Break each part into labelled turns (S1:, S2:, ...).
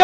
S1: ก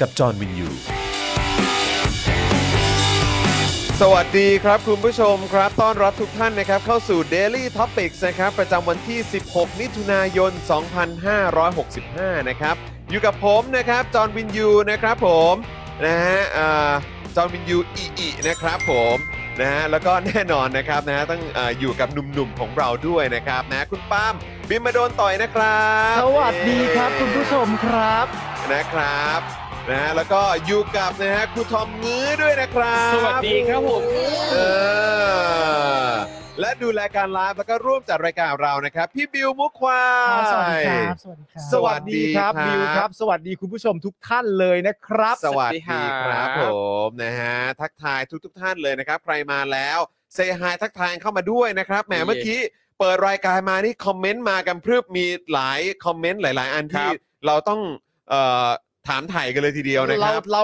S2: กับจอห์นวินยู
S3: สวัสดีครับคุณผู้ชมครับ ต้อนรับทุกท่านนะครับเข้าสู่ Daily Topics นะครับ ประจำวันที่ 16 มิถุนายน 2565 นะครับ อยู่กับผมนะครับ จอห์นวินยูนะครับผมนะฮะอ่าจอห์นวินยูอีอีนะครับผมนะฮะแล้วก็แน่นอนนะครับนะฮะต้องอาอยู่กับหนุ่มๆของเราด้วยนะครับนะคุณป้าล์มบินมาโดนต่อยนะครับ
S4: สวัสดีครับคุณผู้ชมครับ
S3: นะครับนะฮะแล้วก็อยู่กับนะฮะครูทอมงื้อด้วยนะครับ
S5: สวัสดีครับผม
S3: เออและดูรายการไลฟ์แล้วก็ร่วมจัดรายการเรานะครับ พี่บิวมุกควาย
S4: สวัสดีครับ สวัสดีครับ
S3: สวัสดีครับ
S4: บิวครับ สวัสดีคุณผู้ชมทุกท่านเลยนะครับ
S3: สวัสดี
S5: สวัสดี
S3: ค
S5: ครั
S3: รับบ ผมนะฮะทักทายทุกทท่านเลยนะครับ ใครมาแล้วเซฮายทักทายเข้ามาด้วยนะครับแหมเมื่อกี้เปิดรายการมานี่คอมเมนต์มากันพรึบมีหลายคอมเมนต์หลาย ๆ อันที่เราต้องเอ่อถามไถ่กันเลยทีเดียวนะค
S4: เรา
S3: รับ
S4: เรา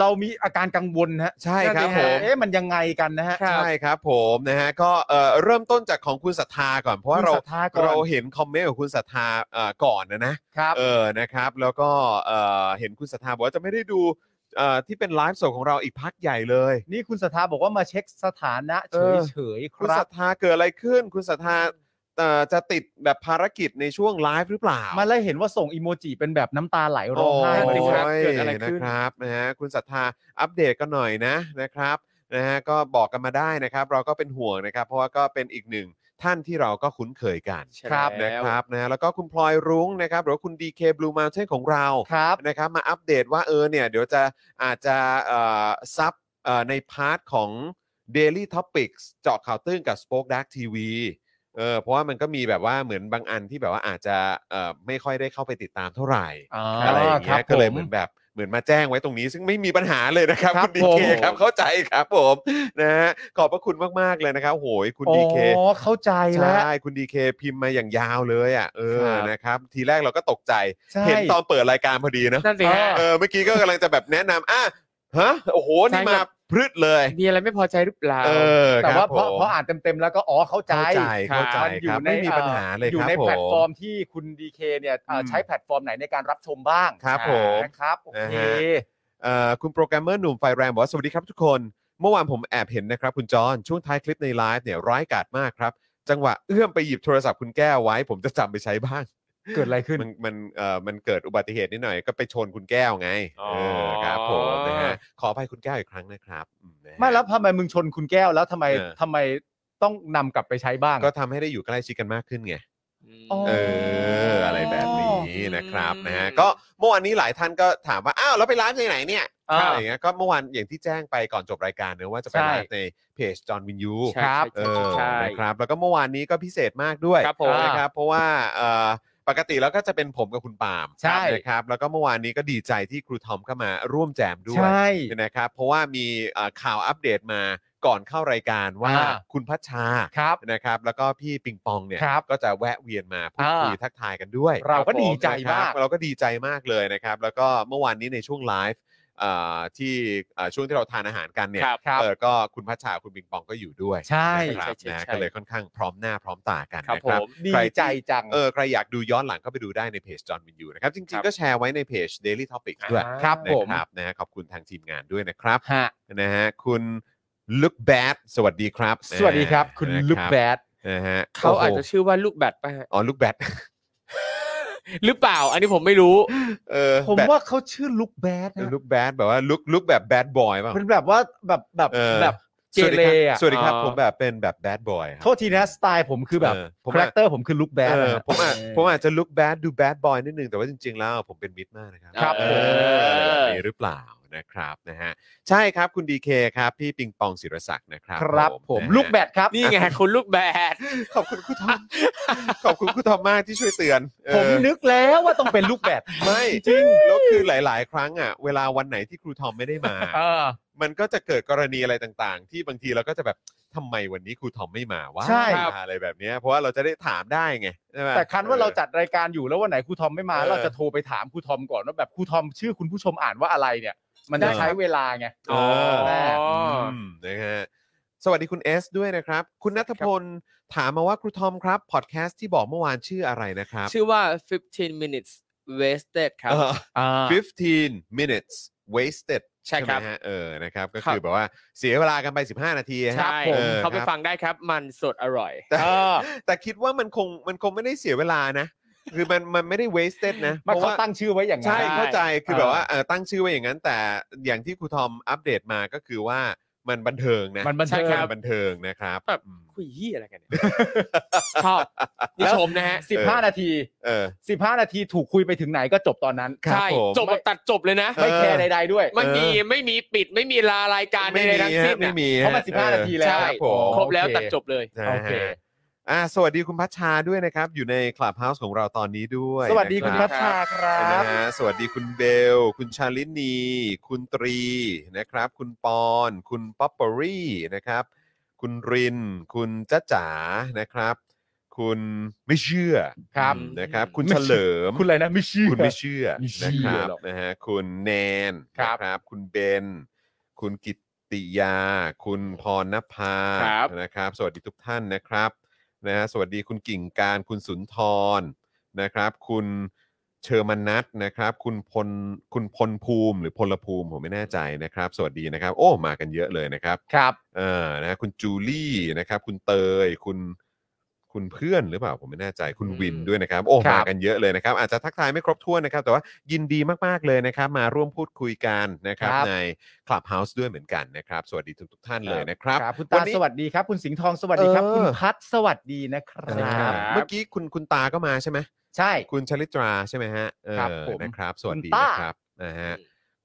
S4: เรามีอาการกังวลฮะ
S3: ใช่ครับ
S4: นั่นสิฮะ
S3: ผม
S4: เอ๊ะมันยังไงกันนะฮะ
S3: ใช่ครับผมนะฮะก็เอ่อเริ่มต้นจากของคุณศรัทธาก่อนเพราะว่าเรา
S4: คุณศทธก่อน
S3: เราเห็นคอมเมนต์ของคุณศรัทธาเอ่อก่อนนะนะครับ เออนะครับ แล้วก็เอ่อเห็นคุณศรัทธาบอกว่าจะไม่ได้ดูเอ่อที่เป็นไลฟ์สดของเราอีกพักใหญ่เลย
S4: นี่คุณสถาบอกว่ามาเช็คสถานะเฉ
S3: เออ
S4: ยเฉยๆค
S3: คุณ
S4: รั
S3: ศ
S4: บ
S3: รัทธาเกิดอะไรขึ้น คุณศรัทธาเอ่อจะติดแบบภารกิจในช่วงไลฟ์หรือเปล่า
S4: มาแล้วเห็นว่าส่งอีโมจิเป็นแบบน้ำตาไหลร้องไห้
S3: โ
S4: มาดิครับ
S3: ย
S4: เกิดอะไรขึ้น
S3: นะครับนะฮะคุณศรัทธาอัปเดตกันหน่อยนะนะครับนะฮะก็บอกกันมาได้นะครับ เราก็เป็นห่วงนะครับ เพราะว่าก็เป็นอีกหนึ่งท่านที่เราก็คุ้นเคยกัน
S4: ครับ
S5: ใช่
S3: นะ
S5: แล้ว
S3: ครับนะแล้วก็คุณพลอยรุ้งนะครับหรือว่าคุณ DK Blue Mountain ของเรา
S4: ครับ
S3: นะครับมาอัปเดตว่าเออเนี่ยเดี๋ยวจะอาจจะเอ่อซับเอ่อในพาร์ทของ Daily Topics เจาะข่าวตื้นกับ Spoke Dark TV เออเพราะว่ามันก็มีแบบว่าเหมือนบางอันที่แบบว่าอาจจะเอ่อไม่ค่อยได้เข้าไปติดตามเท่าไหร่อะไรอย่างเงี้ยก็เลยเหมือนแบบเหมือนมาแจ้งไว้ตรงนี้ ซึ่งไม่มีปัญหาเลยนะครับ
S4: ครั
S3: คุ
S4: บ
S3: ณดีเค
S4: ผม
S3: ครับเข้าใจครับผมนะฮะขอบพระคุณมากๆเลยนะครับโหยคุณดีเค
S4: อ๋อเข้าใจแล้ว
S3: ใช่ คุณดีเคพิมพ์มาอย่างยาวเลยอ่ะเออ
S4: ครับ
S3: นะครับ ทีแรกเราก็ตกใจ
S4: ใช่
S3: เห็นตอนเปิดรายการพอดีนะ
S5: นั่นสิฮะ
S3: เออเมื่อกี้ก็กำลังจะแบบแนะนำอ่ะฮะโอ้โห นี่
S5: ใช่ค
S3: มา
S5: รับ
S3: พรึดเลย
S5: มีอะไรไม่พอใจหรือเปล่า
S3: เออ
S4: แต่ว่า
S3: ค
S4: เพราะ
S3: บผม
S4: เพราะอ่านเต็มๆแล้วก็อ๋อเข้าใจ
S3: เข้าใจ
S5: ครับ
S3: เข้าใจค
S4: มันอยู่
S3: รับ
S4: ใน
S3: ไม่มีปัญหาเลย
S4: อ
S3: ค
S4: ยู่
S3: รับ
S4: ใน
S3: ผ
S4: แพลตฟอร์
S3: ม
S4: มที่คุณดีเคเนี่ยเอ่ออ
S3: ม
S4: ใช้แพลตฟอร์มไหนในการรับชมบ้าง
S3: ครับผม
S4: นะครับโอ
S3: นะ
S4: เค
S3: ฮ เอ่อคุณโปรแกรมเมอร์หนุ่มไฟแรงบอกว่าสวัสดีครับทุกคน เมื่อวานผมแอบเห็นนะครับคุณจอห์นช่วงท้ายคลิปในไลฟ์เนี่ยร้ายกาจมากครับ จังหวะเอื้อมไปหยิบโทรศัพท์คุณแก้วไว้ ผมจะจำไปใช้บ้าง
S4: เกิดอะไรขึ้น
S3: มันมันเอ่อมันเกิดอุบัติเหตุนิดหน่อยก็ไปชนคุณแก้วไง
S5: อ๋อ
S3: เออครับผมนะฮะขออภัยคุณแก้วอีกครั้งนะครับอืนะฮะ
S4: ไม่แล้วทำไมมึงชนคุณแก้วแล้วทำไม
S3: เออ
S4: ทำไมต้องนำกลับไปใช้บ้าง
S3: ก็ทำให้ได้อยู่ใกล้ชิดกันมากขึ้นไง
S5: อ๋อ
S3: เอออะไรแบบนี้นะครับนะฮะก็เมื่อวานนี้หลายท่านก็ถามว่าอ้าวแล้วไปร้านที่ไหนเนี่ย
S4: อ่า
S3: อะไรอย่างเงี้ยก็เมื่อวานอย่างที่แจ้งไปก่อนจบรายการเนอะว่าจะไป
S4: ใช่
S3: ไลฟ์ในเพจจอห์นวินยู
S4: ค
S5: ใช่
S4: รับ
S3: เออ
S5: ใช่
S3: นะค
S5: ครับ
S3: รับแล้วก็เมื่อวานนี้ก็พิเศษมากด้วย
S5: ครับผม
S3: นะครับเพราะว่าเอ่อปกติแล้วก็จะเป็นผมกับคุณปาล์ม
S4: ใช่
S3: นะครับแล้วก็เมื่อวานนี้ก็ดีใจที่ครูทอมก็มาร่วมแจมด้วย
S4: ใช่
S3: นะครับเพราะว่ามีเอ่อข่าวอัปเดตมาก่อนเข้ารายการว่า
S4: อ่า
S3: คุณพัชชา
S4: ครับ
S3: นะครับ แล้วก็พี่ปิงปองเนี่ย
S4: ครับ
S3: ก็จะแวะเวียนมาพูด
S4: อ่า
S3: คุยทักทายกันด้วย
S4: เราก็
S3: คบผม
S4: ดีใจ
S3: นะค
S4: มาก
S3: รับเราก็ดีใจมากเลยนะครับ แล้วก็เมื่อวานนี้ในช่วงไลฟ์เอ่อที่เอ่อช่วงที่เราทานอาหารกันเนี่ย
S5: ครับ
S3: เออก็คุณพัชชาคุณปิงปองก็อยู่ด้วย
S4: ใช่
S3: นะครั
S5: ใช่
S3: บ
S5: ใช่
S3: นะ
S5: ใช่
S3: ก็เลยค่อนข้างพร้อมหน้าพร้อมตากัน
S5: ครับ
S3: นะ
S5: ผ
S3: ครับ
S5: ม
S4: ดี
S3: ใครที่
S4: ใจจัง
S3: เออใครอยากดูย้อนหลังก็ไปดูได้ในเพจจอห์นวินยูนะครับจริ
S5: ครั
S3: ง
S5: บ
S3: ๆก็แชร์ไว้ในเพจ Daily Topic ด้วย
S4: ครับ
S3: นะ
S4: ผม
S3: ครับนะฮะขอบคุณทางทีมงานด้วยนะครับ
S4: ฮะ
S3: นะฮะคุณ look bad สวัสดีครับ
S4: สวัสดีครับ คุณ
S3: นะ
S4: ลูกแบด
S3: นะฮะ
S5: เขาอาจจะ
S3: โโห
S5: ชื่อว่าลูกแบตป่ะฮะ
S3: อ๋อ look bad
S5: หรือเปล่า อันนี้ผมไม่รู้
S3: เออ
S4: ผมว่าเขาชื่อลุกแบดนะ
S3: ลุกแบดแบบว่าลุกลุกแบบแบดบอยป่ะ
S4: เป็นแบบว่าแบบแบบ
S3: เออ
S4: แบบเจเลอะ
S3: สวัสดีครับ
S5: อ๋อ
S3: ผมแบบเป็นแบบแบดบอย
S4: โทษทีนะสไตล์ผมคือแบบ
S3: ผม
S4: คาแร
S3: อา
S4: คเตอร์ผมคือลุกแบด
S3: เออ
S4: นะฮะ
S3: ผมอาจผมอาจจะลุกแบดดูแบดบอยนิดนึง แต่ว่าจริง ๆ แล้วผมเป็นมิตรมากนะครับ
S5: ครับ
S3: เอออะไรแบบนี้หรือเปล่านะครับนะฮะใช่ครับคุณดีเคครับพี่ปิงปองศิรศักดิ์นะครับ
S4: ครับผม
S3: นะฮะ
S4: ลุกแบดครับ
S5: นี่ ไงคุณลูกแบด
S3: ขอบคุณคุณทอม ขอบคุณคุณทอมมากที่ช่วยเตือนเออ
S4: ผมนึกแล้วว่าต้องเป็นลุกแบด
S3: ไม่จริงแล้วคือหลาย ๆ ครั้งอ่ะ เวลาวันไหนที่ครูทอมไม่ได้มา
S5: เออ
S3: มันก็จะเกิดกรณีอะไรต่างๆ ที่บางทีเราก็จะแบบทำไมวันนี้ครูทอมไม่มาว่า
S4: ใช่
S3: อะไรแบบเนี้ยเพราะว่าเราจะได้ถามได้ไงใช่ไหม
S4: แต่คันว่าเราจัดรายการอยู่แล้ววันไหนครูทอมไม่มา
S3: เออ
S4: เราจะโทรไปถามครูทอมก่อนว่าแบบครูทอมชื่อคุณผู้ชมอ่านว่าอะไรเนี่ย มันจะ
S3: ได้
S4: ใช้เวลาไง
S3: เออ
S4: แม่
S3: มนะฮะสวัสดีคุณเอสด้วยนะครับ คุณนัทพลถามมาว่าครูทอมครับพอดแคสต์ที่บอกเมื่อวานชื่ออะไรนะครับ
S5: ชื่อว่า 15 minutes wasted ครับ
S3: เออ
S4: อ่า
S3: 15 minutes wasted
S5: ใช่ครับ
S3: ไหมฮะเออนะครับ ก็
S5: ครั
S3: คื
S5: บ
S3: อแบบว่าเสียเวลากันไป 15 นาทีฮะ
S5: ใช่
S3: ออ
S5: เขาไป
S3: ครับ
S5: ฟังได้ครับ มันสดอร่อย
S3: แต่แต่คิดว่ามันคงมันคงไม่ได้เสียเวลานะ คือมันมันไม่ได้ wasted นะ
S4: มัน
S3: เพราะ
S4: เขา
S3: ว่า
S4: ตั้งชื่อไว้อย่างนั้
S3: ใช่
S4: น
S3: เข้าใจคือ
S4: เออ
S3: แบบว่าเออตั้งชื่อไว้อย่างนั้น แต่อย่างที่ครูทอมอัปเดตมาก็คือว่ามันบันเทิงนะ
S4: มันบัน
S5: ใช่
S4: เทิง
S5: ครับ
S3: มันบันเทิงนะครับ
S5: แบบ
S3: อืม
S5: คุยยี่อะไรกันเนี่ยชอบนี่
S4: แล้ว
S5: ชมนะฮะ
S4: สิบห้านาที
S3: เออ
S4: สิบห้านาทีถูกคุยไปถึงไหนก็จบตอนนั้น
S3: ครับ
S5: ใช่
S3: ผม
S5: จบแบบตัดจบเลยนะ
S4: ไม่แคร์
S3: เออ
S4: ใดๆด้วย
S5: ไม่มีไม่มีปิดไม่มีลารายการ
S3: ไม่
S5: ใด
S3: มี
S5: ๆทั้ง
S3: ฮะ
S5: สิ้น
S3: ไม่
S5: อะ
S3: มี
S4: เพราะมัน
S3: ฮ
S4: 15นาทีแล้ว
S3: ใช่ค
S5: ใช่
S3: รับผม
S5: ครบแล้ว
S4: โอเค
S5: ตัดจบเลย
S3: นะ
S4: โอ
S3: ฮะ
S4: เค
S3: อ่าสวัสดีคุณพัชชาด้วยนะครับ อยู่ในคลับเฮาส์ของเราตอนนี้ด้วย
S4: สวัสดี
S3: นะ
S4: คุณ
S3: รั
S4: พั
S3: บ
S4: ชชาครั
S3: นะ
S4: บ
S3: ฮะสวัสดีคุณเบล คุณชาลินี คุณตรีนะครับ คุณปอน คุณป๊อปเปอรี่นะครับ คุณริน คุณจ๊ะจ๋านะครับ คุณไม่เชื่อ
S4: ครับ
S3: นะครับ คุณ
S4: ไม่
S3: เฉ
S4: เชื่อ
S3: ลิม
S4: คุณอะไรนะไม่เชื่อ
S3: คุณไม่เชื่อ
S4: ไม่เชื่
S3: นะค
S4: อ
S3: รับ
S4: หรอก
S3: นะฮะคุณแนน
S4: ครับ
S3: นะครับ คุณเบน คุณกิตติยา คุณพรณภา
S5: ครับ
S3: นะครับ สวัสดีทุกท่านนะครับนะฮะสวัสดีคุณกิ่งการคุณสุนทรนะครับ คุณเชอร์มนัทนะครับ คุณพลคุณพลภูมิหรือพลภูมิผมไม่แน่ใจนะครับ สวัสดีนะครับ โอ้มากันเยอะเลยนะครับ
S4: ครับ
S3: เออนะฮะคุณจูลี่นะครับ คุณเตยคุณคุณเพื่อนหรือเปล่าผมไม่แน่ใจคุณวินด้วย ด้วยนะครับโอ้
S4: ครับ
S3: มากันเยอะเลยนะครับ อาจจะทักทายไม่ครบถ้วนนะครับ แต่ว่ายินดีมาก ๆ เลยนะครับ มาร่วมพูดคุยกันนะครับใน Clubhouse ด้วยเหมือนกันนะครับ สวัสดีทุกๆท่านเลยนะครับ
S4: ครับคุณ
S3: วั
S4: ตาน
S3: นี้
S4: สวัสดีครับ คุณสิงห์ทองสวัสดีครับ
S3: เออ
S4: คุณพัดสวัสดีนะค
S3: นะ
S4: รั
S3: ครับ บเมื่อกี้คุณคุณตาก็มาใช่ไหม
S4: ใช่
S3: คุณชลิตราใช่ไหมฮะเออ
S4: ครับผม
S3: นะครับ สวัสดี
S4: คุณต้า
S3: นะครับนะฮะ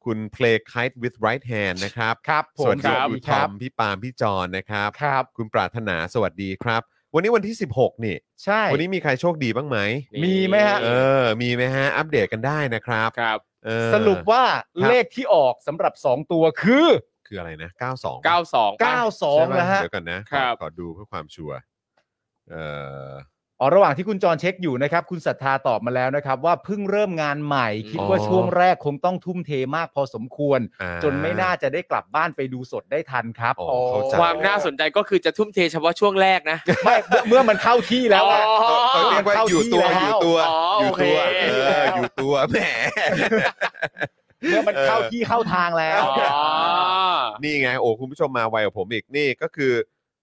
S3: คุณ play kite with right hand นะครับ
S4: ครับผ
S3: ส
S4: ม
S3: วัสดี
S4: ครับ
S3: คุณ
S4: ค
S3: ท
S4: รั
S3: อบ มพี่ปาล์มพี่จอนนะครับ
S4: ครับ
S3: คุณปรารถนาสวัสดีครับ วันนี้วันที่ 16 นี่
S4: ใช่
S3: วันนี้มีใครโชคดีบ้างไหม
S4: มีไหมฮะ
S3: เออมีไหมฮะอัปเดตกันได้นะครับ
S5: ครับ
S3: เออ
S4: สรุปว่า
S3: ครับ
S4: เลขที่ออกสำหรับ 2 ตัวคือ
S3: คืออะไรนะ 92
S5: 92
S4: 92 นะฮะ
S3: เดี๋ยวก่อนนะขอ
S5: ครับ
S3: ขอดูเพื่อความชัวร์เอ่อ
S4: อ๋อระหว่างที่คุณจรเช็คอยู่นะครับ คุณศรัทธาตอบมาแล้วนะครับ ว่าเพิ่งเริ่มงานใหม่ คิดว่า
S3: อ๋อ
S4: ช่วงแรกคงต้องทุ่มเทมากพอสมควร
S3: อ่า
S4: จนไม่น่าจะได้กลับบ้านไปดูสดได้ทันครับ
S3: อ๋อเข้าใจ
S5: ความน่าสนใจก็คือจะทุ่มเทเฉพาะช่วงแรกนะ
S4: ไม่เมื่อเมื่อมันเข้าที่แล้วอะ
S5: อ๋อ
S3: เขาเรียกว่า
S4: เข้า
S3: อยู่ตัว
S4: ที่
S3: อ
S4: แล้
S3: ยู่
S4: ว
S3: ตัว
S5: อ๋ออ
S3: อยู่ตัว
S5: โอเค
S3: เอออยู่ตัว แหม
S4: เมื่อมันเข้าที่เข้าทางแล้ว
S5: อ๋อ
S3: นี่ไงโอ้คุณผู้ชมมาไวกว่าผมอีกนี่ก็คือ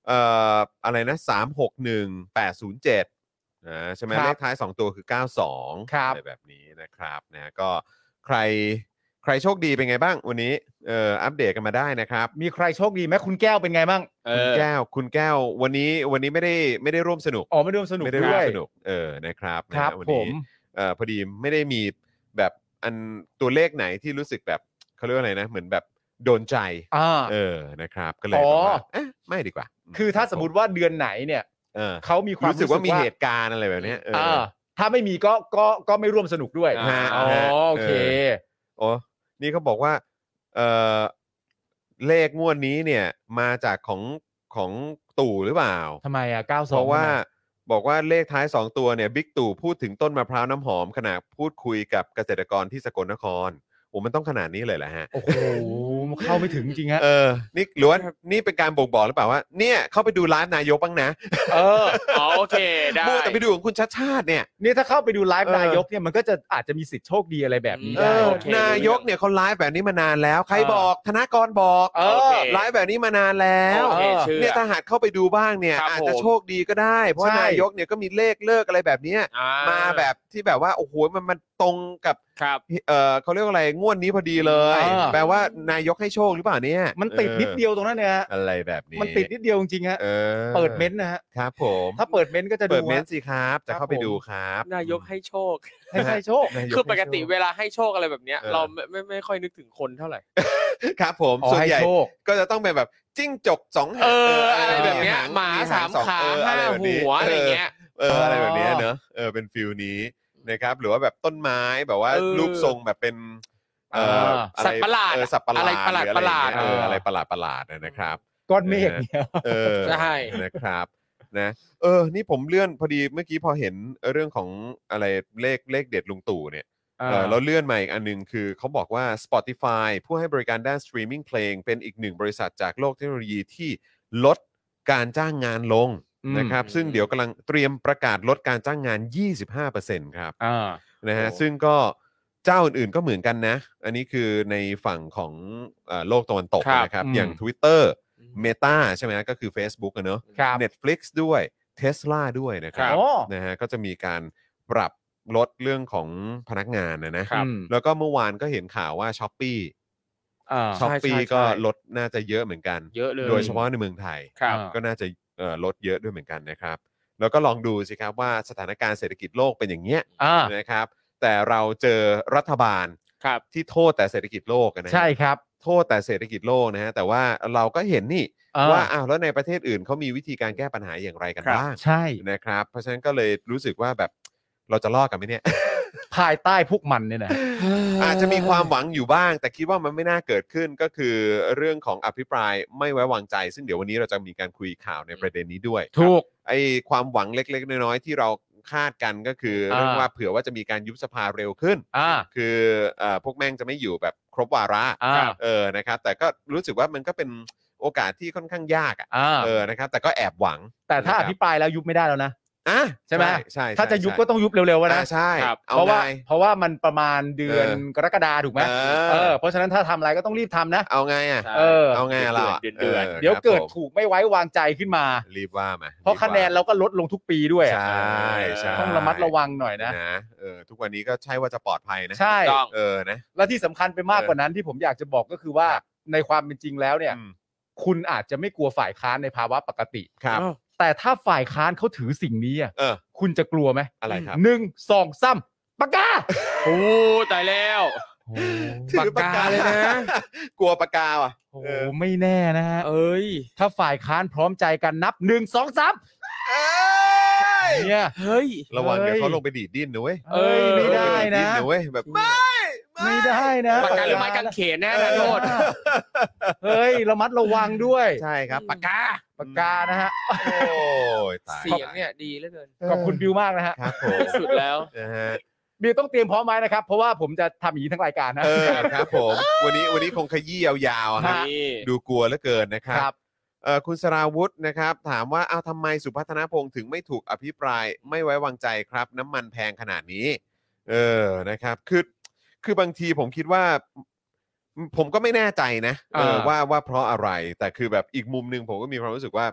S3: เอ่ออะไรนะ 361 807นะใช่ไหม
S4: ครับ
S3: เลขท้าย 2 ตัวคือ 92
S4: ครับ
S3: อะไรแบบนี้นะครับนะก็ใครใครโชคดีเป็นไงบ้างวันนี้เอ่ออัปเดตกันมาได้นะครับ
S4: มีใครโชคดีไหมคุณแก้วเป็นไงบ้าง
S5: เอ
S3: คุณ
S5: อ
S3: แก้วคุณแก้ววันนี้วันนี้ไม่ได้ไม่ได้ร่วมสนุก
S4: อ๋อไม่ได้ร่วมสนุก
S3: ไม่ได้
S4: ด้
S3: ร่ว
S4: ว
S3: ม
S4: ย
S3: สนุกเออนะครับ
S4: ค
S3: นะ
S4: รับ
S3: ฮะวัน
S4: ผ
S3: นี้
S4: ม
S3: เอ่อพอดีไม่ได้มีแบบอันตัวเลขไหนที่รู้สึกแบบเขาเรียกว่าอะไรนะ เหมือนแบบโดนใจ
S4: อ่า
S3: เออนะครับ ก็เลย
S4: อ๋อ
S3: แบบว่าเอ๊ะไม่ดีกว่า
S4: คือถ้าสมมติว่าเดือนไหนเนี่ย
S3: เออ
S4: เขามีความ
S3: รู้สึกว่ามีเหตุการณ์อะไรแบบเนี้ยเออ
S4: อ่าถ้าไม่มีก็ก็ก็ไม่ร่วมสนุกด้วย
S5: อ่า
S4: อ๋อโอเค
S3: โอ้นี่เขาบอกว่าเออเลขงวดนี้เนี่ย มาจากของของตู่หรือเปล่า
S4: ทำไมอ่ะ 92
S3: เพราะว่า
S4: ทำไม
S3: บอกว่าเลขท้าย 2 ตัวเนี่ยบิ๊กตู่พูดถึงต้นมะพร้าวน้ำหอมขณะพูดคุยกับเกษตรกรที่สกลนครโอ้มันต้องขนาดนี้เลยแหละฮะ
S4: โอ้โห เข้าไม่ถึงจริงฮะ
S3: เออนี่หรือว่านี่เป็นการบ่งบอกหรือเปล่าว่าเนี่ยเข้าไปดูไลฟ์นายกบ้างนะ
S4: เออ
S5: อ๋อโอเคได้
S3: มัวแต่ไปดูของคุณชัดชาติเนี่ย
S4: เนี่ยถ้าเข้าไปดูไลฟ์
S3: เออ
S4: นายกเนี่ยมันก็จะอาจจะมีสิทธิ์โชคดีอะไรแบบนี้
S3: เอ
S4: ได้
S3: อ
S5: โอเค
S3: นายกเนี่ยเขาไลฟ์แบบนี้มานานแล้ว ใคร
S5: เออ
S3: บอกธนากรบอก
S5: เออโอเค
S3: ไลฟ์แบบนี้มานานแล้ว
S5: โอเคเชื่อ
S3: เนี่ยถ้าหากเข้าไปดูบ้างเนี่ย
S5: ครับ
S3: อาจจะ
S5: ผม
S3: โชคดีก็ได้ เพราะนายกเนี่ยก็มีเลขเลิกอะไรแบบเนี้ย
S5: อ่
S3: มาแบบที่แบบว่าโอ้โหมันมันตรงกับ
S5: ครับ
S3: เออเขาเรียกว่าอะไรงวดนี้พอดีเลย
S4: เออ
S3: แปลว่านายกให้โชคหรือเปล่าเนี่ย
S4: มันติดนิดเดียวตรงนั้นเนี่ยฮะ
S3: เอออะไรแบบนี้
S4: มันติดนิดเดียวจริงๆฮะ
S3: เออ
S4: เปิดเม้นต์นะฮะ
S3: ครับผม
S4: ถ้าเปิดเม้นต์ก็จะดู
S3: เปิดเม้น
S4: ว่า
S3: ต์สิครับจะเข้าไป
S4: ครับผม
S3: ดูครับ
S5: นายกให้โชค
S4: ให้ใครโชค
S3: นาย
S5: คือปก
S3: ให้โช
S5: ติเวลาให้โชคอะไรแบบเนี้ย
S3: เออ
S5: เราไม่ไม่ไม่ค่อยนึกถึงคนเท่าไหร่
S3: ครับผม
S4: อ๋อ
S3: ส่วน
S4: ให้
S3: ใหญ่
S4: โชค
S3: ก็จะต้องเป็นแบบจิ้งจกสองหาง
S5: เอออะไรแบบเนี้ย
S3: ง
S5: หมาสาม
S3: อง
S5: ขา
S3: เออ
S5: ห้า
S3: อะไรแบบ
S5: หั
S3: นี้
S5: วอะไรเงี้ย
S3: เออเอออะไรแบบเนี้ยเนอะเออเป็นฟิลนี้นะครับหรือว่าแบบต้นไม้แบบว่า
S5: เออ
S3: รูปทรงแบบเป็นเอ่อ
S5: สัตว์ประหลาด
S3: เออสัตว์ประหลาด
S5: อะไรประหลาดประหลาด
S3: รืออะไรเงี้ยเอออะไรประหลาดประหลาดๆนะครับ
S4: ก้อนเมฆเนี่ย
S3: เออ
S5: ใช่
S3: นะครับนะเออ นี่ผมเลื่อนพอดีเมื่อกี้พอเห็นเรื่องของอะไรเลขเลขเด็ดลุงตู่เนี่ย เออแล้วเลื่อนมาอีกอันหนึงคือเขาบอกว่า Spotify ผู้ให้บริการด้านสตรีมมิ่งเพลงเป็นอีกหนึ่งบริษัทจากโลกเทคโนโลยีที่ลดการจ้างงานลงนะครับ
S5: อืม
S3: ซึ่งเดี๋ยวกำลังเตรียมประกาศลดการจ้างงาน 25%ครับ
S4: อ่า
S3: นะฮะ
S5: โอ้
S3: ซึ่งก็เจ้าอื่นๆก็เหมือนกันนะ อันนี้คือในฝั่งของเอ่อโลกตะวันตกนะครับ
S4: ครับอืม
S3: อย่าง Twitter Meta ใช่ไหมฮะก็คือ Facebook อะเนอะ
S4: ครับ
S3: Netflix ด้วย Tesla ด้วยนะครับ
S4: อ๋อ
S3: นะฮะก็จะมีการปรับลดเรื่องของพนักงานนะนะครับ แล้วก็เมื่อวานก็เห็นข่าวว่าช้อปปี้
S4: อ่า
S3: ช้อปปี้
S5: ใช่ใช่
S3: ก็ลดน่าจะเยอะเหมือนกัน
S5: เยอะเลย
S3: โดยเฉพาะในเมืองไทย
S5: ครับ
S3: ก็น่าจะเอ่อลดเยอะด้วยเหมือนกันนะครับ แล้วก็ลองดูสิครับว่าสถานการณ์เศรษฐกิจโลกเป็นอย่างเงี้ย
S4: อ่า
S3: นะครับ แต่เราเจอรัฐบาล
S5: ครับ
S3: ที่โทษแต่เศรษฐกิจโลกอะนะฮะ
S4: ใช่ครับ
S3: โทษแต่เศรษฐกิจโลกนะฮะแต่ว่าเราก็เห็นนี่
S4: อ่
S3: ว่าอ้าวแล้วในประเทศอื่นเขามีวิธีการแก้ปัญหาอย่างไรกัน
S5: ครับ
S3: บ้าง
S4: ใช่
S3: นะครับ เพราะฉะนั้นก็เลยรู้สึกว่าแบบเราจะรอดกันไหมเนี่ย
S4: ภายใต้พวกมันเนี่ยนะ
S3: อาจจะมีความหวังอยู่บ้าง แต่คิดว่ามันไม่น่าเกิดขึ้นก็คือเรื่องของอภิปรายไม่ไว้วางใจ ซึ่งเดี๋ยววันนี้เราจะมีการคุยข่าวในประเด็นนี้ด้วย
S4: ถูก
S3: ไอ้ความหวังเล็ก ๆ น้อยๆที่เราคาดกันก็คือเรื่อง
S4: อ่า
S3: ว่าเผื่อว่าจะมีการยุบสภาเร็วขึ้น
S4: อ่า
S3: คือเอ่อพวกแม่งจะไม่อยู่แบบครบวาระ
S4: อ่า
S3: เออนะครับ แต่ก็รู้สึกว่ามันก็เป็นโอกาสที่ค่อนข้างยากอะ
S4: อ่า
S3: เออนะครับ แต่ก็แอบหวัง
S4: แต่ถ้าอภิปรายแล้วยุบไม่ได้แล้วนะ
S3: อ่ะ
S4: ใช่ไหม
S3: ใช่ใช่
S4: ถ้าจะยุบก็ต้องยุบเร็วๆ
S3: อ่ะ
S4: นะ
S3: ใช่
S5: ครับ
S3: เอา
S4: เพราะว่า
S3: ไง
S4: เพราะว่ามันประมาณเดือน
S3: เออก
S4: รกฎาถูกไหม
S3: เออ
S4: เออเพราะฉะนั้นถ้าทำอะไรก็ต้องรีบทำนะ
S3: เอาไงอ่ะ
S4: เออ
S3: เอาไงเราะ
S5: เดือนเดือน
S3: ครับ
S4: เดี๋ยวเกิด
S3: ผม
S4: ถูกไม่ไว้วางใจขึ้นมา
S3: รีบว่ามา
S4: เพราะคะแนนเราก็ลดลงทุกปีด้วย
S3: ใช่ใช่
S4: ต้องระมัดระวังหน่อยนะ
S3: นะเออทุกวันนี้ก็ใช่ว่าจะปลอดภัยนะ
S4: ใช่
S5: ต้อง
S3: เออนะ
S4: และที่สำคัญไปมากกว่านั้นที่ผมอยากจะบอกก็คือว่า
S3: ครับ
S4: ในความเป็นจริงแล้วเนี่ย
S3: อืม
S4: คุณอาจจะไม่กลัวฝ่ายค้านในภาวะปกติ
S3: ครับ
S5: อ้าว
S4: แต่ถ้าฝ่ายค้านเขาถือสิ่งนี้อะ
S3: เออ
S4: คุณจะกลัวไหม
S3: อะไรครับ
S4: หนึ่งสองสามปากกา
S5: โอ้ตายแล้ว
S3: ถือปากกาเลยนะ กลัวปากกาอ่ะ
S4: โอ้
S3: เอ
S4: โห
S3: อ
S4: ไม่แน่นะฮะ
S5: เอ้ย
S4: ถ้าฝ่ายค้านพร้อมใจกันนับหนึ่งสองสาม
S3: เอ้ย
S4: เนี่ย
S5: เฮ้ย
S3: ระวังเดี๋ยว
S4: เฮ้ย
S3: เขาลงไปดีดดิ้นนะเว้ย
S4: เอ้ยไม่ได้นะ
S3: ลงปดีดดิ้นะเว้ยแบบไม่
S4: ไม่ได้นะ
S5: ปากกาหรือไม้กางเขนแน่นะโนด
S4: เฮ้ยระมัดระวังด้วย
S3: ใช่ครับปากกา
S4: ปากกานะฮะ
S3: โอ้ยตาย
S5: เสียงเนี่ยดีเหลือเกิน
S4: ขอบคุณบิวมากนะฮะ
S3: ครับผม
S5: ที่สุดแล้ว
S3: นะฮะ
S4: บิวต้องเตรียมพร้อมไว้นะครับ เพราะว่าผมจะทำอย่างนี้ทั้งรายการนะ
S3: เออครับผมวันนี้วันนี้คงขยี้ยาวๆอะฮะ
S5: นี่
S3: ดูกลัวเหลือเกินนะครับ
S4: ครับ
S3: เอ่อคุณสราวุธนะครับ ถามว่าเอาทำไมสุพัฒนพงษ์ถึงไม่ถูกอภิปรายไม่ไว้วางใจครับ น้ำมันแพงขนาดนี้ เออนะครับ คือคือบางทีผมคิดว่า ผมก็ไม่แน่ใจนะเออ
S4: อ่า
S3: ว่าว่าเพราะอะไร แต่คือแบบอีกมุมหนึ่งผมก็มีความรู้สึกว่า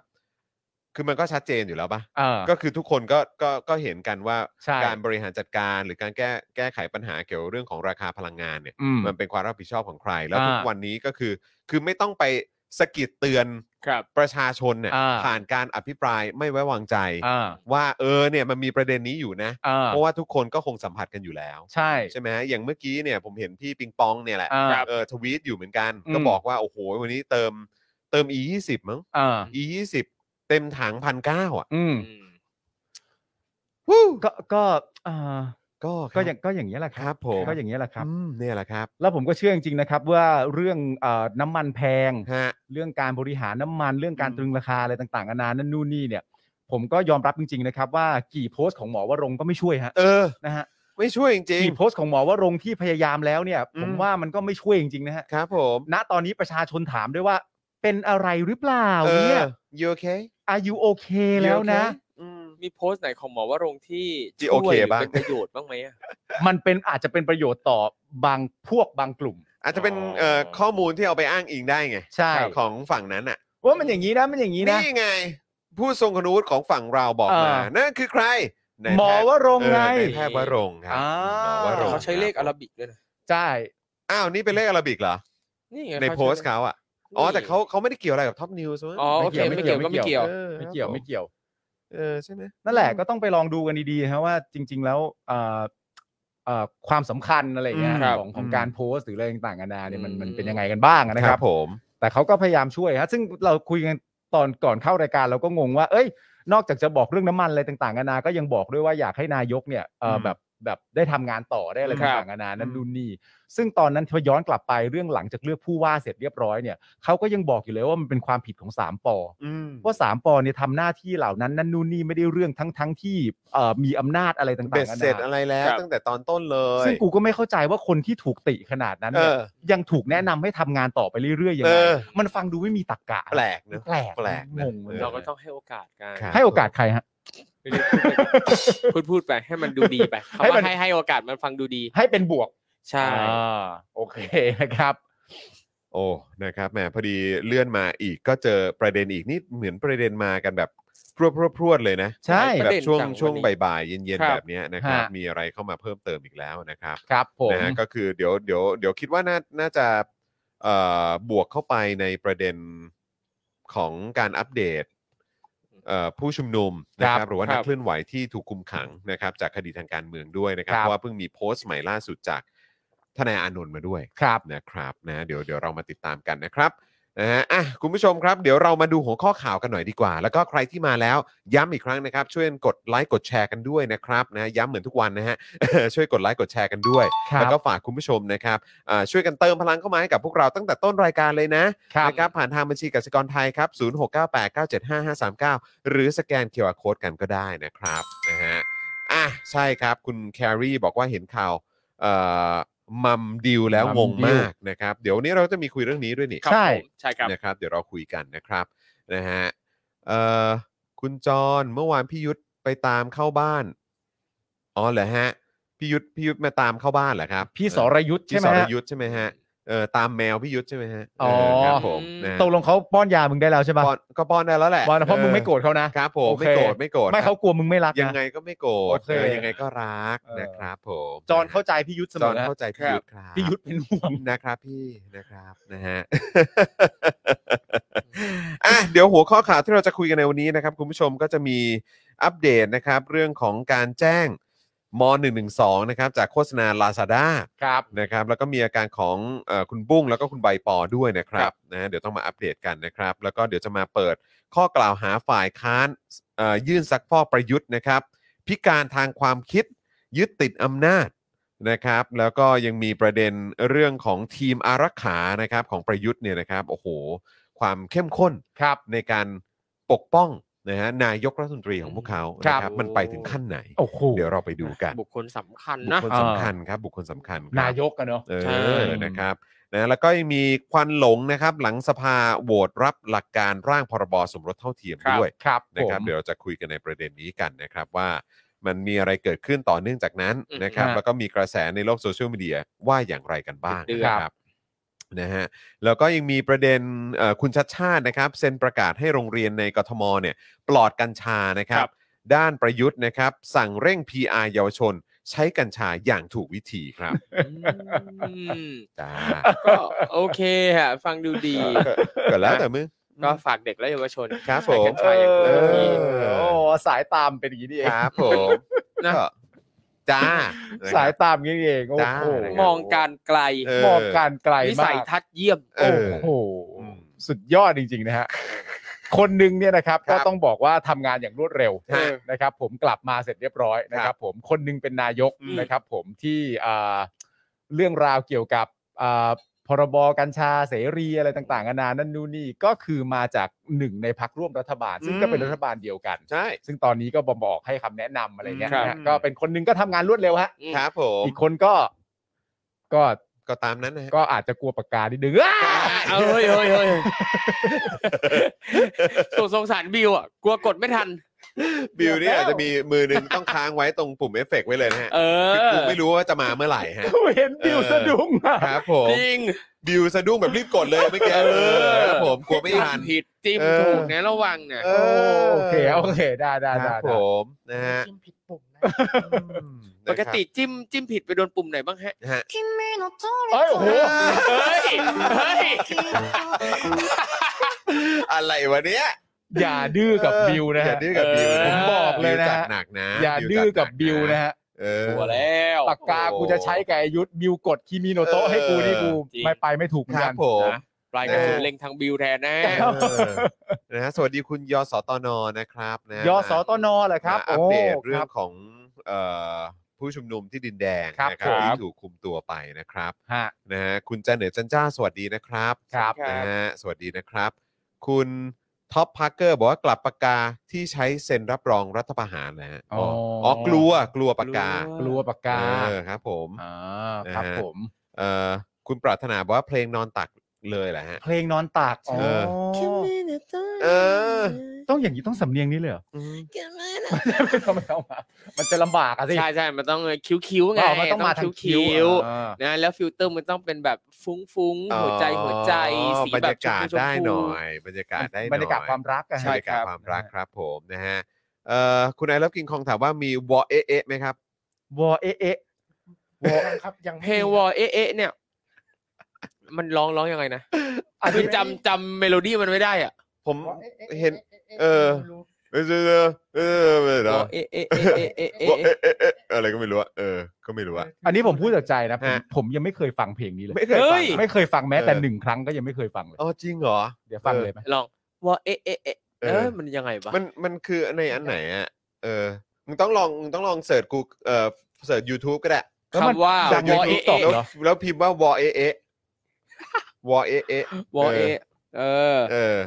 S3: คือมันก็ชัดเจนอยู่แล้วปะ
S4: เออ
S3: ก็คือทุกคนก็ก็ก็เห็นกันว่า
S4: ใช่
S3: การบริหารจัดการหรือการแก้แก้ไขปัญหาเกี่ยวเรื่องของราคาพลังงานเนี่ย
S4: อืม
S3: มันเป็นความรับผิดชอบของใคร แล้ว
S4: อ่า
S3: ทุกวันนี้ก็คือ คือไม่ต้องไปสะกิดเตือน
S5: ครับ
S3: ประชาชนเนี่ย
S4: อ่า
S3: ผ่านการอภิปรายไม่ไว้วางใจ
S4: อ่า
S3: ว่าเออเนี่ยมันมีประเด็นนี้อยู่นะ
S4: อ่า
S3: เพราะว่าทุกคนก็คงสัมผัสกันอยู่แล้ว
S4: ใช่
S3: ใช่ไหมฮะอย่างเมื่อกี้เนี่ยผมเห็นพี่ปิงปองเนี่ยแหละ
S4: อ่า
S5: ครับ
S3: เออทวีตอยู่เหมือนกัน
S4: อืม
S3: ก็บอกว่า โอ้โห วันนี้เติมเติม e 2 0มั้ง
S4: อ่า
S3: e 2 0เต็มถังพันเก้าอ่ะ
S4: อืม
S5: อืม
S4: ก็ก็อ่า
S3: ก็ครับ
S4: ก็อย่างก็อย่างนี้ยแหละค
S3: ครั
S4: รับบ
S3: ผม
S4: ก็อย่างนี้ยแหละครับ
S3: อืมเนี่ยแหละครับ
S4: แล้วผมก็เชื่อจริงๆนะครับว่าเรื่องเอ่อน้ำมันแพง
S3: ฮะ
S4: เรื่องการบริหารน้ำมันเรื่องการ
S3: อืม
S4: ตรึงราคาอะไรต่างๆนานานั่นนู่นนี่เนี่ย ผมก็ยอมรับจริงๆนะครับว่ากี่โพสต์ของหมอวรงค์ก็ไม่ช่วยฮะ
S3: เออ
S4: นะฮะ
S3: ไม่ช่วยจริง
S4: ที่โพสต์ของหมอว่ารงค์ที่พยายามแล้วเนี่ย
S3: อืม
S4: ผมว่ามันก็ไม่ช่วยจริงๆนะฮะ
S3: ๆครับผม
S4: ณตอนนี้ประชาชนถามด้วยว่า เป็นอะไรหรือเปล่า
S3: เอ
S4: เนี่
S3: อ
S4: ย
S3: you okay
S4: are you okay
S3: You
S4: แล้วนะ
S3: okay? อืม
S5: มีโพสต์ไหนของหมอว่ารงค์ที่
S3: ที่โอเค
S5: ช่วยหรือ
S3: บ้าง
S5: เป็นประโยชน์บ้างไหมอะ
S4: มันเป็นอาจจะเป็นประโยชน์ต่อบางพวกบางกลุ่ม
S3: อาจจะเป็น
S5: อ๋อ
S3: เอ่อข้อมูลที่เอาไปอ้างอิงได้ไง
S4: ใช่
S3: ของฝั่งนั้นอ่ะ
S4: ว่ามันอย่างนี้นะมันอย่างนี้นะ
S3: นี่ไง ผู้ทรงคุณวุฒิของฝั่งเราบอกมา
S4: อ่า
S3: นั่นคือใครนาย
S4: หมอ
S3: แพทย์
S4: ว่ารงค์ไง
S3: เออนายแพทย์วรงค์ครับ
S4: อ่า
S3: หมอวรงค์
S5: เขาใช้เลข
S3: ค
S5: อา
S3: บ
S5: ราบิกด้วยนะ
S4: ใช่
S3: อ้าว นี่เป็นเลขอาราบิกเหรอ
S5: นี่ไง
S3: ในโพสต์เขาอ่ะ อ๋อ แต่เขาเขาไม่ได้เกี่ยวอะไรกับท็อปนิวส์มั้ง
S5: อ๋อโอเคไม่เกี่ยวก็ไม่เกี่ยว
S3: ออ
S4: ไม่เกี่ยวไม่เกี่ยว
S3: เออใช่ไหม
S4: นั่นแหละก็ต้องไปลองดูกันดีๆฮะว่าจริง ๆ แล้วเอ่อเอ่อความสำคัญอะไรอย่างเงี้ย
S5: อืมครับ
S4: ของของการโพสต์หรืออะไรต่างๆกันานาเนี่ยมัน
S5: อืม
S4: มันเป็นยังไงกันบ้างนะ
S3: ค
S4: ค
S3: รั
S4: รั
S3: บบ ผม
S4: แต่เขาก็พยายามช่วยฮะซึ่งเราคุยกันตอนก่อนเข้ารายการเราก็งงว่า เอ้ย นอกจากจะบอกเรื่องน้ำมันอะไรต่างๆกันานาก็ยังบอกด้วยว่าอยากให้นายกเนี่ยเอ่อ
S3: อืม
S4: แบบแบบได้ทำงานต่อได้อะไร
S5: ครับ
S4: ต่างๆกันานานั่นดูนนี่ซึ่งตอนนั้นพอย้อนกลับไปเรื่องหลังจากเลือกผู้ว่าเสร็จเรียบร้อยเนี่ยเขาก็ยังบอกอยู่เลยว่ามันเป็นความผิดของสามปอ ว่าสามปอเนี่ยทำหน้าที่เหล่านั้นนั่นนู่นนี่ไม่ได้เรื่องทั้งทั้งที่เอ่อมีอำนาจอะไรต่างๆ
S3: เบ็ด
S4: นานา
S3: เสร็จอะไรแล้ว
S5: ครับ
S3: ตั้งแต่ตอนต้นเลย
S4: ซึ่งกูก็ไม่เข้าใจว่าคนที่ถูกติขนาดนั้น
S3: เอ
S4: เนี่ย
S3: อ
S4: ยังถูกแนะนำให้ทำงานต่อไปเรื่อยๆยัง
S3: เอ
S4: ไง
S3: อ
S4: มันฟังดูไม่มีตรรกะ
S3: แปลกเนอะ
S4: แปลก
S3: แปลกนะ
S4: งงเลย
S3: เ
S5: เราก็ต้องให้โอกาสกัน
S3: ครับ
S4: ให้โอกาสใครฮะ
S5: ไม่ได้ พูดพูดไปให้มันดูดีไป
S4: ให้มั
S5: คำว่าน ให้ให้โอกาสมันฟังดูดี
S4: ให้เป็นบวก
S5: ใช่
S4: อ่าโอเคนะครับ
S3: โอ้นะครับแหมพอดีเลื่อนมาอีกก็เจอประเด็นอีกนี่เหมือนประเด็นมากันแบบพรวดพรวดพรวดเลยนะ
S4: ใช่
S5: ป
S3: แบบ
S5: ระเด็น
S3: ช่วง
S5: จันนี้
S3: ช่วงบ่ายๆเย็น
S5: ค
S3: ๆ
S5: รับ
S3: แบบเนี้ยนะครับ
S4: ฮะ
S3: มีอะไรเข้ามาเพิ่มเติมอีกแล้วนะครับ
S4: ครับผม
S3: นะฮะก็คือเดี๋ยวเดี๋ยวเดี๋ยวคิดว่าน่าน่าจะเอ่อบวกเข้าไปในประเด็นของการอัปเดตเอ่อผู้ชุมนุมนะครับหรือว่านัก
S5: ครับ
S3: เคลื่อนไหวที่ถูกคุมขังนะครับจากคดีทางการเมืองด้วยนะครับ
S4: ครับ
S3: เพราะว่าเพิ่งมีโพสต์ใหม่ล่าสุดจากทนายอานนท์มาด้วย
S4: ครับ
S3: นะครับนะเดี๋ยวเดี๋ยวเรามาติดตามกันนะครับนะฮะอ่ะคุณผู้ชมครับ เดี๋ยวเรามาดูหัวข้อข่าวกันหน่อยดีกว่า แล้วก็ใครที่มาแล้วย้ำอีกครั้งนะครับ ช่วยกดไลค์กดแชร์กันด้วยนะครับนะย้ำเหมือนทุกวันนะฮะ ช่วยกดไลค์กดแชร์กันด้วย
S4: ครับ
S3: แล้วก็ฝากคุณผู้ชมนะครับอ่าช่วยกันเติมพลังเข้ามาให้กับพวกเราตั้งแต่ต้นรายการเลยนะ
S4: ครับ
S3: นะครับผ่านทางบัญชีกสิกรไทยครับ 0698975539 หรือสแกนเคอร์โค้ดกันก็ได้นะครับนะฮะอ่ะใช่ครับ คุณแครีบอกว่าเห็นข่าวเอ่อมัมดิวแล้ว
S4: มัม
S3: งง
S4: ดิว
S3: มากนะครับ เดี๋ยววันนี้เราจะมีคุยเรื่องนี้ด้วยนี่
S5: ครับ
S4: ใช่
S5: ผมใช่ครับ
S3: นะครับ เดี๋ยวเราคุยกันนะครับนะฮะเอ่อคุณจรเมื่อวานพี่ยุทธไปตามเข้าบ้านอ๋อเหรอฮะพี่ยุทธพี่ยุทธมาตามเข้าบ้านเหรอครับ
S4: พี่
S3: เออ
S4: สรยุทธ์
S3: พี่
S4: ใช่ไห
S3: ส
S4: ม
S3: ร
S4: ฮะ
S3: ยุทธใช่ไหมฮะเออตามแมวพี่ยุทธใช่ไหมฮะ
S4: อ๋อ
S3: เครับผมนะฮะ
S4: ตกลงเขาป้อนยามึงได้แล้วใช่ปะ
S3: ป้อนก็ป้อนได้แล้วแหละ
S4: ป้อนนะเพราะมึงไม่โกรธเขานะ
S3: ครับผม
S4: โอเค
S3: ไม่โกรธไม่โกรธ
S4: ไม่เขากลัวมึงไม่รัก
S3: ยัง
S4: นะ
S3: ไงก็ไม่โกร
S4: โอ
S3: ธ
S4: เค
S3: เออยังไงก็รัก
S4: เออ
S3: นะครับผม
S4: จอนเข้าใจพี่ยุทธเส
S3: จ
S4: ม
S3: อ
S4: อน นะ
S3: เข้าใจพี่ยุทธครับ
S4: พี่ยุทธเป็นห่วง
S3: นะครับพี่นะครับนะฮะ อ่ะเดี๋ยวหัวข้อข่าวที่เราจะคุยกันในวันนี้นะครับ คุณผู้ชมก็จะมีอัปเดตนะครับ เรื่องของการแจ้งม .112 นะครับ จากโฆษณา Lazada
S4: ครับ
S3: นะครับแล้วก็มีอาการของเออคุณบุ้งแล้วก็คุณใบปอด้วยนะครั
S5: ครับ บ
S3: นะเดี๋ยวต้องมาอัปเดตกันนะครับ แล้วก็เดี๋ยวจะมาเปิดข้อกล่าวหาฝ่ายค้านเอ่อยื่นซักฟอกประยุทธ์นะครับ พิการทางความคิดยึดติดอำนาจนะครับ แล้วก็ยังมีประเด็นเรื่องของทีมอารักขานะครับของประยุทธ์เนี่ยนะครับโอ้โห ความเข้มข้น
S4: ครับ
S3: ในการปกป้องนะฮะนายกรัฐมนตรีของพวกเขา
S4: ครับ
S3: นะครับมันไปถึงขั้นไหน
S4: โอ้โห
S3: เดี๋ยวเราไปดูกัน
S5: บุคคลสำคัญ
S3: บุค
S5: นะ
S3: คลสำคัญครับบุคคลสำคัญครับ
S4: นายกอะเนาะ
S3: เอ
S5: ใช่
S3: อ นะครับ นะ แล้วก็ยังมีควันหลงนะครับ หลังสภาโหวตรับหลักการร่างพรบสมรสเท่าเทียมด้วย
S4: ครับ
S3: นะครับ
S4: ผม
S3: เดี๋ยวเราจะคุยกันในประเด็นนี้กันนะครับว่ามันมีอะไรเกิดขึ้นต่อเนื่องจากนั้น
S5: อืม
S3: นะครับ
S4: ฮะ
S3: แล้วก็มีกระแสในโลกโซเชียลมีเดียว่าอย่างไรกันบ้าง
S5: เดือด
S3: นะครับ นะฮะ แล้วก็ยังมีประเด็นเอ่อคุณชัดชาตินะครับเซ็นประกาศให้โรงเรียนในกทมเนี่ยปลอดกัญชานะครับ
S5: ครับ
S3: ด้านประยุทธ์นะครับ สั่งเร่ง PR เยาวชน ใช้กัญชาอย่างถูกวิธีครับ
S5: อืม
S3: จ้า
S5: ก็โอเคฮะฟังดูดี
S3: ก็ก็แล้วแต่มึง
S5: ก็ฝากเด็กและเยาวชน
S3: ครับ
S5: ใช้กั
S3: ผ
S5: ญ
S3: ม
S5: ชาอย่างถูก
S4: เอ
S5: วิธี
S4: อโอ้สายตามนเป็นอย่างนี้นี่เอ
S3: ค
S4: ง
S3: รับผม
S5: นะ
S3: ก็จ้า
S4: สาย
S3: นะ
S4: ตามอย่างนี้นี่เองโอ้
S3: จ้า
S4: โห
S3: นะครับ
S5: มองการไกล
S3: เอ
S4: มองการไกล
S5: วิ
S4: มา
S5: สัย
S4: ก
S5: ทัศน์เยี่ยม
S3: เอ
S4: โอ้
S3: อ
S4: โห
S3: อืม
S4: สุดยอดจริง ๆ นะฮะ คนหนึ่งเนี่ยนะครับ
S3: ครั
S4: ก็
S3: บ
S4: ต้องบอกว่าทำงานอย่างรวดเร็ว
S3: ฮะ
S4: นะครับ ผมกลับมาเสร็จเรียบร้อยนะค
S3: ครั
S4: รั
S3: บบ
S4: ผมคนหนึงเป็นนายก
S3: อืม
S4: นะครับ ผมที่อ่าเรื่องราวเกี่ยวกับอ่าพ พรบกัญชาเสรีอะไรต่างๆนานานั่นนู่นนี่ก็คือมาจากหนึ่งในพักร่วมรัฐบาล ซึ่งก็เป็น
S3: อืม
S4: รัฐบาลเดียวกัน
S3: ใช่
S4: ซึ่งตอนนี้ก็บอกให้คำแนะนำอะไรเงี้ย
S3: ครับ
S4: นะก็เป็นคนหนึงก็ทำงานรวดเร็วฮะ
S3: ครับผม
S4: อีกคนก็ก็
S3: ก็ตามนั้นนะฮะ
S4: ก็อาจจะกลัวปากกา นิดนึงอ้า
S5: เอาเฮ้ยเฮ้ยเฮ้ยส่ง สงสารบิวอ่ะกลัวกดไม่ทัน
S3: บิวนี่อาจจะมีมือหนึงต้องค้างไว้ตรงปุ่มเอฟเฟกต์ไว้เลยนะฮะ
S5: เออ
S3: คือกูไม่รู้ว่าจะมาเมื่อไหร่ฮะ
S4: เห็นบิวสะดุ้งอะ
S3: ครับผม
S5: จริง
S3: บิวสะดุ้งแบบรีบกดเลยเมื่อกี้เออครับผมกลัวไม่ทัน
S5: ผิดจิ้ม
S3: เออ
S5: ถูกนะระวังนะ
S3: เอ
S4: โอ
S3: อ
S4: เคโอเคได้ได้
S3: ค
S4: ได้
S3: รับ
S4: ได้
S3: ผมนะฮะ
S5: จิ้มผิดปุ่มนะ
S3: อืม
S5: ปกติจิ้มจิ้มผิดไปโดนปุ่มไหนบ้างฮะ
S3: นะฮะ
S6: 君の
S4: เอ้ยโอ้โห
S6: 虜に
S5: เฮ้ย เฮ้ย
S3: อะไรวะเนี้ย
S4: อย่าดื้อกับบิวนะ
S3: อย่า
S4: ฮะ
S3: ดื้อกับบิว
S5: เออ
S3: นะ
S4: บอกเลยนะ
S3: บิวจัดหนักนะ
S4: อย่าดื้อกับบิวนะฮะ
S3: เออ
S5: ตัวแล้ว
S4: ปากกากูจะใช้กับไอ้ยุทธบิวกดคิมิโนโตะให้กูนี่กู
S5: จริง
S4: ไม่ไปไม่ถูกเหมือน
S3: ครั
S4: กับ น
S3: ผม
S5: นะปลายกระสุนเล็งทางบิวแทนนะ
S3: เออนะฮะสวัสดีคุณยศตนนะครับนะ
S4: ยสตนเหรอครับ
S3: มาอัปเดตเรื่อ
S4: ค
S3: ง
S4: บ
S3: ของเอ่อผู้ชุมนุมที่ดินแดง
S4: ครับ
S3: นะครับ
S4: ผม
S3: ที่ถูกคุมตัวไปนะครับ
S4: ฮะ
S3: นะฮะคุณจันเหนือจันจ้าสวัสดีนะครับ
S4: ครับ
S3: นะฮะสวัสดีนะครับ คุณท็อปพาร์เกอร์บอกว่ากลับปากกาที่ใช้เซ็นรับรองรัฐประหารนะฮะ
S4: อ๋ออ๋
S3: ออกลัวกลัวปากกาก
S4: ลัวปากกา
S3: เออครับผม
S4: อ่าครับ
S3: นะฮะ
S4: ผม
S3: เอ่อคุณปรารถนาบอกว่าเพลงนอนตักเลยแหละฮะ
S4: เพลงนอนตาก
S3: เออ
S4: อ๋อ
S3: เออ
S4: ต้องอย่างนี้ต้องสำเนียงนี้เลยเหรอไม่ต้องไม่ต้องมามันจะลำบากอะสิ
S5: ใช่ใช่มันต้องคิ้วๆไง
S4: อ๋อมันต้องมาทางคิ้
S5: คิ้
S4: ว
S5: ว
S4: อ่า
S5: ๆนะแล้วฟิลเตอร์มันต้องเป็นแบบฟุ้ง
S3: อ๋อ
S5: ๆหัวใจหัวใจสี
S3: บรร
S5: แบบ
S3: ยากาศ
S5: ชมพู
S3: ได้หน่อ
S5: ชม
S3: ย บ
S5: พู
S3: รรยากาศได้หน่อย
S4: บรรยากาศความรักอะ
S3: ใช่ครับ
S4: บ
S3: ความรักครับผมนะฮะเอ่อคุณไอรับกินคองถามว่ามีวอเอะเอะไหมครับ
S4: วอเอะเอะวอครับยัง
S5: เพลงวอเอ๊ะเอ๊ะเนี่ย มันร้องร้องยังไงนะ
S4: อัน
S5: คือ
S4: นี้
S5: จำจำเมโลดี้มันไม่ได้อ่ะ
S3: ผมเห็น เออเออเออเออเออ
S5: วอเอ๊ะเอ๊ะเอ๊ะเอ๊ะ
S3: ว
S5: เอ๊ะ
S3: อ
S5: เอ๊ะ
S3: เอะเอะเอะอะไรก็ไม่รู้อะเออ ก็ไม่รู้อะ
S4: อันนี้ผมพูดจากใจนะผม
S3: ฮะ
S4: ผมยังไม่เคยฟังเพลงนี้เลย
S3: ไม่เคยฟัง
S4: ไม่เคยฟังแม้แต่
S3: เออ
S4: หนึ่งครั้งก็ยังไม่เคยฟังเลย
S3: อ๋อจริงเหรอ
S4: เดี๋ยวฟังเลยไหม
S5: ลองวอเอ๊ะเอ๊ะเอ๊ะ
S3: เอ
S5: เอ
S3: อ
S5: อมันยังไงวะ
S3: มันมันคือในอันไหนอะเออมึงต้องลองมึงต้องลองเสิร์ชกูเอ่อเสิร์ช YouTube ก็ได้
S4: แล้วมัน
S5: คำว่า
S3: จาก
S5: วอ
S3: YouTube
S4: ตอบ
S5: เอ๊ะเอ๊ะ
S3: แล้ว
S4: เหรอ
S3: แล้วพิมพ์ว่าวอเอะเอะวอเอะเอะ
S5: วอเอ๊ะเออ
S3: เออ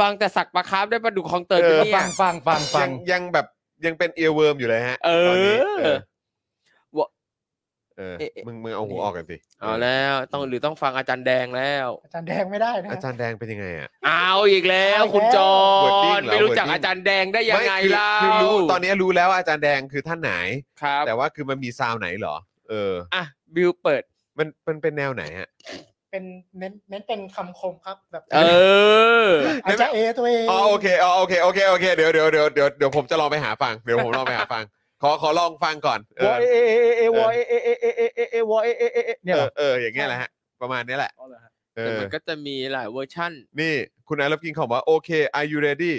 S5: ฟังแต่สักประครับได้ประดุกของเตย
S3: เออ
S5: ปะเนี่
S4: ฟั
S5: ย
S4: งฟังฟังฟั
S3: ยัง งยังแบบยังเป็นเอ r w เวิร์มอยู่เลยฮะ
S5: เอ
S3: ตอนนี้เออเอ
S5: อ
S3: อ
S5: เอ๊ะเอ๊ะ
S3: มึงมึงเอาหูออกกันสิ
S5: เอาแล้วต้องหรือต้องฟังอาจารย์แดงแล้ว
S7: อาจารย์แดงไม่ได้นะ
S3: อาจารย์แดงเป็นยังไงอ่ะ
S5: เอาอีกแล้ว
S7: เอาอีกแล้ว
S5: คุณจอ
S3: Wording
S5: น
S3: เหรอ
S5: ไม่รู้จัก
S3: Wording
S5: อาจารย์แดงได้ยังไง
S3: ม่คือ
S5: เล่า
S3: คือรู้ตอนนี้รู้แล้วว่าอาจารย์แดงคือท่านไหน
S5: ครับ
S3: แต่ว่าคือมันมีซาวไหนเหรอ เออ
S5: อ่ะบิวเปิด
S3: มันมันเป็นแนวไหนฮะ
S7: เป็นเน้นเน้นเป็นคำคมครับแบบ
S5: เออ
S7: อาจจะเอตัวเอง
S3: อ๋อโอเคอ๋อโอเคโอเคโอเคเดี๋ยวเดี๋ยวเดี๋ยวเดี๋ยวเดี๋ยวผมจะลองไปหาฟังเดี๋ยวผมลองไปหาฟัง ขอขอลองฟังก่อนเอ
S4: วอ
S3: อ
S4: เอะเอะเอะวอเอะเอะเอะเอะเอะเอะวอเอะเอะเอะเอะเนี่ย
S3: เอ
S4: เหร
S3: อ
S4: อ
S3: เอออย่างเงี้ยแหละฮะ ประมาณเนี้ยแหละเอ
S5: แต่
S3: อ
S5: มันก็จะมีหลายเวอร์ชั่น
S3: นี่คุณไอรับกินของว่าโอเค are you ready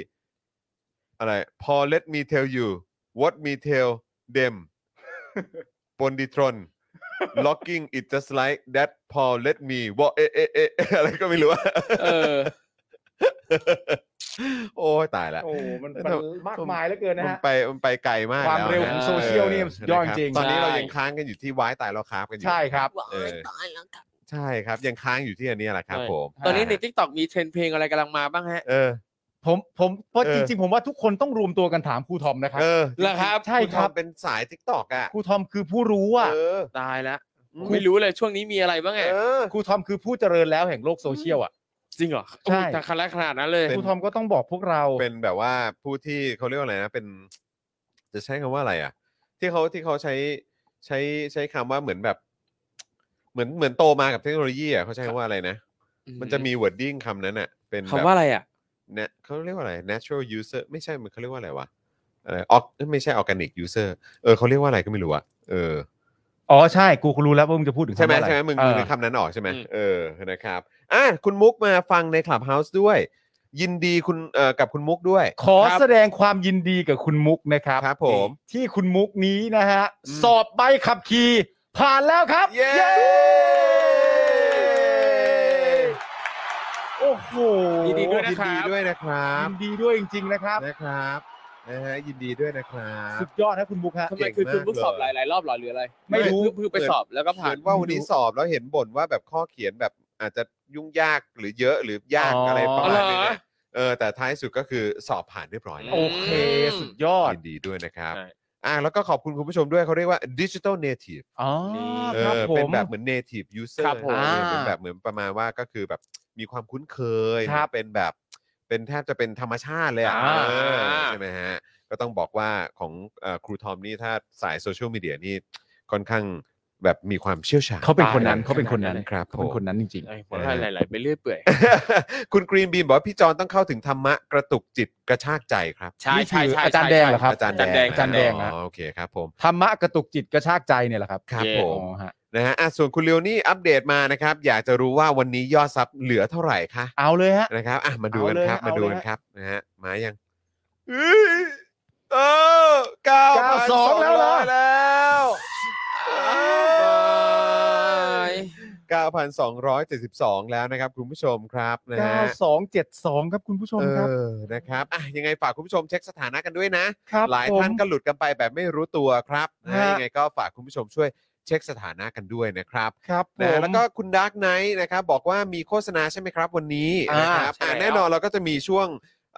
S3: อะไร พอ let me tell you what me tell them ปนดิทรน locking it just like that พอ let me ว่าเอะเอะเอะอะไรก็ไม่รู้อะ
S5: เออ
S3: โอ้ยตายละ
S4: โอ้มันมันมากมายเหลือเกินนะ
S3: มัน
S4: ฮะ
S3: ไปมันไปไกลมาก
S4: ความ
S3: แล้
S4: เร็ว
S3: นะ
S4: ของโซเชียลนี่
S3: อ
S4: สุดยอด
S3: นะคบ
S4: จริง
S3: ตอนนี้
S5: ใช่
S3: เรายังค้างกันอยู่ที่วายตายเราคราฟกันอยู่
S4: ใช่ครับ
S3: เออ
S6: と
S3: ใช่ครับยังค้างอยู่ที่อันนี้แหละครับผม
S5: ตอนนี้ใน t ิ k t o k มีเทรนด์เพลงอะไรกำลังมาบ้างฮะ
S3: เออ
S4: ผมผมเพราะ
S3: เออ
S4: จริงๆผมว่าทุกคนต้องรวมตัวกันถามครูทอมนะครับ
S3: เออ
S5: เหรอครับ
S4: ใช่ครับ
S3: ณทอมเป็นสายทิกตอกอ่ะ
S4: ครูทอมคือผู้รู้อ่ะ
S3: เออ
S5: ตายแล้วไม่รู้เลยช่วงนี้มีอะไรบ้างอะ
S3: เออ
S4: ครูทอมคือผู้เจริญแล้วแห่งโลกโซเชียลอ่ะ
S5: จริงเหรอ
S4: ใช่
S5: ทางคณะขนาดนั้นเลย
S4: ครูทอมก็ต้องบอกพวกเรา
S3: เป็นแบบว่าผู้ที่เขาเรียกว่าอะไรนะเป็น จะใช้คำว่าอะไรอ่ะ ที่เขาที่เขาใช้ใช้ใช้คำว่าเหมือนแบบ เหมือนเหมือนโตมากับเทคโนโลยีอ่ะเขาใช้คำว่าอะไรนะมันจะมีวอร์ดดิ้งคำนั้นอ่ะ เป็นแบบ
S5: คำว่าอะไรอ่ะ
S3: นะเขาเรียกว่าอะไร natural user ไม่ใช่มันเขาเรียกว่าอะไรวะอะไรออกไม่ใช่ organic user เออเขาเรียกว่าอะไรก็ไม่รู้อะเออ
S4: อ๋อใช่กูรู้แล้วว่ามึงจะพูดถึง
S3: ใช่ไหม
S4: คำว่าอะร
S3: ใช่ไหมมึง
S4: เอ
S3: มึง
S4: อ
S3: นึกคำนั้นออกใช่ไหม
S5: อืม
S3: เออนะครับอ่ะคุณมุกมาฟังใน Clubhouse ด้วย ยินดีคุณเอ่อกับคุณมุกด้วย
S4: ขอแสดงความยินดีกับคุณมุกนะครับ
S3: ครับผม
S4: ที่คุณมุกนี้นะฮะสอบใบขับขี่ผ่านแล้วครับ
S3: เย้
S4: โอ้โห
S5: ยินดีด้วย
S3: ยิน
S5: นะครั
S3: ดี
S5: บ
S3: ด้วยนะครับ
S4: ยินดีด้วยจริง ๆ นะครับ
S3: นะครับนะฮะยินดีด้วยนะครับ
S4: สุดยอดนะคุณบุ๊คฮะ
S5: ทำไมคือ
S3: เก่งมาก
S5: คือเพิ่งสอบห
S3: เลย
S5: ลายๆรอบเหรอหรืออะไร
S4: ไม่รู้
S5: เพิ่งเพิ่งไปสอบแล้วก็
S3: เห
S5: ผ่า
S3: มื
S5: น
S3: อนว่าวันนี้สอบแล้วเห็นบ่นว่าแบบข้อเขียนแบบ อาจจะยุ่งยากหรือเยอะหรือยาก
S4: อ๋ออ
S3: อะไรประมาณนี้
S5: เหรอ
S3: นะเออแต่ท้ายสุดก็คือสอบผ่านเรียบร้อยแล้ว
S4: โอเค สุดยอด
S3: ยินดีด้วยนะครับ
S5: ใช่
S3: อ่ะแล้วก็ขอบคุณคุณผู้ชมด้วยเขาเรียกว่าดิจิ t a ลเนทีฟ
S4: อ๋อ
S5: นี่
S3: เอ
S4: ครับ
S3: อ
S4: ผม
S3: เป็นแบบเหมือน native user
S5: ครับผม
S3: นะเออเป็น
S4: อ่า
S3: แบบเหมือนประมาณว่าก็คือแบบมีความคุ้นเคย
S4: ครับ
S3: เป็นแบบเป็นแทบจะเป็นธรรมชาติเลยอ่ะ
S4: อ่า
S3: เออใช่ไหมฮะ ก็ต้องบอกว่าของเอ่อครูทอมนี่ถ้าสายโซเชียลมีเดียนี่ค่อนข้างแบบมีความเชี่ยวชาญ
S4: เขาเป็นคนนั้น
S5: ตายแล้ว
S4: เขาเป็นคนนั้น
S3: ครับ
S4: เขาเป็
S3: ผม
S4: นคนนั้นจริง
S5: ไอ้หัวเราะไหลๆไปเรื่อยเปื่อย
S3: คุณกรีนบีมบอกว่าพี่จอนต้องเข้าถึงธรรมะกระตุกจิตกระชากใจครับ
S5: ใช่
S4: นี่
S5: ใช่
S4: คือ
S5: ใช่
S4: อาจารย์แดงเหรอครับ
S3: อาจารย์
S5: แดง
S3: นะ
S4: อาจารย์แดง
S3: อ๋
S4: นะ
S3: อโอเคครับผม
S4: ๆธรรมะกระตุกจิตกระชากใจเนี่ยแหละครับ
S3: ครับ
S5: เย้
S3: ผม
S4: อ๋อฮะ
S3: นะฮะอ่ะส่วนคุณเลียวนี่อัปเดตมานะครับ อยากจะรู้ว่าวันนี้ยอดซับเหลือเท่าไหร่คะ
S4: เอาเลยฮะ
S3: นะครับอ่ะมาดูกันครับ
S4: เอาเลย
S3: มาดูกัน
S4: เอาเลย
S3: ครับนะฮะมายังอื้อเออเก้าพันสองร้อยแล้ว9,272 แล้วนะครับคุณผู้ชมครับนะฮะ
S4: 9272 ครับคุณผู้ชมครับ
S3: เออ นะครับ อ่ะ ยังไงฝากคุณผู้ชมเช็คสถานะกันด้วยนะ
S4: ครับ
S3: หลายท่าน
S4: ผม
S3: ก็หลุดกันไปแบบไม่รู้ตัวครับนะ
S4: ฮะ
S3: ยังไงก็ฝากคุณผู้ชมช่วยเช็คสถานะกันด้วยนะครับ
S4: ครับผม
S3: นะแล้วก็คุณดาร์กไนท์นะครับบอกว่ามีโฆษณาใช่ไหมครับ วันนี้
S4: อ่าน
S3: นะครับ
S5: ใช่
S3: อ่ะ
S5: แล้ว
S3: แน่นอนเราก็จะมีช่วง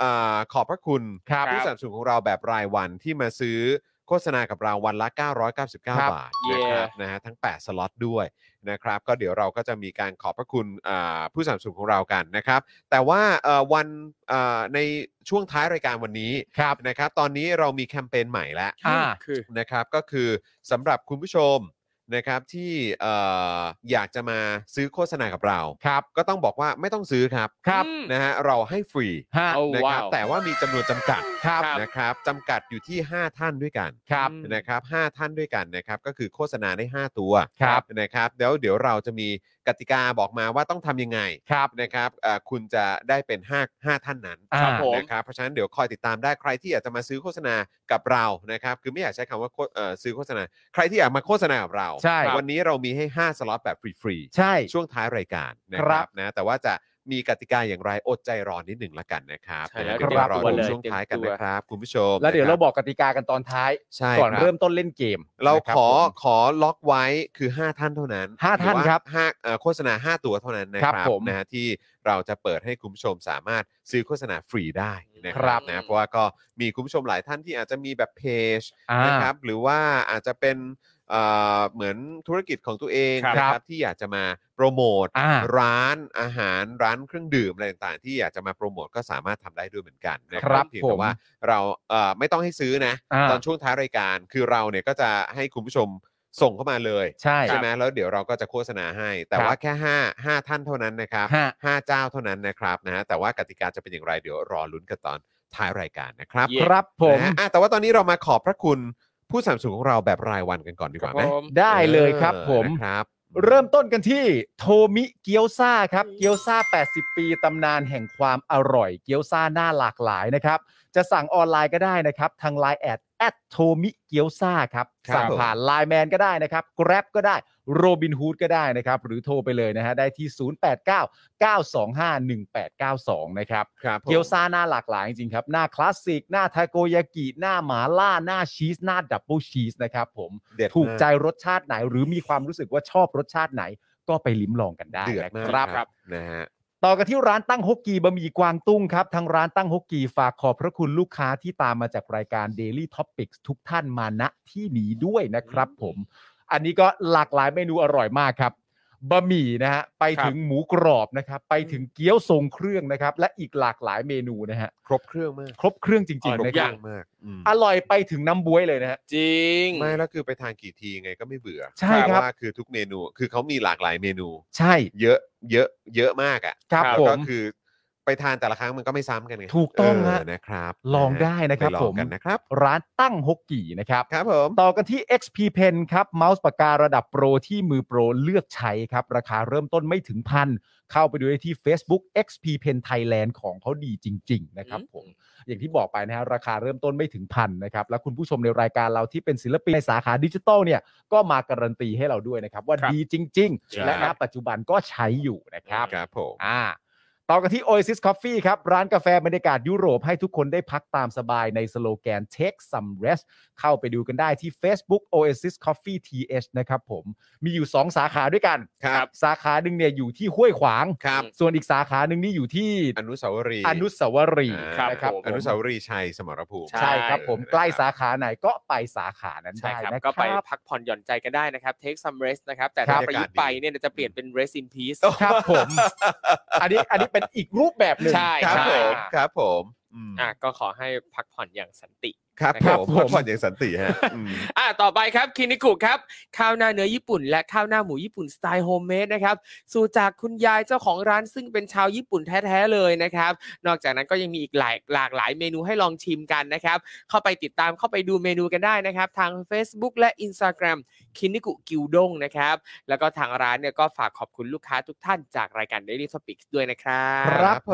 S3: อาขอบพระคุณ
S4: ครับ
S3: ผู้สนับสนุนของเราแบบรายวันที่มาซื้อโฆษณากับเราวันละ 999 บ
S4: ครับ
S3: าทนะครับ
S5: เย้
S3: นะฮะทั้ง 8 สล็อตด้วยนะครับ ก็เดี๋ยวเราก็จะมีการขอบพระคุณอ่าผู้สนับสนุนของเรากันนะครับ แต่ว่าเอ่อวันอ่าในช่วงท้ายรายการวันนี้
S4: ครับ
S3: นะครับ ตอนนี้เรามีแคมเปญใหม่แล้ว
S4: อ่า
S5: คือ
S3: นะครับ ก็คือสำหรับคุณผู้ชมนะครับที่เอ่ออยากจะมาซื้อโฆษณากับเรา
S4: ครับ
S3: ก็ต้องบอกว่าไม่ต้องซื้อครับ
S4: ครับ
S5: อืม
S3: นะฮะเราให้ฟรี
S4: ฮะ
S5: เอา
S3: นะค
S5: ว้า
S3: รับ
S5: ว
S3: แต่ว่ามีจำนวนจำกัด
S4: ครับ
S3: นะครับจำกัดอยู่ที่ 5 ท่านด้วยกัน
S4: ครับ
S5: อืม
S3: นะครับ5ท่านด้วยกันนะครับ ก็คือโฆษณาได้ 5 ตัว
S4: ครับ
S3: นะครับเดี๋ยวเดี๋ยวเราจะมีกติกาบอกมาว่าต้องทำยังไง
S4: ครับ
S3: นะครับเอ่อคุณจะได้เป็น 5 5 ท่านนั้น
S4: ครับผม
S3: นะครับเพราะฉะนั้นเดี๋ยวคอยติดตามได้ใครที่อยากจะมาซื้อโฆษณากับเรานะครับคือไม่อยากใช้คำว่าโฆเอ่อซื้อโฆษณา ใครที่อยากมาโฆษณากับเรา
S4: ใช่
S3: วันนี้เรามีให้ 5 สล็อตแบบฟรี
S4: ใช่
S3: ๆ ช่วงท้ายรายการนะค
S4: ครั
S3: รับบ นะแต่ว่าจะมีกติกาอย่างไรอดใจรอนิดหนึ่งละกันนะครับ
S5: ใช่แล้ว
S3: เดี๋ยว
S4: ครับ
S3: รอดูช่วง
S5: เตรียม
S3: ท้ายกัน
S5: ตัว
S3: นะครับคุณผู้ชม
S4: แล้วเดี๋ยว
S3: นะค
S4: เรา
S3: บ
S4: บอกกติกากันตอนท้าย
S3: ใช่
S4: ก่อน
S3: คบ
S4: เริ่มต้นเล่นเกม
S3: เรา
S4: นะคบ
S3: ขอ
S4: ผม
S3: ขอล็อกไว้คือ 5 ท่านเท่านั้น
S4: ห้าท่าน
S3: หอว่
S4: ครับ
S3: ห้าเอ่อโฆษณา 5 ตัวเท่านั้นนะค
S4: ครั
S3: รับบ
S4: ผม
S3: นะฮะที่เราจะเปิดให้คุณผู้ชมสามารถซื้อโฆษณาฟรีได้นะค
S4: ครั
S3: รับบ นะเพราะว่าก็มีคุณผู้ชมหลายท่านที่อาจจะมีแบบเพจ
S4: อ่า
S3: นะครับหรือว่าอาจจะเป็นเอ่อเหมือนธุรกิจของตัวเอง
S4: ครับ
S3: นะครับที่อยากจะมาโปรโมท
S4: อ่า
S3: ร้านอาหารร้านเครื่องดื่มอะไรต่างๆ ที่อยากจะมาโปรโมทก็สามารถทำได้ด้วยเหมือนกันนะค
S4: ครั
S3: รับบ เพียงแต่
S4: ผม
S3: ว่าเราเอ่อไม่ต้องให้ซื้อนะ
S4: อ่า
S3: ตอนช่วงท้ายรายการคือเราเนี่ยก็จะให้คุณผู้ชมส่งเข้ามาเลย
S4: ใช่
S3: ใช่ไหมแล้วเดี๋ยวเราก็จะโฆษณาให้ แต่ว่า
S4: ครับ
S3: แค่5 5ท่านเท่านั้นนะครับ
S4: ฮะ
S3: ห้าเจ้าเท่านั้นนะครับนะฮะแต่ว่ากติกาจะเป็นอย่างไรเดี๋ยวรอลุ้นกันตอนท้ายรายการนะครับ
S5: เย้
S4: ครับผม
S3: นะฮะอ่ะแต่ว่าตอนนี้เรามาขอบพระคุณผู้สนัมสูงของเราแบบรายวันกันก่อนดีกว่าไหม
S5: ผม
S4: ได้เลยครับ
S3: ออ
S4: ผม
S3: นะครับ
S4: เริ่มต้นกันที่โทมิเกี๊ยวซ่าครับเกี๊ยวซ่า 80 ปีตำนานแห่งความอร่อย เกี๊ยวซ่าหน้าหลากหลายนะครับ จะสั่งออนไลน์ก็ได้นะครับ ทางไลน์แอดแอดโทมิเกี๊ยวซ่าครับ สั่งผ่านไลน์แมนก็ได้นะครับ Grab ก็ได้โรบินฮูดก็ได้นะครับ หรือโทรไปเลยนะฮะ ได้ที่ 089 925 1892 นะครับ
S3: ครับผม
S4: เกี๊ยวซ่าหน้าหลากหลายจริงๆครับ หน้าคลาสสิก หน้าทาโกยากิ หน้าหมาล่า หน้าชีส หน้าดับเบิลชีสนะครับผม
S3: เด็ด
S4: ถูกใจ
S3: มาร
S4: สชาติไหน หรือมีความรู้สึกว่าชอบรสชาติไหน ก็ไปลิ้มลองกันได้
S3: เดือด
S4: นะ
S3: มาก
S4: ครับ
S3: นะฮะ
S4: ต่อกันที่ร้านตั้งฮกกีบะหมี่กวางตุ้งครับ ทางร้านตั้งฮกกีฝากขอบพระคุณลูกค้าที่ตามมาจากรายการ Daily Topics ทุกท่านมาณที่นี้ด้วยนะครับผม อันนี้ก็หลากหลายเมนูอร่อยมากครับบะหมี่นะฮะไปถึงหมูกรอบนะครับ ไปถึงเกี๊ยวทรงเครื่องนะครับ และอีกหลากหลายเมนูนะฮะ
S3: ครบเครื่องมาก
S4: ครบเครื่องจริง
S5: อ
S4: ๆ
S5: ร่อยทุ
S4: นะ
S5: ก
S4: ค
S5: อ
S4: รั
S5: ย่า
S4: บ
S5: ง
S3: มากอืม
S4: อร่อยไปถึงน้ำบ๊วยเลยนะฮะ
S5: จริง
S3: ไม่แล้วคือไปทานกี่ทีไงก็ไม่เบื่อ
S4: ใช่ครับ
S3: แต่ว่าคือทุกเมนูคือเขามีหลากหลายเมนู
S4: ใช่
S3: เยอะเยอะเยอะมากอ่ะ
S4: ครับ
S3: แล้ว
S4: ผ
S3: ก็
S4: ม
S3: คือไปทานแต่ละครั้งมันก็ไม่ซ้ำกันไง
S4: ถูกต้อง
S3: เ
S4: ฮะ
S3: นะครับ
S4: ลองได้นะครับ
S3: ปลอง
S4: ผม
S3: กันนะครับ
S4: ร้านตั้งฮกกีนะครับ
S3: ครับผม
S4: ต่อกันที่ XP Pen ครับเมาส์ปากการะดับโปรที่มือโปรเลือกใช้ครับ ราคาเริ่มต้นไม่ถึงพัน เข้าไปดูได้ที่ Facebook XP Pen Thailand ของเขาดีจริง ๆ นะครับผม อย่างที่บอกไปนะฮะราคาเริ่มต้นไม่ถึงพันนะครับ และคุณผู้ชมในรายการเราที่เป็นศิลปินในสาขาดิจิทัลเนี่ยก็มาการันตีให้เราด้วยนะครับ ว่า
S5: ครับ
S4: ดีจริง
S5: ใช่
S4: ๆ และณปัจจุบันก็ใช้อยู่นะครับ
S3: ครับผม
S4: อ่า ต่อกันที่ Oasis Coffee ครับ ร้านกาแฟบรรยากาศยุโรปให้ทุกคนได้พักตามสบายในสโลแกน Take some rest เข้าไปดูกันได้ที่ Facebook Oasis Coffee TH นะครับผมมีอยู่ 2 สาขาด้วยกัน
S3: ครับ
S4: สาขาหนึ่งเนี่ยอยู่ที่ห้วยขวาง
S3: ครับ
S4: ส่วนอีกสาขาหนึ่งนี่อยู่ที่
S3: อนุสาวรีย์
S4: อนุสาวรีย์
S5: ครับ
S4: นะครับผม
S3: อนุสาวรีย์ชัยสมรภูมิ
S5: ใช่
S4: ใช่ครับผมใกล้สาขาไหนก็ไปสาขานั้น
S5: ใช่
S4: ได้
S5: ครับ
S4: นะค
S5: ก็
S4: รับ
S5: ไปพักผ่อนหย่อนใจกันได้นะครับ take some rest นะครับ แต่
S3: ครั
S5: ถ้า
S3: บ
S5: ประยุทธ์
S3: บรรยากาศดี
S5: ไปเนี่ยจะเปลี่ยนเป็น rest in peace
S4: ครับผม อันนี้อันนี้เป็นอีกรูปแบบหนึ่ง
S5: ใช่
S3: ครับ
S4: ใช่
S3: ผมครับผมอืม
S5: อ่ะก็ขอให้พักผ่อนอย่างสันติ
S3: ครับ
S4: ค
S3: ผ
S4: รับ
S3: ม
S4: ผม
S3: พักผ่อนอย่างสันติฮะอืม
S5: อ่ะต่อไปครับคินิกุครับ ข้าวหน้าเนื้อญี่ปุ่น และข้าวหน้าหมูญี่ปุ่นสไตล์โฮมเมดนะครับสูตรจากคุณยายเจ้าของร้านซึ่งเป็นชาวญี่ปุ่นแท้ๆเลยนะครับ นอกจากนั้นก็ยังมีอีกหลายหลากหลายเมนูให้ลองชิมกันนะครับ เข้าไปติดตามเข้าไปดูเมนูกันได้นะครับ ทาง Facebook และ Instagram คินิกุกิวด้งนะครับ แล้วก็ทางร้านเนี่ยก็ฝากขอบคุณลูกค้าทุกท่านจากรายการ Daily Topics ด้วยนะครั
S4: ค
S5: บ
S4: รับผ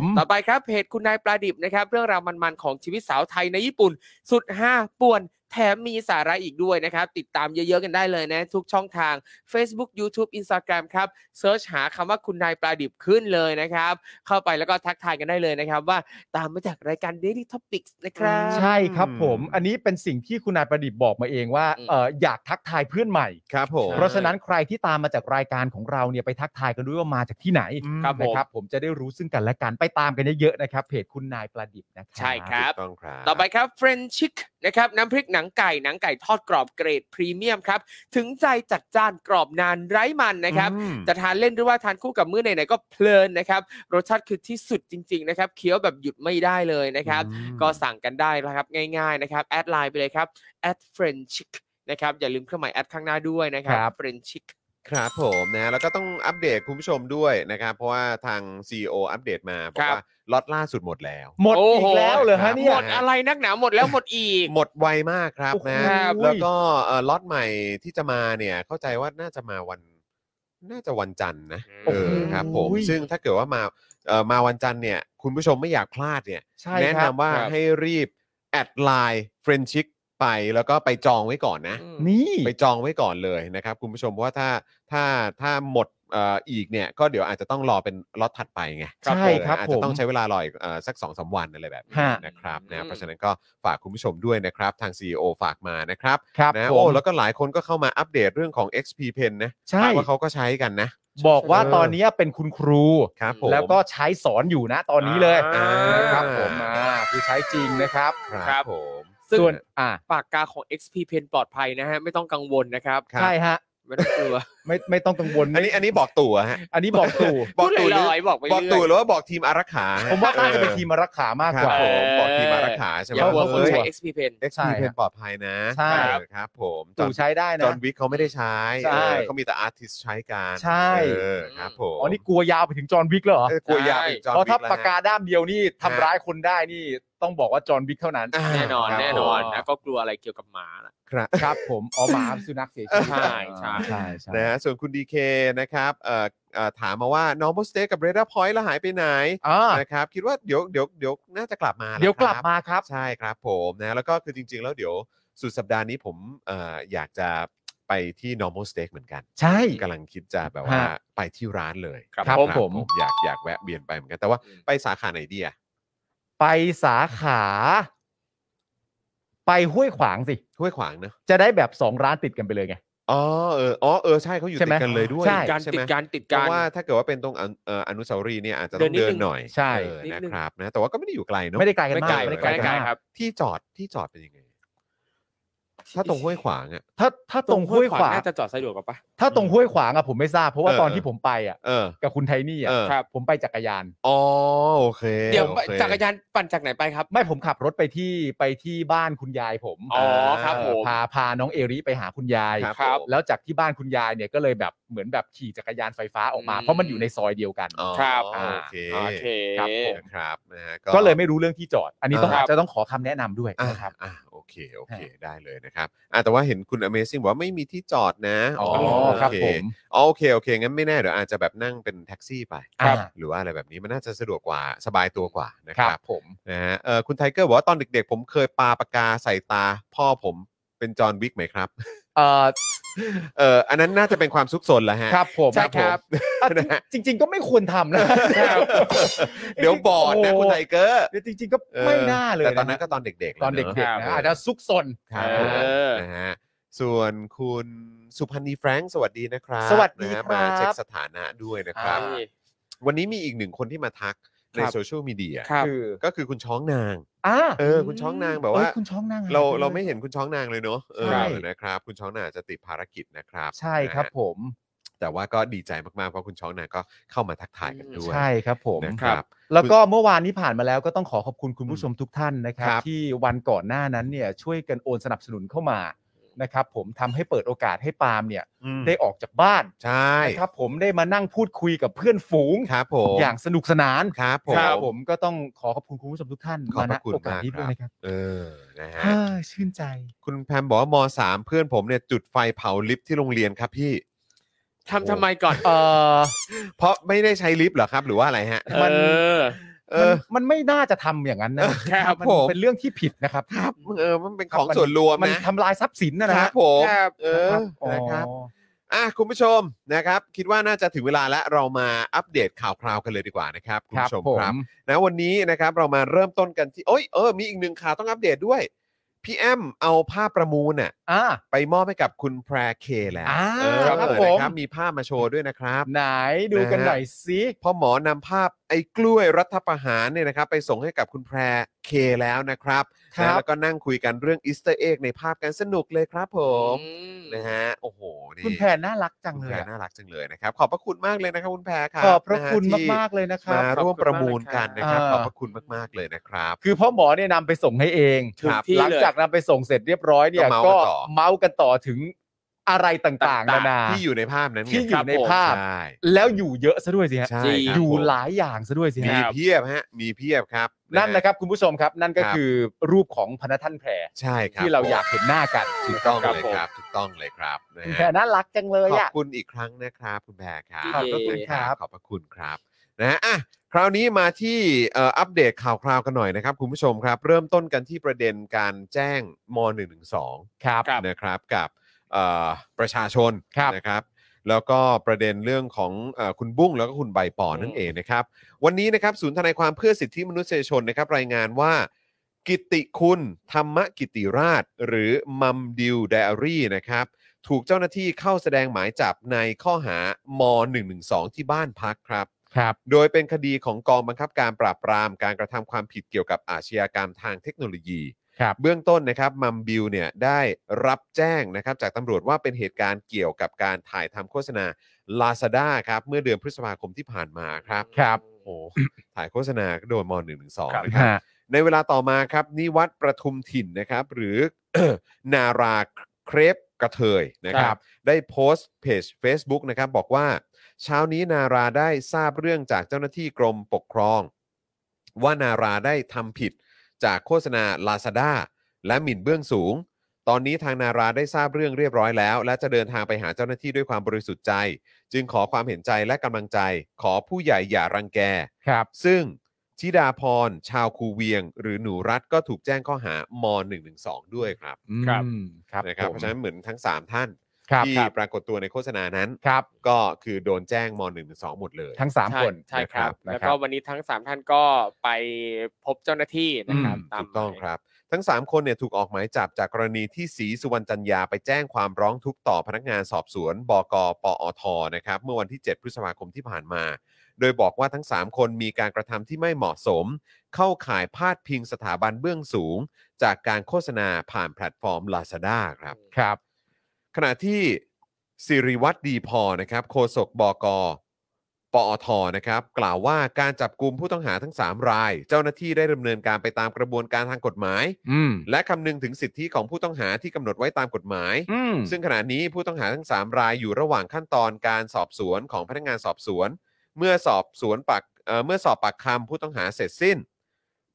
S4: ม
S5: ต่อไปครับเพจคุณนายปลาดิบนะครับ เรื่องราวมันๆ ของชีวิตสาวไทยในญี่ปุ่น สุดห้าป่วนแถมมีสาระอีกด้วยนะครับ ติดตามเยอะๆกันได้เลยนะ ทุกช่องทาง Facebook YouTube Instagram ครับเซิร์ชหาคำว่าคุณนายปลาดิบขึ้นเลยนะครับ เข้าไปแล้วก็ทักทายกันได้เลยนะครับ ว่าตามมาจากรายการ Daily Topics นะครับ
S4: ใช่ครับผม
S3: อืม
S4: อันนี้เป็นสิ่งที่คุณนายประดิษฐ์บอกมาเองว่า
S5: อืม
S4: เอออยากทักทายเพื่อนใหม่
S3: ครับผม
S4: เพราะฉะนั้นใครที่ตามมาจากรายการของเราเนี่ยไปทักทายกันด้วยว่ามาจากที่ไหน
S5: ครับผม
S4: นะครับผมจะได้รู้ซึ่งกันและกันไปตามกันเยอะๆนะครับเพจคุณนายประดิษฐ์นะครั
S5: ใช่ครับ
S3: ถูกต้องครับ
S5: ต่อไปครับเฟรนชิกนะครับน้ำพริกหนังไก่หนังไก่ทอดกรอบเกรดพรีเมียมครับถึงใจจัดจ้านกรอบนานไร้มันนะครับ
S3: อืม
S5: จะทานเล่นหรือว่าทานคู่กับมื้อไหนๆก็เพลินนะครับ รสชาติคือที่สุดจริง ๆ นะครับ เคี้ยวแบบหยุดไม่ได้เลยนะครับ
S3: อืม
S5: ก็สั่งกันได้นะครับง่าย ๆ นะครับ แอดไลน์ไปเลยครับ at friendchick นะครับ อย่าลืมเครื่องหมายแอดข้างหน้าด้วยนะครับ friendchick
S3: ครับผมนะแล้วก็ต้องอัปเดตคุณผู้ชมด้วยนะครับ เพราะว่าทาง CEO อัปเดตมาบอ
S5: ค
S3: ก
S5: รับ
S3: ว่าล็อตล่าสุดหมดแล้ว
S4: หมด
S5: โอ้
S4: อี
S5: โห
S4: กแล้วเหรอฮะเนี่
S5: ห
S4: ย
S5: มดอะไรนักหนาหมดแล้วหมดอีก
S3: หมดไวมากครับ
S4: โอ้โห
S3: นะแล้วก็เอ่อล็อตใหม่ที่จะมาเนี่ยเข้าใจว่าน่าจะมาวันน่าจะวันจันทร์นะ
S5: โอ้
S3: เอ
S5: โห
S3: อครับผมซึ่งถ้าเกิดว่ามาเอ่อมาวันจันทร์เนี่ยคุณผู้ชมไม่อยากพลาดเนี่ย
S4: ใช่
S3: แนะครับ นำว่า
S5: ครับ
S3: ให้รีบแอดไลน์เฟรนชิกไปแล้วก็ไปจองไว้ก่อนนะ
S5: อืม
S4: นี่
S3: ไปจองไว้ก่อนเลยนะครับ คุณผู้ชมเพราะว่าถ้าถ้าถ้าหมดเอ่ออีกเนี่ยก็เดี๋ยวอาจจะต้องรอเป็นล็อตถัดไปไง
S4: ใช่ครับ
S3: เอออาจ
S4: ผ
S3: จะ
S4: ม
S3: ต้องใช้เวลารออีกเอ่อสักสองสามวันอะไรแบบนี้
S4: ฮะ
S3: นะครับ
S5: อื
S3: นะ
S5: ม
S3: เพราะฉะนั้นก็ฝากคุณผู้ชมด้วยนะครับ ทาง CEO ฝากมานะครับ
S4: ครับ
S3: นะ
S4: ผม
S3: โอ้แล้วก็หลายคนก็เข้ามาอัปเดตเรื่องของ XP Pen นะ
S4: ใช่
S3: ว่าเขาก็ใช้กันนะ
S4: บอกว่า
S3: เออ
S4: ตอนนี้เป็นคุณครู
S3: ครับผม
S4: แล้วก็ใช้สอนอยู่นะตอนนี้เลย
S3: อ่า
S4: นะครับผมอ่าคือใช้จริงนะครับ
S3: ค
S5: ครั
S3: รับบ ผม
S5: ซึ่ง
S4: ส่วนอ่า
S5: ปากกาของ XP Pen ปลอดภัยนะฮะ ไม่ต้องกังวลนะครับ
S3: ครับ
S4: ใช่ฮะ
S5: ไม่ต้องกลัว
S4: ไม่ไม่ต้องกังวล
S3: อันนี้อันนี้บอกตู่อะฮะ
S4: อันนี้บอกตู่
S3: บอกตู่หรื
S5: พูดลอยๆบอกไปเรื่
S3: บอ
S5: อย
S3: กตู่หรือว่าบอกทีมอารักขาฮะ
S4: ผมว่าน่าจะเป็น
S3: ออ
S4: ทีมมารักขามาก
S3: ค
S4: ก
S3: รับ
S4: ว่า
S3: ผมบอกทีมอารักขาใช่ไหม
S5: อย่ากลัว
S4: เออ
S5: คนใช้
S3: เฮ้ย
S5: XP Pen
S3: เอ็กซ์
S4: ใช่
S3: พีเพ
S4: ครั
S3: น
S4: บ
S3: ปลอดภัยนะ
S4: ใช่
S3: เออครับผมจอ
S4: ตู่
S3: ห์น
S4: ใช้ได้
S3: จ
S4: นะ
S3: อห์นวิกเขาไม่ได้ใช้เอ
S4: ใช่
S3: อเขามีแต่อาร์ติสใช้การ
S4: ใช่
S3: เออครับผม
S4: อ๋อนี่กลัวยาวไปถึงจอห์นวิกเลยเหรอ
S3: เออกลัวยาวไปถึงจอห์น
S4: เพราะ
S3: วิ
S4: ถ้าก
S3: แล้ว
S4: ปากกาด้ามเดียวนี่ทำร้ายคนได้นี่ต้องบอกว่าจอห์นวิกเท่านั้น
S3: า
S5: แน่นอน
S3: ครับ
S5: แน่นอน
S4: ผม
S5: นะก็กลัวอะไรเกี่ยวกับหมาล่ะ
S3: ครับ
S4: ครับผมอ๋อหมาสุนัขเสียชีวิต
S5: ใช่ใช่
S4: ใช่ใช่
S3: นะฮะส่วนคุณดีเคนะครับเอ่อเอ่อถามมาว่า normal stay กับ r a d a r point แล้วหายไปไหน
S4: อ่า
S3: นะครับคิดว่าเดี๋ยวเดี๋ยวเดี๋ยวน่าจะกลับมาแหะ
S4: เดี๋ยวกลับ
S3: ครับ
S4: มาครับ
S3: ใช่ครับผมนะแล้วก็คือจริง ๆ แล้วเดี๋ยวสุดสัปดาห์นี้ผมเอ่ออยากจะไปที่ normal steak เหมือนกัน
S4: ใช่
S3: กำลังคิดจะแบบว่า
S4: ฮะ
S3: ไปที่ร้านเลย
S4: ครับผมผม
S3: อยากอยากแวะเวียนไปเหมือนกัน แต่ว่าไปสาขาไหนดีอะ
S4: ไปสาขา ไปห้วยขวางสิ
S3: ห้วยขวางเนอะ
S4: จะได้แบบสองร้านติดกันไปเลยไง
S3: อ๋อเอออ๋อเออใช่เขาอยู่
S4: ใช่
S3: ติ
S4: ไหม
S3: ดกันเลยด้วย
S4: ใช่
S5: การติ
S3: ไห
S5: ด
S3: ม
S5: การติด
S3: เพ
S5: การ
S3: ราะว่าถ้าเกิดว่าเป็นตรงอนุเอ่ออนุสาวรีย์เนี่ยอาจจะต้อง
S5: เดิ
S3: เดิ
S5: นนิดนึ
S3: น
S5: ง
S3: หน่อย
S4: ใช่
S3: เออ
S5: นิด
S3: นะ
S5: นึง
S3: ครับนะแต่ว่าก็ไม่ได้อยู่ไกลเนอะ
S4: ไม่ได้ไกลกัน
S5: ไม่
S4: มา
S5: ไกล
S4: ก
S3: เออ
S4: ไม่ได้
S5: ไก
S4: ไก
S5: ล
S4: ล
S5: ไม่
S4: กัน
S5: ไกล
S4: มาก
S5: ครับ
S3: ที่จอดที่จอดเป็นยังไงอะถ้าตรงห้วยขวางอะ
S4: ถ้าถ้าตรงห้วยขวาง
S5: น่าจะจอดสะดวกกว่าปะ
S4: ถ้าตรงห้วยขวางอะผมไม่ทราบเพราะว่า
S3: เออ
S4: ตอนที่ผมไปอะ
S3: เออ
S4: กับคุณไทนี่อะ
S3: เออ
S5: ครับ
S4: ผมไปจักรยาน
S3: อ๋อโอเค
S5: เดี๋ยว
S3: โอค
S5: จักรยานปั่นจากไหนไปครับ
S4: ไม่ผมขับรถไปที่ไปที่บ้านคุณยายผม
S5: อ๋อครับ
S4: เอ่
S5: ผ
S4: อ
S5: ม
S4: พาพาน้องเอริไปหาคุณยาย
S3: ครับ
S5: ครับ
S3: ผม
S4: แล้วจากที่บ้านคุณยายเนี่ยก็เลยแบบเหมือนแบบขี่จักรยานไฟฟ้าออกมา
S5: อืม
S4: เพราะมันอยู่ในซอยเดียวกัน
S3: อ๋อ
S5: ครับ
S3: โอเค
S5: โอเค
S4: ครับผม
S3: นะครับนะฮะ
S4: ก็เลยไม่รู้เรื่องที่จอด อันนี้ต้อง
S5: ครับ
S4: อาจจะต้องขอคำแนะนำด้วย
S3: อ่ะ
S4: นะครับ
S3: อ่ะโอเคโอเคได้เลยนะครับอ่ะแต่ว่าเห็นคุณ Amazing บอกว่าไม่มีที่จอดนะ
S4: อ๋อครับ
S3: โอเ
S4: ผม
S3: อ๋อโอเคโอเคงั้นไม่แน่เดี๋ยวอาจจะแบบนั่งเป็นแท็กซี่ไป
S4: ครับ
S3: หรือว่าอะไรแบบนี้มันน่าจะสะดวกกว่าสบายตัวกว่านะ
S4: ค
S3: ค
S4: รั
S3: รับบ
S4: ผม
S3: นะฮะเออคุณไทเกอร์บอกว่าตอนเด็กๆ ผมเคยปาปากกาใส่ตาพ่อผม เป็นจอห์นวิกไหมครับ
S4: เอ่อ
S3: เอออันนั้นน่าจะเป็นความซุกซนแหละฮะ
S4: ครับผม
S5: ใช่ครับ
S4: อ่ะ
S3: นะฮะ
S4: จริงจริง ๆ ก็ไม่ควรทำนะ
S3: ครับเดี๋ยวบอดนะ
S4: โอ้
S3: คุณไทเกอร์
S4: เดี๋ยวจริง ๆ ก็
S3: เออ
S4: ไม่น่าเลย
S3: แต่ตอนนั้นก็ตอนเด็กๆ
S4: ตอนเด็ก
S3: แล้วเะ
S4: ๆนะอาจจะซุกซน
S3: ครับ
S5: เออ
S3: นะฮะส่วนคุณสุพันธ์นีแฟรงค์สวัสดีนะครับ
S4: สวัสดี
S3: นะฮะ
S4: ครับ
S3: มาเช็คสถานะด้วยนะครับ
S4: อ่า
S3: วันนี้มีอีกหนึ่งคนที่มาทักใน
S5: ครับ
S3: โซเชียลมีเดีย
S5: ครับ
S4: คือ
S3: ก็คือคุณช้องนาง
S4: อ่า
S3: เออคุณช้องนางแบบว่า
S4: เอ้ยคุณช้องนางหย
S3: เรา
S4: ปลย
S3: เราไม่เห็นคุณช้องนางเลยเนาะเออ
S4: ใช่
S3: นะครับ คุณช้องนางอาจจะติดภารกิจนะครับ
S4: ใช่ครับ
S3: นะฮะ
S4: ผม
S3: แต่ว่าก็ดีใจมากๆเพราะคุณช้องนางก็เข้ามาทักทายกันด้วย
S4: ใช่ครับผม
S3: นะครับ
S4: แล้วก็เมื่อวานนี้ผ่านมาแล้วก็ต้องขอขอบคุณคุณผู้ชมทุกท่านนะครับ
S3: ครับ
S4: ที่วันก่อนหน้านั้นเนี่ยช่วยกันโอนสนับสนุนเข้ามานะครับ ผมทำให้เปิดโอกาสให้ปาล์มเนี่ย
S3: อืม
S4: ได้ออกจากบ้าน
S3: ใช่
S4: นะครับ ผมได้มานั่งพูดคุยกับเพื่อนฝูง
S3: ครับผม
S4: อย่างสนุกสนาน
S3: ครับผ
S4: ค
S3: ม
S4: รับผมก็ต้องขอขอบคุณคุณผู้ชมทุกท่าน
S3: ขอบพระ
S4: ณ
S3: คุณ
S4: โอกา
S3: มา
S4: ส
S3: ก
S4: นี้ด้วย
S3: ครับ
S4: นะครับ
S3: เออนะฮะ
S4: ฮ่าชื่นใจ
S3: คุณแพมบอกว่ามสามเพื่อนผมเนี่ยจุดไฟเผาลิฟต์ที่โรงเรียนครับพี่
S5: ทำทำไมก่อน
S4: เออ
S3: เพราะไม่ได้ใช้ลิฟต์เหรอครับ หรือว่าอะไรฮะ
S5: มัน
S3: เออ
S4: มันมันไม่น่าจะทำอย่างนั้นนะครับ มัน
S3: ผม
S4: เป็นเรื่องที่ผิดนะครับ
S3: ครับเออมันเป็นของส่วนรวม
S4: มัน
S3: นะ
S4: ทำลายทรัพย์สินนะ
S3: ค
S4: นะ
S3: รับ
S4: บ
S3: ผม
S5: ครับ
S3: เออนะครับ
S4: อ๋อ
S3: อ่ะคุณผู้ชมนะครับ คิดว่าน่าจะถึงเวลาแล้วเรามาอัปเดตข่าวคราวกันเลยดีกว่านะครับคุณผู้ชมครับนะวันนี้นะครับเรามาเริ่มต้นกันที่โอ้ยเออมีอีกหนึ่งข่าวต้องอัปเดตด้วยพี่แอมเอาภาพประมูลน่ะ
S4: อ่า
S3: ไปมอบให้กับคุณแพรเคแล้ว
S4: อ่า
S3: เออ
S4: ครับผม
S3: นะครับมีภาพมาโชว์ด้วยนะครับ
S4: ไหนดูกัน
S3: นะฮะ
S4: หน่อยสิ
S3: พ่อหมอนำภาพไอ้กล้วยรัฐประหารเนี่ยนะครับ ไปส่งให้กับคุณแพรเคแล้วนะครับนะแล้วก็นั่งคุยกันเรื่องอิสเตอร์เอ็กในภาพกันสนุกเลยครับผมนะฮะโอ้โหนี่
S4: คุณแพนน่ารักจัง
S3: คุณ
S4: เล
S3: แพ
S4: ย
S3: ร
S4: อะ
S3: น่ารักจังเลยนะครับ ขอบพระคุณมากเลยนะครับคุณแพรครับ
S4: ขอบพระคุณ
S3: นที่
S4: มาก ๆ เลยนะครั
S3: มา
S4: บ
S3: ร่วมประมูลกันนะครับ
S4: ข
S3: ข
S4: อ
S3: อ
S4: บบ คุณมากเลยค
S3: พระคุณมากๆเลย
S4: รับ
S3: นะครับ
S4: คือพ่อหมอเนี่ยนำไปส่งให้เอง
S5: ถึง
S3: ครับ
S5: ที่
S4: หลั
S5: เลย
S4: จากนำไปส่งเสร็จเรียบร้อยเนี่ย
S3: ก็เมาส์กั
S4: ก็
S3: นต่อ
S4: เมาส์กันต่อถึงอะไรต่างๆนานา
S3: ที่อยู่ในภาพนั้นไง
S4: ที่อยู่ในภาพ
S3: ใช่
S4: แล้วอยู่เยอะซะด้วยสิฮะ
S3: ใช่
S5: จริง
S3: ครับ
S4: อยู่
S3: ผม
S4: หลายอย่างซะด้วยสิ
S3: มี
S4: ฮะ
S3: เพียบฮะมีเพียบครับ
S4: นั่นนะครับคุณผู้ชมครับ นั่นก็
S3: รับ
S4: คือรูปของพนักท่านแพร
S3: ใช่ครับ
S4: ที่เราอยากเห็นหน้ากัน
S3: ถูกต้อง
S4: นะ
S3: เลยครับถูกต้องเลยครับนะ
S4: คุณ
S3: ฮะ
S4: แพรน่ารักจังเลย
S3: ขอบ
S4: อ่ะ
S3: คุณอีกครั้งนะครับคุณแพรครับ
S5: ขอบพระคุณ
S3: นะครับ ขอบพระคุณครับนะฮะอ่ะคราวนี้มาที่เอ่ออัปเดตข่าวคราวกันหน่อยนะครับคุณผู้ชมครับ เริ่มต้นกันที่ประเด็นการแจ้งม .112
S4: ครับ
S5: ครับ
S3: นะครับกับเอ่อประชาชน
S4: ครับ
S3: นะครับ แล้วก็ประเด็นเรื่องของเออคุณบุ้งแล้วก็คุณใบปอนั่นเองนะครับ วันนี้นะครับศูนย์ทนายความเพื่อสิทธิมนุษยชนนะครับ รายงานว่า กิตติคุณธรรมกิติราช หรือมัมดิวไดอารี่นะครับ ถูกเจ้าหน้าที่เข้าแสดงหมายจับในข้อหาม112 ที่บ้านพักครับ
S4: ครับ
S3: โดยเป็นคดีของกองบังคับการปราบปรามการกระทำความผิดเกี่ยวกับอาชญากรรมทางเทคโนโลยี
S4: ครับ
S3: เบื้องต้นนะครับมัมบิวเนี่ยได้รับแจ้งนะครับจากตำรวจว่าเป็นเหตุการณ์เกี่ยวกับการถ่ายทำโฆษณา Lazada ครับเมื่อเดือนพฤษภาคมที่ผ่านมาครับ
S4: ครับ
S3: โอ้โห ถ่ายโฆษณาก็โดนม .112 นะค
S4: ฮ
S3: รับ ในเวลาต่อมาครับนิวัตรประทุมถิ่นนะครับ หรือ นาราเครปกระเทยนะครับ ได้โพสต์เพจ Facebook นะครับ บอกว่า เช้านี้นาราได้ทราบเรื่องจากเจ้าหน้าที่กรมปกครอง ว่านาราได้ทำผิดจากโฆษณา Lazada และหมิ่นเบื้องสูง ตอนนี้ทางนาราได้ทราบเรื่องเรียบร้อยแล้ว และจะเดินทางไปหาเจ้าหน้าที่ด้วยความบริสุทธิ์ใจ จึงขอความเห็นใจและกำลังใจ ขอผู้ใหญ่อย่ารังแก
S4: ครับ
S3: ซึ่งธิดาพร ชาวคูเวียง หรือหนูรัฐก็ถูกแจ้งข้อหาม112 ด้วยครับ
S4: ครับอืมครับ
S3: นะครับ
S4: ผม
S3: เพราะฉะนั้นเหมือนทั้ง 3 ท่าน
S4: ครับ
S3: ที่
S4: ครับ
S3: ปรากฏตัวในโฆษณานั้น
S4: ครับ
S3: ก็คือโดนแจ้งม112 หมดเลย
S4: ทั้ง 3 คน
S5: ใช่
S4: นะ
S5: ใช่ครับ
S4: นะ
S5: แล้ว
S4: ครั
S5: ก็
S4: บ
S5: วันนี้ทั้งสามท่านก็ไปพบเจ้าหน้าที่นะครับ
S4: อืม
S5: ตาม
S3: ถูกต้อง
S5: หมาย
S3: ครับ ทั้ง 3 คนเนี่ยถูกออกหมายจับจากกรณีที่ศรีสุวรรณจันยาไปแจ้งความร้องทุกข์ต่อพนักงานสอบสวน บกปอทนะครับเมื่อวันที่ 7 พฤษภาคมที่ผ่านมา โดยบอกว่าทั้ง 3 คนมีการกระทำที่ไม่เหมาะสม เข้าข่ายพาดพิงสถาบันเบื้องสูง จากการโฆษณาผ่านแพลตฟอร์ม Lazada ครับ
S4: ครับ
S3: ขณะที่สิริวัตรดีพอนะครับโฆษกบกปอทนะครับ กล่าวว่าการจับกลุ่มผู้ต้องหาทั้ง 3 ราย เจ้าหน้าที่ได้ดำเนินการไปตามกระบวนการทางกฎหมาย
S4: อืม
S3: และคำนึงถึงสิทธิของผู้ต้องหาที่กำหนดไว้ตามกฎหมาย
S4: อืม
S3: ซึ่งขณะนี้ผู้ต้องหาทั้ง 3 รายอยู่ระหว่างขั้นตอนการสอบสวนของพนักงานสอบสวน เมื่อสอบสวนปากเอ่อเมื่อสอบปากคำผู้ต้องหาเสร็จสิ้น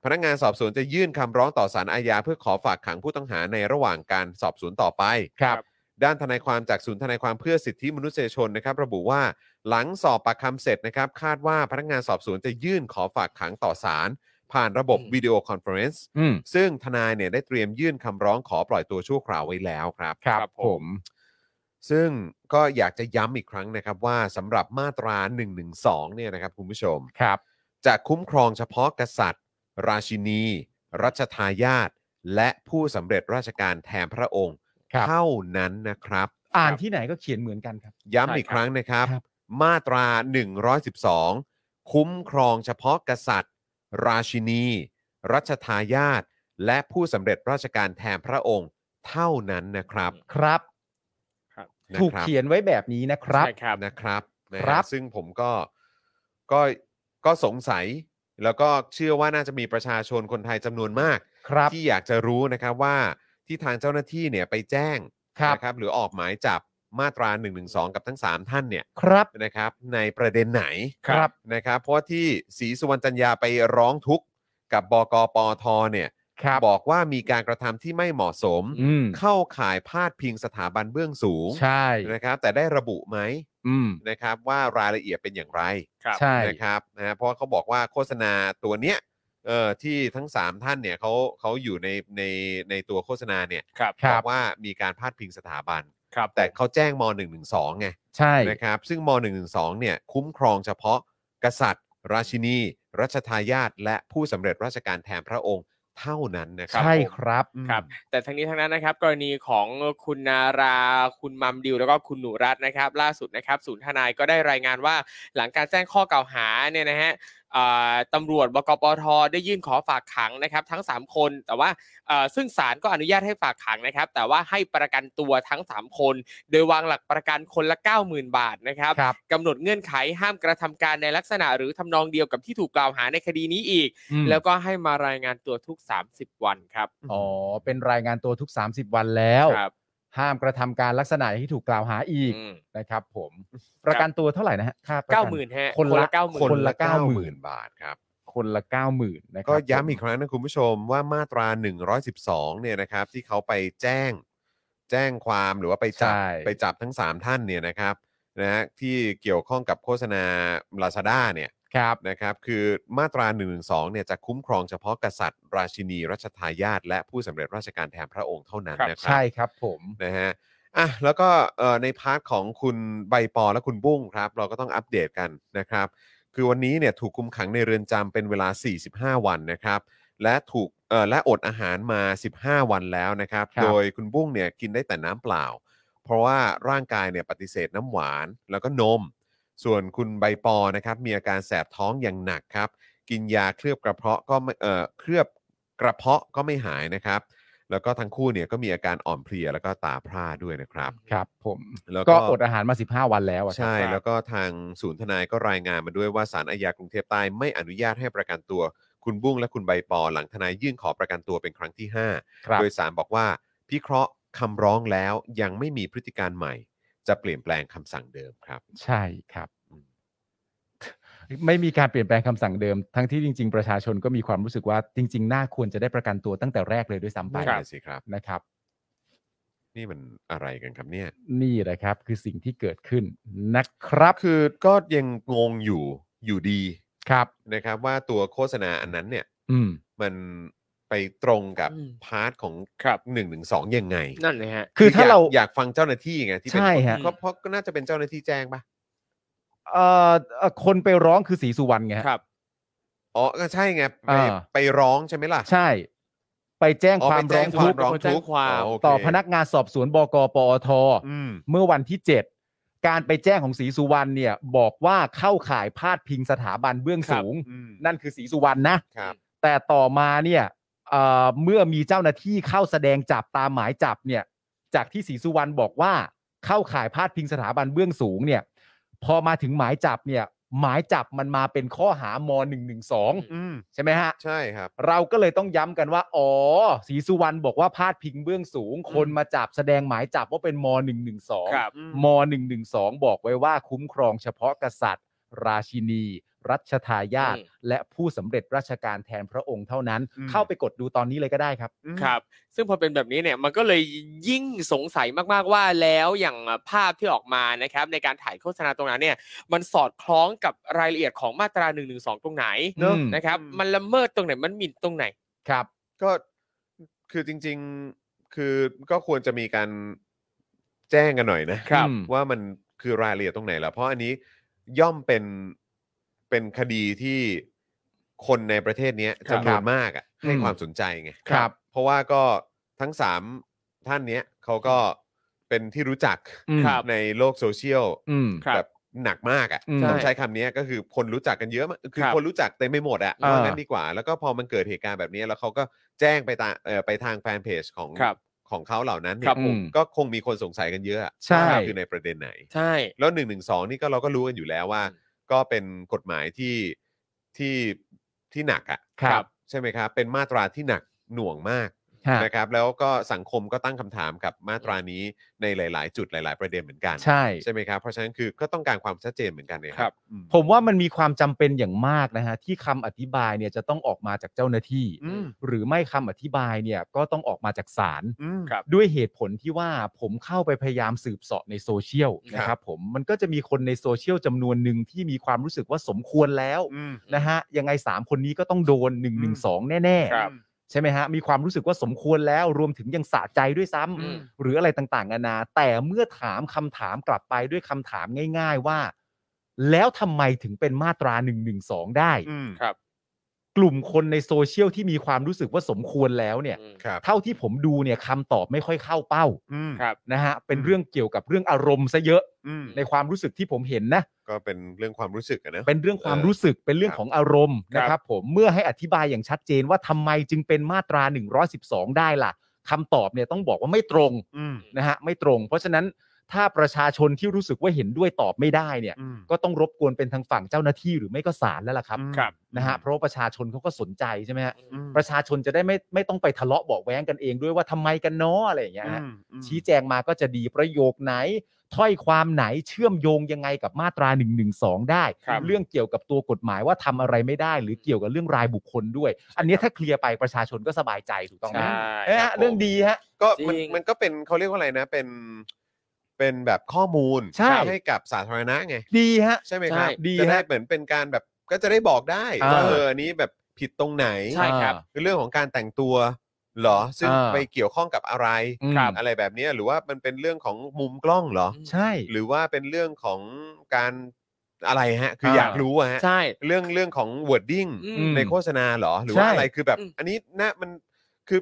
S3: พนักงานสอบสวนจะยื่นคำร้องต่อศาลอาญาเพื่อขอฝากขังผู้ต้องหาในระหว่างการสอบสวนต่อไป
S4: ครับ
S3: ด้านทนายความจากศูนย์ทนายความเพื่อสิทธิมนุษยชนนะครับ ระบุว่าหลังสอบปากคำเสร็จนะครับ คาดว่าพนักงานสอบสวนจะยื่นขอฝากขังต่อศาล ผ่านระบบ
S5: อืม
S3: วิดีโอคอนเฟอเรนซ์
S4: อืม
S3: ซึ่งทนายเนี่ยได้เตรียมยื่นคำร้องขอปล่อยตัวชั่วคราวไว้แล้วครับ
S4: ครับผม
S3: ซึ่งก็อยากจะย้ำอีกครั้งนะครับว่าสำหรับมาตรา 112 เนี่ยนะครับคุณผู้ชม
S4: ครับ
S3: จะคุ้มครองเฉพาะกษัตริย์ ราชินี รัชทายาทและผู้สำเร็จราชการแทนพระองค์
S4: ครับ
S3: เท่านั้นนะครับ
S4: อ่านที่ไหนก็เขียนเหมือนกันครับ
S3: ย้ำอีกครั้งนะครับ
S4: ครับ
S3: มาตรา 112 คุ้มครองเฉพาะกษัตริย์ ราชินี รัชทายาทและผู้สำเร็จราชการแทนพระองค์ เท่านั้นนะครับ
S4: ครับ
S3: นะ
S4: ถูก
S3: ครับ
S4: เขียนไว้แบบนี้นะครับ
S5: ใช่ครับ
S3: นะครับนะฮะ
S4: ครับ
S3: ซึ่งผมก็ก็ก็สงสัย แล้วก็เชื่อว่าน่าจะมีประชาชนคนไทยจำนวนมาก
S4: ครับ
S3: ที่อยากจะรู้นะครับว่าที่ทางเจ้าหน้าที่เนี่ยไปแจ้ง
S4: ครับ
S3: นะครับหรือออกหมายจับมาตรา1นึกับทั้ง 3 ท่านเนี่ย
S4: ครับ
S3: นะครับในประเด็นไหน
S4: ครับ
S3: นะครับ เพราะว่าที่ศรีสุวรรณจันยาไปร้องทุกข์กับบกปอทเนี่ย
S4: ครับ
S3: บอกว่ามีการกระทำที่ไม่เหมาะสม
S4: อืม
S3: เข้าข่ายพาดพิงสถาบันเบื้องสูง
S4: ใช่
S3: นะครับ แต่ได้ระบุไหม
S4: อืม
S3: นะครับว่ารายละเอียดเป็นอย่างไร
S5: ครับ
S4: ใช่
S3: นะครับนะฮะเพราะเขาบอกว่าโฆษณาตัวเนี้ยเอ่อที่ทั้ง 3 ท่านเนี่ยเขาเขาอยู่ในในในตัวโฆษณาเนี่ย
S5: ครับ
S4: ค
S3: บ
S4: รั
S3: อบ กว่ามีการพาดพิงสถาบัน
S5: ครับ
S3: แต่เขาแจ้งม .112 ไง
S4: ใช่
S3: นะครับซึ่งม .112 เนี่ยคุ้มครองเฉพาะกษัตริย์ ราชินี รัชทายาทและผู้สำเร็จราชการแทนพระองค์เท่านั้นนะครั
S4: ใช่
S3: ผม
S4: ครับ
S3: อืม
S5: ครับ แต่ทั้งนี้ทั้งนั้นนะครับ กรณีของคุณนารา คุณมัมดิว แล้วก็คุณหนูรัตน์นะครับ ล่าสุดนะครับ ศูนย์ทนายก็ได้รายงานว่า หลังการแจ้งข้อกล่าวหาเนี่ยนะฮะเอ่อตำรวจบกปทได้ยื่นขอฝากขังนะครับ ทั้ง 3 คน แต่ว่าเอ่อซึ่งศาลก็อนุญาตให้ฝากขังนะครับ แต่ว่าให้ประกันตัวทั้ง 3 คน โดยวางหลักประกันคนละ 90,000 บาทนะครับ
S4: ครับ
S5: กำหนดเงื่อนไขห้ามกระทำการในลักษณะหรือทำนองเดียวกับที่ถูกกล่าวหาในคดีนี้อีก
S4: อืม
S5: แล้วก็ให้มารายงานตัวทุก 30 วันครับ
S4: อ๋อเป็นรายงานตัวทุก 30 วันแล้ว
S5: ครับ
S4: ห้ามกระทำการลักษณะที่ถูกกล่าวหาอีก
S5: อืม
S4: นะครับ ผม ประกันตัวเท่าไหร่นะฮะค่าประกั
S5: เก้าหมื่นฮะ
S4: คนละ
S5: เก้าหมื่น
S4: คนละเก้าหมื่น
S3: บาทครับ
S4: คนละเก้าหมื่นนะครั
S3: ก็ย้ำอีกครั้งนะคุณผู้ชมว่ามาตรา 112 เนี่ยนะครับ ที่เขาไปแจ้ง แจ้งความหรือว่าไปจับ
S4: ใช่
S3: ไปจับทั้ง 3 ท่านเนี่ยนะครับนะฮะที่เกี่ยวข้องกับโฆษณา Lazada เนี่ย
S4: ครับ
S3: นะครับคือมาตรา 112 เนี่ยจะคุ้มครองเฉพาะกษัตริย์ ราชินี รัชทายาทและผู้สำเร็จราชการแทนพระองค์เท่านั้น
S5: ครับ
S3: นะครั
S4: ใช่ครับผม
S3: นะฮะ อ่ะ แล้วก็เอ่อในพาร์ทของคุณใบปอและคุณบุ้งครับ เราก็ต้องอัปเดตกันนะครับ คือวันนี้เนี่ยถูกคุมขังในเรือนจำเป็นเวลา 45 วันนะครับ และถูกเอ่อและอดอาหารมา 15 วันแล้วนะครับ
S4: ครับ
S3: โดยคุณบุ้งเนี่ยกินได้แต่น้ำเปล่า เพราะว่าร่างกายเนี่ยปฏิเสธน้ำหวานแล้วก็นม ส่วนคุณใบปอนะครับมีอาการแสบท้องอย่างหนักครับ กินยาเคลือบกระเพาะก็ไม่เอ่อเคลือบกระเพาะก็ไม่หายนะครับ แล้วก็ทั้งคู่เนี่ยก็มีอาการอ่อนเพลียแล้วก็ตาพร่าด้วยนะครับ
S4: ครับ ผม
S3: แล้วก็
S4: ก็อดอาหารมา 15 วันแล้วอะครับ
S3: ใช่ แล้วก็ทางศูนย์ทนายก็รายงานมาด้วยว่าสารอาญากรุงเทพใต้ไม่อนุญาตให้ประกันตัวคุณบุ้งและคุณใบปอ หลังทนายยื่นขอประกันตัวเป็นครั้งที่
S4: ครับ
S3: 5 โดยสารบอกว่าพิเคราะห์คำร้องแล้วยังไม่มีพฤติการใหม่ จะเปลี่ยนแปลงคำสั่งเดิมครับ
S4: ใช่ครับ ไม่มีการเปลี่ยนแปลงคำสั่งเดิม ทั้งที่จริง ๆ ประชาชนก็มีความรู้สึกว่าจริง ๆ น่าควรจะได้ประกันตัวตั้งแต่แรกเลยด้วยซ้ำไป
S3: นั่นน่ะสิครับ
S4: นะครับ
S3: นี่มันอะไรกันครับเนี่ย
S4: นี่แหละครับ คือสิ่งที่เกิดขึ้นนะครับ
S3: คือก็ยังงงอยู่อยู่ดี
S4: ครับ
S3: นะครับ ว่าตัวโฆษณาอันนั้นเนี่ย
S4: อืม
S3: มันไปตรงกับ
S5: อืม
S3: พาร์ทของ
S5: ครับ
S3: หนึ่งหนึ่งสองยังไง
S5: นั่นเลยฮะ
S4: คือถ้าเรา
S3: ยกอยากฟังเจ้าหน้าที่ไงที่เป็น
S4: ใช่
S3: คน
S4: ฮะ
S3: ก็เพราะก็น่าจะเป็นเจ้าหน้าที่แจ้งปะ
S4: เอ่อเอ่อคนไปร้องคือสีสุวรรณไงฮะ
S5: ครับ
S3: อ๋อก็ใช่ไงไป
S4: อ่า
S3: ไปร้องใช่ไหมล่ะ
S4: ใช่ ไปแจ้ง
S3: อ๋อ
S4: ควา
S3: ไป
S4: มร้
S3: แจ้
S4: อง ง
S3: ควา
S4: ทุ
S3: ม
S4: กข์
S3: ร้อง
S5: ไปแจ้
S3: ทุ
S5: ง
S3: กข์
S5: ความ
S3: โเค
S4: ต่อพนักงานสอบสวนบกปอท
S3: อืม
S4: เมื่อวันที่ 7 การไปแจ้งของสีสุวรรณเนี่ย บอกว่าเข้าข่ายพาดพิงสถาบันเบื้องสูง
S3: อืม
S4: นั่นคือสีสุวรรณนะ
S3: ครับ
S4: แต่ต่อมาเนี่ยเอ่อเมื่อมีเจ้าหน้าที่เข้าแสดงจับตามหมายจับเนี่ยจากที่ศรีสุวรรณบอกว่าเข้าข่ายพาดพิงสถาบันเบื้องสูงเนี่ยพอมาถึงหมายจับเนี่ยหมายจับมันมาเป็นข้อหาม .112
S3: อืม
S4: ใช่ไหมฮะ
S3: ใช่ครับ
S4: เราก็เลยต้องย้ำกันว่าอ๋อศรีสุวรรณบอกว่าพาดพิงเบื้องสูง คนมาจับแสดงหมายจับว่าเป็นม .112
S5: ครับ
S4: ม .112 บอกไว้ว่าคุ้มครองเฉพาะกษัตริย์ ราชินี รัชทายาท
S5: อืม
S4: และผู้สำเร็จราชการแทนพระองค์เท่านั้น
S3: อืม
S4: เข้าไปกดดูตอนนี้เลยก็ได้ครับ
S3: อืม
S5: ครับ ซึ่งพอเป็นแบบนี้เนี่ยมันก็เลยยิ่งสงสัยมากๆว่าแล้วอย่างภาพที่ออกมานะครับ ในการถ่ายโฆษณาตรงนั้นเนี่ย มันสอดคล้องกับรายละเอียดของมาตรา1นึตรงไหน
S4: เนอะ
S5: นะครับ
S3: อืม
S5: มันละเมิดตรงไหนมันหมิ่นตรงไหน
S4: ครับ
S3: ก็คือจริง ๆ คือก็ควรจะมีการแจ้งกันหน่อยนะครับ
S4: อืม
S3: ว่ามันคือรายละเอียดตรงไหนล่ะเพราะอันนี้ย่อมเป็นเป็นคดีที่คนในประเทศเนี้ย
S5: ครับ
S3: จำนวนมากอะให้
S4: อืม
S3: ความสนใจไง
S4: ครับ
S3: เพราะว่าก็ทั้งสามท่านเนี้ยเขาก็เป็นที่รู้จัก
S4: อืม
S5: ครับ
S3: ในโลกโซเชียล
S4: อืม
S5: ครับ
S3: แบบหนักมากอ่ะ
S4: อืม
S3: ต้องใช้คำนี้ก็คือคนรู้จักกันเยอะมากคือ
S5: ครับ
S3: คนรู้จักเต็มไปหมดอ่ะ
S4: อ่า
S3: ว่างั้นดีกว่า แล้วก็พอมันเกิดเหตุการณ์แบบนี้ แล้วเขาก็แจ้งไปตาเอ่อไปทางแฟนเพจของ
S5: ครับ
S3: ของเขาเหล่านั้นเนี่
S5: ครั
S3: ย
S5: บผม
S3: ก็คงมีคนสงสัยกันเยอะอะ
S4: ใช่
S3: ว่าคือในประเด็นไหน
S5: ใช่
S3: แล้วหนึ่งหนึ่งสองนี่ก็เราก็รู้กันอยู่แล้วว่า ก็เป็นกฎหมายที่ที่ที่หนักอ่ะ
S4: ครับ
S3: ใช่ไหมครับ เป็นมาตราที่หนักหน่วงมาก
S4: ฮะ
S3: นะครับแล้วก็สังคมก็ตั้งคำถามกับมาตรานี้ในหลาย ๆ จุดหลาย ๆ ประเด็นเหมือนกัน
S4: ใช่
S3: ใช่ไหมครับ เพราะฉะนั้นคือก็ต้องการความชัดเจนเหมือนกันเนี่ย
S5: ครับ
S3: อืม
S4: ผมว่ามันมีความจำเป็นอย่างมากนะฮะที่คำอธิบายเนี่ยจะต้องออกมาจากเจ้าหน้าที่
S3: อืม
S4: หรือไม่คำอธิบายเนี่ยก็ต้องออกมาจากศาล
S3: อืม
S5: ครับ
S4: ด้วยเหตุผลที่ว่าผมเข้าไปพยายามสืบเสาะในโซเชียลนะค
S3: ครั
S4: รับ บผมมันก็จะมีคนในโซเชียลจำนวนหนึ่งที่มีความรู้สึกว่าสมควรแล้ว
S3: อืม
S4: นะฮะยังไง 3 คนนี้ก็ต้องโดน 1 1 2 แน่
S5: ครับ
S4: ๆ ใช่ไหมฮะมีความรู้สึกว่าสมควรแล้วรวมถึงยังสะใจด้วยซ้ำ
S5: อืม
S4: หรืออะไรต่างๆนานา แต่เมื่อถามคำถามกลับไปด้วยคำถามง่าย ๆว่า แล้วทำไมถึงเป็นมาตรา1นึได้
S3: อืม
S5: ครับ
S4: กลุ่มคนในโซเชียลที่มีความรู้สึกว่าสมควรแล้วเนี่ย
S5: อืม
S3: ครับ
S4: เท่าที่ผมดูเนี่ยคำตอบไม่ค่อยเข้าเป้า
S3: อืม
S5: ครับ
S4: นะฮะเป็นเรื่องเกี่ยวกับเรื่องอารมณ์ซะเยอะ
S3: อืม
S4: ในความรู้สึกที่ผมเห็นนะ
S3: ก็เป็นเรื่องความรู้สึกอะนะ
S4: เป็นเรื่องความรู้สึกเป็นเรื่องของอารมณ์
S5: ครับ
S4: นะครับผมเมื่อให้อธิบายอย่างชัดเจนว่าทำไมจึงเป็นมาตรา 112 ได้ล่ะคำตอบเนี่ยต้องบอกว่าไม่ตรง
S3: อืม
S4: นะฮะไม่ตรง เพราะฉะนั้นถ้าประชาชนที่รู้สึกว่าเห็นด้วยตอบไม่ได้เนี่ย
S3: อืม
S4: ก็ต้องรบกวนเป็นทางฝั่งเจ้าหน้าที่หรือไม่ก็ศาลแล้วล่ะครับ
S3: อืม
S5: ครับ
S4: นะฮะเพราะว่าประชาชนเขาก็สนใจใช่ไหมฮะ
S3: อืม
S4: ประชาชนจะได้ไม่ไม่ต้องไปทะเลาะเบาะแว้งกันเองด้วยว่าทำไมกันเนาะอะไรอย่างเงี้ยฮะ
S3: อืมอืม
S4: ชี้แจงมาก็จะดีประโยคไหน ถ้อยความไหนเชื่อมโยงยังไงกับมาตรา1นึได้
S5: ครับ
S4: เรื่องเกี่ยวกับตัวกฎหมายว่าทำอะไรไม่ได้ หรือเกี่ยวกับเรื่องรายบุคคลด้วย อันเนี้ยถ้าเคลียร์ไปประชาชนก็สบายใจถูกต้องไหม
S5: ใช่
S4: เอ๊ะ
S5: ค
S4: ฮะ
S5: บผม
S4: เรื่องดีฮะ
S3: ก็
S5: จริง
S3: มันมันก็เป็นเขาเรียกว่าอะไรนะ เป็นเป็นแบบข้อมูล
S4: ใช่
S3: ให้กับสาธารณะไง
S4: ดีฮะ
S3: ใช่ไหมครับ
S5: ใช่
S4: ดี
S3: จะได้
S4: ฮะ
S3: เหมือนเป็นการแบบก็จะได้บอกได้
S4: อ่า
S3: ว่าเอออันนี้แบบผิดตรงไหน
S5: ใช่ครับ
S3: คือเรื่องของการแต่งตัวเหรอ ซึ่ง
S4: อ่า
S3: ไปเกี่ยวข้องกับอะไร
S4: อืม
S3: อะไรแบบเนี้ยหรือว่ามันเป็นเรื่องของมุมกล้องเหรอ
S4: ใช่
S3: หรือว่าเป็นเรื่องของการอะไรฮะ คืออา อยากรู้อะฮะ
S5: ใช่
S3: เรื่องเรื่องของ wording
S5: อืม
S3: ในโฆษณาเหรอ หรือ
S4: ใช่
S3: ว่าอะไรคือแบบ
S5: อืม
S3: อันนี้นะมันคือ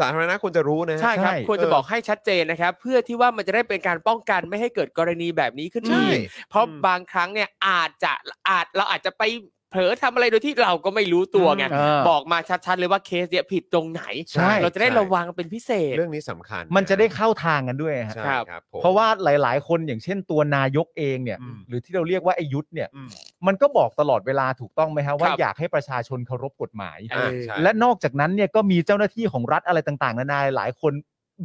S3: สาธารณะควรจะรู้นะฮะ
S5: ใช่ครับ
S4: ใช่
S5: ควรจะบอกให้ชัดเจนนะครับ เพื่อที่ว่ามันจะได้เป็นการป้องกันไม่ให้เกิดกรณีแบบนี้ขึ้น
S3: ใช่
S5: อีกเพราะ
S3: อืม
S5: บางครั้งเนี่ยอาจจะอาจเราอาจจะไปเผลอทำอะไรโดยที่เราก็ไม่รู้ตัวไง
S4: อ่า
S5: บอกมาชัดๆเลยว่าเคสเนี่ยผิดตรงไหน
S4: ใช่
S5: เราจะได้
S3: ใช่
S5: ระวังเป็นพิเศษ
S3: เรื่องนี้สำคัญ
S4: มันจะได้เข้าทางกันด้วยฮะ
S3: ใช่ครับผม
S4: เพราะว่าหลาย ๆ คนอย่างเช่นตัวนายกเองเนี่ย
S3: อืม
S4: หรือที่เราเรียกว่าไอยุทธเนี่ย
S3: อืม
S4: มันก็บอกตลอดเวลาถูกต้องไหมฮะว่า
S5: ครับ
S4: อยากให้ประชาชนเคารพกฎหมาย
S3: อ่าใช่
S4: และนอกจากนั้นเนี่ยก็มีเจ้าหน้าที่ของรัฐอะไรต่างๆ นานาหลายคน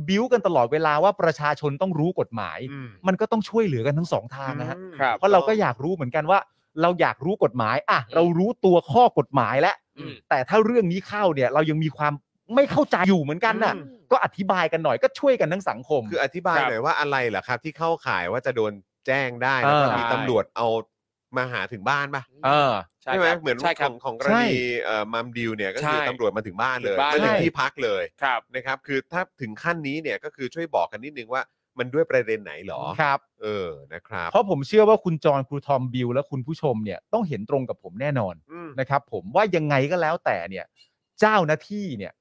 S4: บิ้วกันตลอดเวลาว่าประชาชนต้องรู้กฎหมาย
S3: อืม
S4: มันก็ต้องช่วยเหลือกันทั้งสองทางนะฮะ
S3: อืม
S5: ครับ
S4: เพราะเราก็อยากรู้เหมือนกันว่า เราอยากรู้กฎหมายอ่ะเรารู้ตัวข้อกฎหมายแล้ว
S5: อืม
S4: แต่ถ้าเรื่องนี้เข้าเนี่ยเรายังมีความไม่เข้าใจอยู่เหมือนกันน่ะ
S3: อืม
S4: ก็อธิบายกันหน่อยก็ช่วยกันทั้งสังคม
S3: คืออธิบาย
S5: ครับ
S3: หน่อยว่าอะไรเหรอครับ ที่เข้าข่ายว่าจะโดนแจ้งได้แล้วก็
S4: เออ
S3: มีตำรวจเอามาหาถึงบ้านป่ะ
S4: เออ
S3: ใช่ไหมเหมือน
S5: ใช่ค
S3: ข
S5: รับ
S3: องของกรณีเอ่อมัมดิวเนี่ยก็คือ
S5: ใช่
S3: ตำรวจมาถึงบ้านเลย
S5: ถึงบ้าน
S3: มาถึง
S4: เลย
S3: ที่พักเลย
S5: ครับ
S3: นะครับคือถ้าถึงขั้นนี้เนี่ยก็คือช่วยบอกกันนิดนึงว่ามันด้วยประเด็นไหนเหรอ
S4: ครับ
S3: เออนะครับ
S4: เพราะผมเชื่อว่าคุณจรครูทอมบิลและคุณผู้ชมเนี่ยต้องเห็นตรงกับผมแน่นอน
S3: อืม
S4: นะครับผมว่ายังไงก็แล้วแต่เนี่ย เจ้าหน้าที่เนี่ย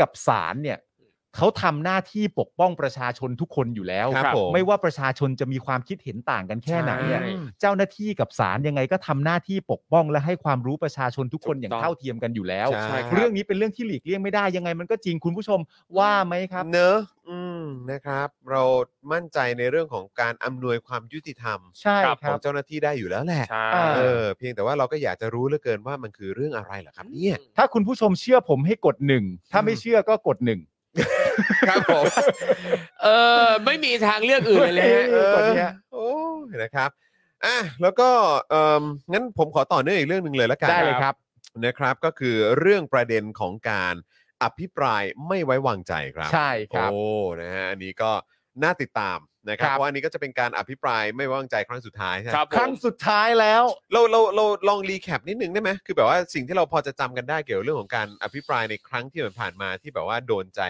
S4: กับศาลเนี่ยเขาทำหน้าที่ปกป้องประชาชนทุกคนอยู่แล้ว
S3: ครับผม
S4: ไม่ว่าประชาชนจะมีความคิดเห็นต่างกันแค่ไหนเนี่ย
S5: ใช่
S4: เจ้าหน้าที่กับศาลยังไงก็ทำหน้าที่ปกป้องและให้ความรู้ประชาชนทุกคนอ
S5: ถูกต้อง
S4: ย่างเท่าเทียมกันอยู่แล้ว
S3: ใช่ครับ
S4: เรื่องนี้เป็นเรื่องที่หลีกเลี่ยงไม่ได้ยังไงมันก็จริงคุณผู้ชมว่าไหมครับ
S3: เนอะอืมนะครับ เรามั่นใจในเรื่องของการอำนวยความยุติธรรม
S4: ใช่ค
S3: ขอ
S4: รั
S3: ง
S4: บ
S3: เจ้าหน้าที่ได้อยู่แล้วแหละ
S5: ใช่
S4: เอ
S3: เออเพียงแต่ว่าเราก็อยากจะรู้เหลือเกินว่ามันคือเรื่องอะไรเหรอครับเนี่ย
S4: ถ้าคุณผู้ชมเชื่อผมให้กดหนึ่งถ้าไม่เชื่อก็กดหนึ่ง
S3: ครับผม
S5: เออไม่มีทางเลือกอื่นเลยฮะ
S4: เออ กดนี่ย
S3: โอ้ยนะครับ อ่ะแล้วก็เอิ่มงั้นผมขอต่อเนื่องอีกเรื่องหนึ่งเลยละกัน
S4: ได้เลยครับ
S3: นะครับก็คือเรื่องประเด็นของการอภิปรายไม่ไว้วางใจครับ
S4: ใช่ครับ
S3: โอ้ นะฮะ อันนี้ก็น่าติดตามนะครับ
S4: ครับ
S3: เพราะอันนี้ก็จะเป็นการอภิปรายไม่ไว้วางใจครั้งสุดท้ายใช่ไหม
S5: ครับ
S4: ครั้งสุดท้ายแล้ว
S3: เราเราเราลองรีแคปนิดนึงได้ไหมคือแบบว่าสิ่งที่เราพอจะจำกันได้เกี่ยวกับเรื่องของการอภิปรายในครั้งที่ผ่านมาที่แบบว่าโดนใจ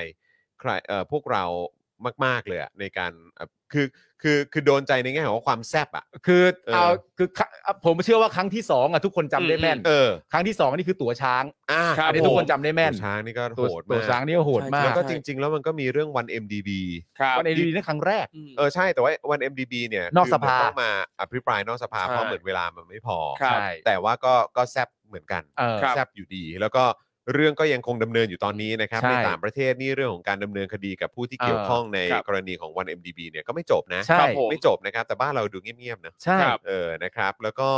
S3: ใครเอ่อพวกเรามาก ๆ เลยอะในการอ่ะคือคือคือโดนใจในแง่ของความแซบอ่ะ
S4: คือเอา
S3: เออ
S4: คือคผมเชื่อว่าครั้งที่สองอ่ะทุกคนจำได้แม่น
S3: เออ
S4: ครั้งที่สองนี่คือตั๋วช้าง
S3: อ่า
S5: ครับ
S4: อันนี้
S5: ผม
S4: ทุกคนจำได้แม่น
S3: ตัวช้างนี่ก็
S4: ตัว
S3: โหด
S4: ตัว
S3: มาก
S4: ช้างนี่ก็โหดมา
S3: แล้
S4: ก
S3: วก็จริง ๆ แล้วมันก็มีเรื่องวัน MDB
S5: ครับ
S4: วันเอรีนั่นครั้งแรก
S5: อืม
S3: เออใช่แต่ว่าวัน MDB เนี่ย
S4: นอกสภา
S3: คืมัต้องมาอภิปรายนอกสภา
S5: ใช่
S3: เพราะเหมือนเวลามันไม่พอ
S5: ครับ
S4: ใช่
S3: แต่ว่าก็ก็แซบเหมือนกัน
S4: เออ
S5: ครับ
S3: แซบอยู่ดี แล้วก็เรื่องก็ยังคงดำเนินอยู่ตอนนี้นะครับ
S4: ใช่
S3: ในต่างประเทศนี่เรื่องของการดำเนินคดีกับผู้ที่เกี่ยว
S4: เออ
S3: ข้องใน
S5: ครับ
S3: กรณีของวัน MDB เนี่ยก็ไม่จบนะ
S4: ใช่
S5: ครับผม
S3: ไม่จบนะครับ แต่บ้านเราดูเงียบๆนะ
S4: ใช่
S5: ครับ
S3: เออนะครับ แล้วก็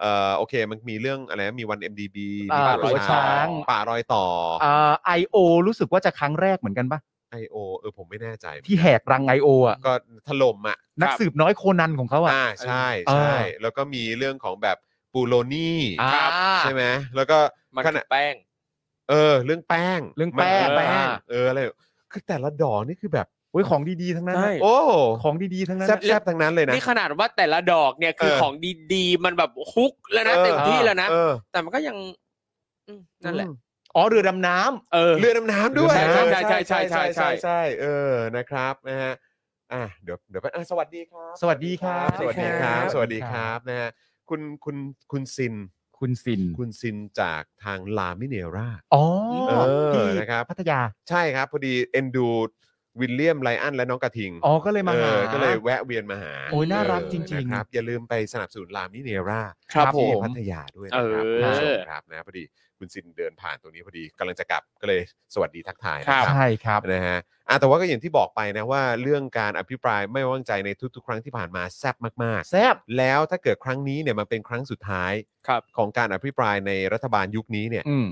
S3: เออโอเคมันมีเรื่องอะไรนะมีวัน MDB มี
S4: อ่า
S3: ป่า
S4: ตั
S3: รอ
S4: วย
S3: ต่อ
S4: ช้าง
S3: ป่ารอยต่อ
S4: ไอโอรู้สึกว่าจะครั้งแรกเหมือนกันปะ
S3: ไอโอเออผมไม่แน่ใจ
S4: ที่แหกรังไอโออ่ะ
S3: ก็ถล่มอ่ะ
S4: นักสืบน้อยโคนันของเขาอ่ะ
S3: อ่าใช่
S4: เออ
S3: ใช่แล้วก็มีเรื่องของแบบปูโรนี่
S4: อ่า
S3: ใช่ไหมแล้วก็
S5: มัน
S3: ข
S5: คื
S3: ณะ
S5: อแป้ง
S3: เออเรื่องแป้ง
S4: เรื่อง
S3: มัน
S4: แป้ง
S3: แป้ง
S4: อ่า
S3: เอออะไรคือแต่ละดอกนี่คือแบบ
S4: โอ้ยของดีๆทั้งนั้นนะ
S5: ใช่
S3: โอ้
S4: ของดีๆทั้งนั้น
S3: แซ
S4: นะ
S3: บแซบทั้งนั้นเลยนะ
S5: นี่ขนาดว่าแต่ละดอกเนี่ยคือ
S3: เออ
S5: ของดีๆ มันแบบฮุกแล้วนะเต็มที่แล้วนะ
S3: เออ
S5: แต่มันก็ยังอืมนั่นแหละ
S4: อ๋อเรือดำน้ำ
S5: เออ
S3: เรือดำน้ำด้วย
S5: ใช่ใช่
S3: เออ
S5: ใช่ใช่ใช่ใช่
S3: ใช่เออนะครับนะฮะอ่ะเดี๋ยวเดี๋ยวไปอ่ะสวัสดีครับ
S4: สวัสดีครับ
S3: สวัสดีครับ ส
S4: สวั
S3: วัส
S4: ส
S3: ดี
S4: ดี
S3: ค
S4: ครั
S3: รับบ นะฮะคุณคุณคุณซิน
S4: คุณสิน
S3: คุณซินจากทางลามิเนร่า
S4: อ๋อ
S3: เออ
S4: ที่
S3: นะครับ
S4: พัทยา
S3: ใช่ครับ พอดีเอ็นดูวิลเลียมไลอันและน้องกระทิง
S4: อ๋อก็เลยมา
S3: เอ
S4: หา
S3: อก็เลยแวะเวียนมาหา
S4: โอ้ยน่ารัก
S3: เออ
S4: จริงๆ
S3: นะครับอย่าลืมไปสนับสนุนลามิเนร่า
S5: ครับผ
S3: ที่
S5: ม
S3: พัทยาด้วยนะครับ
S5: เออ
S3: คุณผู้ชมครับนะพอดีคุณซินเดินผ่านตรงนี้พอดีกำลังจะกลับก็เลยสวัสดีทักทายนะค
S5: ครั
S3: รับ
S4: ใช่ครับ
S3: นะฮะอ่ะแต่ว่าก็อย่างที่บอกไปนะว่าเรื่องการอภิปรายไม่ไว้วางใจในทุกๆ ครั้งที่ผ่านมาแซบมาก
S4: แซบ
S3: ๆ แล้วถ้าเกิดครั้งนี้เนี่ยมันเป็นครั้งสุดท้าย
S5: ครับ
S3: ของการอภิปรายในรัฐบาลยุคนี้เนี่ย
S4: อืม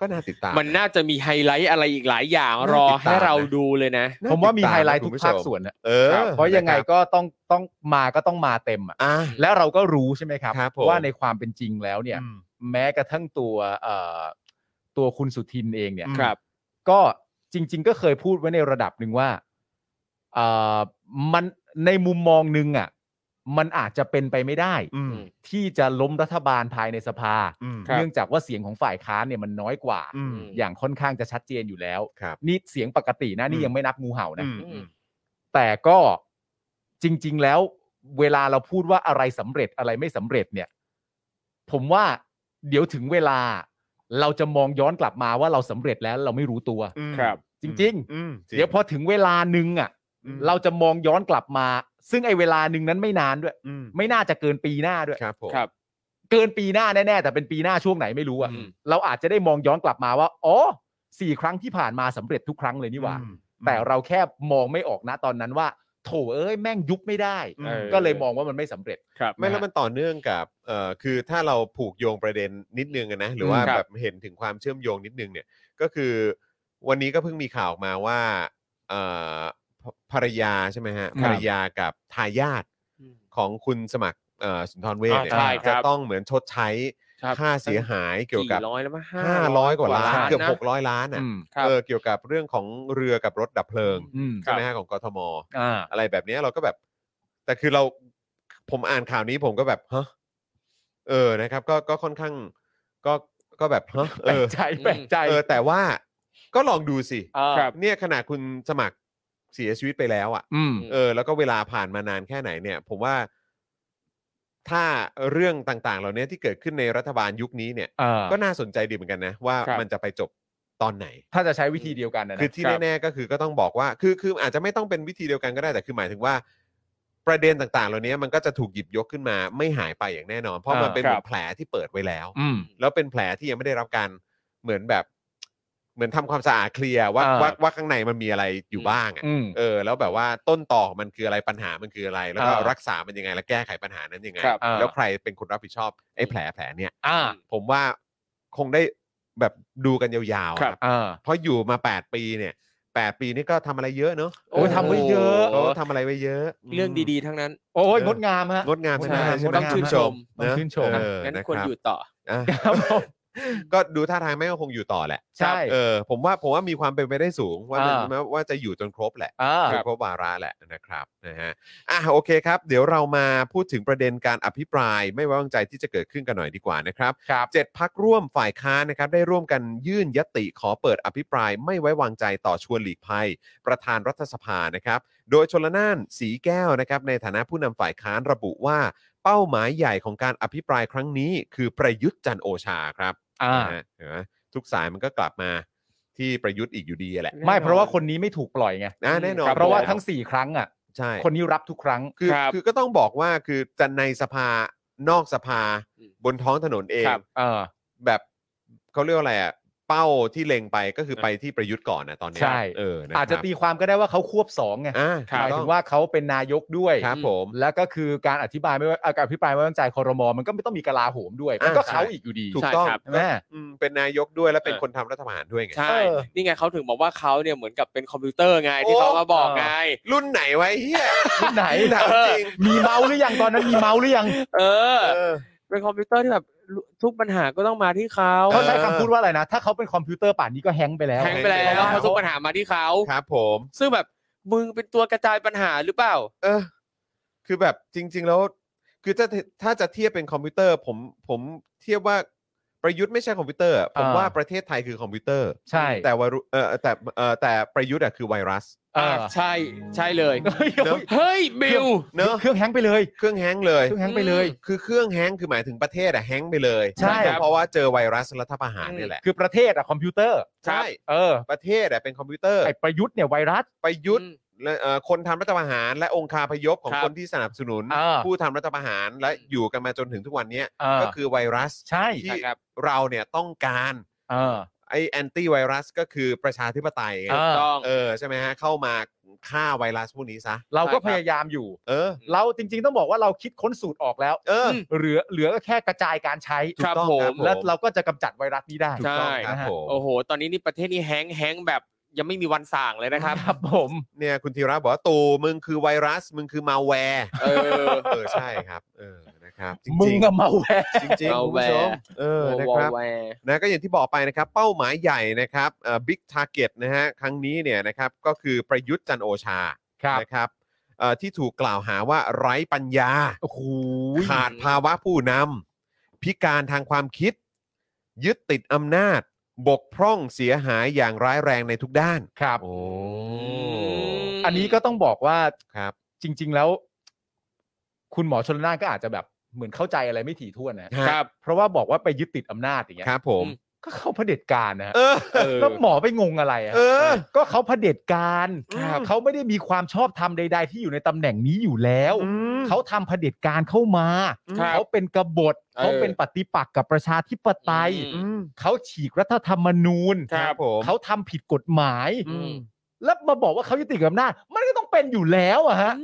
S3: ก็น่าติดตาม
S5: มันน่าจะมีไฮไลท์อะไรอีกหลายอย่าง
S3: น่าติด
S5: รอให้
S3: ตาม
S5: เรา
S3: นะ
S5: ดูเลยนะ
S3: น่
S4: ผมว่ามี
S3: ติดต
S4: ไฮไลท์
S3: นะ
S4: ทุ
S3: คุ
S4: ก
S3: ณผู้ช
S4: ภาค
S3: ม
S4: ส่วนนะ
S3: เออ
S4: ครับเพราะยังไง
S3: นคบ
S4: ก็ต้องต้องมาก็ต้องมาเต็มอ่ะ
S3: อ่ะ
S4: แล้วเราก็รู้ใช่ไหมครับ
S3: ครับผม
S4: ว่าในความเป็นจริงแล้วเนี่ย
S3: อืม
S4: แม้กระทั่งตัวเอ่อตัวคุณสุทินเองเนี่ย
S3: อืม
S5: ครับ
S4: ก็จริง ๆ ก็เคยพูดไว้ในระดับหนึ่งว่าเอ่อมันในมุมมองหนึงอ่ะ มันอาจจะเป็นไปไม่ได้
S3: อืม
S4: ที่จะล้มรัฐบาลภายในสภา
S3: อืม
S5: ครับ
S4: เนื่องจากว่าเสียงของฝ่ายค้านเนี่ยมันน้อยกว่า
S3: อืม
S4: อย่างค่อนข้างจะชัดเจนอยู่แล้ว
S3: ครับ
S4: นี่เสียงปกตินะ
S3: อื
S4: นี่
S3: ม
S4: ยังไม่นับงูเห่านะ
S3: อืมอืม
S4: แต่ก็จริง ๆ แล้วเวลาเราพูดว่าอะไรสำเร็จอะไรไม่สำเร็จเนี่ย ผมว่าเดี๋ยวถึงเวลา เราจะมองย้อนกลับมาว่าเราสำเร็จแล้วเราไม่รู้ตัว
S3: อืม
S5: ครับ
S4: จริง
S3: อืมจริง
S4: เดี๋ยวพอถึงเวลาหนึ่งอ่ะ
S3: อืม
S4: เราจะมองย้อนกลับมา ซึ่งไอ้เวลาหนึ่งนั้นไม่นานด้วย
S3: อืม
S4: ไม่น่าจะเกินปีหน้าด้วย
S3: ครับผม
S5: ครับ
S4: เกินปีหน้าแน่ๆแต่เป็นปีหน้าช่วงไหนไม่รู้อะ
S5: อืม
S4: เราอาจจะได้มองย้อนกลับมาว่าอ๋อสี่ครั้งที่ผ่านมาสำเร็จทุกครั้งเลยนี่หว่า
S3: อืม
S4: แต่เราแค่มองไม่ออกนะตอนนั้นว่า โถเอ้ยแม่งยุบไม่ได้
S3: อืม
S5: เออ
S4: ก็เลยมองว่ามันไม่สำเร็จ
S5: ครับ
S3: ไม่แล้วมันต่อเนื่องกับเอ่อคือถ้าเราผูกโยงประเด็นนิดนึงอะนะหรือว่า
S5: อืมครับ
S3: แบบเห็นถึงความเชื่อมโยงนิดนึงเนี่ยก็คือวันนี้ก็เพิ่งมีข่าวออกมาว่าเอ่อภภรรยาใช่ไหมฮะภรรยากับทายาท
S5: อืม
S3: ของคุณสมัครเอ่อสุนทรเวชเนี่ย
S5: อ่าใช่ครับ
S3: จะต้องเหมือนชดใช้
S5: ครับ
S3: ค่าเสียหายเกี่ยวกับ
S5: ร้อยแล้วมั้ง
S3: ห้าร้อยกว่าล้าน
S4: ล้าน
S3: เกือบ
S5: นะ
S3: หกร้อยล้านอ่ะ
S4: อืม
S5: ครับ
S3: เออเกี่ยวกับเรื่องของเรือกับรถดับเพลิง
S4: อืม
S3: ใช่ไหมฮะของกทม
S4: อ่า
S3: อะไรแบบเนี้ยเราก็แบบ แต่คือเราผมอ่านข่าวนี้ผมก็แบบฮะเออนะครับ ก็ก็ค่อนข้าง ก็ก็แบบฮะเอ
S4: แปล
S3: อก
S4: ใจแปลกใจ
S3: เออ แต่ว่าก็ลองดูสิ
S4: อ่า
S5: ครับ
S3: เนี่ยขณะคุณสมัครเสียชีวิตไปแล้วอ่ะ
S4: อืม
S3: เออแล้วก็เวลาผ่านมานานแค่ไหนเนี่ย ผมว่าถ้าเรื่องต่างๆ เหล่านี้ที่เกิดขึ้นในรัฐบาลยุคนี้เนี่ย
S4: เอ่อ
S3: ก็น่าสนใจดีเหมือนกันนะ ว่า
S5: ครับ
S3: มันจะไปจบตอนไหน
S4: ถ้าจะใช้วิธีเดียวกันนะนะ
S3: คือที่
S5: ครับ
S3: แน่ๆก็คือก็ต้องบอกว่าคือคืออาจจะไม่ต้องเป็นวิธีเดียวกันก็ได้แต่คือหมายถึงว่า ประเด็นต่างๆ เหล่านี้มันก็จะถูกหยิบยกขึ้นมาไม่หายไปอย่างแน่นอน เพราะมันเป็นเหมือน
S5: ครับ
S3: แผลที่เปิดไว้แล้ว
S4: อืม
S3: แล้วเป็นแผลที่ยังไม่ได้รับการเหมือนแบบ เหมือนทำความสะอาดเคลียร์ว่า
S4: อ่า
S3: ว่าว่าข้างในมันมีอะไรอยู่บ้างอะ
S4: อืม
S3: เออ แล้วแบบว่าต้นต่อของมันคืออะไรปัญหามันคืออะไร แล้วก็
S4: อ่ารั
S3: รักษามันยังไงและแก้ไขปัญหานั้นยังไง
S5: ครับ
S4: อ่า
S3: แล้วใครเป็นคนรับผิดชอบไอ้แผลแผลเนี่ย
S4: อ่า
S3: ผมว่าคงได้แบบดูกันยาวๆอะ
S5: ครับ
S4: อ่า
S3: เพราะอยู่มา 8 ปีเนี่ย 8 ปีนี่ก็ทำอะไรเยอะเนอะ
S4: โอ้ยทำไว้เยอะ
S3: เขาก็ทำอะไรไว้เยอะ
S5: เรื่องดีๆทั้งนั้น
S4: โอ้ยงดงามฮะ
S3: งดงามทั้งนั้นใช่ไหม
S4: ต้องชื่นชม
S3: ะ
S4: ต้องชื่นชม
S3: เออ
S5: งั้น
S3: นะ
S5: ควร
S3: ครับ
S5: อยู่ต่อ
S3: อ่ะ
S4: ครับผม
S3: ก็ดูท่าทางแม่ก็คงอยู่ต่อแหละ
S4: ใช่
S3: เออผมว่าผมว่ามีความเป็นไปได้สูงว่า
S4: อ่า
S3: มันว่าจะอยู่จนครบแหละ
S4: อ่า
S3: จนครบวาระแหละนะครับนะฮะอ่ะโอเคครับ เดี๋ยวเรามาพูดถึงประเด็นการอภิปรายไม่ไว้วางใจที่จะเกิดขึ้นกันหน่อยดีกว่านะครับ
S4: ครับ
S3: เจ็ดพักร่วมฝ่ายค้านนะครับได้ร่วมกันยื่นยติขอเปิดอภิปรายไม่ไว้วางใจต่อชวนหลีกภัย ประธานรัฐสภานะครับ โดยชลน่านสีแก้วนะครับในฐานะผู้นำฝ่ายค้านระบุว่า เป้าหมายใหญ่ของการอภิปรายครั้งนี้ คือประยุทธ์จันทร์โอชาครับ
S4: อ่า
S3: นะฮะเห็นไหมทุกสายมันก็กลับมาที่ประยุทธ์อีกอยู่ดีแหละ
S4: ไม่เพราะว่าคนนี้ไม่ถูกปล่อยไง
S3: นะแน่นอน
S5: ครับ
S4: เพราะว่า
S5: ผม
S4: ทั้งสี่ครั้งอ่ะ
S3: ใช่
S4: คนนี้รับทุกครั้ง
S3: คือ
S5: ครับ
S3: คือก็ต้องบอกว่าคือจะในสภานอกสภา
S5: อืม
S3: บนท้องถนนเอง
S5: ครับ
S4: เออ
S3: แบบเขาเรียกว่าอะไรอ่ะเป้าที่เล็งไปก็คือ
S5: เออ
S3: ไปที่ประยุทธ์ก่อนนะตอนเนี้ย
S4: ใช่
S3: เออ
S4: อาจจะตีความก็ได้ว่าเขาควบสองไง
S3: อ่า
S4: หมาย
S3: ถูก
S4: ถึง
S3: ต้อง
S4: ว่าเขาเป็นนายกด้วย
S3: ครับผม
S4: แล้วก็คือการอธิบายไม่ว่าเอ่อการอภิปรายไม่ไว้วางใจคอรมอมันก็ไม่ต้องมีกลาโหมด้วย มันก็
S3: อ่าใช่
S4: เขาอีกอยู่ดี
S3: ถูกต้อง
S5: ใช่ครับ
S4: ใช่ไหม
S3: อืมเป็นนายกด้วยและเป็น
S5: เออ
S3: คนทำรัฐประหารด้วยไง
S5: ใช่
S4: เออ
S5: นี่ไงเขาถึงบอกว่าเขาเนี่ยเหมือนกับเป็นคอมพิวเตอร์ไงที่
S3: โอ้
S5: เขามาบอกไง
S3: รุ่นไหนไวะไอ้เฮีย
S4: ที่ไหน
S3: ถามจริง
S4: มีเมาส์หรือยังตอนนั้นมีเมาส์หรือยัง
S5: เออ
S3: เออ
S5: เป็นคอมพิวเตอร์ที่แบบทุกปัญหาก็ต้องมาที่เขา
S4: เขาใช้คำพูดว่าอะไรนะ ถ้าเขาเป็นคอมพิวเตอร์ป่านนี้ก็แฮงก์ไปแล้ว
S5: แทงไปแล้
S3: แทงไปแล้ว ว
S5: เขาทุกปัญหามาที่เขา
S3: ครับผม
S5: ซึ่งแบบมึงเป็นตัวกระจายปัญหาหรือเปล่า
S3: เออคือแบบจริง ๆ แล้ว คือถ้าถ้าจะเทียบเป็นคอมพิวเตอร์ ผมผมเทียบว่าประยุทธ์ไม่ใช่คอมพิวเตอร์อะผม
S4: อ่า
S3: ว่าประเทศไทยคือคอมพิวเตอร์
S4: ใช่
S3: แต่วารุเออแต่เออแต่ประยุทธ์อะคือไวรัส
S4: เออ
S5: ใช่ใช่เลย
S4: เฮ้ย
S3: เนอะ
S5: เฮ้ยบิล
S3: เนอะ
S4: เครื่องแฮงก์ไปเลย
S3: เครื่องแฮงก์เลย
S4: เครื่องแฮงก์ไปเลย
S3: คือเครื่องแฮงก์คือหมายถึงประเทศอะแฮงก์ไปเลย
S4: ใช่
S5: ครับ
S3: เพราะว่าเจอไวรัสรัฐประหารนี่แหละ
S4: คือประเทศอะคอมพิวเตอร์
S3: ใช่
S4: เออ
S3: ประเทศอะเป็นคอมพิวเตอร์
S4: ไอประยุทธ์เนี่ยไวรัส
S3: ประยุทธ์
S5: อืม
S3: และเอ่อคนทำรัฐประหาร และองคาพยพของ
S5: ครับ
S3: คนที่สนับสนุน
S4: อ่า
S3: ผู้ทำรัฐประหารและอยู่กันมาจนถึงทุกวันเนี้ย
S4: เออ
S3: ก็คือไวรัส
S4: ใช่
S3: ที่
S5: ใช่ครับ
S3: เราเนี่ยต้องการ
S4: เออ
S3: ไอแอนตี้ไวรัสก็คือประชาธิปไตยไง
S4: เออ
S5: ต้อง
S3: เออใช่ไหมฮะเข้ามาฆ่าไวรัสพวกนี้ซะ
S4: เราก็
S5: ใช่ค
S4: พ
S5: รับ
S4: ยายามอยู่
S3: เออ
S4: เราจริง ๆ ต้องบอกว่าเราคิดค้นสูตรออกแล้ว
S3: เออ
S5: อืม
S4: เหลือเหลือก็แค่กระจายการใช้
S3: ถูก
S5: ครับ
S3: ต้อง
S5: ผม
S3: ครับ
S4: แล้วเราก็จะกำจัดไวรัสนี้ได้
S3: ถูกต้องครับ
S4: นะฮะ
S3: ผม
S5: โอ้โห ตอนนี้นี่ประเทศนี้แฮงค์แฮงค์แบบยังไม่มีวันส่างเลยนะครับ
S4: ครับผม
S3: เนี่ยคุณธีระบอกว่าตูมึงคือไวรัส มึงคือมาแวร์
S5: เออ
S3: เออใช่ครับเออนะครับจริ
S4: มึง
S3: ง
S4: อะมาแวะ
S3: ๆจริงๆคุณผู้ชมเออนะครับ
S5: วอลแวร์
S3: นะก็อย่างที่บอกไปนะครับเป้าหมายใหญ่นะครับบิ๊กทาร์เก็ตนะฮะครั้งนี้เนี่ยนะครับก็คือประยุทธ์จันทร์โอชา
S4: ครับ
S3: นะครับเอ่อที่ถูกกล่าวหาว่าไร้ปัญญา
S4: โอ้โห
S3: ขาดภาวะผู้นำพิการทางความคิด ยึดติดอำนาจ บกพร่องเสียหายอย่างร้ายแรงในทุกด้าน
S4: ครับ
S3: โอ้
S4: อันนี้ก็ต้องบอกว่า
S3: ครับ
S4: จริง ๆ แล้ว คุณหมอชนละนานก็อาจจะแบบเหมือนเข้าใจอะไรไม่ถี่ถ้วนนะ
S5: ครับ
S4: เพราะว่าบอกว่าไปยึดติดอำนาจอย่างเงี้ย
S3: ครับผม
S5: อืม
S4: ก็เขาเผด็จการนะฮะ
S3: เออ
S4: แล้วหมอไปงงอะไรอะ
S3: เออ
S4: ก็เขาเผด็จการ
S3: ครับ
S4: เขาไม่ได้มีความชอบธรรมใด ๆ ที่อยู่ในตำแหน่งนี้อยู่แล้ว
S3: อืม
S4: เขาทำเผด็จการเข้ามา
S5: ครับ
S4: เขาเป็นกบฏ
S5: เออ
S4: เขาเป็นปฏิปักษ์กับประชาธิปไตย
S5: อืม
S4: เขาฉีกรัฐธรรมนูญ
S3: ครับผม
S4: เขาทำผิดกฎหมาย
S5: อืม
S4: แล้วมาบอกว่าเขายุติกับอำนาจ มันก็ต้องเป็นอยู่แล้วอะฮะ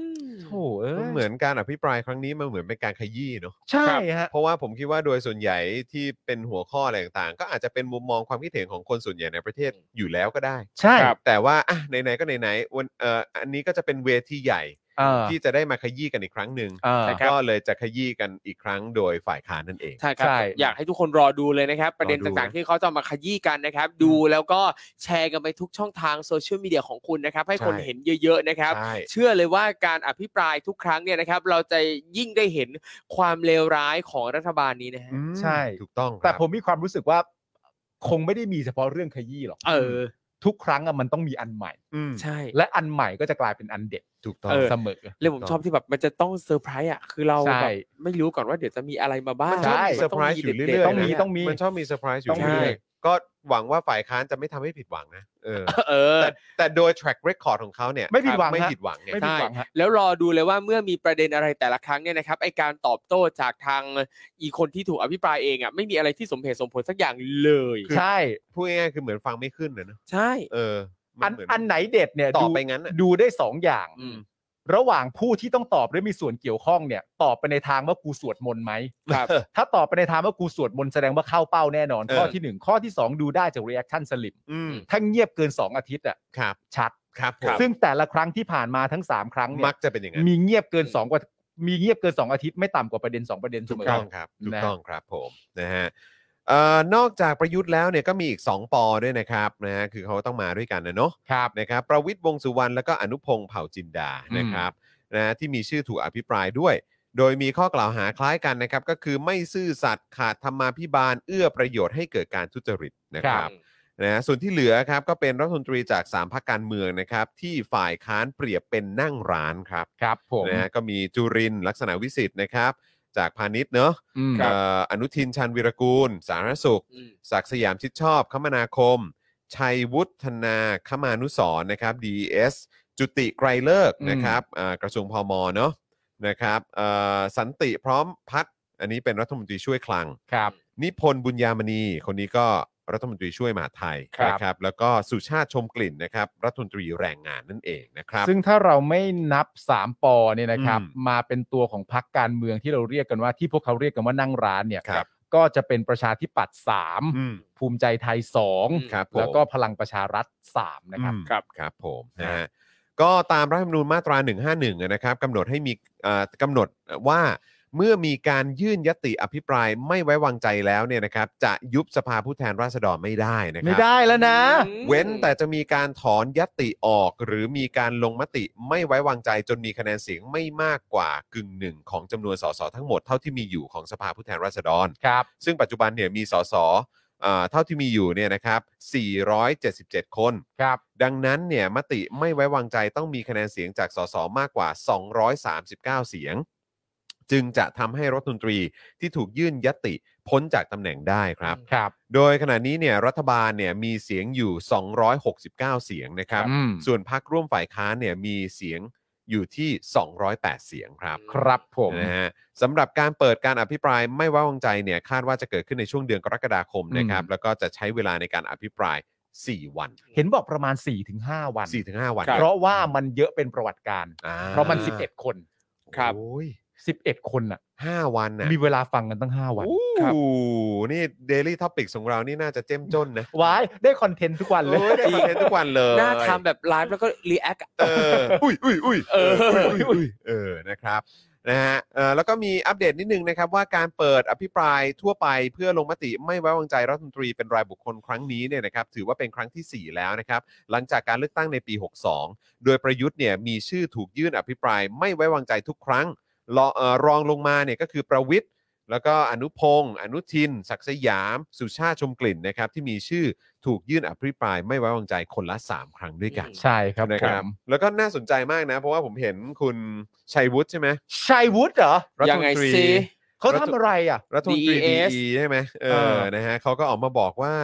S4: โถ่เอ้
S3: มัน
S4: ย
S3: เหมือนการอภิปรายครั้งนี้มันเหมือนเป็นการขยี้เนอะ
S4: ใช่ฮะ
S3: เพราะว่าผมคิดว่าโดยส่วนใหญ่ที่เป็นหัวข้ออะไรต่างๆ ก็อาจจะเป็นมุมมองความคิดเห็นของคนส่วนใหญ่ในประเทศอยู่แล้วก็ได้
S4: ใช่
S3: แต่ว่าอ่ะไหนๆก็ไหนๆวันเอ่ออันนี้ก็จะเป็นเวทีใหญ่
S4: เออ
S3: ที่จะได้มาขยี้กันอีกครั้งหนึ่ง
S4: เออ
S5: ใช่ ครับ
S3: ก็เลยจะขยี้กันอีกครั้งโดยฝ่ายค้านนั่นเอง
S5: ใช่ครับ
S4: ใช่
S5: อยากให้ทุกคนรอดูเลยนะครับ ประเด็น
S3: รอดู
S5: ต่าง
S3: นะ
S5: ๆที่เขาจะเอามาขยี้กันนะครับ ดูแล้วก็แชร์กันไปทุกช่องทางโซเชียลมีเดียของคุณนะครับ ให้คนเห็นเยอะๆนะครับ
S3: ใช่
S5: เชื่อเลยว่าการอภิปรายทุกครั้งเนี่ยนะครับ เราจะยิ่งได้เห็นความเลวร้ายของรัฐบาลนี้นะฮะ
S3: อืม
S4: ใช่
S3: ถูกต้องครับ
S4: แต่ผมมีความรู้สึกว่า คงไม่ได้มีเฉพาะเรื่องขยี้หรอก
S5: เออ
S4: ทุกครั้งอะมันต้องมีอันใหม่
S3: อืม
S5: ใช่
S4: และอันใหม่ก็จะกลายเป็นอันเด็ด
S3: ถูกต้อง
S5: เออ
S4: เสมอ
S5: เลยผมชอบที่แบบมันจะต้องเซอร์ไพรส์อ่ะคือเรา
S4: ใช่
S5: แบบไม่รู้ก่อนว่าเดี๋ยวจะมีอะไรมาบ้าง
S3: มันชอบมี
S5: น
S3: เซอร์ไพรส์อยู่เรื่อยๆ
S4: ต้องมี
S3: นะ
S4: ต้องมี
S3: มันชอบมีเซอร์ไพรส์อยู่
S4: ต้องมี
S3: เรื่อยๆก็หวังว่าฝ่ายค้านจะไม่ทำให้ผิดหวังนะเออ
S5: เออ
S3: แต่แต่โดย track record ของเขาเนี่ย
S4: ไม่ผิดหวัง
S3: ไม่
S4: ฮะ
S3: ผิดหวังไง
S4: ไม่ผิดหวังฮะ
S5: แล้วรอดูเลยว่าเมื่อมีประเด็นอะไรแต่ละครั้งเนี่ยนะครับไอการตอบโต้จากทางอีคนที่ถูกอภิปรายเองอ่ะไม่มีอะไรที่สมเหตุสมผลสักอย่างเลย
S4: ใช่
S3: พูดง่ายๆคือเหมือนฟังไม่ขึ้นเลยเนอะ
S5: ใช่
S3: เออมั
S4: อัน
S3: เหมือน
S4: อันไหนเด็ดเนี่ย
S3: ต่อ
S4: ดู
S3: ไปงั้นอะ
S4: ดูได้สองอย่าง
S5: อืม
S4: ระหว่างผู้ที่ต้องตอบหรือมีส่วนเกี่ยวข้องเนี่ยตอบไปในทางว่ากูสวดมนต์ไหม
S5: ครับ
S4: ถ้าตอบไปในทางว่ากูสวดมนต์แสดงว่าเข้าเป้าแน่นอน
S3: เออ
S4: ข้อทีหนึ่งข้อที่สองดูได้จาก reaction slip
S3: อืม
S4: ถ้าเงียบเกิน 2 อาทิตย์อ่ะ
S3: ครับ
S4: ชัด
S3: ครับผม
S4: ซึ่งแต่ละครั้งที่ผ่านมาทั้ง 3 ครั้งเนี่
S3: มั
S4: ย
S3: กจะเป็นอย่างนั้น
S4: มีเงียบเกิน2กว่ามีเงียบเกิน 2 อาทิตย์ไม่ต่ำกว่าประเด็น 2 ประเด็นเส
S3: ถู
S4: ม
S3: ก
S4: อ
S3: ต้องครับถูก
S4: นะ
S3: ต้องครับผมนะฮะเอ่อนอกจากประยุทธ์แล้วเนี่ยก็มีอีก 2 ปอด้วยนะครับนะฮะคือเขาต้องมาด้วยกันนะเนาะ
S4: ครับ
S3: นะครับประวิทย์วงษ์สุวรรณแล้วก็อนุพงษ์เผ่าจินดา
S4: อืม
S3: นะครับนะที่มีชื่อถูกอภิปรายด้วย โดยมีข้อกล่าวหาคล้ายกันนะครับ ก็คือไม่ซื่อสัตย์ขาดธรรมาภิบาลเอื้อประโยชน์ให้เกิดการทุจริตนะครับนะส่วนที่เหลือครับก็เป็นรัฐมนตรีจาก 3พักการเมืองนะครับ ที่ฝ่ายค้านเปรียบเป็นนั่งร้านครับ
S4: ครับผม
S3: นะฮะก็มีจุรินทร์ลักษณะวิสิทธิ์นะครับ จากพาณิชย์เนาะ
S4: อืม
S3: เอ่ออนุทินชันวิรกูล สาธารณสุข
S5: อืม
S3: ศักดิ์สยามชิดชอบ คมนาคม ชัยวุฒนาคมานุสรณ์นะครับ DES จุติไกรเลิกษ์
S4: อืม
S3: นะครับอ่ากระทรวงพมเนาะนะครับเอ่อสันติพร้อมพัฒน์อันนี้เป็นรัฐมนตรีช่วยคลัง
S4: ครับ
S3: นิพนธ์บุญญามณีคนนี้ก็รัฐมนตรีช่วยมหาดไทย
S4: ครับ
S3: นะครับ แล้วก็สุชาติชมกลิ่นนะครับรัฐมนตรีแรงงานนั่นเองนะครับ
S4: ซึ่งถ้าเราไม่นับ 3 ปอเนี่ยนะครับ
S3: อืม
S4: มาเป็นตัวของพักการเมืองที่เราเรียกกันว่าที่พวกเขาเรียกกันว่านั่งร้านเนี่ย
S3: ครับ
S4: ก็จะเป็นประชาธิปัตย์สาม
S3: อืม
S4: ภูมิใจไทยสอง
S3: ครับผม
S4: แล้วก็พลังประชารัฐสามนะครับ
S3: อืมครับผมนะฮะก็ตามรัฐธรรมนูญมาตรา 151อะนะครับกำหนดให้มีเอ่อกำหนดว่าเมื่อมีการยื่นยติอภิปรายไม่ไว้วางใจแล้วเนี่ยนะครับจะยุบสภาผู้แทนราษฎรไม่ได้นะค
S4: ไม่
S3: รั
S4: ได้แล้วนะ
S3: เว้นแต่จะมีการถอนยติออก หรือมีการลงมติไม่ไว้วางใจ จนมีคะแนนเสียงไม่มากกว่ากึ่งหนึ่งของจำนวนสสทั้งหมดเท่าที่มีอยู่ของสภาผู้แทนราษฎร
S4: ครับ
S3: ซึ่งปัจจุบันเนี่ยมีสสเอ่อเท่าที่มีอยู่เนี่ยนะครับ477 คน
S4: ครับ
S3: ดังนั้นเนี่ยมติไม่ไว้วางใจต้องมีคะแนนเสียงจากสสมากกว่า 239 เสียง จึงจะทำให้รัฐมนตรีที่ถูกยื่นยติพ้นจากตำแหน่งได้ครับ
S4: ครับ
S3: โดยขณะนี้เนี่ยรัฐบาลเนี่ยมีเสียงอยู่ 269 เสียงนะครับ
S4: อืม
S3: ส่วนพักร่วมฝ่ายค้านเนี่ยมีเสียงอยู่ที่ 208 เสียงครับ
S4: ครับผม
S3: นะฮะสำหรับการเปิดการอภิปรายไม่ไว้วางใจเนี่ยคาดว่าจะเกิดขึ้นในช่วงเดือนกรกฎาคมนะครับ
S4: อืม
S3: แล้วก็จะใช้เวลาในการอภิปราย 4 วัน
S4: เห็นบอกประมาณ 4-5 วัน
S3: 4-5 วัน
S4: เพราะว่ามันเยอะเป็นประวัติการ
S3: อ่
S4: เพราะมัน
S5: สิบเอ็ด
S4: 11 คน
S5: ครับ
S3: โอ้ย
S4: 11 คนน่ะ
S3: ห้าวันน่ะ
S4: มีเวลาฟังกันตั้ง 5 วัน
S3: โอ้โหนี่ Daily Topics ของเรานี่น่าจะเจ้มจนนะ
S4: ว้ายได้คอนเทนต์ทุกวันเลย
S3: โอ้ยได้คอนเทนต์ทุกวันเลย
S5: หน้าทำแบบไลฟ์แล้วก็รีแอค
S3: เอออุ้ยอุ้ยอุ้ย
S5: เออ
S3: ยอุ้ยเออนะครับนะฮะเอ่อแล้วก็มีอัปเดตนิดนึงนะครับว่าการเปิดอภิปรายทั่วไปเพื่อลงมติไม่ไว้วางใจรัฐมนตรีเป็นรายบุคคลครั้งนี้เนี่ยนะครับถือว่าเป็นครั้งทีสี่ 4 แล้วนะครับ หลังจากการเลือกตั้งในปี 62 โดยประยุทธ์เนี่ยมีชื่อถูกยื่นอภิปรายไม่ไว้วางใจทุกครั้งรอเอ่อรองลงมาเนี่ยก็คือประวิทย์แล้วก็อนุพงศ์อนุทิน ศักดิ์สยาม สุชาติชมกลิ่นนะครับที่มีชื่อถูกยื่นอภิปรายไม่ไว้วางใจคนละ 3 ครั้งด้วยกัน
S4: ใช่ครับ
S3: นะ
S4: ผ
S3: ครับ
S4: ม
S3: แล้วก็น่าสนใจมากนะ เพราะว่าผมเห็นคุณชัยวุฒิใช่ไหม
S4: ชัยวุฒิเหรอ
S3: รัฐ
S5: ยัง
S3: มน
S5: ไง
S3: ตรี
S5: สิ
S4: เขาทำอะไรอ่ะ
S3: รัฐมนตรี
S5: DES
S3: ดีใช่ไหมเอ
S4: เอ
S3: อ
S4: อ
S3: นะฮะเขาก็ออกมาบอกว่า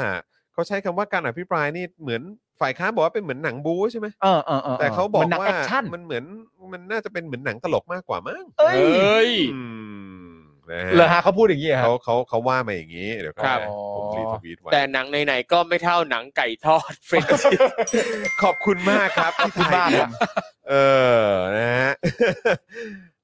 S3: เขาใช้คำว่าการอภิปรายนี่เหมือนฝ่ายค้านบอกว่าเป็นเหมือนหนังบู๊ใช่ไหม
S4: เออเออเออ
S3: แต่เขาบอก
S4: มันหนั
S3: ว่า
S4: แอคชั่น
S3: มันเหมือนมันน่าจะเป็นเหมือนหนังตลกมากกว่ามั้ง
S4: เอ้ย
S5: เอ้ย
S3: อืมนะ
S4: เหรอ
S3: ฮะ
S4: ฮะเขาพูดอย่างนี้เหรอฮะ
S3: เขาเขาเขาว่ามาอย่างนี้ เดี๋ยวก่อน
S5: ครับ
S3: นะผมรีทวีตไว้
S5: แต่หนังไหนๆก็ไม่เท่าหนังไก่ทอดเฟรนช์
S3: ขอบคุณมากครับที่
S4: คุณ
S3: ถ่าย
S4: บ้า
S3: เนี่ยเออนะฮะ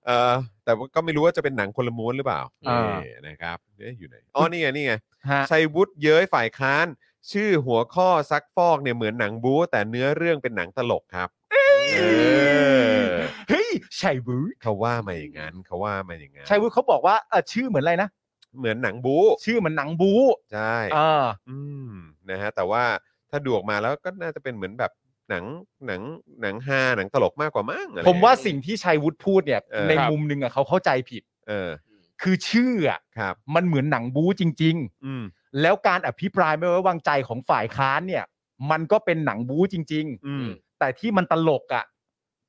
S3: เออแต่ว่าก็ไม่รู้ว่าจะเป็นหนังคนละม้วนหรือเปล่า
S4: อ่า
S3: นี่นะครับเอ๊ะอยู่ไหนอ๋อนี่ไงนี่ไง
S4: ฮะ
S3: ชัยวุฒิเย้ยฝ่ายค้าน ชื่อหัวข้อซักฟอกเนี่ยเหมือนหนังบู๊แต่เนื้อเรื่องเป็นหนังตลกครับเออ
S4: เฮ้ยชัยวุฒิ
S3: เขาว่ามาอย่างนั้นเขาว่ามาอย่างนั้น
S4: ชัยวุฒิเขาบอกว่าเอ่อชื่อเหมือนอะไรนะ
S3: เหมือนหนังบู๊
S4: ชื่อเหมือนหนังบู๊
S3: ใช่
S4: อ่า
S3: อืมนะฮะแต่ว่าถ้าดูออกมาแล้วก็น่าจะเป็นเหมือนแบบหนังหนังหนังฮาหนังตลกมากกว่ามั้งอะไร
S4: ผมว่าสิ่งที่ชัยวุฒิพูดเนี่ย
S3: เออ
S4: ใน
S5: ครับ
S4: มุมหนึ่งอะเขาเข้าใจผิด
S3: เออ
S4: คือชื่ออะ
S3: ครับ
S4: มันเหมือนหนังบู๊จริง
S3: อืม
S4: ๆ แล้วการอภิปรายไม่ไว้วางใจของฝ่ายค้านเนี่ย มันก็เป็นหนังบู๊จริง
S3: อืม
S4: ๆ แต่ที่มันตลกอะ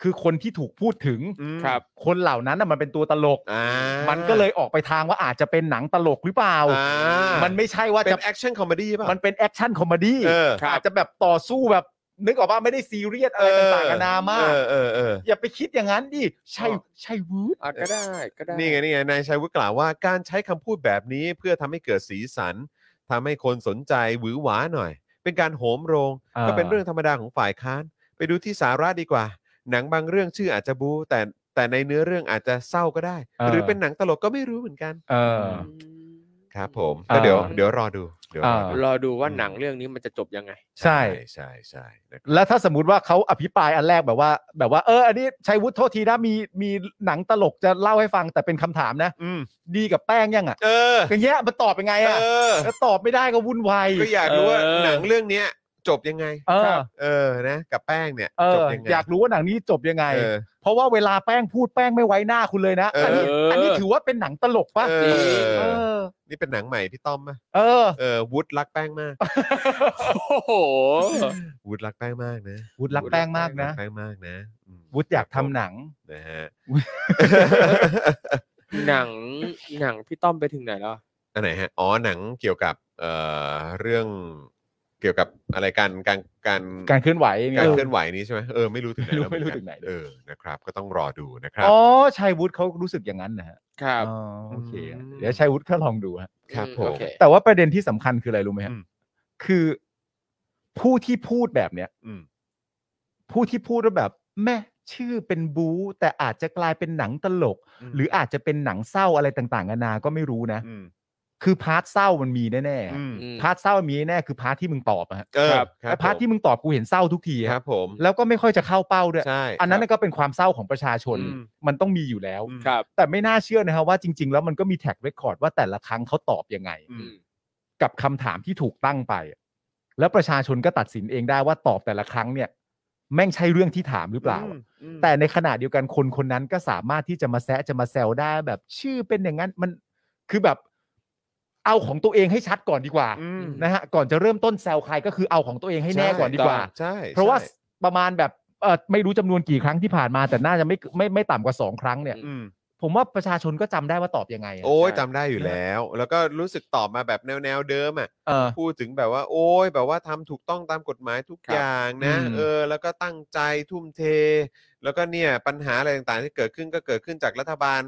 S4: คือคนที่ถูกพูดถึง
S3: อืม
S5: ครับ
S4: คนเหล่านั้นน่ะมันเป็นตัวตลก
S3: อ่ามั
S4: มันก็เลยออกไปทางว่าอาจจะเป็นหนังตลกหรือเปล่า
S3: อ่ามั
S4: มันไม่ใช่ว่า
S3: เป็
S4: จะ
S3: นแอคชั่นคอมเมดี้ป่ะ
S4: มันเป็นแอคชั่นคอมเมดี้
S3: เออ
S5: ครับ
S4: อาจจะแบบต่อสู้แบบ นึกออกว่าไม่ได้ซีเรียสอะไรต่างๆนานามาก
S3: เออเออเออ
S4: อย่าไปคิดอย่างนั้นดิชัยชัยวุฒิ
S5: อ่ะก็ได้ก็ได้
S3: นี่ไงนี่ไงนายชัยวุฒิกล่าวว่าการใช้คำพูดแบบนี้เพื่อทำให้เกิดสีสันทำให้คนสนใจหวือหวาหน่อย เป็นการโหมโรง
S4: อ่า
S3: ก็เป็นเรื่องธรรมดาของฝ่ายค้าน ไปดูที่สาระดีกว่า หนังบางเรื่องชื่ออาจจะบู๊แต่แต่ในเนื้อเรื่องอาจจะเศร้าก็ได้
S4: เออ
S3: หรือเป็นหนังตลกก็ไม่รู้เหมือนกัน
S4: เออ
S3: ครับผม
S4: อ่า
S3: ก็เดี๋ยวเดี๋ยวรอดูเดี๋ยวรอ
S4: อ่า
S3: ดู
S5: รอดูว่าหนังเรื่องนี้มันจะจบยังไง
S4: ใช่
S3: ใช่ใช่นะครับ
S4: แล้วถ้าสมมติว่าเขาอภิปรายอันแรกแบบว่า แบบว่าเอออันนี้ชัยวุฒิโทษทีนะมีมีหนังตลกจะเล่าให้ฟังแต่เป็นคำถามนะ
S3: อืม
S4: ดีกับแป้งยังอ่ะ
S3: เออ
S4: อย่างเงี้ยมันตอบยังไงอ่ะ
S3: เออ
S4: ถ้าตอบไม่ได้ก็วุ่นวาย
S3: ก็อยากรู้ว่า
S5: เออ
S3: หนังเรื่องเนี้ยจบยังไง
S4: เออ
S3: เออนะ กับแป้งเนี่ย
S4: เอ
S3: จบ
S4: อ
S3: ยังไง
S4: อยากรู้ว่าหนังนี้จบยังไง
S3: เออ
S4: เพราะว่าเวลาแป้งพูดแป้งไม่ไว้หน้าคุณเลยนะ
S3: เอออั
S4: นนี้อันนี้ถือว่าเป็นหนังตลกปะ
S3: เอ
S4: เอ
S3: อ
S4: อ
S3: นี่เป็นหนังใหม่พี่ต้อมป่ะ
S4: เออ
S3: เออวุฒรักแป้งมาก
S5: โอ้โห
S3: วุฒรักแป้งมากนะ
S4: วุฒิรักแป้งมากนะ
S3: รัแป้งมากนะอืม
S4: วุฒิอยากทำหนัง
S3: นะฮะ
S4: วุฒิ
S5: หนังหนังพี่ต้อมไปถึงไหนแล้ว
S3: อันไหนฮะอ๋อหนังเกี่ยวกับเอ่อเรื่องเกี่ยวกับอะไรการการการ
S4: การเคลื่อนไหวเนี่ย
S3: การเคลื่อนไหวนี้ใช่ไหมเออไม่รู้ถึงไหน
S4: ไม่รู้
S3: แล้วเอ
S4: ไม่รู้
S3: กั
S4: ถึงไหนเลย
S3: เออนะครับ ก็ต้องรอดูนะครับ
S4: อ๋อชัยวุฒิเขารู้สึกอย่างนั้นนะฮะ
S5: ครับ
S4: อ๋อโอเค
S3: อืม
S4: เดี๋ยวชัยวุฒิก็ลองดูฮะ
S3: ครับ
S5: อืม
S3: ผม
S5: โอเค
S4: แต่ว่าประเด็นที่สำคัญคืออะไรรู้ไหม
S3: อื
S4: ฮะ
S3: ม
S4: คือผู้ที่พูดแบบเนี้ย
S3: อืม
S4: ผู้ที่พูดว่าแบบ แม่ชื่อเป็นบู๊แต่อาจจะกลายเป็นหนังตลก หรืออาจจะเป็นหนังเศร้าอะไรต่างๆนานาก็ไม่รู้นะ
S3: ม
S4: คือพาร์ทเศร้ามันมีแน่ๆฮะ
S3: อืม
S5: อืม
S4: พาร์ทเศร้ามันมีแน่ๆคือพาร์ทที่มึงตอบอะฮะ
S3: เออ
S5: ครับ
S3: ครั
S4: แต่พาร์ทที่มึงตอบกูเห็นเศร้าทุกที
S3: ค
S4: ค
S3: รั
S4: รั
S3: บบ ผม
S4: แล้วก็ไม่ค่อยจะเข้าเป้าด้วย
S3: ใช่
S4: อันนั้นก็เป็นความเศร้าของประชาชน
S3: อืม
S4: มันต้องมีอยู่แล้ว
S5: ครับ
S4: แต่ไม่น่าเชื่อนะครับว่าจริง ๆ แล้วมันก็มีแท็กเรคคอร์ดว่าแต่ละครั้งเขาตอบยังไง
S3: อืม
S4: กับคำถามที่ถูกตั้งไป แล้วประชาชนก็ตัดสินเองได้ว่าตอบแต่ละครั้งเนี่ย แม่งใช่เรื่องที่ถามหรือเปล่า แต่ในขณะเดียวกันคนคนนั้นก็สามารถที่จะมาแซะจะมาแซวได้แบบชื่อเป็นอย่างนั้นมันคือแบบ เอาของตัวเองให้ชัดก่อนดีกว่า
S3: อืม
S4: นะฮะก่อนจะเริ่มต้นแซวใครก็คือเอาของตัวเองให้แน่ก่อนดีกว่า
S3: ใช่ใช่
S4: เพราะว่าประมาณแบบเอ่อไม่รู้จำนวนกี่ครั้งที่ผ่านมา แต่น่าจะไม่ไม่ไม่ต่ำกว่าสองครั้งเนี่ย
S3: อืม
S4: ผมว่าประชาชนก็จำได้ว่าตอบยังไงอะ
S3: โอ้ยจำได้อยู่แล้ว แล้วก็รู้สึกตอบมาแบบแนวแนวๆเดิมอ่ะ
S4: เออ
S3: พูดถึงแบบว่า โอ้ยแบบว่าทำถูกต้องตามกฎหมายทุก
S5: ครับ
S3: อย่างนะ
S4: อืม
S3: เออ แล้วก็ตั้งใจทุ่มเท แล้วก็เนี่ยปัญหาอะไรต่างๆ ที่เกิดขึ้นก็เกิดขึ้นจากรัฐบาล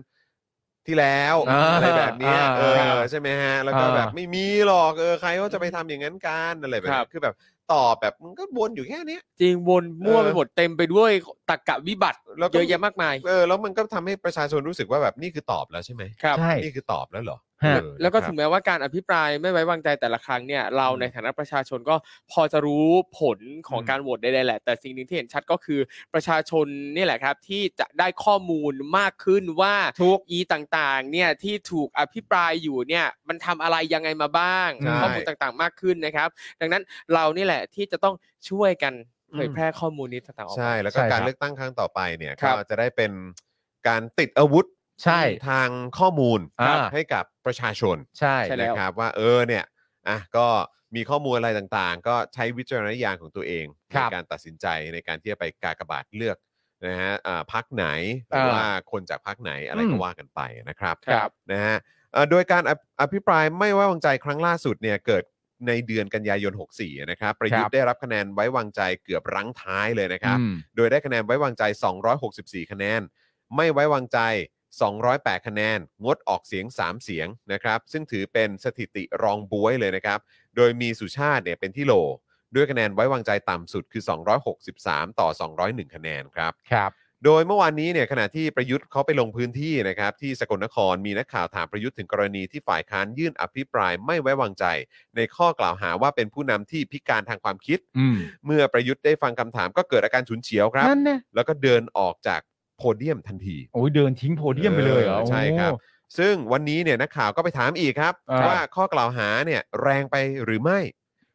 S3: ที่แล้ว
S4: อ่า
S3: อะไรแบบเนี้ย
S4: อ่า
S3: เออใช่ไหมฮะ แล้วก็
S4: อ่า
S3: แบบไม่มีหรอกเออใครเขาจะไปทำอย่างนั้นกันอะไรแบบ
S5: ครั
S3: นี้
S5: บ
S3: คือแบบตอบแบบมันก็วนอยู่แค่เนี้ย
S5: จริงวนมั่ว
S3: เออ
S5: ไปหมดเต็มไปด้วยตรกกะวิบัติ
S3: แล้วก็
S5: เยอะแยะมากมาย
S3: เออแล้วมันก็ทำให้ประชาชนรู้สึกว่าแบบนี่คือตอบแล้วใช่ไหม
S5: ครับ
S4: ใช่
S3: นี่คือตอบแล้วเหรอ
S4: ฮะ
S3: เออ
S5: แล้วก็
S3: นะค
S5: ถึ
S3: รับ
S5: งแม้ว่าการอภิปรายไม่ไว้วางใจแต่ละครั้งเนี่ยเราในฐานะประชาชนก็พอจะรู้ผลของ
S3: อืม
S5: การโหวตได้แหละ แต่สิ่งหนึ่งที่เห็นชัดก็คือประชาชนนี่แหละครับ ที่จะได้ข้อมูลมากขึ้นว่า
S4: ทุก
S5: อีต่างๆเนี่ยที่ถูกอภิปรายอยู่เนี่ยมันทำอะไรยังไงมาบ้าง
S3: ใช่
S5: ข้อมูลต่างๆมากขึ้นนะครับ ดังนั้นเรานี่แหละที่จะต้องช่วยกันเผยแพร่ข้อมูลนี้ต่างๆออกมา
S3: ใช่แล้วก็
S4: ใช่ครับ
S3: การเลือกตั้งครั้งต่อไปเนี่ย
S5: ครับ
S3: ก็จะได้เป็นการติดอาวุธ
S4: ใช่
S3: ทางข้อมูล
S4: อ่า
S3: ให้กับประชาชน
S4: ใช่
S5: ใช่ แล้ว
S3: นะครับว่าเออเนี่ยอ่ะก็มีข้อมูลอะไรต่างๆ ก็ใช้วิจารณญาณของตัวเองใน
S4: ครับ
S3: การตัดสินใจในการที่จะไปกากบาทเลือกนะฮะอ่าพักไหนห
S4: เออ
S3: รือว่าคนจากพักไหนอะไร
S4: อืม
S3: ก็ว่ากันไปนะครับ
S5: ครับ
S3: นะฮะเอ่อโดยการอภิอภิปรายไม่ไว้วางใจครั้งล่าสุดเนี่ยเกิดในเดือนกันยายน 64 นะครับประยุท
S4: ครั
S3: ธ์
S4: บ
S3: ได้รับคะแนนไว้วางใจเกือบรั้งท้ายเลยนะครับ
S4: อืม
S3: โดยได้คะแนนไว้วางใจ 264 คะแนน ไม่ไว้วางใจ 208 คะแนน งดออกเสียง 3 เสียงนะครับ ซึ่งถือเป็นสถิติรองบวยเลยนะครับ โดยมีสุชาติเนี่ยเป็นที่โหล ด้วยคะแนนไว้วางใจต่ำสุดคือ 263 ต่อ 201 คะแนนครับ
S4: ครับ
S3: โดยเมื่อวานนี้เนี่ยขณะที่ประยุทธ์เขาไปลงพื้นที่นะครับที่สกลนครมีนักข่าวถามประยุทธ์ถึงกรณีที่ฝ่ายค้านยื่นอภิปรายไม่ไว้วางใจ ในข้อกล่าวหาว่าเป็นผู้นำที่พิการทางความคิด
S4: อืม
S3: เมื่อประยุทธ์ได้ฟังคำถามก็เกิดอาการฉุนเฉียวครับ
S4: นั่นนะ
S3: แล้วก็เดินออกจากโพเดียมทันที
S4: โอ้ยเดินทิ้งโพเดียมไปเลยเหรอ
S3: เออใช่ครับ
S4: โอ้
S3: ซึ่งวันนี้เนี่ยนักข่าวก็ไปถามอีกครับ
S4: อ่า
S3: ว่าข้อกล่าวหาเนี่ยแรงไปหรือไม่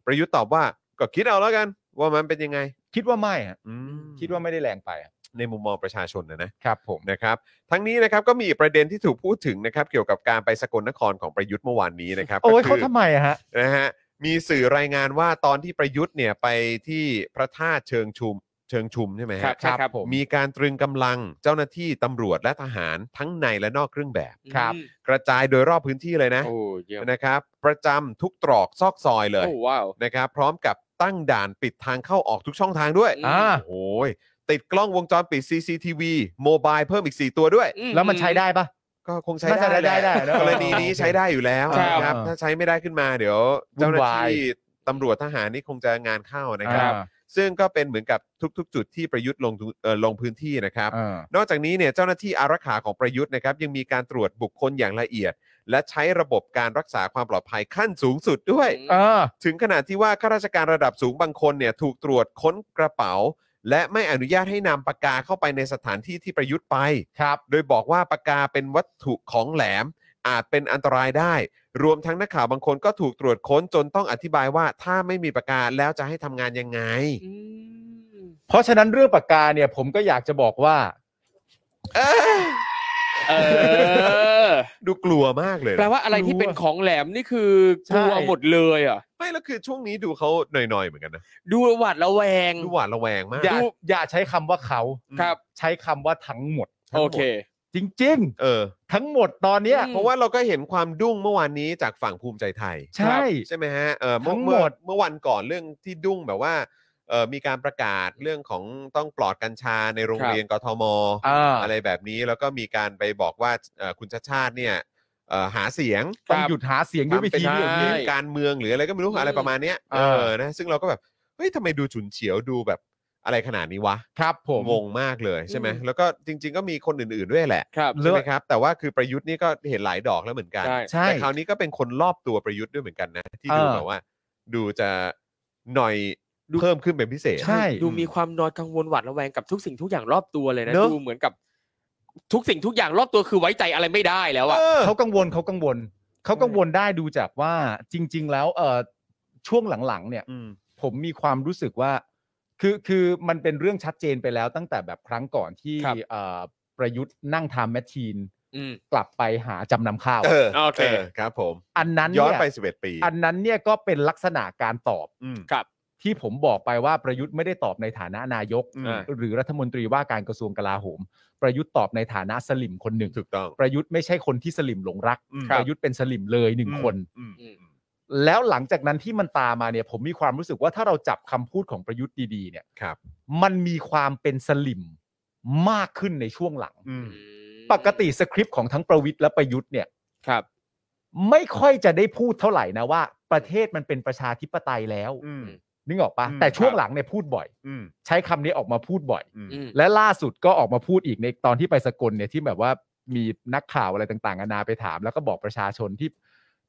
S3: ประยุทธ์ตอบว่าก็คิดเอาแล้วกัน ว่ามันเป็นยังไง
S4: คิดว่าไม่อะ
S3: อืม
S4: คิดว่าไม่ได้แรงไปอะ
S3: ในมุมมองประชาชนนะนะครับ
S4: ผม
S3: นะครับ ทั้งนี้นะครับก็มีอีกประเด็นที่ถูกพูดถึงนะครับเกี่ยวกับการไปสกลนครของประยุทธ์เมื่อวานนี้นะครับ
S4: โอ้ย
S3: ก็คื
S4: เขาทำไมอะฮะ
S3: นะฮะมีสื่อรายงานว่าตอนที่ประยุทธ์เนี่ยไปที่พระธาตุเชิงชุมเชิงชุมใช่ไหมฮะ
S5: ครับใช่ครับผม
S3: มีการตรึงกำลังเจ้าหน้าที่ตำรวจและทหารทั้งในและนอกเครื่องแบบ
S4: ครับ
S5: อืม
S3: กระจายโดยรอบพื้นที่เลยนะ
S5: โอ้เยี่ยม
S3: นะครับ ประจำทุกตรอกซอกซอยเลย
S5: โอ้ว้าว
S3: นะครับพร้อมกับตั้งด่านปิดทางเข้าออกทุกช่องทางด้วย
S5: อ่า
S3: โอ้โหยติดกล้องวงจรปิด CCTV โมบายเพิ่มอีก 4 ตัวด้วย
S5: อื
S4: แล้วมันใช้ได้ปะ
S3: ก็คงใช้
S4: น่าจะ
S3: ได้แหละ
S4: ได้ได้นะ
S3: กรณีนี้ใช้ได้อยู่แล้ว
S5: ครับ
S3: นะครับ
S4: เออ
S3: ถ้าใช้ไม่ได้ขึ้นมาเดี๋ยว
S4: วุ่นวาย
S3: เจ้าหน้าที่ตำรวจทหารนี่คงจะงานเข้านะครับ
S4: อ่า
S3: ซึ่งก็เป็นเหมือนกับทุกๆ จุดที่ประยุทธ์ลงทุนเอ่อลงพื้นที่นะครับ
S4: อ่าน
S3: อกจากนี้เนี่ยเจ้าหน้าที่อารักขาของประยุทธ์นะครับยังมีการตรวจบุคคลอย่างละเอียด และใช้ระบบการรักษาความปลอดภัยขั้นสูงสุดด้วย
S5: อืม
S4: เออ
S3: ถึงขนาดที่ว่าข้าราชการระดับสูงบางคนเนี่ยถูกตรวจค้นกระเป๋า และไม่อนุญาตให้นำปากกาเข้าไปในสถานที่ที่ประยุทธ์ไป
S4: ครับ
S3: โดยบอกว่าปากกาเป็นวัตถุของแหลม อาจเป็นอันตรายได้ รวมทั้งนักข่าวบางคนก็ถูกตรวจค้นจนต้องอธิบายว่าถ้าไม่มีปากกาแล้วจะให้ทำงานยังไง
S5: อืม
S4: เพราะฉะนั้นเรื่องปากกาเนี่ย ผมก็อยากจะบอกว่า
S3: เอ้ย
S5: เออ
S3: ดูกลัวมากเลยนะ
S5: แปลว่าอะไรที่เป็นของแหลมนี่คือกลัว
S4: ใช่
S5: หมดเลยเหรอ่ะ
S3: ไม่แล้วคือช่วงนี้ดูเขาหน่อยๆเหมือนกันนะ
S5: ดูหวาดระแวง
S3: ดูหวาดระแวงมาก
S4: อย่าอย่าใช้คำว่าเขา
S5: ครับ
S4: ใช้คำว่าทั้งหมด
S5: โอเค
S4: จริง
S3: เออ
S4: ๆ ทั้งหมดตอนเนี้ย
S5: อืม
S3: เพราะว่าเราก็เห็นความดุ้งเมื่อวานนี้จากฝั่งภูมิใจไทย
S4: ใช่
S3: ใช่ไหมฮะเออเมื่อ
S4: ทั้งหม
S3: เมื่อ
S4: ด
S3: เมื่อวันก่อนเรื่องที่ดุ้งแบบว่าเออมีการประกาศเรื่องของต้องปลอดกัญชาในโรง
S5: ครับ
S3: เรียนกทม
S4: อ่า
S3: อะไรแบบนี้แล้วก็มีการไปบอกว่าเอ่อคุณชาติชาติเนี่ยเอ่อหาเสียง
S4: ต้องหยุดหาเสียงด้วยวิ
S3: ทำเป็น
S4: ธีนี้อย่างนี้
S5: ใช่
S3: การเมืองหรืออะไรก็ไม่รู้
S5: อืม
S3: อะไรประมาณเนี้ยเอ
S4: อ่า
S3: อนะซึ่งเราก็แบบเฮ้ยทำไมดูฉุนเฉียวดูแบบอะไรขนาดนี้วะ
S4: ครับผม
S3: งงมากเลยใช่ไหมแล้วก็จริง ๆ ก็มีคนอื่น ๆด้วยแหละ
S5: ครับ
S4: เลิ
S3: ใช่
S4: ศ
S3: ไหมครับแต่ว่าคือประยุทธ์นี่ก็เห็นหลายดอกแล้วเหมือนกัน
S5: ใช่
S4: ใช่
S3: แต่คราวนี้ก็เป็นคนรอบตัวประยุทธ์ด้วยเหมือนกันนะที่ดู
S4: เออ
S3: แบบว่า ดูจะหน่อย
S5: ดู
S3: เพิ่มขึ้นเป็นพิเศษ
S4: ใช่
S5: ดูมีความนอนกังวลหวาดระแวงกับทุกสิ่งทุกอย่างรอบตัวเลยนะ
S3: เนอะ
S5: ดูเหมือนกับ ทุกสิ่งทุกอย่างรอบตัวคือไว้ใจอะไรไม่ได้แล้วอ่ะ
S3: เออ
S4: เขากังวลเขากังวลเขากังวลได้ดูจากว่าจริง ๆ แล้วเออช่วงหลังๆเนี่ย
S3: อืม
S4: ผมมีความรู้สึกว่า คือคือมันเป็นเรื่องชัดเจนไปแล้วตั้งแต่แบบครั้งก่อนที่
S5: ครับ
S4: เอ่อประยุทธ์นั่งไทำแมชชีน
S5: อืม
S4: กลับไปหาจำนำข้าว
S3: เออ
S5: โอเค
S3: ครับผม
S4: อันนั้น
S3: ย้อน
S4: เนี่ย
S3: ไป 11 ปี
S4: อันนั้นเนี่ยก็เป็นลักษณะการตอบ
S3: อืม
S5: ครับ
S4: ที่ผมบอกไปว่าประยุทธ์ไม่ได้ตอบในฐานะนายก
S3: อืม
S4: หรือรัฐมนตรีว่าการกระทรวงกลาโหม ประยุทธ์ตอบในฐานะสลิมคนหนึ่ง
S3: ถูกต้อง
S4: ประยุทธ์ไม่ใช่คนที่สลิมหลงรัก
S3: อืม
S4: ประยุทธ์เป็นสลิมเลยหนึ่งคน
S3: อืม
S5: อืม
S4: แล้วหลังจากนั้นที่มันตามมาเนี่ย ผมมีความรู้สึกว่าถ้าเราจับคำพูดของประยุทธ์ดีๆ เนี่ย
S3: ครับ
S4: มันมีความเป็นสลิมมากขึ้นในช่วงหลัง
S3: อืม
S4: ปกติสคริปต์ของทั้งประวิทย์และประยุทธ์เนี่ย
S5: ครับ
S4: ไม่ค่อยจะได้พูดเท่าไหร่นะว่า ประเทศมันเป็นประชาธิปไตยแล้ว
S3: อืม
S4: นึกออกปะ
S3: อืม
S4: แต่ช่วงหลังเนี่ยพูดบ่อย
S3: อืม
S4: ใช้คำนี้ออกมาพูดบ่อย
S3: อืม
S5: อืม
S4: และล่าสุดก็ออกมาพูดอีกในตอนที่ไปสกลเนี่ยที่แบบว่ามีนักข่าวอะไรต่างๆนานาไปถาม แล้วก็บอกประชาชนที่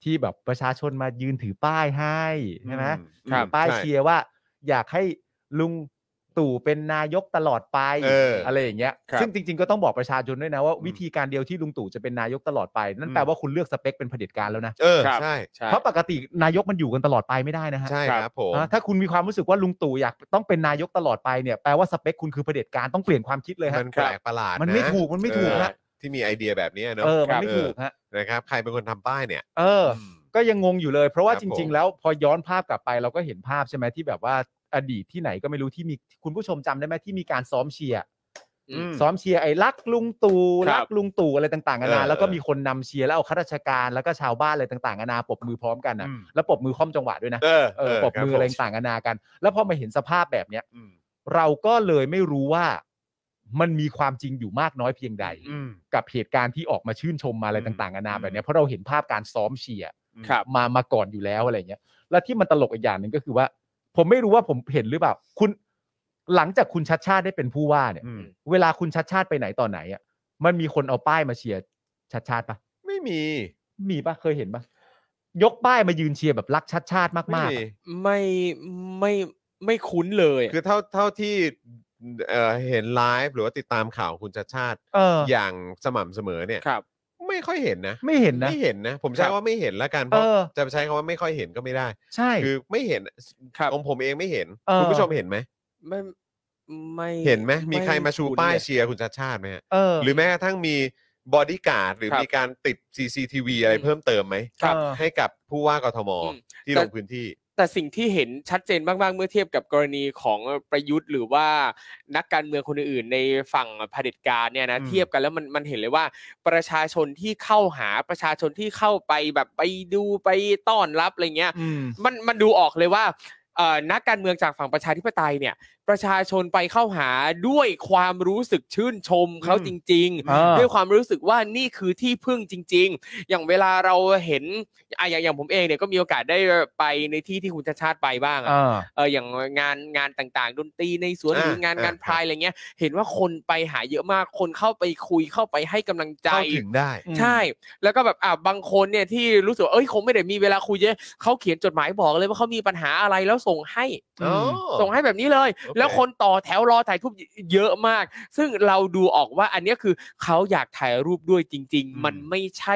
S4: ที่แบบประชาชนมายืนถือป้ายให้ใช่ไหม
S3: อื
S4: ถือป้าย
S3: ใช่
S4: เชียร์ว่า อยากให้ลุงตู่เป็นนายกตลอดไป
S3: เอออ
S4: ไรอย่างเงี้ย
S3: ครับ
S4: ซึ่งจริง ๆก็ต้องบอกประชาชนด้วยนะว่า
S3: อืม
S4: วิธีการเดียวที่ลุงตู่จะเป็นนายกตลอดไป นั่
S3: อื
S4: น
S3: ม
S4: แปลว่าคุณเลือกสเปคเป็นเผด็จการแล้วนะ
S3: เออ
S5: ครับ
S3: ใช่
S5: ใช่
S4: เพราะปกตินายกมันอยู่กันตลอดไปไม่ได้นะฮะ
S3: ใช่ครับผม
S4: อ่าถ้าคุณมีความรู้สึกว่าลุงตู่อยากต้องเป็นนายกตลอดไปเนี่ยแปลว่าสเปคคุณคือเผด็จการต้องเปลี่ยนความคิดเลยฮะ
S3: มันแปลกประหลาดะ
S4: มันไม่ถูกมันไม่ถูก
S3: เออ
S4: ฮะ
S3: ที่มีไอเดียแบบนี้เนอะ
S4: เออ มั
S3: ค
S4: น
S3: รับ
S4: ไม่ถูกฮะ
S3: เออนะครับ ใครเป็นคนทำป้ายเนี่ย
S4: เออ ก็ยังงงอยู่เลย เพราะว่า
S3: ครับ
S4: จริง
S3: ผม
S4: ๆ แล้วพอย้อนภาพกลับไปเราก็เห็นภาพใช่ไหมที่แบบว่าอดีตที่ไหนก็ไม่รู้ที่มีคุณผู้ชมจำได้ไหมที่มีการซ้อมเชียร์
S5: อืม
S4: ซ้อมเชียร์ไอ้รักลุงตู่
S5: ครับ
S4: รักลุงตู่อะไรต่างๆกันานา
S3: เออ
S4: แล้วก็
S3: เออ
S4: มีคนนำเชียร์แล้วเอาข้าราชการแล้วก็ชาวบ้านอะไรต่างๆกันานาปรบมือพร้อมกันนะแล้วปรบมือค่อมจังหวะด้วยนะ
S3: เออ
S4: เออปรบ
S3: ค
S4: มืออะไรต่างๆกันานากัน แล้วพอมาเห็นสภาพแบบเนี้ย
S3: อืม
S4: เราก็เลยไม่รู้ว่ามันมีความจริงอยู่มากน้อยเพียงใด
S3: อืม
S4: กับเหตุการณ์ที่ออกมาชื่นชมมาอะไร
S3: อืม
S4: ต่างๆนานา
S3: อืม
S4: แบบเนี้ยเพราะเราเห็นภาพการซ้อมเชียร์
S5: ครับ
S4: มามาก่อนอยู่แล้วอะไรเงี้ย แล้วที่มันตลกอีกอย่างหนึ่งก็คือว่า ผมไม่รู้ว่าผมเห็นหรือเปล่าคุณหลังจากคุณชัดชาติได้เป็นผู้ว่าเนี่ย
S3: อืม
S4: เวลาคุณชัดชาติไปไหนตอนไหนอ่ะมันมีคนเอาป้ายมาเชียร์ชัดชาติปะ
S3: ไม่มี
S4: มีปะเคยเห็นปะยกป้ายมายืนเชียร์แบบรักชัดชาติ
S3: ไม่
S4: มาก
S3: มี
S5: ไม่ไม่ไม่คุ้นเลยอะ
S3: คือเท่าเท่าที่เอ่อเห็นไลฟ์หรือว่าติดตามข่าวคุณชาติชาติ
S4: ๆเออ
S3: อย่างสม่ำเสมอเนี่ย
S5: ครับ
S3: ไม่ค่อยเห็นนะ
S4: ไม่เห็นนะ
S3: ไม่เห็นนะ ผมใช้
S5: ครับ
S3: ว่าไม่เห็นละกันเพ
S4: เอ
S3: ราะ
S4: อ
S3: จะใช้คำว่าไม่ค่อยเห็นก็ไม่ได้
S4: ใช่
S3: คือไม่เห็น
S5: ครับ
S3: ของผมเองไม่เห็น
S4: เออ
S3: คุณผู้ชมเห็นไหม
S5: ไม่ไม่
S3: เห็นไหมมีใครมาชู
S5: คุ้น
S3: ป้าย
S5: เล
S3: เชียร์คุณชาติชาติไหมฮะ
S4: เออ
S3: หรือแม้กระทั่งมีบอดี้การ์ดหรือ
S5: ครับ
S3: มีการติด CCTV อะไร
S5: อืม
S3: เพิ่มเติมไหม
S5: ครับ
S4: เออ
S3: ให้กับผู้ว่ากทม
S5: อืม
S3: ที่
S5: แต่
S3: ลงพื้นที่
S5: แต่สิ่งที่เห็นชัดเจนมาก ๆ เมื่อเทียบกับกรณีของประยุทธ์หรือว่านักการเมืองคนอื่นๆในฝั่งเผด็จการเนี่ยนะ
S3: อืม
S5: เทียบกันแล้วมันมันเห็นเลยว่าประชาชนที่เข้าหาประชาชนที่เข้าไปแบบไปดูไปต้อนรับอะไรเงี้ย
S4: อืม
S5: มันมันดูออกเลยว่าเอ่อนักการเมืองจากฝั่งประชาธิปไตยเนี่ย ประชาชนไปเข้าหาด้วยความรู้สึกชื่นชมเขา
S3: อืม
S5: จริง ๆ
S4: อ่า
S5: ด้วยความรู้สึกว่านี่คือที่พึ่งจริง ๆ อย่างเวลาเราเห็นอ่ะอย่างอย่างผมเองเนี่ยก็มีโอกาสได้ไปในที่ที่คุณชาติชาติไปบ้างอะ
S4: อ่า
S5: เอออย่างงานงานต่างๆ ดนตรีในสวน
S3: อ่า
S5: หรืองา
S3: อ่าง
S5: นาน
S3: ครับ
S5: พรายอะไรเงี้ย เห็นว่าคนไปหาเยอะมาก คนเข้าไปคุยเข้าไปให้กำลังใจ
S3: เข้าถึงได้
S5: ใช่ แล้วก็แบบอ่ะบางคนเนี่ยที่รู้สึกว่าเอ้ยคงไม่ได้มีเวลาคุยเยอะเขาเขียนจดหมายบอกเลยว่าเขามีปัญหาอะไรแล้วส่งให้
S3: อ๋อ
S5: ส่งให้แบบนี้เลย
S3: โอเค
S5: แล้วคนต่อแถวรอถ่ายรูปเยอะมาก ซึ่งเราดูออกว่าอันเนี้ยคือเขาอยากถ่ายรูปด้วยจริง ๆ มันไม่ใช่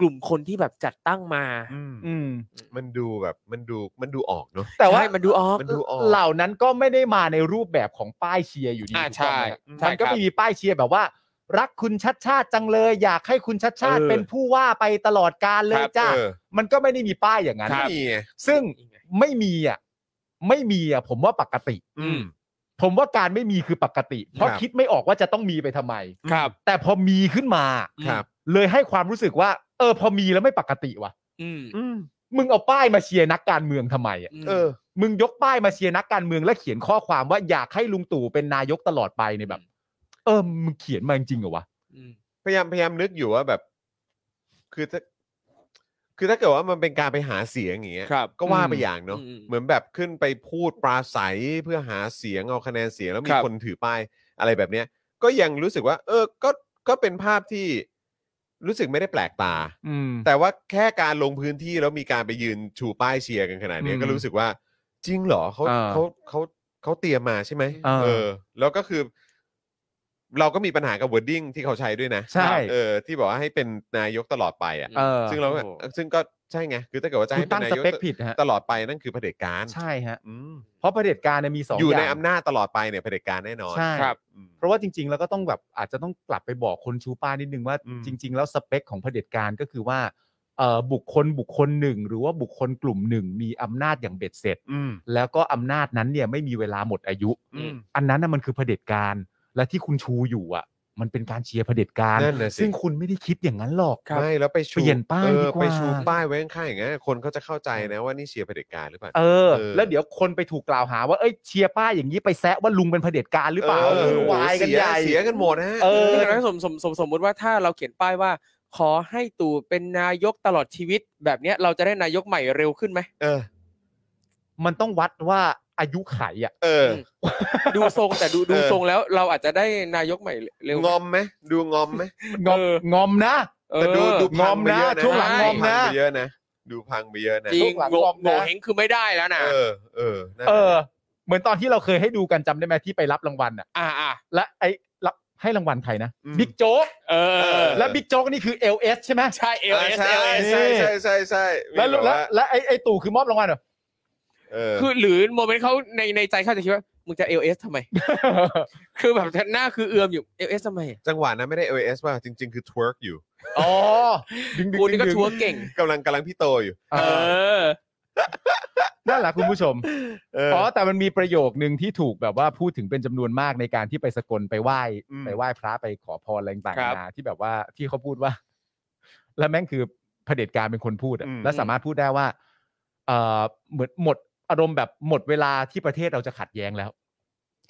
S5: กลุ่มคนที่แบบจัดตั้งมา
S3: อืม
S4: อืม
S3: มันดูแบบมันดูมันดูออกเนอะ
S4: แต่ว่า
S5: ใช่มันดูออก
S3: มันดูออก
S4: เหล่านั้นก็ไม่ได้มาในรูปแบบของป้ายเชียร์อยู่ดี
S5: อ่า
S4: ถูกต้องไหมครับ
S5: ใช่ใช่
S4: มันก็
S5: ครับ
S4: ไม่มีป้ายเชียร์แบบว่า รักคุณชัดชาติจังเลย อยากให้คุณชัดชาติ
S3: เออ
S4: เป็นผู้ว่าไปตลอดกาลเลยจ้า
S3: เออ
S4: มันก็ไม่ได้มีป้ายอย่างนั้น
S3: ไม่มีไง
S4: ซึ่งไม่มีอ่ะไม่มีอ่ะผมว่าปกติ
S3: อืม
S4: ผมว่าการไม่มีคือปกติ เพราะ
S3: ครับ
S4: คิดไม่ออกว่าจะต้องมีไปทำไม
S5: ครับ
S4: แต่พอมีขึ้นมา
S3: ครับ
S4: เลยให้ความรู้สึกว่า เออ พอมีแล้วไม่ปกติว่ะ
S5: อืม
S3: อืม
S4: มึงเอาป้ายมาเชียร์นักการเมืองทำไมอ่ะ
S5: ม
S3: เออ
S4: มึงยกป้ายมาเชียร์นักการเมืองและเขียนข้อความว่าอยากให้ลุงตู่เป็นนายกตลอดไปเนี่ยแบบ เออมึงเขียนมาจริงเหรอวะ
S5: ม
S3: พยายามพยายามนึกอยู่ว่าแบบ คือถ้าคือถ้าเกิดว่ามันเป็นการไปหาเสียงอย่างเงี้ย
S5: ครับ
S3: ก็ว่าไปอย่างเนาะ
S5: อืม
S3: เหมือนแบบขึ้นไปพูดปราศัยเพื่อหาเสียงเอาคะแนนเสียงแล้วมี
S5: ครับ
S3: คนถือป้ายอะไรแบบเนี้ย ก็ยังรู้สึกว่า เออ ก็ก็เป็นภาพที่รู้สึกไม่ได้แปลกตา
S4: อืม
S3: แต่ว่าแค่การลงพื้นที่แล้วมีการไปยืนชูป้ายเชียร์กันขนาดเนี้ย
S4: อืม
S3: ก็รู้สึกว่า จริงเหรอเขา
S4: อ่า
S3: เขาเขาเขาเตรียมมาใช่ไหม
S4: อ่า
S3: เออ แล้วก็คือ เราก็มีปัญหากับวอร์ดิ้งที่เขาใช้ด้วยนะ
S4: ใช่
S3: เออ ที่บอกว่าให้เป็นนายกตลอดไปอ่ะ
S4: เออ
S3: ซึ่งเราก็ซึ่งก็ใช่ไง คือถ้าเกิดว่าจะ
S4: คุ
S3: ให้
S4: ณ
S3: เป็
S4: ตั้
S3: น
S4: ง
S3: นา
S4: ส
S3: ยก
S4: เปคผิดฮะ
S3: ตลอดไปนั่นคือเผด็จการ
S4: ใช่ฮะ
S3: อืม
S4: เพราะเผด็จการเนี่ยมีสอง
S3: อยู่ใน
S4: าง
S3: อำนาจตลอดไปเนี่ยเผด็จการแน่นอน
S4: ใช่
S5: ครับ
S3: อืม
S4: เพราะว่าจริง ๆ แล้วก็ต้องแบบอาจจะต้องกลับไปบอกคนชูป้ายนิดนึงว่า
S3: อืม
S4: จริง ๆ แล้วสเปคของเผด็จการก็คือว่าเอ่อบุคคลบุคคลหนึ่ง หรือว่าบุคคลกลุ่มหนึ่ง มีอำนาจอย่างเบ็ดเสร็จ
S3: อืม
S4: แล้วก็อำนาจนั้นเนี่ยไม่มีเวลาหมดอายุ
S3: อืม
S4: อันนั้นน่ะมันคือเผด็จการ และที่คุณชูอยู่อ่ะ มันเป็นการเชียร์เผด็จการ
S3: นั่นน่ะสิ
S4: ซึ่งคุณไม่ได้คิดอย่างนั้นหรอก
S3: ไม่แล้วไปชู
S4: เปลี่ยนป้าย
S3: เออ
S4: ดีกว่า
S3: ไปชูป้ายไว้ข้างๆอย่างเงี้ยคนเขาจะเข้าใจนะว่านี่เชียร์เผด็จการหรือเปล่า
S4: เออ
S3: เออ
S4: แล้วเดี๋ยวคนไปถูกกล่าวหาว่าเอ้ยเชียร์ป้ายอย่างนี้ไปแซะว่าลุงเป็นเผด็จการหรือเปล่า
S3: เออ
S4: วุ่นวายกัน
S3: เสีย
S4: ใหญ่
S3: เสียกันหมดนะฮะ
S4: เออ
S5: นี่นะสมสมสมสมมติว่าถ้าเราเขียนป้ายว่า ขอให้ตู่เป็นนายกตลอดชีวิต แบบเนี้ยเราจะได้นายกใหม่เร็วขึ้นไหม
S3: เออ
S4: มันต้องวัดว่าอายุไขอ่ะ
S3: เออ
S5: ดูทรงแต่ดูดู
S3: เออ
S5: ทรงแล้วเราอาจจะได้นายกใหม่เร็ว
S3: งอมไหมดูงอมไหม
S4: งอม
S5: เออ
S4: งอมนะ
S5: เอ
S3: แต่
S5: อ
S3: ดูดูพัง
S4: งอม
S3: ไป
S4: นะ
S3: เยอะนะ
S4: ช่วงหลัง
S3: ดู
S4: งอมนะ
S3: พัไปเยอะนะดูพังไปเยอะนะ
S5: จริง
S4: ลูกหลัง
S5: โง่
S4: กรอบนะ
S5: โง่เฮงคือไม่ได้แล้วนะ
S3: เออเออนั่นแห
S4: เออ
S3: ละ
S4: เหมือนตอนที่เราเคยให้ดูกันจำได้ไหมที่ไปรับรางวัลอ่ะ
S5: อ่าอ่า
S4: และไอ้รับให้รางวัลใครนะ
S3: ม
S4: บิ๊กโจ๊ก
S5: เอ
S3: เอ
S5: อ
S3: อ
S4: และบิ๊กโจ๊กนี่คือ LS ใช่ไหม
S5: ใช่เอล
S3: อ่า
S5: เอส
S3: ใช่
S5: เอลเอส
S3: ใช่ใช่ใช่ใช่มี
S4: แล้ว
S3: บบ
S4: แล้ว
S3: ว่า
S4: แล้วไอ้ไอ้ตู่คือมอบรางวัลเหรอ
S3: เออ
S5: คือหรือโมเมนต์เขาในในใจเขาจะคิดว่ามึงจะเอลเอสทำไม คือแบบหน้าคือเอือมอยู่เอลเอสทำไมอ่ะ
S3: จังหวะนั้นไม่ได้ OS ป่ะจริง ๆ คือ twerk อยู่
S4: อ๋อ
S5: กูนี่ก็ชัวร์เก่ง
S3: กำลังกำลังพี่โตอยู่
S4: เอ
S5: เอ
S4: อ
S5: อ
S4: นั่นแหละคุณผู้ชม
S3: เออ
S4: อ๋อแต่มันมีประโยคหนึ่งที่ถูกแบบว่าพูดถึงเป็นจำนวนมากในการที่ไปสกลไปไหว้
S3: อืม
S4: ไปไหว้พระไปขอพรอะไรต่าง
S5: ค
S4: ๆ
S5: รับ
S4: นานาที่แบบว่าที่เขาพูดว่า แล้วแม่งคือเผด็จการเป็นคนพูดอะ
S3: อืม
S4: และสามารถพูดได้ว่า เออเหมือนหมดอารมณ์แบบหมดเวลาที่ประเทศเราจะขัดแย้งแล้ว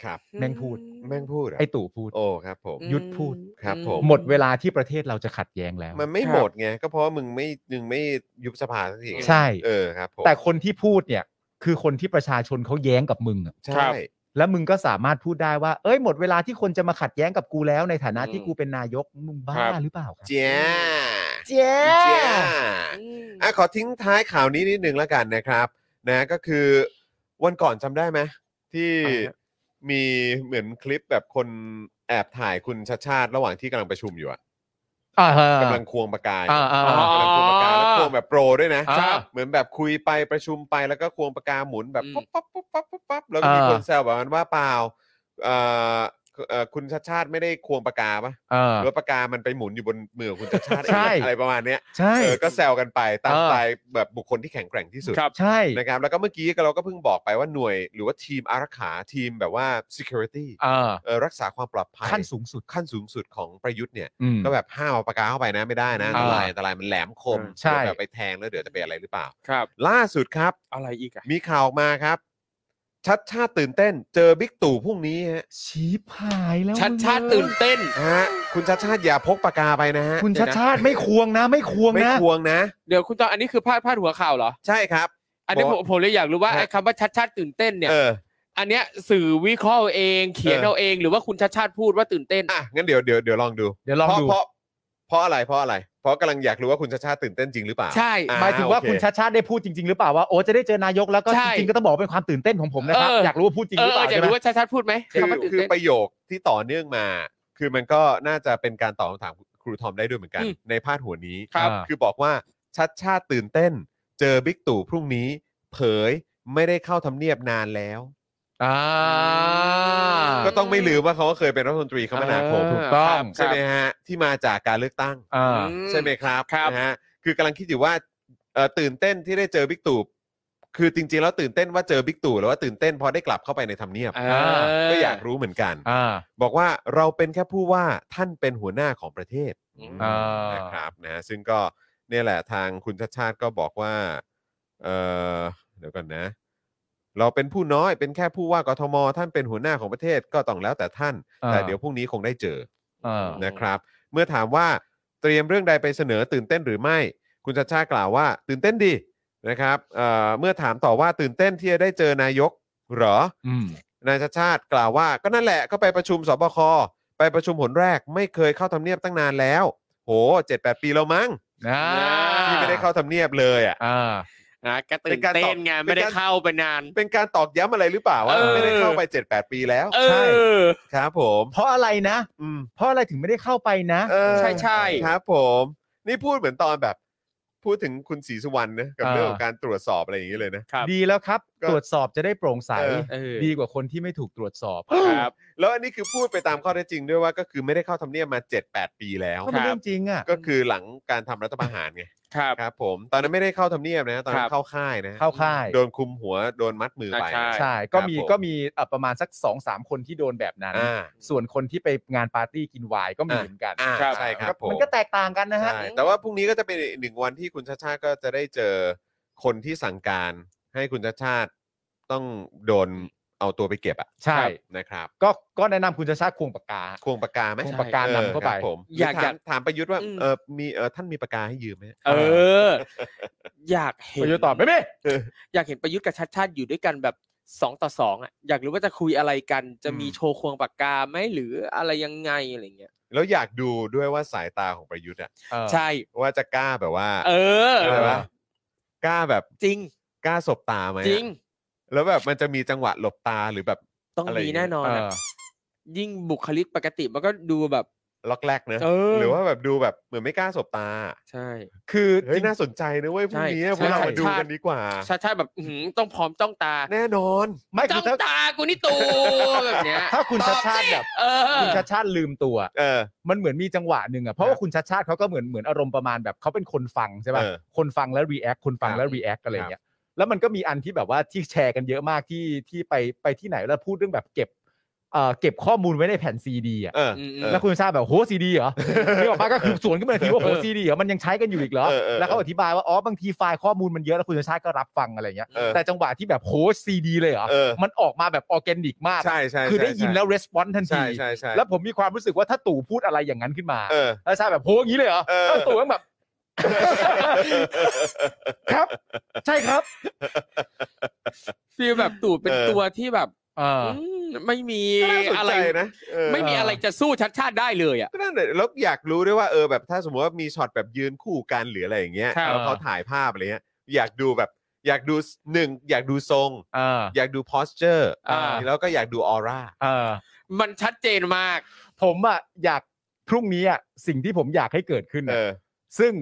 S3: ครับ
S4: แม่งพูด
S3: แม่งพูดอะ
S4: ไอ้ตู่พูด
S3: โอ้ครับผม
S4: ยุทธพูด
S3: ครับผม
S4: หมดเวลาที่ประเทศเราจะขัดแย้งแล้ว
S3: มันไม่
S5: ครับ
S3: หมดไงก็เพราะว่ามึงไม่มึงไม่ยุบสภาสักทีไง
S4: ใช่
S3: เออครับผม
S4: แต่คนที่พูดเนี่ย คือคนที่ประชาชนเขาแย้งกับมึงอะ
S3: ใช่
S4: แล้วมึงก็สามารถพูดได้ว่า เอ้ยหมดเวลาที่คนจะมาขัดแย้งกับกูแล้วในฐานะ
S5: อืม
S4: ที่กูเป็นนายก มึงบ้า
S5: ครับ
S4: หรือเปล่าครับ
S3: เจ้า
S4: เจ๊
S3: เจ้า
S5: อืม
S3: อ่ะขอทิ้งท้ายข่าวนี้นิดนึงแล้วกันนะครับนะก็คือวันก่อนจำได้ไหมที่
S5: อ่าฮะ
S3: มีเหมือนคลิปแบบคนแอบถ่ายคุณชาชาติระหว่างที่กำลังประชุมอยู่อะ
S4: อ่าฮะ
S3: กำลังควงปากกาย
S4: อ่าอ่า
S3: อ่ากำลังควงปากกาแล้วควงแบบโปรด้วยนะครับ เหมือนแบบคุยไปประชุมไปแล้วก็ควงปากกาหมุนแบบ
S5: อืม
S3: ปั๊บปั๊บปั๊บปั๊บปั๊บปั๊บแล้วก็มีค
S4: อ่า
S3: นแซวแบบนั้นว่าเปล่าเอ่อเอ่อคุณชาชาติไม่ได้ควงปากกาปะ
S4: เออ
S3: หรือว่าปากกามันไปหมุนอยู่บนมือของคุณชาชาติเอง
S4: ใช่
S3: อะไรประมาณเนี้ย
S4: ใช่
S3: เออก็แซวกันไปตาม
S4: เออ
S3: สไตล์แบบบุคคลที่แข็งแกร่งที่สุด
S5: ครับ
S4: ใช่
S3: นะครับแล้วก็เมื่อกี้ก็เราก็เพิ่งบอกไปว่าหน่วยหรือว่าทีมอารักขาทีมแบบว่า security
S4: เออ
S3: เออรักษาความปลอดภัย
S4: ขั้นสูงสุด
S3: ขั้นสูงสุดของประยุทธ์เนี่ย
S4: อืม
S3: ก็แบบห้ามเอาปากกาเข้าไปนะไม่ได้นะอันตราย
S4: เออ
S3: อันตรายมันแหลมคม
S4: ใช่
S3: เดี๋ยวแบบไปแทงแล้วเดี๋ยวจะเป็นอะไรหรือเปล่า
S5: ครับ
S3: ล่าสุดครับ
S5: อะไรอีกอ่ะ
S3: มีข่าวออกมาครับ ชัดชาติตื่นเต้น เจอบิ๊กตู่พรุ่งนี้ฮะ
S4: ชีพหายแล้ว
S5: ชัดชาติตื่นเต้น
S3: ฮะคุณชัดชาติอย่าพกปากกาไปนะฮะ
S4: คุณชัดชาติไม่ควงนะ ไม่ควง
S3: ไม่
S4: นะ
S3: ควงนะ
S5: เดี๋ยวคุณตองอันนี้คือพาดพาดหัวข่าวเหรอ
S3: ใช่ครับ
S5: อันนี้
S3: บ
S5: ผ
S3: อก
S5: มผมเลยอยากรู้ว่า
S3: ฮะ
S5: ไอ้คำว่าชัดชาติตื่นเต้นเนี่ย
S3: เออ
S5: อันเนี้ยสื่อวิเคราะห์เอาเองเขียน
S3: เออ
S5: เอาเอง หรือว่าคุณชัดชาติพูดว่าตื่นเต้น
S3: อ่ะงั้นเดี๋ยวเดี๋ยวเดี๋ยวลองดู
S4: เดี๋ยวลอง
S3: เพราะ
S4: ดู
S3: เพราะเพราะอะไรเพราะอะไรเพราะกำลังอยากรู้ว่าคุณชัดชาติตื่นเต้นจริงหรือเปล่า
S5: ใช่
S3: อ่
S4: หมายถึงว่า
S3: โอเ
S4: คุณชัดชาติได้พูดจริง ๆ หรือเปล่าว่าโอ้จะได้เจอนายกแล้วก็
S5: ใช่
S4: จริงๆก็ต้องบอกว่าเป็นความตื่นเต้นของผมนะครับ
S5: เอออ
S4: อยากรู้ว่าพูดจริง
S5: เอ
S4: ห
S5: อ
S4: รือเปล่า
S5: อยาก
S4: ใช่ไหม
S5: รู้ว่าชัดชาติพูดไหม
S3: คือ
S5: คำว่าตื่น
S3: คือ
S5: เต้น
S3: ประโยคที่ต่อเนื่องมา คือมันก็น่าจะเป็นการตอบคำถามครูทอมได้ด้วยเหมือนกัน
S5: อืม
S3: ในพาดหัวนี้
S5: ครับ
S3: อบอกว่าชัดชาติตื่นเต้น เจอบิ๊กตู่พรุ่งนี้เผยไม่ได้เข้าทำเนียบนานแล้ว
S4: อ่า
S3: ก็ต้องไม่ลืมว่าเขาก็เคยเป็นรัฐมนตรีคมนาคม
S4: เออถูกต้อง
S3: ใช่ไหมฮะที่มาจากการเลือกตั้ง
S4: อ่า
S5: อืม
S3: ใช่ไหมครับ
S5: ครับ
S3: นะฮะคือกำลังคิดอยู่ว่าเอ่อตื่นเต้นที่ได้เจอบิ๊กตู่คือจริง ๆ แล้วตื่นเต้นว่าเจอบิ๊กตู่หรือว่าตื่นเต้นพอได้กลับเข้าไปในทำเนียบ
S5: เออ
S3: ก็อยากรู้เหมือนกัน
S4: อ่า
S3: บอกว่าเราเป็นแค่ผู้ว่าท่านเป็นหัวหน้าของประเทศ
S4: อ่าน
S3: นะครับนะซึ่งก็เนี่ยแหละทางคุณชาติชาติก็บอกว่าเออเดี๋ยวก่อนนะ เราเป็นผู้น้อยเป็นแค่ผู้ว่ากทมท่านเป็นหัวหน้าของประเทศก็ต้องแล้วแต่ท่าน แต่เดี๋ยวพรุ่งนี้คงได้เจอ
S4: อ่า
S3: นะครับเมื่อถามว่าเตรียมเรื่องใดไปเสนอตื่นเต้นหรือไม่ คุณชาชาติกล่าวว่าตื่นเต้นดีนะครับเอ่อเมื่อถามต่อว่าตื่นเต้นที่จะได้เจอนายกเหรอ
S4: อืม
S3: นายชาชาติกล่าวว่าก็นั่นแหละก็ไปประชุมสบคไปประชุมหนแรกไม่เคยเข้าทำเนียบตั้งนานแล้ว โหเจ็ดแปดปีแล้วมั้ง
S4: อ่า
S3: ที่ไม่ได้เข้าทำเนียบเลยอ่ะ
S4: อ่า
S5: นะก็ตื่
S3: เป็น
S5: น
S3: การตอบ
S5: เต้นไง
S3: เป็นการ
S5: ไม่ได้เข้าไปนาน
S3: เป็นการตอกย้ำอะไรหรือเปล่าว่า
S5: เออ
S3: ไม่ได้เข้าไปเจ็ดแปดปีแล้ว
S5: เอ
S4: ใช่
S5: อ
S3: ครับผม
S4: เพราะอะไรนะ
S3: อืม
S4: เพราะอะไรถึงไม่ได้เข้าไปนะ
S3: เออ
S5: ใช่ใช่
S3: ครับผม นี่พูดเหมือนตอนแบบ พูดถึงคุณศรีสุวรรณนะกับ
S4: อ่า
S3: เรื่องของการตรวจสอบอะไรอย่างนี้เลยนะ
S5: ครับ
S4: ดีแล้วครับ
S3: ก็
S4: ตรวจสอบจะได้โปร่งใส
S3: เออ
S5: เออ
S4: ดีกว่าคนที่ไม่ถูกตรวจสอบ
S5: ครับ
S3: แล้วอันนี้คือพูดไปตามข้อเท็จจริงด้วยว่าก็คือไม่ได้เข้าทำเนียบมา 7-8 ปีแล้ว
S4: ก็เป็นเรื่องจริงอ่ะ
S3: ก็คือหลังการทำรัฐประหารไง
S5: ครับ
S3: ครับ ผมตอนนั้นไม่ได้เข้าทำเนียบนะตอนนั้
S5: ครั
S3: น
S5: บ
S3: เข้าค่ายนะ
S4: เข้าค่าย
S3: โดนคุมหัวโดนมัดมือไป
S5: ใช่
S4: ใช่ ก็มี
S3: ครับผม
S4: ก็มีเอ่อประมาณสักสองสามคนที่โดนแบบนั้น
S3: อ่า
S4: ส่วนคนที่ไปงานปาร์ตี้กินไวน์ก็มี
S3: อ่า
S4: เหมือนกัน
S3: อ่า
S5: ครับ
S3: ใช่ครับผ
S4: มั
S3: ม
S4: นก็แตกต่างกันนะฮะ
S3: ใช่แต่ว่าพรุ่งนี้ก็จะเป็นอีกหนึ่งวันที่คุณชาชาติก็จะได้เจอคนที่สั่งการ ให้คุณชาชาติต้องโดนเอาตัวไปเก็บอะ
S4: ใช่
S3: นะครับ
S4: ก็ก็แนะนำคุณชาชาติควงปากกา
S3: ควงปากกาไหม
S4: ควงปากกา
S3: ออน
S4: ำเข้า
S3: ค
S4: ไป
S3: รับผม
S5: อยาก
S3: หรืถาม
S5: อยาก
S3: ถามประยุทธ์ว่า
S5: อืม
S3: เออมีเออท่านมีปากกาให้ยืมไหม
S5: เออ อยากเห็น
S4: ประโยชน์ตอบไม่ไม่
S5: อยากเห็นประยุทธ์กับชัดชาติอยู่ด้วยกันแบบสองต่อสองอ่ะอยากรู้ว่าจะคุยอะไรกัน จะมีโชว์ควงปากกาไหมหรืออะไรยังไงอะไรเงี้ย
S3: แล้วอยากดูด้วยว่าสายตาของประยุทธ์อะ
S4: เออ
S5: ใช่
S3: ว่าจะกล้าแบบว่า
S5: เออ
S3: อะไรวะกล้าแบบ
S5: จริง
S3: กล้าสบตาไหมอะ
S5: จริง
S3: แล้วแบบมันจะมีจังหวะหลบตาหรือแบบ
S5: ต้องมีแน่นอนอะ
S4: เออ
S5: ยิ่งบุคลิกปกติมันก็ดูแบบ
S3: ล็อกแรกเนอะ
S5: เออ
S3: หรือว่าแบบดูแบบเหมือนไม่กล้าสบตา
S5: ใช่
S4: คือ
S3: เฮ้ย
S4: จริง
S3: น่าสนใจนะเว้ยพรุ่งนี้
S5: ใช่
S3: พวกเรา
S5: ใช่
S3: มาดูกันดีกว่า
S5: ชัดชาติแบบอื้อหือต้องพร้อมต้องตา
S3: แน่นอน
S4: ไม่
S5: จ้
S4: คือ
S5: อง
S4: ถ้า
S5: ตากูนี่ตูแบบเนี้ย
S4: ถ้าคุณชัดชาติแบบ
S5: เออ
S4: คุณชาชาติลืมตัว
S3: เออ
S4: มันเหมือนมีจังหวะหนึ่งอะเพราะว่าคุณชัดชาติเขาก็เหมือนเหมือนอารมณ์ประมาณแบบเขาเป็นคนฟังใช่ป่ะ
S3: เออ
S4: คนฟังแล้วรีแอคคนฟังแล้ว
S3: ครับ
S4: รีแอคอะไรอย่างเงี้ยแล้วมันก็มีอันที่แบบว่าที่แชร์กันเยอะมากที่ที่ไปไปที่ไหนแล้วพูดเรื่องแบบเก็บเอ่อเก็บข้อมูลไว้ในแผ่นซีดีอะ
S3: เออ
S5: ม
S4: แล้วคุณชาติแบบโหซีดีเหรอนี่ออกมาก็คือสวนขึ้นมาทีว่าโหซีดีเหรอมันยังใช้กันอยู่อีกเหรอ
S3: เออเออ
S4: แล้วเขาอธิบายว่าอ๋อบางทีไฟล์ข้อมูลมันเยอะแล้วคุณชาชาติก็รับฟังอะไรอย่างเงี้ย
S3: เออ
S4: แต่จังหวะที่แบบโหซีดีเลยเหรอ
S3: เออ
S4: มันออกมาแบบออร์แกนิกมากอะ
S3: ใช่ใช่
S4: คือได้ยิน
S3: ใช่
S4: แล้วรีสปอนส์ทัน
S3: ใช่
S4: ที
S3: ใช่ใช่
S4: แล้วผมมีความรู้สึกว่าถ้าตู่พูดอะไรอย่างนั้นขึ้นมา
S3: เออ
S4: แล้วชาแบบโหอย่างนี้เลยเหรอ
S3: เออ
S4: แล้วตู่ ก็แบบ ครับ ใช่ครับ
S5: ฟีลแบบตู่เป็น
S3: เออ
S5: ตัวที่แบบ
S4: เออ
S5: มไม่มี
S3: ก็น่าสน
S5: อะไร
S3: ใจนะเออ
S5: ไม่มีอะไรจะสู้ชัดชาติได้เลยอ่ะ
S3: ก็นั่นแหละแล้วอยากรู้ด้วยว่าเออแบบถ้าสมมติว่ามีช็อตแบบยืนคู่กันหรืออะไรอย่างเงี้ย
S4: ครับ
S3: แล้วเขาถ่ายภาพอะไรเงี้ยอยากดูแบบอยากดูหนึ่งอยากดูทรง
S4: เออ
S3: อยากดู posture
S4: อ่า
S3: แล้วก็อยากดูออร่า
S4: เออ
S5: มันชัดเจนมาก
S4: ผมอ่ะอยากพรุ่งนี้อ่ะสิ่งที่ผมอยากให้เกิดขึ้น
S3: เอ
S4: อะ
S3: อ
S4: ซึ่ง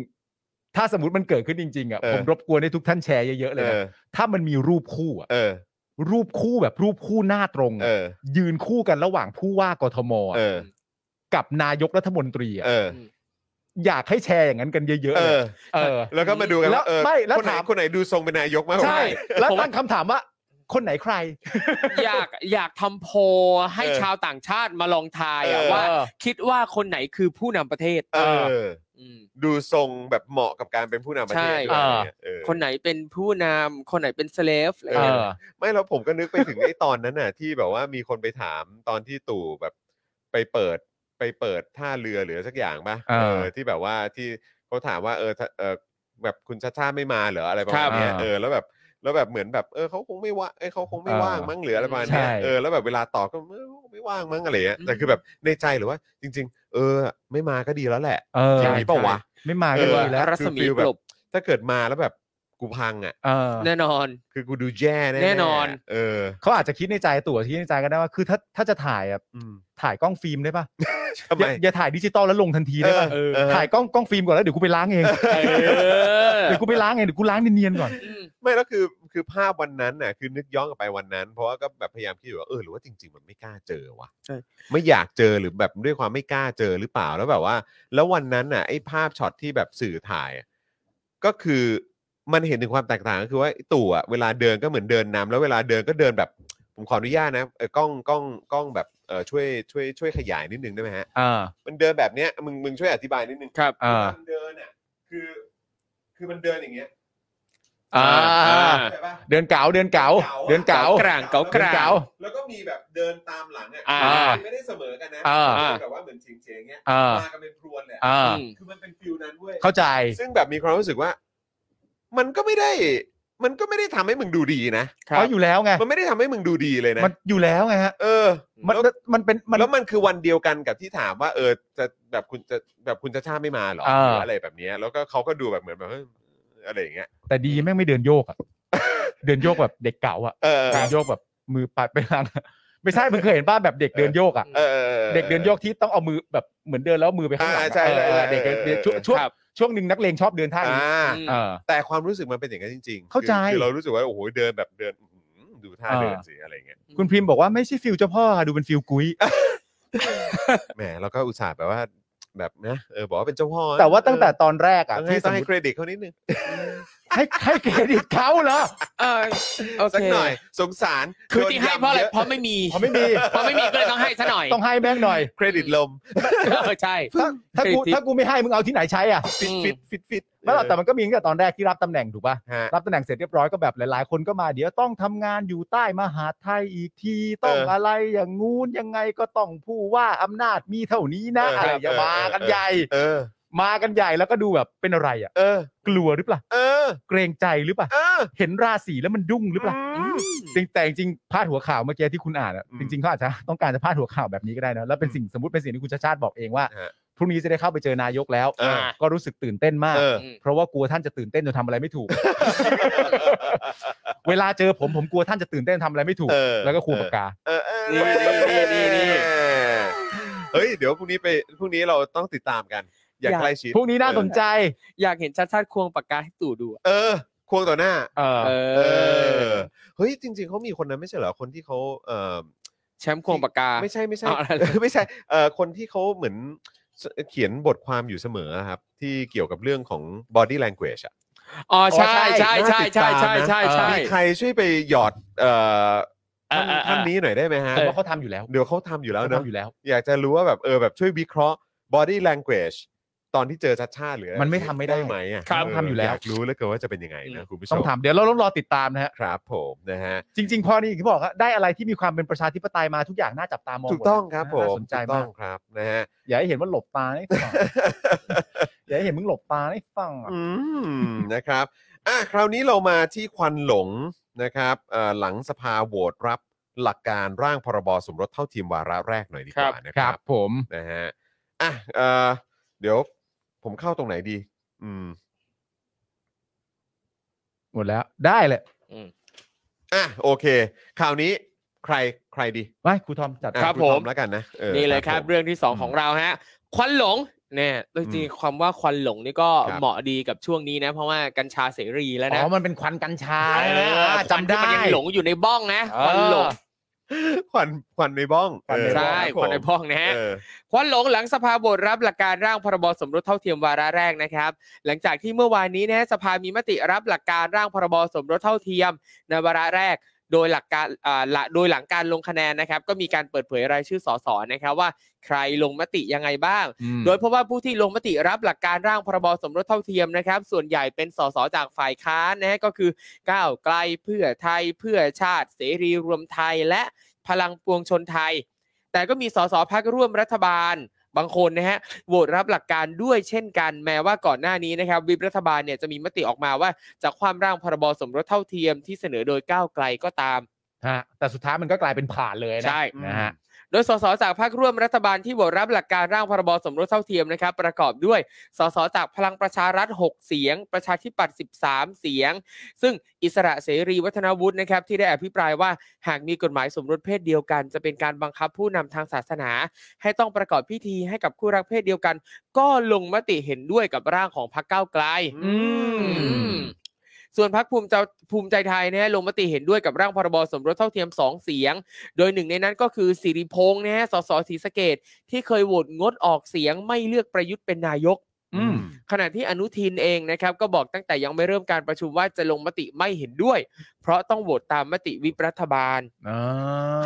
S4: ถ้าสมมติมันเกิดขึ้นจริงๆอ่ะ
S3: เออ
S4: ผมรบกวนให้ทุกท่านแชร์เยอะๆเล
S3: เอย
S4: นะ
S3: อ
S4: ถ้ามันมีรูปคู่อ่ะ
S3: เออ
S4: รูปคู่แบบรูปคู่หน้าตรง
S3: เอ
S4: อะ
S3: อ
S4: ยืนคู่กันระหว่างผู้ว่ากทมอะ
S3: เออ
S4: กับนายกรัฐมนตรีอะ
S3: เออ
S4: อยากให้แชร์อย่างนั้นกันเยอะๆ
S3: เอ
S4: เลย
S3: อ
S4: เออ
S3: แล้วก็มาดูกัน
S4: แล้ว
S3: ว่าเออ
S4: ไม่แล้ว
S3: คนไหน
S4: ถาม
S3: คนไหนดูทรงเป็นนายกมากกว่า
S4: ใช่
S3: กัน
S4: แล้ว
S5: ผม
S4: ตั้งคำถามว่า คนไหนใคร
S5: อยากอยากทำโพลให้
S3: เออ
S5: ชาวต่างชาติมาลองทายอะ
S3: เออ
S5: ว่า คิดว่าคนไหนคือผู้นำประเทศ
S3: เออ
S5: อื อืม
S3: ดูทรงแบบเหมาะกับการเป็นผู้นำประเทศ
S5: ใช่
S3: ด้วยอะไรเงี้ยเออ
S5: คนไหนเป็นผู้นำคนไหนเป็นเซเลฟอะไร
S4: เอ
S5: เงี้ย
S4: อ
S3: ไม่แล้วผมก็นึกไปถึง ไอ้ตอนนั้นน่ะ ที่แบบว่ามีคนไปถามตอนที่ตู่แบบไปเปิดไปเปิดท่าเรือหรือสักอย่างปะ
S4: อ่า
S3: เออที่แบบว่าที่เขาถามว่าเออถ้าเออแบบคุณชาชาติไม่มาเหรออะไรประมาณเนี้ย
S4: ครับ
S3: เออแล้วแบบแล้วแบบเหมือนแบบเออเขาคงไม่ว่าเออเขาคงไม่ว่างมั้งเหลืออะไรประมาณเนี้ย
S4: ใช่
S3: เออแล้วแบบเวลาตอบก็เออคงไม่ว่างมั้งอะไรเงี้ยแต่คือแบบในใจหรือว่า จริง ๆ เออ ไม่มาก็ดีแล้วแหละ
S4: เออ
S3: อย่างนี้ปะวะ
S4: ไม่มา
S3: เอ
S4: ก็
S3: อ
S4: ดีแล้ว
S5: รัศมี
S3: คือฟีล
S5: ก
S3: แบบ
S5: ลบ
S3: ถ้าเกิดมาแล้วแบบกูพังอ่ะ
S4: เออ
S5: แน่นอน
S3: คือกูดูแย่แน่ๆ
S5: แน่นอน
S3: เออ
S4: เขาอาจจะคิดในใจตัวคิดในใจก็ได้ว่าคือถ้าถ้าจะถ่ายอ่ะ
S3: อืม
S4: ถ่ายกล้องฟิล์มได้ปะ
S3: ทำไม
S4: อย่าอย่าถ่ายดิจิตอลแล้วลงทันทีได้ปะ
S3: เออเออ
S4: ถ่ายกล้องกล้องฟิล์มก่อนแล้วเดี๋ยวกูไปล้างเอง
S5: เออ
S4: เดี๋ยวกูไปล้างเองเดี๋ยวกูล้างเนียนๆก่อน
S5: อืม
S3: ไม่แล้วคือคือภาพวันนั้นน่ะคือนึกย้อนกลับไปวันนั้น เพราะว่าก็แบบพยายามคิดอยู่ว่าเออหรือว่าจริง ๆ มันไม่กล้าเจอวะ
S5: ใช่
S3: ไม่อยากเจอหรือแบบด้วยความไม่กล้าเจอหรือเปล่าแล้วแบบว่า แล้ววันนั้นน่ะไอ้ภาพช็อตที่แบบสื่อถ่ายอ่ะก็คือมันเห็นถึงความแตกต่างก็คือว่าไอ้ตู่อ่ะเวลาเดินก็เหมือนเดินนำแล้วเวลาเดินก็เดินแบบ ผมขออนุญาตนะเออกล้องกล้องกล้องแบบเออช่วยช่วยช่วยขยายนิดนึงได้ไหมฮะ
S4: เออ
S3: มันเดินแบบเนี้ยมึงมึงช่วยอธิบายนิดนึง
S5: ครับ
S4: อ่า
S3: มันเดินอ่ะคือ คือมันเดินอย่างเงี้ย
S4: อ่า
S3: เข้าใจปะ
S4: เดินเก๋าเดินเก๋าเดินเก๋า
S5: กลางเก๋ากลาง
S4: เก๋า
S3: แล้วก็มีแบบเดินตามหลังอ่ะ
S5: อ่า
S3: ไม่ได้เสมอกันนะ
S4: อ่า
S3: เดินแบบว่าเหมือนเฉียงๆเงี้ย
S4: อ่า
S3: มากันเป็นพรวนเลย
S4: อ่า
S5: อืม
S3: คือมันเป็นฟิลนั้นเว้ย
S4: เข้าใจ
S3: ซึ่งแบบมีความรู้สึกว่า มันก็ไม่ได้ มันก็ไม่ได้ทำให้มึงดูดีนะ
S4: เพราะอยู่แล้วไง
S3: มันไม่ได้ทำให้มึงดูดีเลยนะ
S4: มันอยู่แล้วไงฮะ
S3: เออ
S4: มัน
S3: แล้ว
S4: มันเป็นมัน
S3: แล้วมันคือวันเดียวกันกับที่ถามว่า เออจะแบบคุณจะแบบคุณจะชาติไม่มาเหรอ
S4: อ่า
S3: หรืออะไรแบบเนี้ยแล้วก็เขาก็ดูแบบเหมือนแบบเฮ้ยอะไรอย่างเงี้ย
S4: แต่ดีแม่งไม่เดินโยกอ่ะ เดินโยกแบบเด็กเก๋าอ่ะ
S3: เออ
S4: เดินโยกแบบมือปัดไปทาง ไม่ใช่มึงเคยเห็นป้าแบบเด็กเดินโยกอ่ะ
S3: เออ
S4: เด็กเดินโยกที่ต้องเอามือแบบเหมือนเดินแล้วมือไปข้างหลัง
S3: อ่า
S4: อะ
S3: ใช่ใช่
S4: เออ
S3: ใช่
S4: เด็กเดินเดินช่วง
S3: ใช่
S4: ช่วงช่วงหนึ่งนักเลงชอบเดินท่า
S3: อ่
S4: นี้
S3: า
S5: อืม
S4: เออ
S3: แต่ความรู้สึกมันเป็นอย่างนั้นจริงๆ
S4: เข้าใจ
S3: คือคือเรารู้สึกว่าโอ้โหเดินแบบเดินอื้อหือดูท่า
S4: อ่า
S3: เดินสิอะไรเงี้ย
S4: คุณพิมพ์บอกว่าไม่ใช่ฟิลเจ้าพ่อค่ะดูเป็นฟิลกุ้ย
S3: แหมเราก็อุตส่าห์แบบว่าแบบนะเออบอกว่าเป็นเจ้าพ่อนะ
S4: แต่ว่าตั้งแต่
S3: เอ
S4: ตอนแรก
S3: อ
S4: อ่ะ
S3: ต้องให้
S4: ที่ส
S3: ต้อ
S4: ม
S3: ง
S4: ม
S3: ให้
S4: ติ
S3: เครดิตเขานิดนึง
S4: ให้ให้ เครดิตเขาเหรอ
S5: เออโอ
S3: สัก
S5: เค
S3: หน่อย สงสาร
S5: คือ
S3: โดน
S5: ที่ให้
S3: ยำ
S5: เพราะอะไร
S3: ย
S5: เพราะไม่มี
S4: เขาไม่มี
S5: เพราะไม่มีก็เลยต้องให้ซะหน่อย
S4: ต้องให้แม่งหน่อย
S3: เครดิตลม
S5: เออใช่
S4: ถ้าถ้ากู
S5: เครดิต
S4: ถ้ากูไม่ให้มึงเอาที่ไหนใช้อ่ะ
S3: ฟิต
S5: อืม
S3: ฟิตฟิตฟิต
S4: ไม่หรอกแต่มันก็มีตั้งแต่ตอนแรกที่รับตำแหน่งถูกป่ะ
S3: ฮะ
S4: รับตำแหน่งเสร็จเรียบร้อยก็แบบหลายๆ คนก็มาเดี๋ยวต้องทำงานอยู่ใต้มหาดไทยอีกที ต้อง
S3: เอออ
S4: อะไรอย่างงู้นยังไงก็ต้องผู้ว่าอำนาจมีเท่านี้นะ
S3: เออ
S4: อะไร
S3: ครับ
S4: อย่า
S3: เออ
S4: มากัน
S3: เออ
S4: ใหญ่
S3: เออ
S4: มากันใหญ่แล้วก็ดูแบบเป็นอะไรอ่ะ
S3: เออ
S4: กลัวหรือเปล่า
S3: เออ
S4: เกรงใจหรือเปล่า
S3: เออ
S4: เห็นราศีแล้วมันดุ้งหรือเปล่าจริงแต่จริงๆพาดหัวข่าวเมื่อกี้ที่คุณอ่านอะ
S3: อืม
S4: จริงๆเขาอาจจะต้องการจะพาดหัวข่าวแบบนี้ก็ได้นะแล้วเป็นสิ่งสมมติเป็นสิ่งที่คุณชาติชาติบอกเองว่า
S3: ฮะ
S4: พรุ่งนี้จะได้เข้าไปเจอนายกแล้ว
S3: เออ
S4: ก็รู้สึกตื่นเต้นมาก
S3: เออ
S4: เพราะว่ากลัวท่านจะตื่นเต้นจนทำอะไรไม่ถูก เวลาเจอผมผมกลัวท่านจะตื่นเต้นทำอะไรไม่ถูก
S3: เออ
S4: แล้วก็ควงปากกา
S3: เออเออ
S5: นี่นี่นี่นี่
S3: เฮ้ยเดี๋ยวพรุ่งนี้ไปพรุ่งนี้เราต้องติดตามกัน อย่างใกล้ชิด
S4: พวกนี้น่าสนใจ
S5: อยากเห็นชาติชาติควงปากกาให้ตู่ดูอะ
S3: เออ ควงต่อหน้า
S4: เออ
S5: เอ
S3: เอ
S5: อ
S3: อเฮ้ยจริง ๆเขามีคนนั้นไม่ใช่เหรอคนที่เขาเออ
S5: แชมป์ควงปากกา
S3: ไม่ใช่ไม่ใช่
S5: เอาอะไร
S3: ไม่ใช่เออคนที่เขาเหมือนเสเขียนบทความอยู่เสมอครับ ที่เกี่ยวกับเรื่องของ body language อ่ะ
S5: อ๋อใช่
S4: อ๋อใช่
S5: ใช่ใช่ใช่ใช่ใช่ใช่
S3: มีใครช่วยไปหยอดเอ่อ
S5: เอ
S3: ท่า
S5: อนเออเอ
S3: ท่าน
S5: อ
S3: นี้หน่อยได้ไหมฮะ
S4: เพราะเขาทำอยู่แล้ว
S3: เดี๋ยวเขาทำอยู่แล้ว
S4: เขา
S3: เนอะ
S4: ทำอยู่แล้ว
S3: อยากจะรู้ว่าแบบเออแบบช่วยวิเคราะห์ body language ตอนที่เจอชัดชาติหรืออะร
S4: มันไม่ทำไม่ได้
S3: ไหมอ่ะ
S4: ครับ
S3: เ
S4: ทำอยู่แล้ว
S3: อยากรู้เหลือเกินว่าจะเป็นยังไงนะคุณผู้ชม
S4: ต้องทำเดี๋ยวเราต้องรอติดตามนะฮะ
S3: ครับผมนะฮะ
S4: จริง ๆ พอนี่อย่างที่บอกว่าได้อะไรที่มีความเป็นประชาธิปไตยมาทุกอย่างน่าจับตามองหมด
S3: ถูกต้องครับผม
S4: น่าสนใจ
S3: ถูกต้อ
S4: มาง ก
S3: ครับนะฮะ
S4: อย่าให้เห็นว่าหลบตาไอ้ฝั่งอย่าให้เห็นมึงหลบตาไอ้ฝั่งอะ
S3: อืม นะครับอ่ะคราวนี้เรามาที่ควันหลงนะครับเอ่อหลังสภาโหวตรับหลักการร่างพรบสมรสเท่าเทียมวาระแรกหน่อยดีกว่านะ
S4: ค
S3: ค
S4: รั
S3: รั
S4: บบ ผม
S3: นะฮะอ่ะเอ่อเดี๋ยวผมเข้าตรงไหนดี อืม
S4: หมดแล้วได้เลย
S3: อ่ะโอเค คราวนี้ใครใครดี
S4: ไปครูทอมจัด
S3: อ่ะ
S5: ครับ
S3: ณทอ
S5: ผม
S3: แล้วกันนะออ
S5: นี่เลยครับ
S3: ผม
S5: เรื่องที่ 2 ของเราฮะ ควันหลงเนี่ยจริงๆความว่าควันหลงนี่ก็
S3: ครับ
S5: เหมาะดีกับช่วงนี้นะ เพราะว่ากัญชาเสรีแล้ว
S4: อ๋
S5: นะ
S4: อ มันเป็นควันกัญชา
S5: เออ
S4: อ่า
S5: ควัน
S4: จำ
S5: ที่
S4: ได้
S5: มันยังหลงอยู่ในบ้องนะควันหลง
S3: ควันควันในบ้อง
S4: ควันใน
S3: เออ
S5: ใช่
S3: รับ
S5: ควันใน
S3: ผม
S5: บ้องนะฮะ
S3: เออ
S5: ควันหลงหลังสภาโหวตรับหลักการร่างพรบสมรสเท่าเทียมวาระแรกนะครับ หลังจากที่เมื่อวานนี้นะสภามีมติรับหลักการร่างพรบสมรสเท่าเทียมในวาระแรก โดยหลักการอ่าละโดยหลังการลงคะแนนนะครับ ก็มีการเปิดเผยรายชื่อสสนะครับว่าใครลงมติยังไงบ้าง
S4: อืม
S5: โดยเพราะว่าผู้ที่ลงมติรับหลักการร่างพรบสมรสเท่าเทียมนะครับ ส่วนใหญ่เป็นสสจากฝ่ายค้านนะฮะก็คือก้าวไกลเพื่อไทยเพื่อชาติ เสรีรวมไทยและพลังปวงชนไทย แต่ก็มีสสพักร่วมรัฐบาลบางคนนะฮะโหวตรับหลักการด้วยเช่นกัน แม้ว่าก่อนหน้านี้นะครับวิปรัฐบาลเนี่ยจะมีมติออกมาว่าจะคว่ำร่างพรบสมรสเท่าเทียมที่เสนอโดยก้าวไกลก็ตาม
S4: ฮะแต่สุดท้ายมันก็กลายเป็นผ่านเลยนะ
S5: ใช่
S4: นะฮะ
S5: โดยสสจากพรรคร่วมรัฐบาลที่โหวตรับหลักการร่างพรบสมรสเท่าเทียมนะครับ ประกอบด้วย สสจากพลังประชารัฐ 6 เสียง ประชาธิปัตย์ 13 เสียง ซึ่งอิสระเสรีวัฒนวุฒินะครับ ที่ได้อภิปรายว่าหากมีกฎหมายสมรสเพศเดียวกัน จะเป็นการบังคับผู้นำทางศาสนา ให้ต้องประกอบพิธีให้กับคู่รักเพศเดียวกัน ก็ลงมติเห็นด้วยกับร่างของพรรคก้าวไกล
S4: อืม
S5: ส่วนพรรคภูมิใจภูมิใจไทยนะฮะลงมติเห็นด้วยกับร่างพรบสมรสเท่าเทียม 2 เสียง โดยหนึ่งในนั้นก็คือสิริพงษ์นะฮะสสศรีสะเกดที่เคยโหวตงดออกเสียงไม่เลือกประยุทธ์เป็นนายก
S4: อืม
S5: ขณะที่อนุทินเองนะครับก็บอกตั้งแต่ยังไม่เริ่มการประชุมว่าจะลงมติไม่เห็นด้วย เพราะต้องโหวตตามมติวิปรัฐบาล
S4: อ่า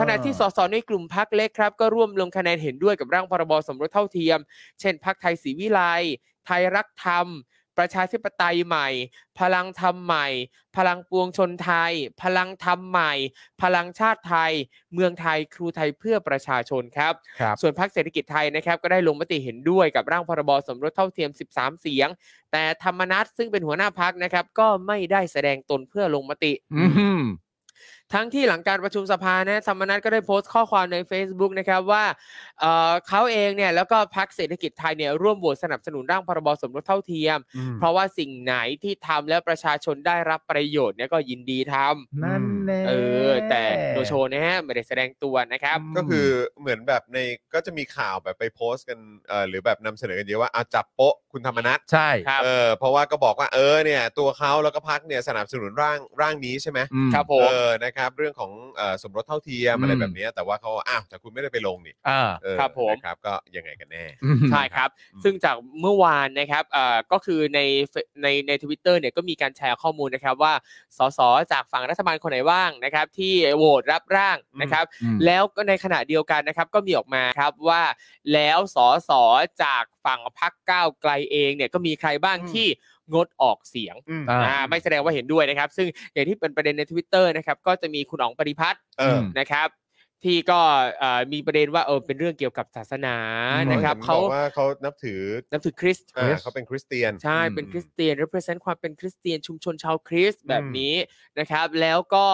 S5: ขณะที่สสในกลุ่มพักเล็กครับ ก็ร่วมลงคะแนนเห็นด้วยกับร่างพรบสมรสเท่าเทียม เช่นพักไทยศรีวิไลย์ไทยรักธรรม ประชาธิปไตยใหม่ พลังธรรมใหม่ พลังปวงชนไทย พลังธรรมใหม่ พลังชาติไทย เมืองไทยครูไทยเพื่อประชาชนครับ
S4: ครับ
S5: ส่วนพรรคเศรษฐกิจไทยนะครับก็ได้ลงมติเห็นด้วยกับร่างพรบสมรสเท่าเทียม 13 เสียง แต่ธรรมนัฐซึ่งเป็นหัวหน้าพักนะครับก็ไม่ได้แสดงตนเพื่อลงมติ
S4: อืม
S5: ทั้งที่หลังการประชุมสภานะธรรมนัฐก็ได้โพสต์ข้อความใน Facebook นะครับว่าเอ่อเขาเองเนี่ยแล้วก็พักเศรษฐกิจไทยเนี่ยร่วมโหวตสนับสนุนร่างพรบสมรสเท่าเทียม เพราะว่าสิ่งไหนที่ทำแล้วประชาชนได้รับประโยชน์เนี่ยก็ยินดีทำ
S4: นั่นแน่
S5: เออ แต่โนโชนะฮะไม่ได้แสดงตัวนะครับ
S3: ก็คือเหมือนแบบในก็จะมีข่าวแบบไปโพสต์กันเอ่อหรือแบบนำเสนอกันเยอะว่าอาจับโป๊ะคุณธรรมนัท
S4: ใช่
S5: ครับ
S3: เออเพราะว่าก็บอกว่าเออเนี่ยตัวเขาแล้วก็พักเนี่ยสนับสนุนร่างร่างนี้ใช่ไหม
S4: อืม
S5: ครับผม
S3: เออนะครับเรื่องของเอ่อสมรสเท่าเทียมอะไร
S4: อืม
S3: แบบเนี้ยแต่ว่าเขาอ้าวแต่คุณไม่ได้ไปลงนี่
S4: อ่า
S3: เออ
S5: ครับผม
S3: นะครับก็ยังไงกันแน่
S4: อืม
S5: ใช่ครับ
S3: อืม
S5: ซึ่งจากเมื่อวานนะครับเอ่อก็คือในเฟในในทวิตเตอร์เนี่ยก็มีการแชร์ข้อมูลนะครับว่า สสจากฝั่งรัฐบาลคนไหนว่างนะครับ ที่โหวตรับร่างนะครับ
S4: อืม
S5: แล้วก็ในขณะเดียวกันนะครับก็มีออกมาครับว่าแล้วสสจากฝั่งพักก้าวไกลเองเนี่ยก็มีใครบ้างที่งดออกเสียง
S3: อืม
S4: อ่า
S5: อ่าไม่แสดงว่าเห็นด้วยนะครับ ซึ่งอย่างที่เป็นประเด็นในทวิตเตอร์นะครับก็จะมีคุณอ๋องปริพัฒน์
S3: เออ
S5: นะครับที่ก็เอ่อมีประเด็นว่าเออเป็นเรื่องเกี่ยวกับศาสนา
S4: อืม
S5: นะครับ
S3: เขา
S5: เขา
S3: บอกว่าเขานับถือ
S5: นับถือคริสต์
S3: อ่าเขาเป็นคริสเตียน
S5: ใช่
S4: อืม
S5: เป็นคริสเตียน represent ความเป็นคริสเตียนชุมชนชาวคริสต์แบบนี้นะครับ แล้วก็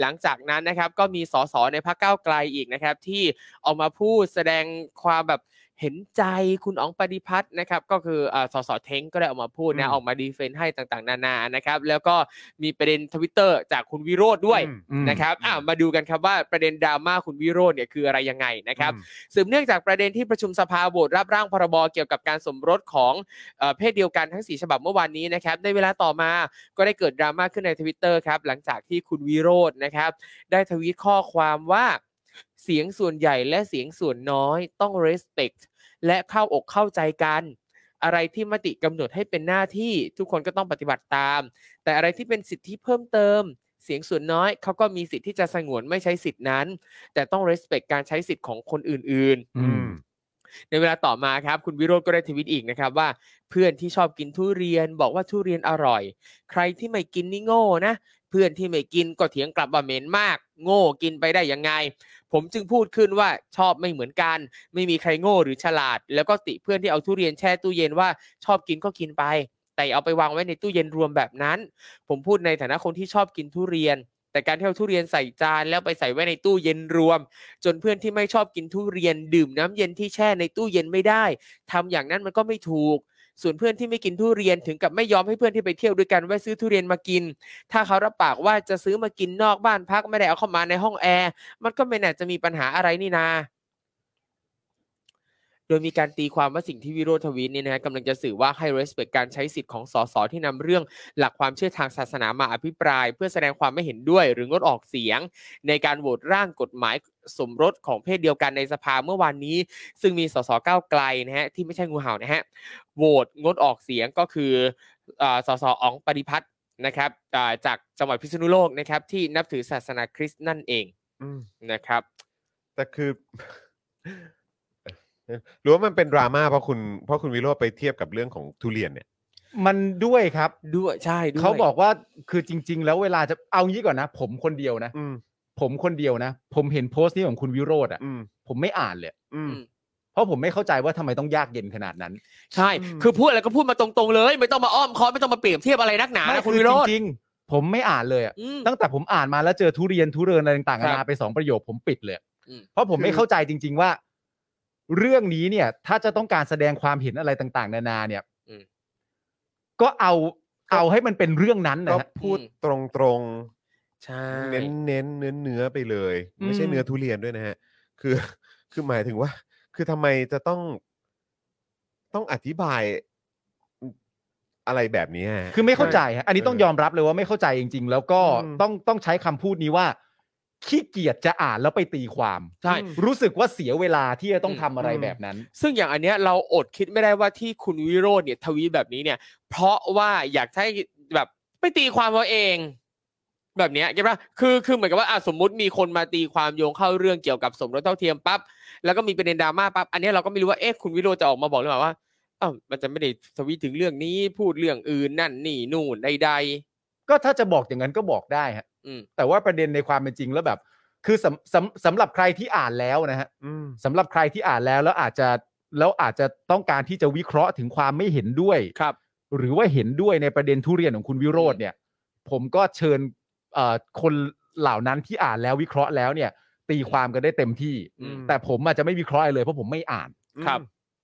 S5: หลังจากนั้นนะครับก็มีสสในพรรคก้าวไกลอีกนะครับ ที่ออกมาพูดแสดงความแบบเห็นใจคุณอ๋องปฏิพัฒน์นะครับ ก็คืออ่าสสเท้งก็ได้ออกมาพูดนะออกมาดีเฟนต์ให้ต่างๆ นานานะครับ แล้วก็มีประเด็นทวิตเตอร์จากคุณวิโรธด้วย
S4: อืม
S5: นะครับ อ่า
S3: อืม
S5: มาดูกันครับว่าประเด็นดราม่าคุณวิโรจน์เนี่ยคืออะไรยังไงนะครับสืบเนื่องจากประเด็นที่ประชุมสภาโหวตรับร่างพรบเกี่ยวกับการสมรสของเอ่อเพศเดียวกันทั้ง 4 ฉบับเมื่อวานนี้นะครับ ในเวลาต่อมาก็ได้เกิดดราม่าขึ้นในทวิตเตอร์ครับ หลังจากที่คุณวิโรจน์นะครับ ได้ทวีตข้อความว่า เสียงส่วนใหญ่และเสียงส่วนน้อยต้อง respect และเข้าอกเข้าใจกัน อะไรที่มติกำหนดให้เป็นหน้าที่ทุกคนก็ต้องปฏิบัติตาม แต่อะไรที่เป็นสิทธิเพิ่มเติม เสียงส่วนน้อยเขาก็มีสิทธิ์ที่จะสงวนไม่ใช้สิทธินั้น แต่ต้อง respect การใช้สิทธิ์ของคนอื่น
S4: อืม
S5: ๆ ในเวลาต่อมาครับ คุณวิโรจน์ก็ได้ทวิตอีกนะครับว่า เพื่อนที่ชอบกินทุเรียนบอกว่าทุเรียนอร่อย ใครที่ไม่กินนี่โง่นะ เพื่อนที่ไม่กินก็เถียงกลับว่าเหม็นมาก โง่กินไปได้ยังไง ผมจึงพูดขึ้นว่าชอบไม่เหมือนกัน ไม่มีใครโง่หรือฉลาด แล้วก็ติเพื่อนที่เอาทุเรียนแช่ตู้เย็นว่าชอบกินก็กินไป แต่เอาไปวางไว้ในตู้เย็นรวมแบบนั้น ผมพูดในฐานะคนที่ชอบกินทุเรียน แต่การที่เอาทุเรียนใส่จานแล้วไปใส่ไว้ในตู้เย็นรวม จนเพื่อนที่ไม่ชอบกินทุเรียน ดื่มน้ำเย็นที่แช่ในตู้เย็นไม่ได้ทำอย่างนั้นมันก็ไม่ถูก ส่วนเพื่อนที่ไม่กินทุเรียนถึงกับไม่ยอมให้เพื่อนที่ไปเที่ยวด้วยกันแวะซื้อทุเรียนมากิน ถ้าเขารับปากว่าจะซื้อมากินนอกบ้านพักไม่ได้เอาเข้ามาในห้องแอร์ มันก็ไม่น่าจะมีปัญหาอะไรนี่นา โดยมีการตีความว่าสิ่งที่วิโรธทวีตเนี่ยนะฮะกำลังจะสื่อว่าให้ respect การใช้สิทธิ์ของสสที่นำเรื่องหลักความเชื่อทางศาสนามาอภิปราย เพื่อแสดงความไม่เห็นด้วย หรืองดออกเสียง ในการโหวตร่างกฎหมายสมรสของเพศเดียวกันในสภาเมื่อวานนี้ ซึ่งมีสสก้าวไกลนะฮะที่ไม่ใช่งูเห่านะฮะโหวตงดออกเสียงก็คือเอ่อสสอองปฏิพัฒน์ นะครับอ่าจากจังหวัดพิษณุโลกนะครับที่นับถือศาสนาคริสต์นั่นเอง
S3: อืม
S5: นะครับ
S3: แต่คือ หรือว่ามันเป็นดราม่าเพราะคุณเพราะคุณวิโรจน์ไปเทียบกับเรื่องของทุเรียนเนี่ย
S4: มันด้วยครับ
S5: ด้วยใช่ด้วย
S4: เขาบอกว่าคือจริง ๆ แล้วเวลาจะเอางี้ก่อนนะ ผมคนเดียวนะ
S3: อืม
S4: ผมคนเดียวนะ ผมเห็นโพสต์นี้ของคุณวิโรธอ่ะ
S3: อืม
S4: ผมไม่อ่านเลย
S3: อืม
S4: เพราะผมไม่เข้าใจว่าทำไมต้องยากเย็นขนาดนั้น
S5: ใช่
S3: อืม
S5: คือพูดอะไรก็พูดมาตรงๆเลย ไม่ต้องมาอ้อมค้อมไม่ต้องมาเปรียบเทียบอะไรนักหนานะคุณวิโรจน์
S4: จริงๆ ผมไม่อ่านเลยอะ
S5: อืม
S4: ตั้งแต่ผมอ่านมาแล้วเจอทุเรียนทุเรินอะไรต่างๆ
S5: ครั
S4: นา
S5: บ
S4: นาไปสองประโยคผมปิดเลย
S5: อืม
S4: เพราะผมไม่เข้าใจจริง ๆ ว่า เรื่องนี้เนี่ย ถ้าจะต้องการแสดงความเห็นอะไรต่างๆ นานาเนี่ยก็เอาเอาให้มันเป็นเรื่องนั้นนะ
S3: ก็
S4: ฮะ
S3: พูดตรง
S5: ใช่
S3: ๆ เน้นเน้นเนื้อเนื้อๆไปเลย
S4: อืม
S3: ไม่ใช่เนื้อทุเรียนด้วยนะฮะ คือ คือหมายถึงว่า คือทำไมจะต้อง ต้องอธิบายอะไรแบบนี้ฮะ
S4: คือไม่เข้าใจฮะอันนี้ต้อง
S3: เออย
S4: อมรับเลยว่าไม่เข้าใจจริง ๆ แล้วก็
S3: อืม
S4: ต้องต้องใช้คำพูดนี้ว่าขี้เกียจจะอ่านแล้วไปตีความ
S5: ใช่
S4: รู้สึกว่าเสียเวลาที่จะต้อง
S5: อืม
S4: ทำอะไรแบบนั้น
S5: ซึ่งอย่างอันเนี้ยเราอดคิดไม่ได้ว่าที่คุณวิโรจน์เนี่ยทวีตแบบนี้เนี่ย เพราะว่าอยากให้แบบไปตีความเอาเอง แบบเนี้ยเก็ตป่ะคือคือเหมือนกับว่าอ่ะสมมุติมีคนมาตีความโยงเข้าเรื่องเกี่ยวกับสมรสเท่าเทียมปั๊บแล้วก็มีประเด็นดราม่าปั๊บอันเนี้ยเราก็ไม่รู้ว่าเอ๊ะคุณวิโรจน์จะออกมาบอกหรือเปล่าว่าอ้าวมันจะไม่ได้ทวีตถึงเรื่องนี้พูดเรื่องอื่นนั่นนี่นู่นใด
S4: ก็ถ้าจะบอกอย่างนั้นก็บอกได้ฮะ
S5: อืม
S4: แต่ว่าประเด็นในความเป็นจริงแล้วแบบ คือสำสำสำหรับใครที่อ่านแล้วนะฮะ
S3: อืม
S4: สำหรับใครที่อ่านแล้วแล้วอาจจะแล้วอาจจะต้องการที่จะวิเคราะห์ถึงความไม่เห็นด้วย
S5: ๆ ครับ
S4: หรือว่าเห็นด้วยในประเด็นทุเรียนของคุณวิโรธเนี่ย ผมก็เชิญเอ่อคนเหล่านั้นที่อ่านแล้ววิเคราะห์แล้วเนี่ย ตีความกันได้เต็มที่
S3: อืม
S4: แต่ผมอาจจะไม่วิเคราะห์อะไรเลยเพราะผมไม่อ่าน
S5: ครับ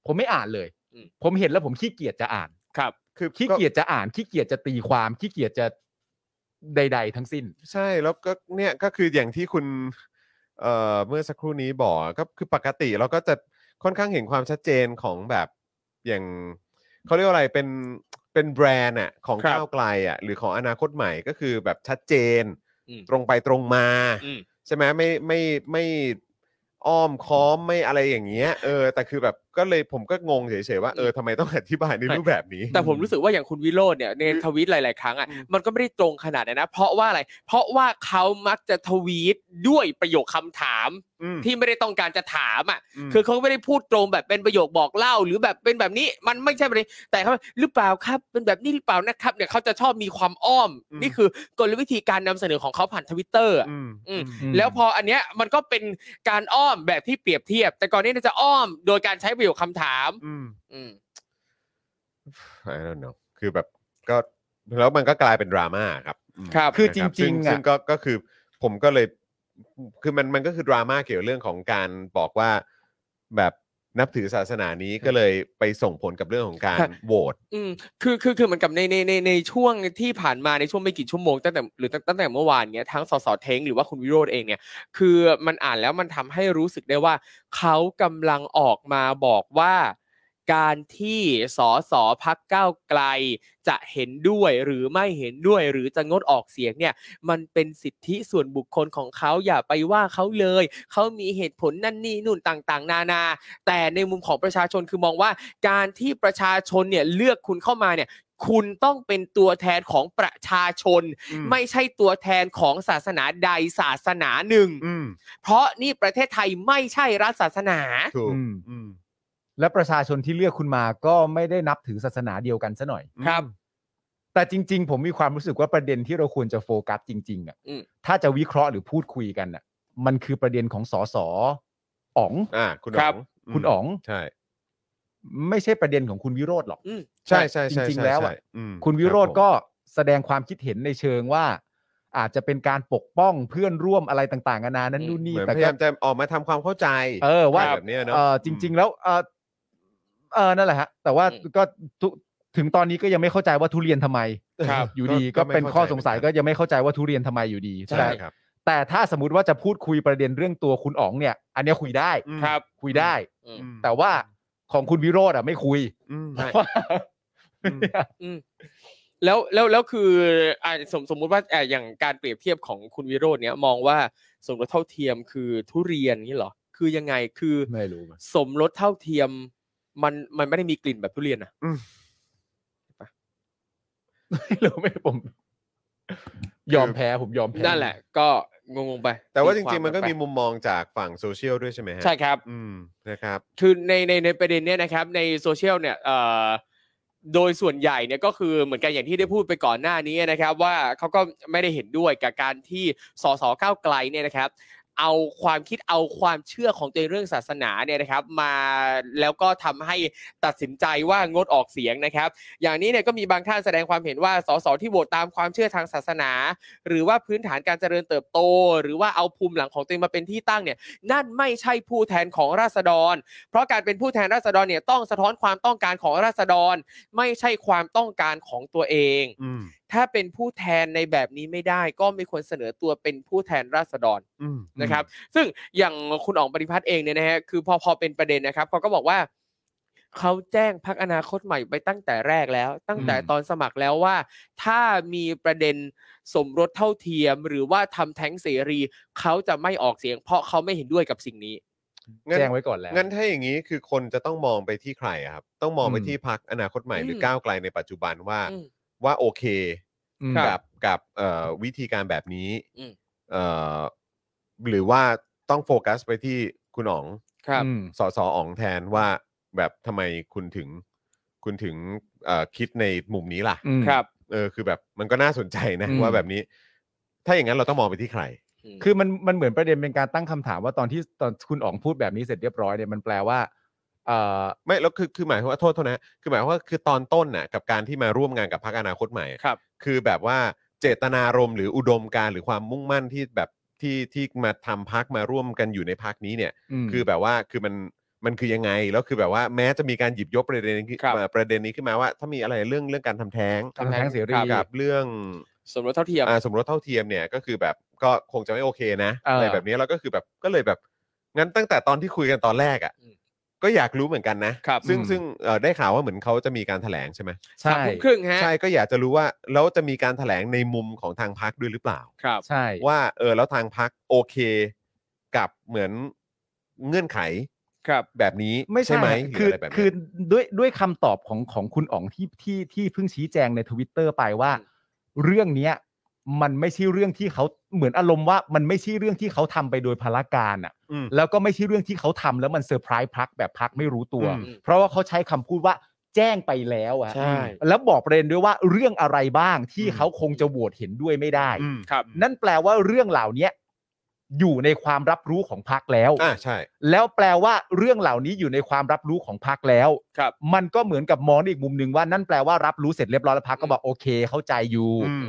S4: ผมไม่อ่านเลย
S5: อืม
S4: ผมเห็นแล้วผมขี้เกียจจะอ่าน
S5: ครับ
S3: คือ
S4: ขี้เกียจจะอ่านขี้เกียจจะตีความขี้เกียจจะใด ๆ ทั้งสิ้น
S3: ใช่แล้วก็เนี่ยก็คืออย่างที่คุณเอ่อเมื่อสักครู่นี้บอกก็คือปกติเราก็จะค่อนข้างเห็นความชัดเจนของแบบอย่างเขาเรียกว่าอะไรเป็นเป็นแบรนด์อะของ
S5: ครับ
S3: ก้าวไกลอะหรือของอนาคตใหม่ก็คือแบบชัดเจน
S5: อืม
S3: ตรงไปตรงมา
S5: อืม
S3: ใช่ไหมไม่ไม่ไม่อ้อมค้อมไม่อะไรอย่างเงี้ยเออแต่คือแบบก็เลยผมก็งงเฉยๆว่าเออทำไมต้องอธิบายในรูปแบบนี้
S5: แต่ผมรู้สึกว่าอย่างคุณวิโรจน์เนี่ยในทวีตหลาย ๆ ครั้งอ่ะมันก็ไม่ได้ตรงขนาดนั้นนะ เพราะว่าอะไร เพราะว่าเขามักจะทวีตด้วยประโยคคำถาม
S3: อืม
S5: ที่ไม่ได้ต้องการจะถามอ่ะ
S3: ม
S5: คือเขาไม่ได้พูดตรงแบบเป็นประโยคบอกเล่า หรือแบบเป็นแบบนี้มันไม่ใช่แบบนี้แต่เขาหรือเปล่าครับเป็นแบบนี้หรือเปล่านะครับเนี่ยเขาจะชอบมีความอ้อม
S3: อืม
S5: นี่คือกลวิธีการนำเสนอของเขาผ่านทวิตเตอร์
S3: อืม
S5: อืม
S4: อืม
S5: แล้วพออันเนี้ยมันก็เป็นการอ้อมแบบที่เปรียบเทียบ แต่ก่อนนี้เนี่ยจะอ้อมโดยการใช้ประโยคคำถาม
S3: อืม
S5: อืม
S3: I don't know คือแบบก็แล้วมันก็กลายเป็นดราม่าครับอืม
S5: ครับ
S4: คือ
S3: นะ
S4: จ
S3: รับ
S4: ริ
S3: ซึ่
S4: งๆ
S3: ซึ่
S4: อ่ะ
S3: งก็ก็คือผมก็เลยคือมันมันก็คือดราม่าเกี่ยวเรื่องของการบอกว่าแบบนับถือศาสนานี้ก็เลยไปส่งผลกับเรื่องของการ
S5: ครับ
S3: โหวต
S5: อืมคือคือคือเหมือนกับในในในในช่วงที่ผ่านมาในช่วงไม่กี่ชั่วโมงตั้งแต่หรือตั้งตั้งแต่เมื่อวานเนี้ยทั้งสสเทงหรือว่าคุณวิโรธเองเนี่ย คือมันอ่านแล้วมันทำให้รู้สึกได้ว่า เขากำลังออกมาบอกว่า การที่สสพักก้าวไกล จะเห็นด้วยหรือไม่เห็นด้วยหรือจะงดออกเสียงเนี่ย มันเป็นสิทธิส่วนบุคคลของเขาอย่าไปว่าเขาเลย เขามีเหตุผลนั่นนี่นู่นต่างๆ นานา แต่ในมุมของประชาชนคือมองว่า การที่ประชาชนเนี่ยเลือกคุณเข้ามาเนี่ย คุณต้องเป็นตัวแทนของประชาชน
S3: อืม
S5: ไม่ใช่ตัวแทนของศาสนาใดศาสนาหนึ่ง
S3: อืม
S5: เพราะนี่ประเทศไทยไม่ใช่รัฐศาสนา
S3: ถูก
S4: อืม
S3: อืม
S4: และประชาชนที่เลือกคุณมาก็ไม่ได้นับถือศาสนาเดียวกันซะหน่อย
S5: ครับ
S4: แต่จริง ๆ ผมมีความรู้สึกว่าประเด็นที่เราควรจะโฟกัสจริงๆอ่ะ
S5: อืม
S4: ถ้าจะวิเคราะห์หรือพูดคุยกันอ่ะ มันคือประเด็นของสสอ๋อง
S3: อ่าคุณ
S5: ค
S3: อ๋
S5: รั
S3: อบ งม
S4: คุณอ๋อง
S3: ใช่
S4: ไม่ใช่ประเด็นของคุณวิโรธหรอก
S5: อืม
S3: ใช่ใช่ใช่
S4: จริง
S3: ใช่
S4: ๆแล้ว
S3: ใช่
S4: อ่ะ
S3: อืม
S4: คุณวิโรธ
S3: บผม
S4: ก็แสดงความคิดเห็นในเชิงว่า อาจจะเป็นการปกป้องเพื่อนร่วมอะไรต่างๆนานานั้น
S5: อืม
S4: นู่นนี่
S3: เหมือน
S4: แต่
S3: พ
S4: ก็
S3: ยายามจะออกมาทำความเข้าใจ
S4: เออว่า
S3: ะไรแบบเนี้ยเนอะ
S4: เอ่อจริง ๆ แล้วเออเออนั่นแหละฮะ แต่ว่า
S5: อืม
S4: ก็ทุถึงตอนนี้ก็ยังไม่เข้าใจว่าทุเรียนทำไม
S5: ครับ
S4: อยู่ดีก็เป็น
S3: ไม่
S4: ข้อ
S3: ข้าใจ
S4: สงสัยก็ยังไม่เข้าใจว่าทุเรียนทำไมอยู่ดี
S3: ใช่
S4: แต่
S3: ครับ
S4: แต่ถ้าสมมติว่าจะพูดคุยประเด็นเรื่องตัวคุณอ๋องเนี่ย อันเนี้ยคุยได้
S3: อืม
S5: ครับ
S4: คุยได้
S5: อืม
S3: อืม
S4: แต่ว่าของคุณวิโรธอ่ะไม่คุย
S3: อืม อื ม
S5: อืมแล้วแล้วแล้วคืออ่าสมสมมุติว่าอ่าอย่างการเปรียบเทียบของคุณวิโรจน์เนี่ยมองว่าสมรสเท่าเทียมคือทุเรียนนี่เหรอ คือยังไงคือ
S4: ไม่รู้ว่ะ
S5: สมรสเท่าเทียม มันมันไม่ได้มีกลิ่นแบบทุเรียนนะ
S4: ไม่รู้ไม่ผม ยอมแพ้ผมยอมแพ้
S5: นั่นแหละ ก็งงๆไป
S3: แต่ว่าจ
S5: ตีค
S3: ริง ๆ มันก็มี
S5: ไป
S3: มุมมองจากฝั่งโซเชียลด้วยใช่ไหมฮะ
S5: ใช่ครับ
S3: อืมนะครับ
S5: คือในในในประเด็นเนี่ยนะครับในโซเชียลเนี่ยเอ่อโดยส่วนใหญ่เนี่ยก็คือเหมือนกันอย่างที่ได้พูดไปก่อนหน้านี้นะครับ ว่าเขาก็ไม่ได้เห็นด้วยกับการที่สสก้าวไกลเนี่ยนะครับ เอาความคิดเอาความเชื่อของตัวเองเรื่องศาสนาเนี่ยนะครับ มาแล้วก็ทำให้ตัดสินใจว่างดออกเสียงนะครับ อย่างนี้เนี่ยก็มีบางท่านแสดงความเห็นว่าสสที่โหวตตามความเชื่อทางศาสนา หรือว่าพื้นฐานการเจริญเติบโต หรือว่าเอาภูมิหลังของตัวเองมาเป็นที่ตั้งเนี่ยนั่นไม่ใช่ผู้แทนของราษฎร เพราะการเป็นผู้แทนราษฎรเนี่ยต้องสะท้อนความต้องการของราษฎร ไม่ใช่ความต้องการของตัวเอง
S3: อืม
S5: ถ้าเป็นผู้แทนในแบบนี้ไม่ได้ ก็ไม่ควรเสนอตัวเป็นผู้แทนราษฎร
S3: อืม
S5: นะครับ ซึ่งอย่างคุณอ๋องปริพัฒน์เองเนี่ยนะฮะคือพอพอเป็นประเด็นนะครับเขาก็บอกว่าเขาแจ้งพักอนาคตใหม่ไปตั้งแต่แรกแล้ว ตั้งแต่
S4: อืม
S5: ตอนสมัครแล้วว่า ถ้ามีประเด็นสมรสเท่าเทียม หรือว่าทำแท้งเสรีเขาจะไม่ออกเสียง เพราะเขาไม่เห็นด้วยกับสิ่งนี้
S4: แจ้งไว้ก่อนแล้ว
S3: งั้นถ้าอย่างนี้คือคนจะต้องมองไปที่ใครอะครับ ต้องมองไป
S4: อืม
S3: ที่พักอนาคตใหม่หรืออ
S5: ม
S3: ก้าวไกลในปัจจุบันว่า
S5: อืม
S3: ว่าโอเค
S4: อืม
S3: กับกับเอ่อวิธีการแบบนี้
S5: อืม
S3: เอ่อหรือว่าต้องโฟกัสไปที่คุณอ๋อง
S5: ครับ
S4: อืม
S3: สอสออ๋องแทนว่าแบบทำไมคุณถึง คุณถึงเอ่อคิดในมุมนี้ล่ะ
S4: อืม
S5: ครับ
S3: เออคือแบบมันก็น่าสนใจนะ
S4: อืม
S3: ว่าแบบนี้ ถ้าอย่างนั้นเราต้องมองไปที่ใคร
S4: คือมันมันเหมือนประเด็นเป็นการตั้งคำถามว่าตอนที่ตอนคุณอ๋องพูดแบบนี้เสร็จเรียบร้อยเนี่ยมันแปลว่าเอ่อ
S3: ไม่แล้วคือคือหมายความว่าโทษโทษนะคือหมายความว่าคือตอนต้นน่ะกับการที่มาร่วมงานกับพรรคอนาคตใหม่อะ
S5: ครับ
S3: คือแบบว่าเจตนารมณ์หรืออุดมการณ์หรือความมุ่งมั่นที่แบบที่ที่มาทำพักมาร่วมกันอยู่ในพักนี้เนี่ย
S4: ม
S3: คือแบบว่าคือมันมันคือยังไงแล้วคือแบบว่าแม้จะมีการหยิบยกประเด็นนี้
S5: ครับ
S3: เอ่อประเด็นนี้ขึ้นมาว่า ถ้ามีอะไรเรื่องเรื่องการทำแท้ง
S4: ทำแท้งเสรี
S3: กับเรื่อง
S5: สมรสเท่าเทียม
S3: อ่าสมรสเท่าเทียมเนี่ยก็คือแบบก็คงจะไม่โอเคนะ
S4: เอออ
S3: อะไรแบบนี้แล้วก็คือแบบก็เลยแบบงั้นตั้งแต่ตอนที่คุยกันตอนแรกอ่ะ
S5: อืม
S3: ก็อยากรู้เหมือนกันนะครับ ซึ่งซึ่งเอ่อได้ข่าวว่าเหมือนเขาจะมีการแถลงใช่ไหม
S4: ใช่
S5: สามทุ่มครึ่งฮะ
S3: ใช่ก็อยากจะรู้ว่าแล้วจะมีการแถลงในมุมของทางพักด้วยหรือเปล่า
S5: ครับ
S4: ใช่
S3: ว่าเออแล้วทางพักโอเค กับเหมือนเงื่อนไข
S5: ครับ
S3: แบบนี้
S4: ไม่ใช่
S3: ไหม
S4: คื
S3: หรืะ
S4: อ
S3: ไรแบบนี้
S4: คือด้วยด้วยคำตอบของของคุณอ๋องที่ที่ที่เพิ่งชี้แจงในทวิตเตอร์ไปว่า เรื่องเนี้ยมันไม่ใช่เรื่องที่เขาเหมือนอารมณ์ว่ามันไม่ใช่เรื่องที่เขาทำไปโดยพาราการอ่ะ
S3: ม
S4: แล้วก็ไม่ใช่เรื่องที่เขาทำแล้วมันเซอร์ไพรส์พักแบบพักไม่รู้ตัว
S3: อืม
S4: เพราะว่าเขาใช้คำพูดว่าแจ้งไปแล้วอะ
S5: ใช่
S4: แล้วบอกประเด็นด้วยว่าเรื่องอะไรบ้างที่เขาคงจะโหวตเห็นด้วยไม่ได้
S3: อืม
S5: ครับ
S4: นั่นแปลว่าเรื่องเหล่าเนี้ยอยู่ในความรับรู้ของพักแล้ว
S3: อ่าใช่
S4: แล้วแปลว่าเรื่องเหล่านี้อยู่ในความรับรู้ของพักแล้ว
S5: ครับ
S4: มันก็เหมือนกับมองในอีกมุมหนึ่งว่านั่นแปลว่ารับรู้เสร็จเรียบร้อยแล้วพักก็บอกโอเค เข้าใจอยู่
S3: อืม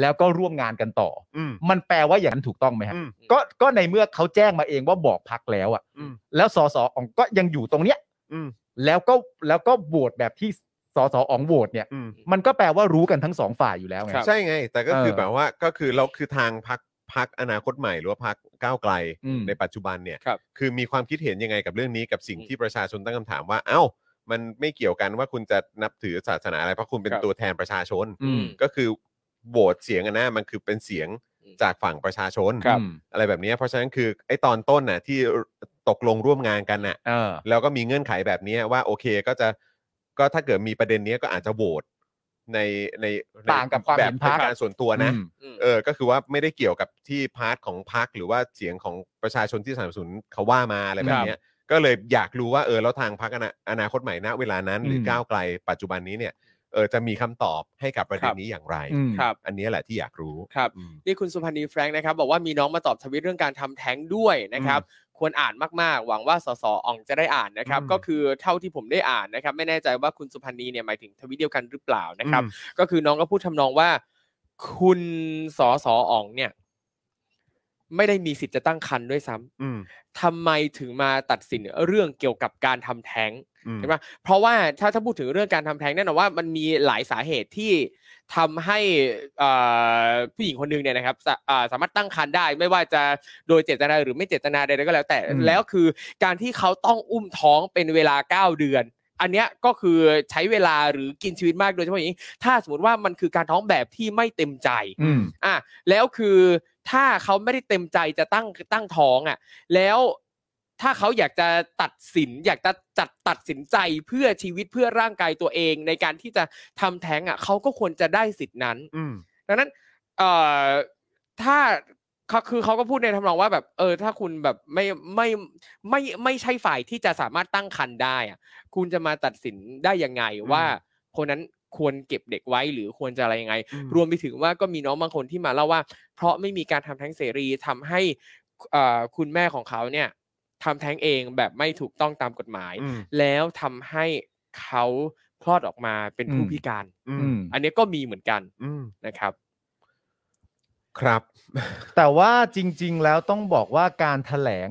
S4: แล้วก็ร่วมงานกันต่อ
S3: อืม
S4: มันแปลว่าอย่างนั้นถูกต้องไหมฮะ
S3: อืม
S4: ก็ก็ในเมื่อเขาแจ้งมาเองว่าบอกพักแล้วอะ
S3: อืม
S4: แล้วสสอ๋องก็ยังอยู่ตรงเนี้ย
S3: อืม
S4: แล้วก็แล้วก็โหวตแบบที่สสอ๋องโหวตเนี่ย
S3: อืม
S4: มันก็แปลว่ารู้กันทั้งสองฝ่ายอยู่แล้วไง
S5: ครับ
S3: ใช่ไง แต่ก็คือ
S4: เออ
S3: แบบว่าก็คือเราคือทางพักพักอนาคตใหม่หรือว่าพักก้าวไกล
S4: อืม
S3: ในปัจจุบันเนี่ย
S5: ครับ
S3: อมีความคิดเห็นยังไงกับเรื่องนี้กับสิ่ง
S5: อืม
S3: ที่ประชาชนตั้งคำถามว่า เอ้า มันไม่เกี่ยวกันว่าคุณจะนับถือศาสนาอะไรเพราะคุณเป็น
S5: ครับ
S3: ตัวแทนประชาชน
S4: อืม
S3: ก็คือโหวตเสียงอะนะมันคือเป็นเสียง
S5: อืม
S3: จากฝั่งประชาชน
S5: ครับ
S4: อืม
S3: อะไรแบบเนี้ยเพราะฉะนั้นคือไอ้ตอนต้นน่ะที่ตกลงร่วมงานกันน่ะ
S4: เออ
S3: แล้วก็มีเงื่อนไขแบบนี้ว่าโอเคก็จะก็ถ้าเกิดมีประเด็นเนี้ยก็อาจจะโหวตในในใน
S4: ต่างกับความ
S3: แบ
S4: เห็
S3: บ
S4: นพรรค
S3: เป็นการส่วนตัวนะ
S4: อืม
S5: อืม
S3: เออก็คือว่าไม่ได้เกี่ยวกับที่พาร์ทของพรรคหรือว่าเสียงของประชาชนที่สนับสนุนเขาว่ามาอะไรแบบเนี้ยก็เลยอยากรู้ว่าเออแล้วทางพรรคอนาอนาคตใหม่ณเวลานั้น หรืออ
S4: ม
S3: ก้าวไกลปัจจุบันนี้เนี่ยเออจะมีคำตอบให้กับประเด็
S5: ครั
S3: น
S5: บ
S3: นี้อย่างไร
S4: อืม
S5: ครับ
S3: อันเนี้ยแหละที่อยากรู้
S5: ครับ
S3: อืม
S5: นี่คุณสุพันธ์นีแฟรงค์นะครับ บอกว่ามีน้องมาตอบทวิตเรื่องการทำแท้งด้วยนะครับ ควรอ่านมากๆ หวังว่าสสอ่องจะได้อ่านนะครับ
S3: อืม
S5: ก็คือเท่าที่ผมได้อ่านนะครับ ไม่แน่ใจว่าคุณสุพันธ์นีเนี่ยหมายถึงทวิตเดียวกันหรือเปล่านะครับ ก็คือน้องก็พูดทำนองว่า คุณสสอ่องเนี่ย ไม่ได้มีสิทธิ์จะตั้งครรภ์ด้วยซ้ำ
S3: อืม
S5: ทำไมถึงมาตัดสินเรื่องเกี่ยวกับการทำแท้ง
S3: อืม
S5: ใช่ไหมเพราะว่าถ้าถ้าพูดถึงเรื่องการทำแท้งแน่นอนว่ามันมีหลายสาเหตุที่ทำให้เอ่อผู้หญิงคนหนึงเนี่ยนะครับสาอ่าสามารถตั้งครรภ์ได้ ไม่ว่าจะโดยเจตนาหรือไม่เจตนาใดๆก็แล้ว แต่
S4: อืม
S5: แล้วคือการที่เขาต้องอุ้มท้องเป็นเวลาเก้า9 เดือน อันเนี้ยก็คือใช้เวลาหรือกินชีวิตมากโดยเฉพาะอย่างยิ่งถ้าสมมติว่ามันคือการท้องแบบที่ไม่เต็มใจ
S4: อืม
S5: อ่ะแล้วคือถ้าเขาไม่ได้เต็มใจจะตั้งตั้งท้องอ่ะแล้วถ้าเขาอยากจะตัดสิน อยากจะจัดตัดสินใจเพื่อชีวิตเพื่อร่างกายตัวเอง ในการที่จะทำแท้งอ่ะเขาก็ควรจะได้สิทธินั้น
S3: อืม
S5: ดังนั้น เอ่อถ้าเขาคือเขาก็พูดในทำนองว่าแบบเออ ถ้าคุณแบบไม่ไม่ไม่ไม่ใช่ฝ่ายที่จะสามารถตั้งคันได้อะคุณจะมาตัดสินได้ยังไงว่าคนนั้นควรเก็บเด็กไว้หรือควรจะอะไรยังไง รวมไปถึงว่าก็มีน้องบางคนที่มาเล่าว่า เพราะไม่มีการทำแท้งเสรีทำให้เอ่อคุณแม่ของเขาเนี่ยทำแท้งเองแบบไม่ถูกต้องตามกฎหมาย
S3: อืม
S5: แล้วทำให้เขาคลอดออกมาเป็นผู้
S4: อืม
S5: พิการ
S3: อื
S4: อื
S3: ม
S4: ม
S5: อันเนี้ยก็มีเหมือนกัน
S3: อืม
S5: นะครับ
S3: ครับ
S4: แต่ว่าจริง ๆ แล้วต้องบอกว่าการแถลง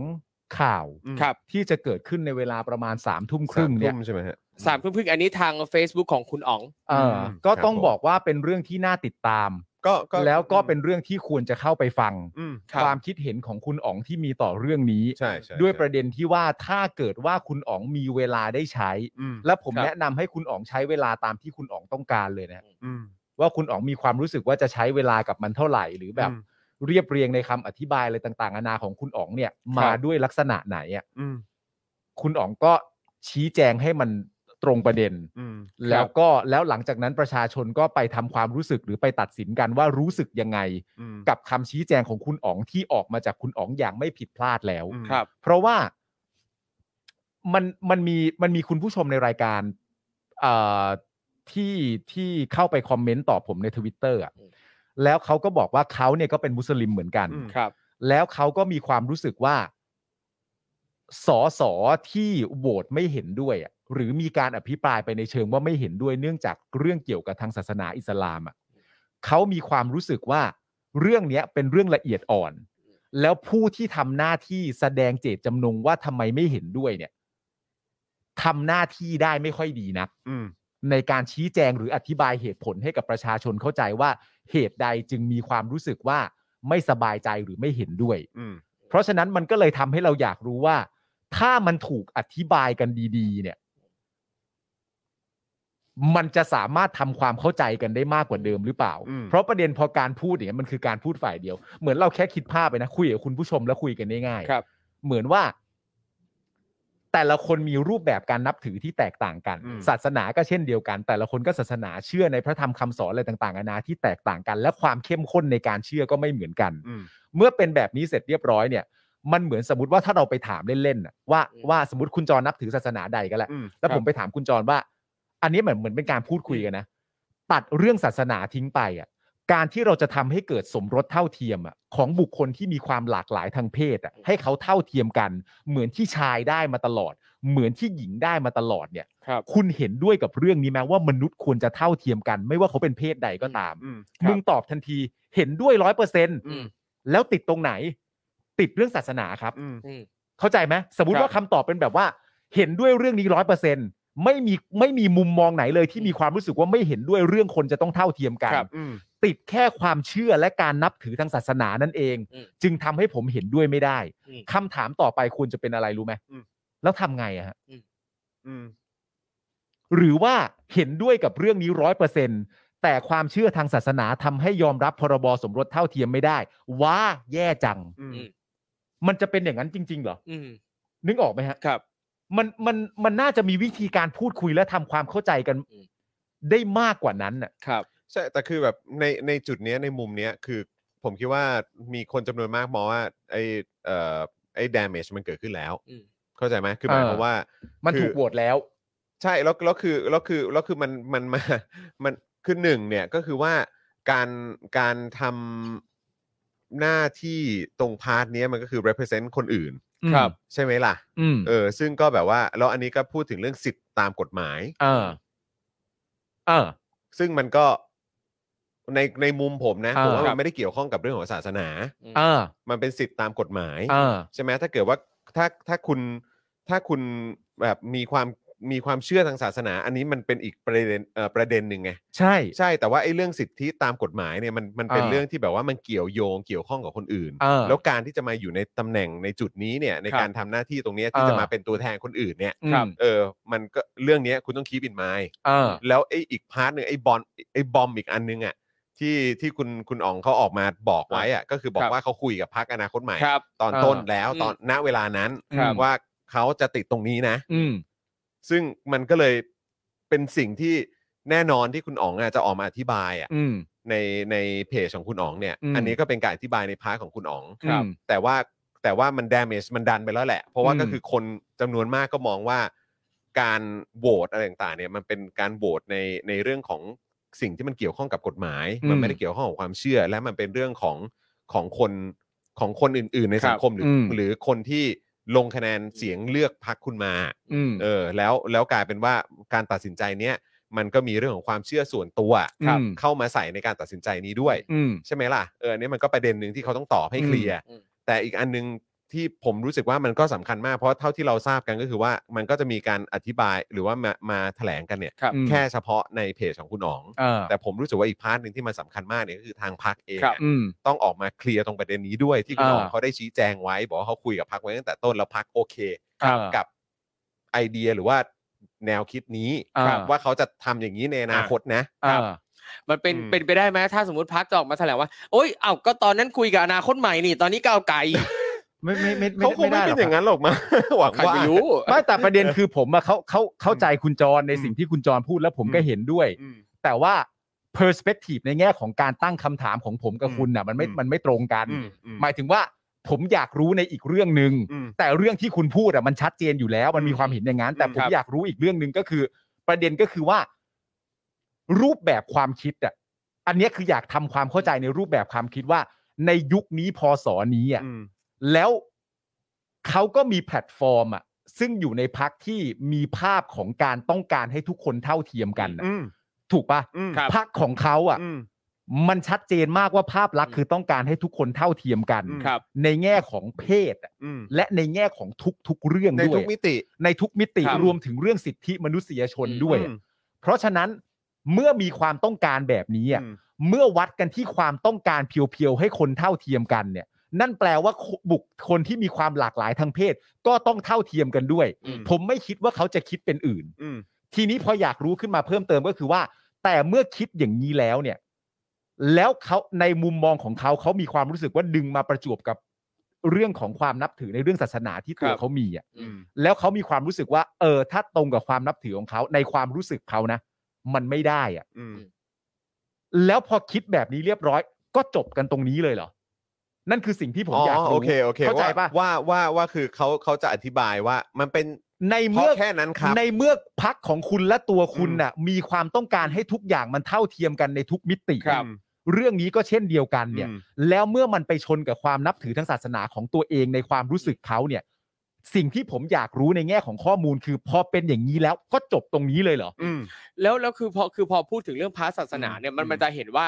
S4: ข่าว
S3: อืม
S5: ครับ
S4: ที่จะเกิดขึ้นในเวลาประมาณ3ามทุ่มครึ่งเนี่
S3: สา
S4: ย
S3: มทุ่มใช่ไหมฮะ
S5: สามทุ่มครึ่งอันนี้ทาง Facebook ของคุณอ๋อง
S4: เออ
S3: ครับ
S4: ก็ต้อง
S3: ผม
S4: บอกว่าเป็นเรื่องที่น่าติดตาม
S3: ก็ก็
S4: แล้วก็เป็นเรื่องที่ควรจะเข้าไปฟัง
S3: อืม
S5: ครับ
S4: ความคิดเห็นของคุณอ๋องที่มีต่อเรื่องนี้
S3: ใช่ใช่
S4: ด้วยประเด็นที่ว่าถ้าเกิดว่าคุณอ๋องมีเวลาได้ใช้
S3: อืม
S4: และผม
S5: ครับ
S4: แนะนำให้คุณอ๋องใช้เวลาตามที่คุณอ๋องต้องการเลยนะ
S3: อืม
S4: ว่าคุณอ๋องมีความรู้สึกว่าจะใช้เวลากับมันเท่าไหร่ หรือแบบ
S3: อืม
S4: เรียบเรียงในคำอธิบายอะไรต่างๆนานาของคุณอ๋องเนี่ย มาด้วยลักษณะไหนอ่ะ
S3: อืม
S4: คุณอ๋องก็ชี้แจงให้มันตรงประเด็น
S3: อืม
S4: แล้วก็แล้วหลังจากนั้นประชาชนก็ไปทำความรู้สึกหรือไปตัดสินกันว่ารู้สึกยังไง
S3: อืม
S4: กับคำชี้แจงของคุณอ๋องที่ออกมาจากคุณอ๋องอย่างไม่ผิดพลาดแล้ว
S3: อืม
S5: ครับ
S4: เพราะว่ามันมันมีมันมีคุณผู้ชมในรายการเอ่อที่ที่เข้าไปคอมเมนต์ตอบผมในทวิตเตอร์อ่ะ
S5: อืม
S4: แล้วเขาก็บอกว่าเขาเนี่ยก็เป็นมุสลิมเหมือนกัน
S3: อืม
S5: ครับ
S4: แล้วเขาก็มีความรู้สึกว่าสอสอที่โหวตไม่เห็นด้วยอะหรือมีการอภิปรายไปในเชิงว่าไม่เห็นด้วยเนื่องจากเรื่องเกี่ยวกับทางศาสนาอิสลามอะเขามีความรู้สึกว่าเรื่องเนี้ยเป็นเรื่องละเอียดอ่อน แล้วผู้ที่ทำหน้าที่แสดงเจตจำนงว่าทำไมไม่เห็นด้วยเนี่ยทำหน้าที่ได้ไม่ค่อยดีนัก
S3: อืม
S4: ในการชี้แจงหรืออธิบายเหตุผลให้กับประชาชนเข้าใจว่าเหตุใดจึงมีความรู้สึกว่าไม่สบายใจหรือไม่เห็นด้วย
S3: อืม
S4: เพราะฉะนั้นมันก็เลยทำให้เราอยากรู้ว่า ถ้ามันถูกอธิบายกันดี ๆ เนี่ย มันจะสามารถทำความเข้าใจกันได้มากกว่าเดิมหรือเปล่า
S3: อืม
S4: เพราะประเด็นพอการพูดอย่างนี้ยมันคือการพูดฝ่ายเดียว เหมือนเราแค่คิดภาพไปนะคุยกับคุณผู้ชมแล้วคุยกันได้ง่าย
S5: ครับ
S4: เหมือนว่า แต่ละคนมีรูปแบบการนับถือที่แตกต่างกัน
S3: อืม
S4: ศาสนาก็เช่นเดียวกัน แต่ละคนก็ศาสนาเชื่อในพระธรรมคำสอนอะไรต่างๆนานาที่แตกต่างกัน และความเข้มข้นในการเชื่อก็ไม่เหมือนกัน
S3: อืม
S4: เมื่อเป็นแบบนี้เสร็จเรียบร้อยเนี่ย มันเหมือนสมมติว่าถ้าเราไปถามเล่นๆน่ะว่า
S5: อืม
S4: ว่าสมมติคุณจรนับถือศาสนาใดก็แล้ว
S3: อืม
S4: แล้วผมไปถามคุณจรว่า อันนี้เหมือนเหมือนเป็นการพูดคุยกันนะตัดเรื่องศาสนาทิ้งไปอ่ะ การที่เราจะทำให้เกิดสมรสเท่าเทียมอ่ะของบุคคลที่มีความหลากหลายทางเพศอ่ะให้เขาเท่าเทียมกัน เหมือนที่ชายได้มาตลอด เหมือนที่หญิงได้มาตลอดเนี่ย
S5: ครับ
S4: คุณเห็นด้วยกับเรื่องนี้ไหมว่ามนุษย์ควรจะเท่าเทียมกัน ไม่ว่าเขาเป็นเพศใดก็ตาม
S3: อืม
S4: มึงตอบทันทีเห็นด้วยร้อยเปอร์เซ็นต์
S5: อืม
S4: แล้วติดตรงไหน ติดเรื่องศาสนาครับ
S3: อืม
S5: อืม
S4: เข้าใจไหมสมมติว่า
S5: ครั
S4: คำ
S5: บ
S4: ตอบเป็นแบบว่า เห็นด้วยเรื่องนี้ร้อยเปอร์เซ็นต์ไม่มีไม่มีมุมมองไหนเลยที่มีความรู้สึกว่าไม่เห็นด้วยเรื่องคนจะต้องเท่าเทียมกัน
S5: ครับ
S3: อืม
S4: ติดแค่ความเชื่อและการนับถือทางศาสนานั่นเอง
S5: อืม
S4: จึงทำให้ผมเห็นด้วยไม่ได้
S5: อืม
S4: คำถามต่อไปควรจะเป็นอะไรรู้ไหม
S3: อืม
S4: แล้วทำไงอะฮะ
S3: อืม
S4: หรือว่าเห็นด้วยกับเรื่องนี้ร้อยเปอร์เซนแต่ความเชื่อทางศาสนาทำให้ยอมรับพรบสมรสเท่าเทียมไม่ได้ ว้าแย่จัง
S3: อืม
S5: อืม
S4: มันจะเป็นอย่างนั้นจริง ๆ เหรอ
S5: อืม
S4: นึกออกไหมฮะ
S5: ครับ
S4: มันมันมันน่าจะมีวิธีการพูดคุยและทำความเข้าใจกัน
S5: อืม
S4: ได้มากกว่านั้นน่ะ
S5: ครับ
S3: ใช่แต่คือแบบในในจุดเนี้ยในมุมเนี้ยคือผมคิดว่ามีคนจำนวนมากมองว่าไอเอ่อไอ damage มันเกิดขึ้นแล้ว
S5: อืม
S3: เข้าใจไหมคือหมาย
S4: เออ
S3: ความว่า
S4: มัน
S3: คือ
S4: ถูกโหวตแล้ว
S3: ใช่แล้วแล้วคือแล้วคือแล้วคือมันมัน มา มันคือหนึ่งเนี่ยก็คือว่าการการทำหน้าที่ตรงพาร์ทเนี้ยมันก็คือ represent คนอื่น
S5: ครับ
S3: ใช่ไหมล่ะ
S4: อืม
S3: เออซึ่งก็แบบว่าแล้วอันนี้ก็พูดถึงเรื่องสิทธิ์ตามกฎหมาย
S4: เออเออ
S3: ซึ่งมันก็ในในมุมผมนะ
S4: เออ
S3: ผมว่า
S5: ค
S3: มั
S5: รั
S3: น
S5: บ
S3: ไม่ได้เกี่ยวข้องกับเรื่องของศาสนา
S4: เออ
S3: มันเป็นสิทธิ์ตามกฎหมาย
S4: เออ
S3: ใช่ไหมถ้าเกิดว่าถ้าถ้าคุณถ้าคุณแบบมีความมีความเชื่อทางศาสนา อันนี้มันเป็นอีกประเด็นเอ่อประเด็นหนึ่งไง
S4: ใช่
S3: ใช่แต่ว่าไอ้เรื่องสิทธิตามกฎหมายเนี่ยมันมันเป็น
S4: อ่า
S3: เรื่องที่แบบว่ามันเกี่ยวโยงเกี่ยวข้องกับคนอื่น
S4: อ่า
S3: แล้วการที่จะมาอยู่ในตำแหน่งในจุดนี้เนี่ยใน
S4: ครับ
S3: การทำหน้าที่ตรงเนี้ยที่จะ
S4: อ่าม
S3: มาเป็นตัวแทนคนอื่นเนี่ย
S5: ครับ
S4: อืม
S3: เออมันก็เรื่องเนี้ยคุณต้องคีบินไม
S4: เออ
S3: แล้วไอ้อีกพาร์ทหนึ่งไอ้บอลไอ้บอมอีกอันนึงอ่ะที่ที่คุณคุณอ๋องเขาออกมาบอกไว้อ่ะก็คือบอ
S5: ครั
S3: ก
S5: บ
S3: ว่าเขาคุยกับพักอนาคตใหม่
S5: ครับ
S3: ตอน
S4: อ่า
S3: ต้นแล้ว
S5: อืม
S3: ตอนณเวลานั้น
S4: ครับ
S3: ว่าเขาจะติดตรงนี้นะ
S4: อืม
S3: ซึ่งมันก็เลยเป็นสิ่งที่แน่นอนที่คุณอ๋องอะจะออกมาอธิบายอ่ะ
S4: อืม
S3: ในในเพจของคุณอ๋องเนี่ย
S4: อืม
S3: อันนี้ก็เป็นการอธิบายในพาร์ทของคุณอ๋อง
S4: ครับ
S3: แต่ว่าแต่ว่ามัน damage มันดันไปแล้วแหละ เพราะว่า
S4: อืม
S3: ก็คือคนจำนวนมากก็มองว่า การโหวตอะไรต่างๆเนี่ยมันเป็นการโหวตในในเรื่องของสิ่งที่มันเกี่ยวข้องกับกฎหมาย
S4: อืม
S3: มันไม่ได้เกี่ยวข้องกับความเชื่อ และมันเป็นเรื่องของของคนของคนอื่น ๆ ในสังคมหรืออ
S4: ม
S3: หรือคนที่ลงคะแนนเสียงเลือกพรรคคุณมา
S4: อืม
S3: เออแล้วแล้วกลายเป็นว่าการตัดสินใจเนี้ยมันก็มีเรื่องของความเชื่อส่วนตัว
S4: ครับ
S3: เข้ามาใส่ในการตัดสินใจนี้ด้วย
S4: อืม
S3: ใช่ไหมล่ะเอออนนี่มันก็ประเด็นหนึ่งที่เขาต้องตอบให้
S4: อืม
S3: เคลียร์
S8: อืม
S3: แต่อีกอันหนึงที่ผมรู้สึกว่ามันก็สำคัญมากเพราะเท่าที่เราทราบกันก็คือว่ามันก็จะมีการอธิบายหรือว่ามามาแถลงกันเนี่ย
S5: ครับ
S3: แค่เฉพาะในเพจของคุณอ๋อง
S4: เออ
S3: แต่ผมรู้สึกว่าอีกพาร์ทหนึ่งที่มันสำคัญมากเนี่ยก็คือทางพักเอง
S5: ครับ
S3: อะ
S4: อืม
S3: ต้องออกมาเคลียร์ตรงประเด็นนี้ด้วยที่คุณ
S4: อ่า
S3: อ๋องเขาได้ชี้แจงไว้ บอกว่าเขาคุยกับพักไว้ตั้งแต่ต้นแล้วพักโอเค
S4: เออ
S3: กับไอเดียหรือว่าแนวคิดนี้
S4: อ่า
S3: ครับว่าเขาจะทำอย่างนี้ในอนาคตนะ
S4: เออ
S5: มันเป็น
S3: อืม
S5: เป็นไปได้ไหมถ้าสมมติพักจะออกมาแถลงว่าโอ๊ยเอ้าก็ตอนนั้นคุยกับอนาคตใหม่นี่ ตอนนี้ก้าวไกล
S4: ไม่ไม่ไม่
S3: เขาคงไม่
S4: ด้หร
S3: เป็นอย่า
S4: กครับ
S3: ง นั้นหรอกมา หวัง
S5: ใคร
S3: ว่า
S5: ไม่รู้
S4: ไม่แต่ประเด็นคือผมอะเขาเขาเข้าใจคุณจรใน
S3: อืม
S4: สิ่งที่คุณจรพูดแล้วผมก็
S3: อืม
S4: เห็นด้วย
S3: อืม
S4: แต่ว่า perspective ในแง่ของการตั้งคำถามของผมกับ
S3: อืม
S4: คุณน่ะมันไม่
S3: อืม
S4: มันไม่ตรงกัน
S3: อืมอืม
S4: หมายถึงว่าผมอยากรู้ในอีกเรื่องหนึ่ง
S3: อืม
S4: แต่เรื่องที่คุณพูดอะมันชัดเจนอยู่แล้ว มันมีความเห็นอย่างนั้น แต่
S3: อืม
S4: ผม
S3: ครับ
S4: อยากรู้อีกเรื่องหนึ่งก็คือ ประเด็นก็คือว่า รูปแบบความคิดอะอันเนี้ยคืออยากทำความเข้าใจในรูปแบบความคิดว่า ในยุคนี้พศนี้อะ
S3: อืม
S4: แล้วเขาก็มีแพลตฟอร์มอ่ะซึ่งอยู่ในพักที่มีภาพของการต้องการให้ทุกคนเท่าเทียมกันน่ะ
S3: อืม
S4: ถูกปะ
S3: อืม
S4: พักของเขาอ่ะ
S3: อืม
S4: มันชัดเจนมากว่าภาพลักษณ์
S5: อืม
S4: คือต้องการให้ทุกคนเท่าเทียมกัน
S3: อืม
S5: ครับ
S4: ในแง่ของเพศอะ
S3: อืม
S4: และในแง่ของทุกๆเรื่อง
S3: ใน
S4: ด้ว
S3: ทุ
S4: ย
S3: กมิติ
S4: ในทุกมิติ
S5: ครับ
S4: รวมถึงเรื่องสิทธิมนุษยชน
S5: อืม
S4: ด้วยอะเพราะฉะนั้นเมื่อมีความต้องการแบบนี้อะ
S3: อืม
S4: เมื่อวัดกันที่ความต้องการเพียวๆ ให้คนเท่าเทียมกันเนี่ย นั่นแปลว่าบุคคลที่มีความหลากหลายทางเพศ ก็ต้องเท่าเทียมกันด้วย
S3: อืม
S4: ผมไม่คิดว่าเขาจะคิดเป็นอื่น
S3: อืม
S4: ทีนี้พออยากรู้ขึ้นมาเพิ่มเติมก็คือว่า แต่เมื่อคิดอย่างนี้แล้วเนี่ย แล้วเขาในมุมมองของเขาเขามีความรู้สึกว่าดึงมาประจวบกับเรื่องของความนับถือในเรื่องศาสนาที่ตัว
S5: ครับ
S4: เขามีอ่ะ
S3: อืม
S4: แล้วเขามีความรู้สึกว่า เออ ถ้าตรงกับความนับถือของเขาในความรู้สึกเขานะ มันไม่ได้อ่ะ
S3: อืม
S4: แล้วพอคิดแบบนี้เรียบร้อย ก็จบกันตรงนี้เลยเหรอ นั่นคือสิ่งที่ผม
S3: อ๋ออย
S4: อากรู้
S3: โอเคโอเค
S4: เข้าใจปะ
S3: ว่าว่าว่าว่าคือเขาเขาจะอธิบายว่ามันเป็น
S4: ใน
S3: เพราะ
S4: เมื่อ
S3: แค่นั้นครับ
S4: ในเมื่อพักของคุณและตัวคุณ
S3: อืม
S4: น่ะ มีความต้องการให้ทุกอย่างมันเท่าเทียมกันในทุกมิติ
S5: ครับ
S4: เรื่องนี้ก็เช่นเดียวกันเนี่ย
S3: อืม
S4: แล้วเมื่อมันไปชนกับความนับถือทางศาสนาของตัวเองในความรู้สึกเขาเนี่ย สิ่งที่ผมอยากรู้ในแง่ของข้อมูลคือพอเป็นอย่างนี้แล้วก็จบตรงนี้เลยเหรอ
S3: อืม
S5: แล้วแล้วคือพอคือพอพูดถึงเรื่องพระศาสนาเนี่ยมัน
S3: อืม
S5: มันจะเห็นว่า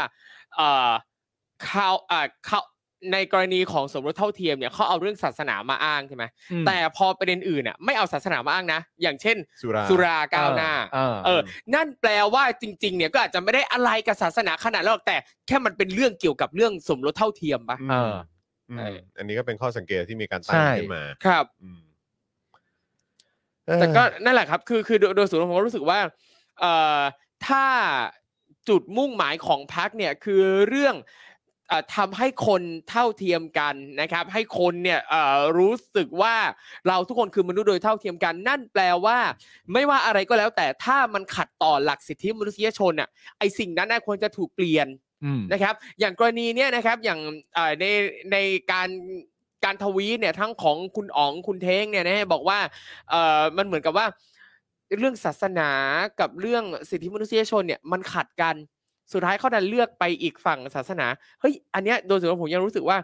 S5: เอ่อเขาเอ่อเขาในกรณีของสมรสเท่าเทียมเนี่ยเขาเอาเรื่องศาสนามาอ้างใช่ไหมแต่พอประเด็นอื่นอ่ะไม่เอาศาสนามาอ้างนะ อย่างเช่น
S3: สุรา
S5: สุราก้าวหน้า
S4: เออ
S5: เออ นั่นแปลว่าจริง ๆ เนี่ยก็อาจจะไม่ได้อะไรกับศาสนาขนาดนั้นหรอกแต่แค่มันเป็นเรื่องเกี่ยวกับเรื่องสมรสเท่าเทียมปะ
S4: เออ
S3: อืม
S5: ใช่
S3: อันนี้ก็เป็นข้อสังเกตที่มีการตั้ง
S4: ใช่
S3: ขึ้นมา
S5: ครับ
S3: อืม
S5: แต่ก็นั่นแหละครับคือคือโดยโดยส่วนตัวผมก็รู้สึกว่าเอ่อถ้าจุดมุ่งหมายของพักเนี่ยคือเรื่องเอ่อทำให้คนเท่าเทียมกันนะครับ ให้คนเนี่ยเอ่อรู้สึกว่าเราทุกคนคือมนุษย์โดยเท่าเทียมกัน นั่นแปลว่า ไม่ว่าอะไรก็แล้วแต่ถ้ามันขัดต่อหลักสิทธิมนุษยชนอ่ะไอสิ่งนั้นน่ะควรจะถูกเปลี่ยน
S4: อืม
S5: นะครับอย่างกรณีเนี่ยนะครับอย่างเอ่อในในการการทวีตเนี่ยทั้งของคุณอ๋องคุณเท้งเนี่ยนะฮะบอกว่าเอ่อมันเหมือนกับว่า เรื่องศาสนากับเรื่องสิทธิมนุษยชนเนี่ยมันขัดกันสุดท้ายเขาดันเลือกไปอีกฝั่งศาสนาเฮ้ยอันเนี้ยโดยส่วนตัวผมยังรู้สึกว่า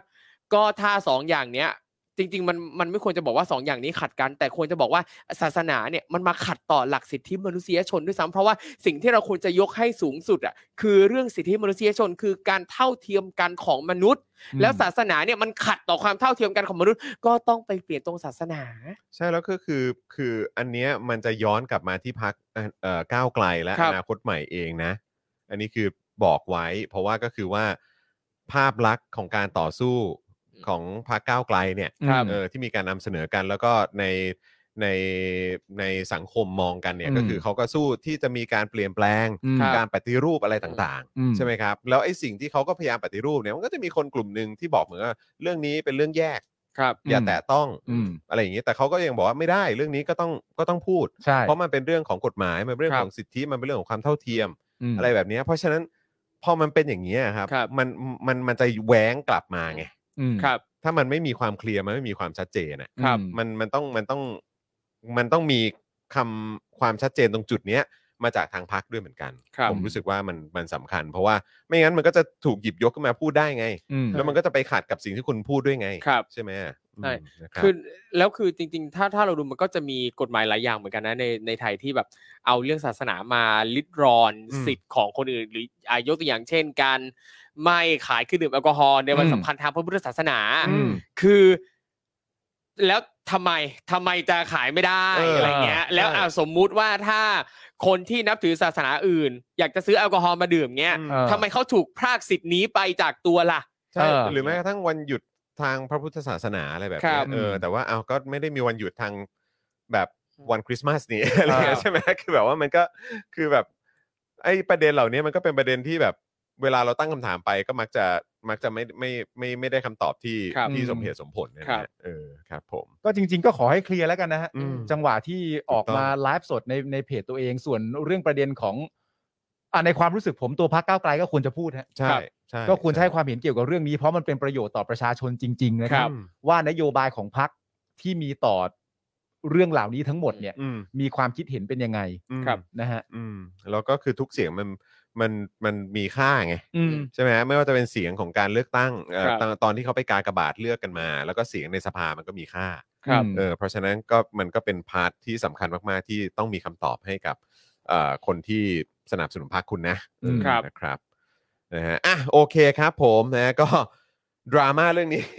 S5: ก็ถ้าสองอย่างเนี้ยจริง ๆ มันมันไม่ควรจะบอกว่าสองอย่างนี้ขัดกัน แต่ควรจะบอกว่าศาสนาเนี่ยมันมาขัดต่อหลักสิทธิมนุษยชนด้วยซ้ำเพราะว่าสิ่งที่เราควรจะยกให้สูงสุดอ่ะคือเรื่องสิทธิมนุษยชน คือการเท่าเทียมกันของมนุษย์ แล้วศาสนาเนี่ยมันขัดต่อความเท่าเทียมกันของมนุษย์ ก็ต้องไปเปลี่ยนตรงศาสนา
S3: ใช่แล้วก็คือคืออันเนี้ยมันจะย้อนกลับมาที่พักเอ่อก้าวไกลและ
S5: ครั
S3: อบ นาคตใหม่เองนะ อันนี้คือบอกไว้ เพราะว่าก็คือว่าภาพลักษณ์ของการต่อสู้ของพักก้าวไกลเนี่ย
S4: ครับ
S3: เออที่มีการนำเสนอกันแล้วก็ในในในสังคมมองกันเนี่ย
S4: อืม
S3: ก็คือเขาก็สู้ที่จะมีการเปลี่ยนแปลง
S4: อืม
S5: ครับ
S3: การปฏิรูปอะไรต่าง
S4: อืม
S3: ๆ ใช่ไหมครับ แล้วไอ้สิ่งที่เขาก็พยายามปฏิรูปเนี่ยมันก็จะมีคนกลุ่มหนึ่งที่บอกเหมือนว่าเรื่องนี้เป็นเรื่องแยก
S5: ครับ
S3: อย่า
S4: อืม
S3: แตะต้อง
S4: อืม
S3: อะไรอย่างนี้แต่เขาก็ยังบอกว่าไม่ได้เรื่องนี้ก็ต้องก็ต้องพูด
S4: ใช่
S3: เพราะมันเป็นเรื่องของกฎหมายมันเป็นเรื่อง
S5: ครับ
S3: ของสิทธิมันเป็นเรื่องของความเท่าเทียม
S4: ม
S3: อะไรแบบเนี้ยเพราะฉะนั้น พอมันเป็นอย่างนี้ยครับ
S5: ครับ
S3: มันมันมันจะแหวงกลับมาไง
S4: อืม
S5: ครับ
S3: ถ้ามันไม่มีความเคลียร์มันไม่มีความชัดเจนอะ
S5: ครับ
S3: มันมันต้องมันต้องมันต้องมีคำความชัดเจนตรงจุดเนี้ยมาจากทางพักด้วยเหมือนกัน
S5: ครับ
S3: ผมรู้สึกว่ามันมันสำคัญ เพราะว่าไม่งั้นมันก็จะถูกหยิบยกขึ้นมาพูดได้ไง
S4: อืม
S3: แล้วมันก็จะไปขัดกับสิ่งที่คุณพูดด้วยไง
S5: ครับ
S3: ใช่ไหมอืม
S5: ใช่
S3: นะครับ
S5: คือแล้วคือจริง ๆ ถ้าถ้าเราดูมันก็จะมีกฎหมายหลายอย่างเหมือนกันนะในในไทยที่แบบเอาเรื่องศาสนามาลิดรอน
S3: อืม
S5: สิทธิ์ของคนอื่น หรืออายกตัวอย่างเช่นการไม่ขายเครื่องดื่มแอลกอฮอล์ในวัน
S4: อืม
S5: สำคัญทางพระพุทธศาสนา
S4: อืม
S5: คือ แล้วทำไมทำไมจะขายไม่ได้
S3: เอออ
S5: อะไรเงี้ย
S3: ใช่
S5: แล้วอ่ะสมมุติว่าถ้าคนที่นับถือศาสนาอื่น อยากจะซื้อแอลกอฮอล์มาดื่มเงี้ย
S3: อืม
S4: เออ
S5: ทำไมเขาถูกพรากสิทธิ์นี้ไปจากตัวล่ะ
S3: ใช่
S4: เออ
S3: หรือแม้กระทั่งวันหยุดทางพระพุทธศาสนาอะไรแบบ
S5: ครั
S3: เนี้ย
S5: บ
S3: เออ
S4: อืม
S3: แต่ว่าเอาก็ไม่ได้มีวันหยุดทางแบบวันคริสต์มาสนี่ อะไรเงี้ย
S5: อ่า
S3: ใช่ไหม คือแบบว่ามันก็คือแบบไอ้ประเด็นเหล่านี้มันก็เป็นประเด็นที่แบบเวลาเราตั้งคำถามไปก็มักจะมักจะไม่ไม่ไม่ไม่ได้คำตอบที่
S5: ครับ
S3: ที่
S4: อืม
S3: สมเหตุสมผลนะ
S5: ครั
S3: ฮะ
S5: บ
S3: เออครับผม
S4: ก็จริง ๆ ก็ขอให้เคลียร์แล้วกันนะฮะ
S3: อืม
S4: จังหวะที่ออกมาไลฟ์สดในในเพจตัวเอง ส่วนเรื่องประเด็นของอ่ะในความรู้สึกผมตัวพรรคก้าวไกลก็ควรจะพูดฮะ
S3: ใช่
S5: ครับ
S3: ใช่
S4: ก็ควรจะให้ความเห็นเกี่ยวกับเรื่องนี้เพราะมันเป็นประโยชน์ต่อประชาชนจริง ๆ นะค
S5: ครั
S4: รับ
S5: บ
S4: ว่านโยบายของพรรคที่มีต่อเรื่องเหล่านี้ทั้งหมดเนี่ย
S3: อืม
S4: มีความคิดเห็นเป็นยังไง
S3: อืม
S5: ครับ
S4: นะฮะ
S3: อืมแล้วก็คือทุกเสียงมันมันมันมีค่าไง
S4: อืม
S3: ใช่ไหมฮะไม่ว่าจะเป็นเสียงของการเลือกตั้งเอ่อ
S5: ครับ
S3: ตอนตอนที่เขาไปกากบาทเลือกกันมา แล้วก็เสียงในสภามันก็มีค่า
S5: ครับ
S4: อืม
S3: เออเพราะฉะนั้นก็มันก็เป็นพาร์ทที่สำคัญมาก ๆ ที่ต้องมีคำตอบให้กับเอ่อคนที่สนับสนุนพรรคคุณนะเออ
S5: ครับ
S3: นะครับนะฮะอ่ะโอเคครับผมนะ ก็ ดราม่าเรื่องนี้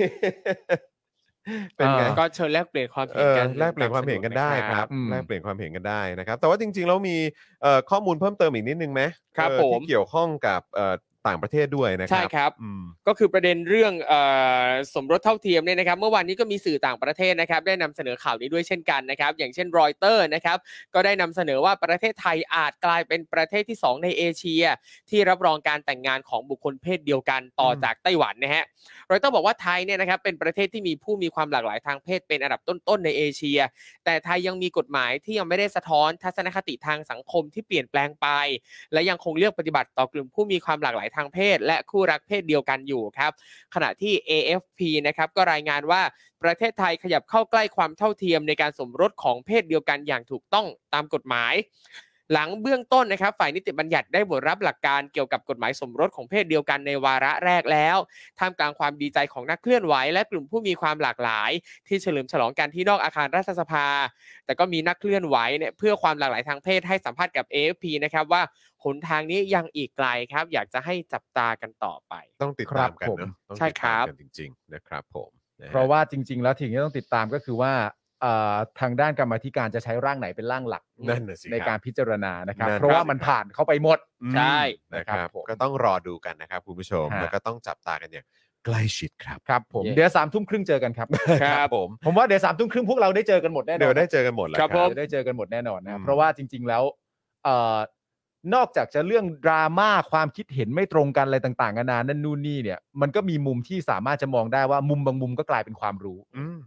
S3: เป็นไง
S4: อ่า
S5: ก็เชิญแลกเปลี่ยนความ
S3: เอ
S5: เห็น
S3: อ
S5: กัน
S3: แลกเปลี่ยนความเห็นกันได้ครับ
S4: อืม
S3: แลกเปลี่ยนความเห็นกันได้นะครับ แต่ว่าจริงๆแล้วมีเอ่อข้อมูลเพิ่มเติมอีกนิดนึงไหม
S5: ครับ
S3: เออ
S5: ผ
S3: ที่
S5: ม
S3: เกี่ยวข้องกับเอ่อต่างประเทศด้วยนะครั
S5: ใช่ครับ
S3: อืม
S5: ก็คือประเด็นเรื่องเออสมรสเท่าเทียมเนี่ยนะครับ เมื่อวานนี้ก็มีสื่อต่างประเทศนะครับ ได้นำเสนอข่าวนี้ด้วยเช่นกันนะครับ อย่างเช่นรอยเตอร์นะครับ ก็ได้นำเสนอว่าประเทศไทยอาจกลายเป็นประเทศที่ 2 ในเอเชีย ที่รับรองการแต่งงานของบุคคลเพศเดียวกันต่อจากไต้หวันนะฮะรอยเตอร์บอกว่าไทยเนี่ยนะครับเป็นประเทศที่มีผู้มีความหลากหลายทางเพศเป็นอันดับต้นๆในเอเชีย แต่ไทยยังมีกฎหมายที่ยังไม่ได้สะท้อนทัศนคติทางสังคมที่เปลี่ยนแปลงไป และยังคงเลือกปฏิบัติต่อกลุ่มผู้มีความหลากหลายทางเพศ และคู่รักเพศเดียวกันอยู่ครับ ขณะที่ AFP นะครับก็รายงานว่าประเทศไทยขยับเข้าใกล้ความเท่าเทียมในการสมรสของเพศเดียวกันอย่างถูกต้องตามกฎหมาย หลังเบื้องต้นนะครับ ฝ่ายนิติบัญญัติได้บทรับหลักการเกี่ยวกับกฎหมายสมรสของเพศเดียวกันในวาระแรกแล้วท่ามกลางความดีใจของนักเคลื่อนไหว และกลุ่มผู้มีความหลากหลาย ที่เฉลิมฉลองกันที่นอกอาคารรัฐสภา แต่ก็มีนักเคลื่อนไหวเนี่ยเพื่อความหลากหลายทางเพศให้สัมภาษณ์กับ AFP นะครับว่าหนทางนี้ยังอีกไกลครับ อยากจะให้จับตากันต่อไป
S3: ต้องติด
S4: ครั
S3: ตา
S4: บ
S3: มกัน
S4: ผม
S3: เนอะต้อง
S5: ใช่
S3: ติดตาม
S5: ครั
S3: กับ นจริง ๆ นะครับผมนฮ
S4: เพราะว่าจริง ๆ แล้วถึงที่ต้องติดตามก็คือว่าอ่าทางด้านกรรมาธิการจะใช้ร่างไหนเป็นร่างหลัก
S3: นั่นน่ะสิคบ
S4: ในการพิจารณานะครับ
S3: นั่น
S4: เพราะว่ามันผ่านเข้าไปหมด
S3: อืม
S5: ใช่
S3: นะครับ
S4: ผม
S3: ก็ต้องรอดูกันนะครับคุณผู้ชม
S4: ฮะ
S3: แล้วก็ต้องจับตากันอย่างใกล้ชิดครับ
S4: ครับผม
S5: เย้
S4: เดี๋ยวสามทุ่มครึ่งเจอกันครับ
S3: ครับผม
S4: ผมว่าเดี๋ยวสามทุ่มครึ่งพวกเราได้เจอกันหมดแน่นอน
S3: เดี๋ยวได้เจอกันหมดแล้ว
S5: ค
S3: ค
S5: รั
S3: รั
S5: บบ ผม
S4: เดี๋ยวได้เจอกันหมดแน่นอน
S3: อื
S4: นะ
S3: ม
S4: เพราะว่าจริง ๆแล้วเอ่อนอกจากจะเรื่องดราม่าความคิดเห็นไม่ตรงกันอะไรต่างๆนานานั่นนู่นนี่เนี่ยมันก็มีมุมที่สามารถจะมองได้ว่ามุมบางมุมก็กลายเป็นความรู้
S3: อืม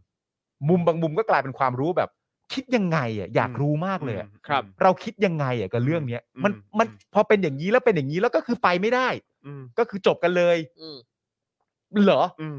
S4: มุมบางมุมก็กลายเป็นความรู้แบบ คิดยังไงอ่ะอยาก
S3: อืม
S4: รู้มากเลยอะ
S5: ครับ
S4: เราคิดยังไงอ่ะกับเรื่องเนี้ยมัน
S3: อืม
S4: มัน
S3: อืม
S4: พอเป็นอย่างนี้แล้วเป็นอย่างนี้แล้วก็คือไปไม่ได้
S3: อืม
S4: ก็คือจบกันเลย
S5: อืม
S4: เหรอ
S3: อืม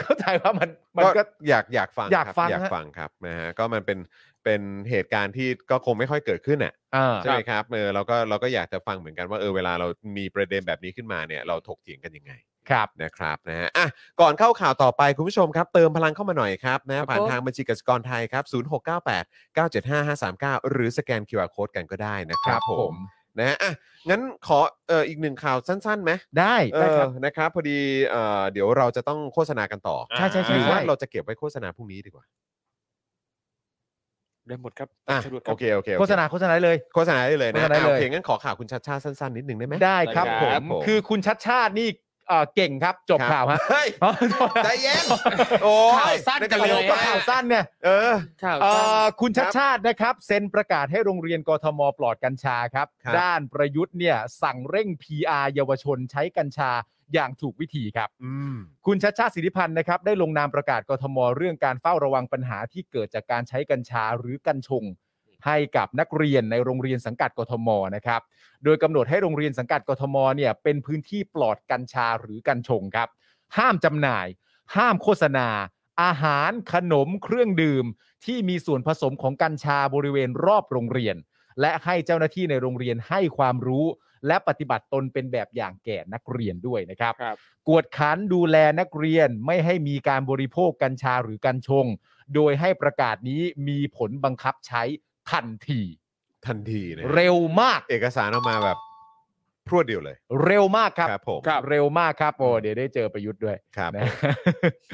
S4: เข้าใจว่ามันมัน
S3: ก็
S4: ก็
S3: อยากอยากฟัง
S4: อยาก
S3: ครับ
S4: ฟัง
S3: อยาก
S4: ฮะ
S3: ฟังครับนะฮะก็มันเป็นเป็นเหตุการณ์ที่ก็คงไม่ค่อยเกิดขึ้นอ่ะ
S4: อ่า
S3: ใช่ไหมครับเออเราก็เราก็อยากจะฟังเหมือนกันว่าเออเวลาเรามีประเด็นแบบนี้ขึ้นมาเนี่ยเราถกเถียงกันยังไง
S4: ครับ
S3: นะครับนะฮะอ่ะก่อนเข้าข่าวต่อไปคุณผู้ชมครับ เติมพลังเข้ามาหน่อยครับนะฮะ
S5: ครับ
S3: ผ่าน
S5: ผม
S3: ทางบัญชีกสิกรไทยครับ 0698 975 539 หรือสแกน QR Code กันก็ได้นะค
S4: ค
S3: รั
S4: รั
S3: บบ ผ
S4: ผม ม
S3: นะฮะอ่ะงั้นขอเอออีกหนึ่งข่าวสั้นๆไหม
S4: ได้
S3: เอ
S4: ได้ค
S3: อ
S4: รับ
S3: นะครับพอดีเออเดี๋ยวเราจะต้องโฆษณากันต่อ
S4: ใช่ใช่ใช่
S3: หรือว่า
S4: ใช่
S3: เราจะเก็บไว้โฆษณาพรุ่งนี้ดีกว่า
S5: ได้หมดครับ
S3: อ่ะ
S5: สะดวกครั
S3: โอบ เค โอเค
S4: โฆษณาโฆษณาเลย
S3: โฆษณาได้เลยนะ
S4: โฆษณาได้
S3: อ่ะ
S4: เล
S3: โอ
S4: ย
S3: เค งั้นขอข่าวคุณชัดชาติสั้น ๆ นิดนึงได้ไหม
S4: ได้ครับ
S5: ได้
S4: ผ
S5: ครั
S4: ม
S5: บ
S4: คือคุณชัดชาตินี่เอ่อเก่งครับ จบ
S3: ครับ
S4: ข่าวฮะ
S3: เฮ้ย
S4: อ๋อ
S3: ใจเย็น โอ้
S5: ข่าวย สั้นกัน
S4: เดี๋
S5: เลย
S4: วย ก็ข่าวสั้นเนี่ย
S3: เออ
S5: ข่าว
S4: เอ่
S5: สั้น
S4: อคุณชัดชาตินะครับ เซ็นประกาศให้โรงเรียนกทมปลอดกัญชาครับ
S3: ครับ
S4: ด้านประยุทธ์เนี่ยสั่งเร่ง PR เยาวชนใช้กัญชาอย่างถูกวิธีครับ
S3: อืม
S4: คุณชัดชาติสิทธิพันธ์นะครับได้ลงนามประกาศกทมเรื่องการเฝ้าระวังปัญหาที่เกิดจากการใช้กัญชาหรือกัญชง ห ให้กับนักเรียนในโรงเรียนสังกัดกทมนะครับ โดยกำหนดให้โรงเรียนสังกัดกทมเนี่ยเป็นพื้นที่ปลอดกัญชาหรือกัญชงครับ ห้ามจำหน่าย ห้ามโฆษณา อาหารขนมเครื่องดื่ม ที่มีส่วนผสมของกัญชาบริเวณรอบโรงเรียน และให้เจ้าหน้าที่ในโรงเรียนให้ความรู้ และปฏิบัติตนเป็นแบบอย่างแก่นักเรียนด้วยนะครับ
S5: ครับ
S4: กวดขันดูแลนักเรียนไม่ให้มีการบริโภคกัญชาหรือกัญชง โดยให้ประกาศนี้มีผลบังคับใช้ทันที
S3: ทันทีนะ
S4: เร็วมาก
S3: เอกสารออกมาแบบพรวดเดียวเลย
S4: เร็วมากครับ
S3: ครับผม
S5: ครับ
S4: เร็วมากครับโอ้เดี๋ยวได้เจอประยุทธ์ด้วย
S3: ครับ
S4: นะ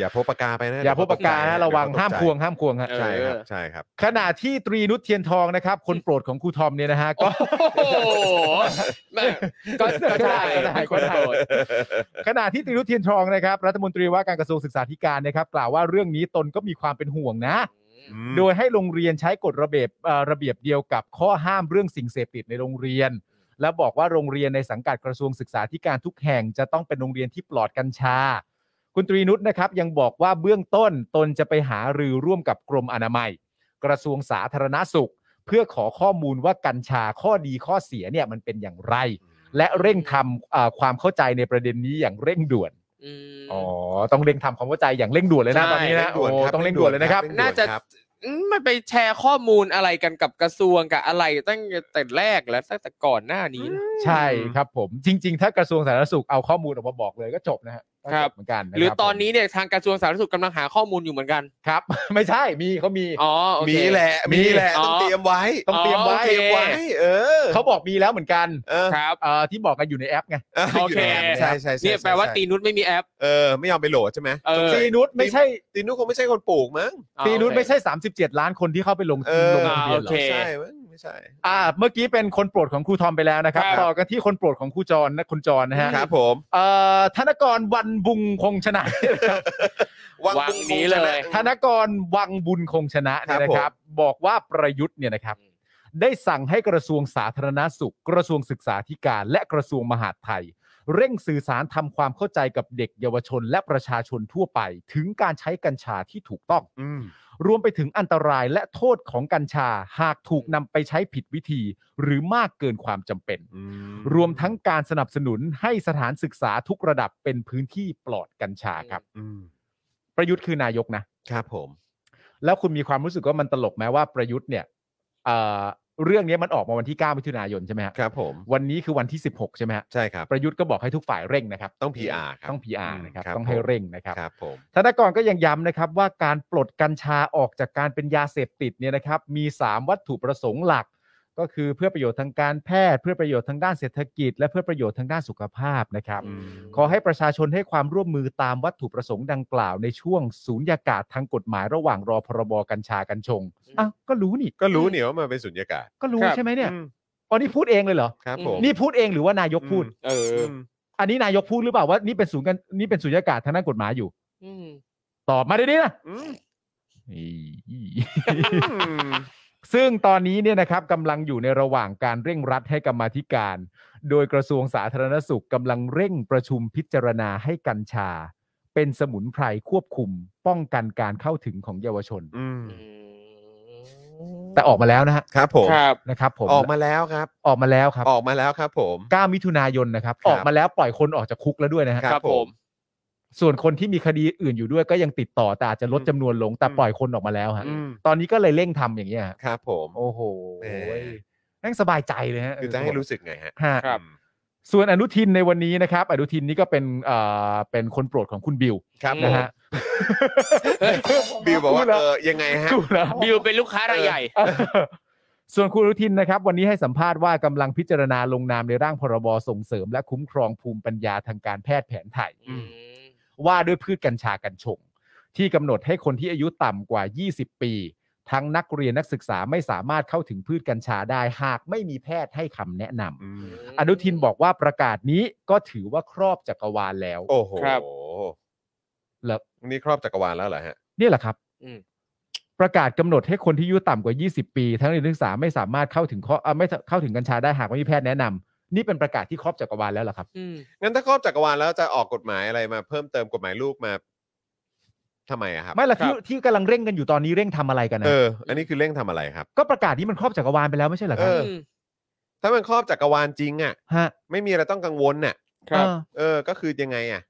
S3: อย่าพกปากกาไปนะ
S4: อย่าพบปากกานะระวังห้ามควงห้ามควงฮะ
S3: ใช่ครับ
S5: เออ
S3: ใช่ครับ
S4: ขณะที่ตรีนุชเทียนทองนะครับ คนโปรดของครูทอมเนี่ยนะฮะ ก็
S5: โอ้โหแม่ก็ก็ได้
S4: ก็ได้ก็
S5: ก็
S4: ได้
S5: ได้
S4: ขณะที่ตรีนุชเทียนทองนะครับรัฐมนตรีว่าการกระทรวงศึกษาธิการนะครับ กล่าวว่าเรื่องนี้ตนก็มีความเป็นห่วงนะ
S3: อืม
S4: โดยให้โรงเรียนใช้กฎระเบียบเอ่อระเบียบเดียวกับข้อห้ามเรื่องสิ่งเสพติดในโรงเรียน และบอกว่าโรงเรียนในสังกัดกระทรวงศึกษาธิการทุกแห่งจะต้องเป็นโรงเรียนที่ปลอดกัญชา คุณตรีนุชนะครับยังบอกว่าเบื้องต้นตนจะไปหารือร่วมกับกรมอนามัย กระทรวงสาธารณสุข เพื่อขอข้อมูลว่ากัญชาข้อดีข้อเสียเนี่ยมันเป็นอย่างไร และเร่งทำเอ่อความเข้าใจในประเด็นนี้อย่างเร่งด่วนอ๋อต้องเร่งทำความเข้าใจอย่างเร่งด่วนเลยนะ
S5: ใช่
S4: ตอนนี้นะ
S3: เร่งด่วน
S4: โอ้
S3: ครับ
S4: ต้องเร่งด่วนเลยนะครับ
S3: เร่งด่ว
S5: น่าจะ
S3: ครับ
S5: อืมมันไปแชร์ข้อมูลอะไรกันกับกระทรวงกับอะไรตั้งแต่แรกแล้วตั้งแต่ก่อนหน้านี้นะ
S4: ใช่ครับผมจริง ๆ ถ้ากระทรวงสาธารณสุขเอาข้อมูลออกมาบอกเลยก็จบนะฮะก็จ
S5: ครับ
S4: เหมือนกันะคบ
S5: หรือตอนนี้เนี่ยทางกระทรวงสาธารณสุขกำลังหาข้อมูลอยู่เหมือนกัน
S4: ครับ ไม่ใช่มีเขามี
S5: อ๋อโอเค
S3: มีแหละมีแหละ
S5: อ๋อ
S3: ต้องเตรียมไว้
S4: ต้องเตรียมไว้
S5: อ๋อโอ
S3: เต
S5: ค
S3: รียมไว้ เออ
S4: เขาบอกมีแล้วเหมือนกัน
S3: เออ
S5: ครับ
S4: เอ่อที่บอกกันอยู่ในแอปไง
S5: โอเค
S3: ยู่ในแอปใช่ใช่ใช่
S5: เนี่ยแปลว่า
S3: ใช่
S5: ตีนุชไม่มีแอป
S3: เออไม่ยอมไปโหลดใช่ไหม
S5: เออ
S4: ตีนุชไม่ใช่
S3: ตีนุ๊กคงไม่ใช่คนปลูกมั้ง
S4: ตีนุชไม่ใช่ 37 ล้านคนที่เข้าไปลง
S3: เออ
S4: ลงทะเบียนหรอ
S5: โอเค
S3: ใช่มั้งไม่ใช่
S4: อ่าเมื่อกี้เป็นคนโปรดของครูทอมไปแล้วนะครับ
S5: ครับ
S4: ต่อกันที่คนโปรดของครูจรนะคุณจรนะฮะ
S3: ครับผม
S4: เอ่อธนกรวันบุงคงชนะ
S3: วัง
S5: วัง
S3: บุญคง
S5: นี้
S3: ชะ
S5: เลย
S4: ธนกรวังบุญคงชนะเนี่ยนะค
S3: ครั
S4: รับบ บอกว่าประยุทธ์เนี่ยนะครับ ได้สั่งให้กระทรวงสาธารณสุข กระทรวงศึกษาธิการ และกระทรวงมหาดไทย เร่งสื่อสารทำความเข้าใจกับเด็กเยาวชน และประชาชนทั่วไป ถึงการใช้กัญชาที่ถูกต้อง
S3: อืม
S4: รวมไปถึงอันตรายและโทษของกัญชาหากถูกนำไปใช้ผิดวิธี หรือมากเกินความจำเป็น
S3: อืม
S4: รวมทั้งการสนับสนุนให้สถานศึกษาทุกระดับเป็นพื้นที่ปลอดกัญชาครับ
S3: อืม
S4: ประยุทธ์คือนายกนะ
S3: ครับผม
S4: แล้วคุณมีความรู้สึกว่ามันตลกไหมว่าประยุทธ์เนี่ยเอ่อเรื่องนี้มันออกมาวันที่ 9 มิถุนายนใช่ไหมฮะ
S3: ครับผม
S4: วันนี้คือวันที่ 16 ใช่ไหมฮะ
S3: ใช่ครับ
S4: ประยุทธ์ก็บอกให้ทุกฝ่ายเร่งนะครับ
S3: ต้อง PR ครับ
S4: ต้อง PR นะครับ
S3: ครับ
S4: ต้องให้
S3: ผม
S4: เร่งนะครับ
S3: ครับผม
S4: ธนกรก็ยังย้ำนะครับว่าการปลดกัญชาออกจากการเป็นยาเสพติดเนี่ยนะครับมี 3 วัตถุประสงค์หลัก ก็คือเพื่อประโยชน์ทางการแพทย์ เพื่อประโยชน์ทางด้านเศรษฐกิจ และเพื่อประโยชน์ทางด้านสุขภาพนะครับ
S3: อืม
S4: ขอให้ประชาชนให้ความร่วมมือตามวัตถุประสงค์ดังกล่าวในช่วงศูนยากาศทางกฎหมายระหว่างรอพรบกัญชากัญชง
S5: อืม
S4: อ่ะก็รู้นี่
S3: ก็รู้เนี่ยว่ามันเป็นสุญญากาศ
S4: ก็รู้
S5: ครับ
S4: ใช่ไหมเนี่ย
S3: อืม
S4: อ๋อนี่พูดเองเลยเหรอ
S3: ครับผม
S4: นี่พูดเองหรือว่านายกพูด
S3: อืม
S5: เออ
S3: ม
S4: อันนี้นายกพูดหรือเปล่าว่านี่เป็นศูนย์กันนี่เป็นศูนยากาศทางด้านกฎหมายอยู่
S5: อืม
S4: ตอบมาดีๆนะ
S3: อืม
S4: อี๋
S3: อืม
S4: ซึ่งตอนนี้เนี่ยนะครับกำลังอยู่ในระหว่างการเร่งรัดให้กรรมาธิการ โดยกระทรวงสาธารณสุขกำลังเร่งประชุมพิจารณาให้กัญชา เป็นสมุนไพรควบคุม ป้องกันการเข้าถึงของเยาวชน
S3: อืม
S4: แต่ออกมาแล้วนะฮะ
S3: ครับผม
S5: ครับ
S4: นะครับผม
S3: ออกมาแล้วครับ
S4: ออกมาแล้วครับ
S3: ออกมาแล้วครับผม
S4: 9มิถุนายนนะครับ
S3: ครับ
S4: ออกมาแล้วปล่อยคนออกจากคุกแล้วด้วยนะฮะ
S3: ค
S5: ค
S3: รั
S5: รั
S3: บบ ผ
S5: ผม ม
S4: ส่วนคนที่มีคดีอื่นอยู่ด้วยก็ยังติดต่อแต่อาจจะลดจำนวนลงแต่
S3: อืม
S4: ปล่อยคนออกมาแล้วฮะ
S3: อืม
S4: ตอนนี้ก็เลยเร่งทำอย่างเงี้ยฮะ
S3: ครับผม
S4: โอ้โห
S3: แหม
S4: นั่งสบายใจเลยฮะ
S3: คือจะให้รู้สึกไงฮะ
S4: ฮะ
S5: ครับ
S3: อืม
S4: ส่วนอนุทินในวันนี้นะครับ อนุทินนี่ก็เป็นเอ่อเป็นคนโปรดของคุณบิว
S3: ครับผ
S4: นะ
S3: ม
S4: ฮะ
S3: บิวบอกว่า
S4: พูดแล้ว
S3: เออยังไงฮะ
S4: กูเหรอ
S5: บิวเป็นลูกค้ารายใหญ่
S4: เออส่วนคุณอนุทินนะครับ วันนี้ให้สัมภาษณ์ว่ากำลังพิจารณาลงนามในร่างพรบส่งเสริม และคุ้มครองภูมิปัญญาทางการแพทย์แผนไทย
S5: อืม
S4: ว่าด้วยพืชกัญชากัญชง ที่กำหนดให้คนที่อายุต่ำกว่า 20 ปี ทั้งนักเรียนนักศึกษาไม่สามารถเข้าถึงพืชกัญชาได้ หากไม่มีแพทย์ให้คำแนะนำ
S3: อืม
S4: อนุทินบอกว่าประกาศนี้ก็ถือว่าครอบจักรวาลแล้ว
S3: โอ้โห
S5: ครับ
S4: แล้ว
S3: นี่ครอบจักรวาลแล้วเหรอฮะ
S4: นี่แหละครับ
S5: อืม
S4: ประกาศกำหนดให้คนที่อายุต่ำกว่า 20 ปี ทั้งนักเรียนนักศึกษาไม่สามารถเข้าถึงข้อเอ่อไม่เข้าถึงกัญชาได้หากไม่มีแพทย์แนะนำนี่เป็นประกาศที่ครอบจักรวาลแล้วเหรอครับ
S5: อืม
S3: งั้นถ้าครอบจักรวาลแล้วจะออกกฎหมายอะไรมาเพิ่มเติมกฎหมายลูกมา ทำไมอะครับ
S4: ไม่ละที่ที่กำลังเร่งกันอยู่ตอนนี้เร่งทำอะไรกันนะ
S3: เออ อันนี้คือเร่งทำอะไรครับ
S4: ก็ประกาศนี้มันครอบจักรวาลไปแล้วไม่ใช่เหรอค
S3: เอ
S4: รับ
S3: อ ถ้ามันครอบจักรวาลจริงอะ
S4: ฮะ
S3: ไม่มีอะไรต้องกังวลน่ะ
S5: ครับ
S4: เออ
S3: เออ ก็คือยังไงอะ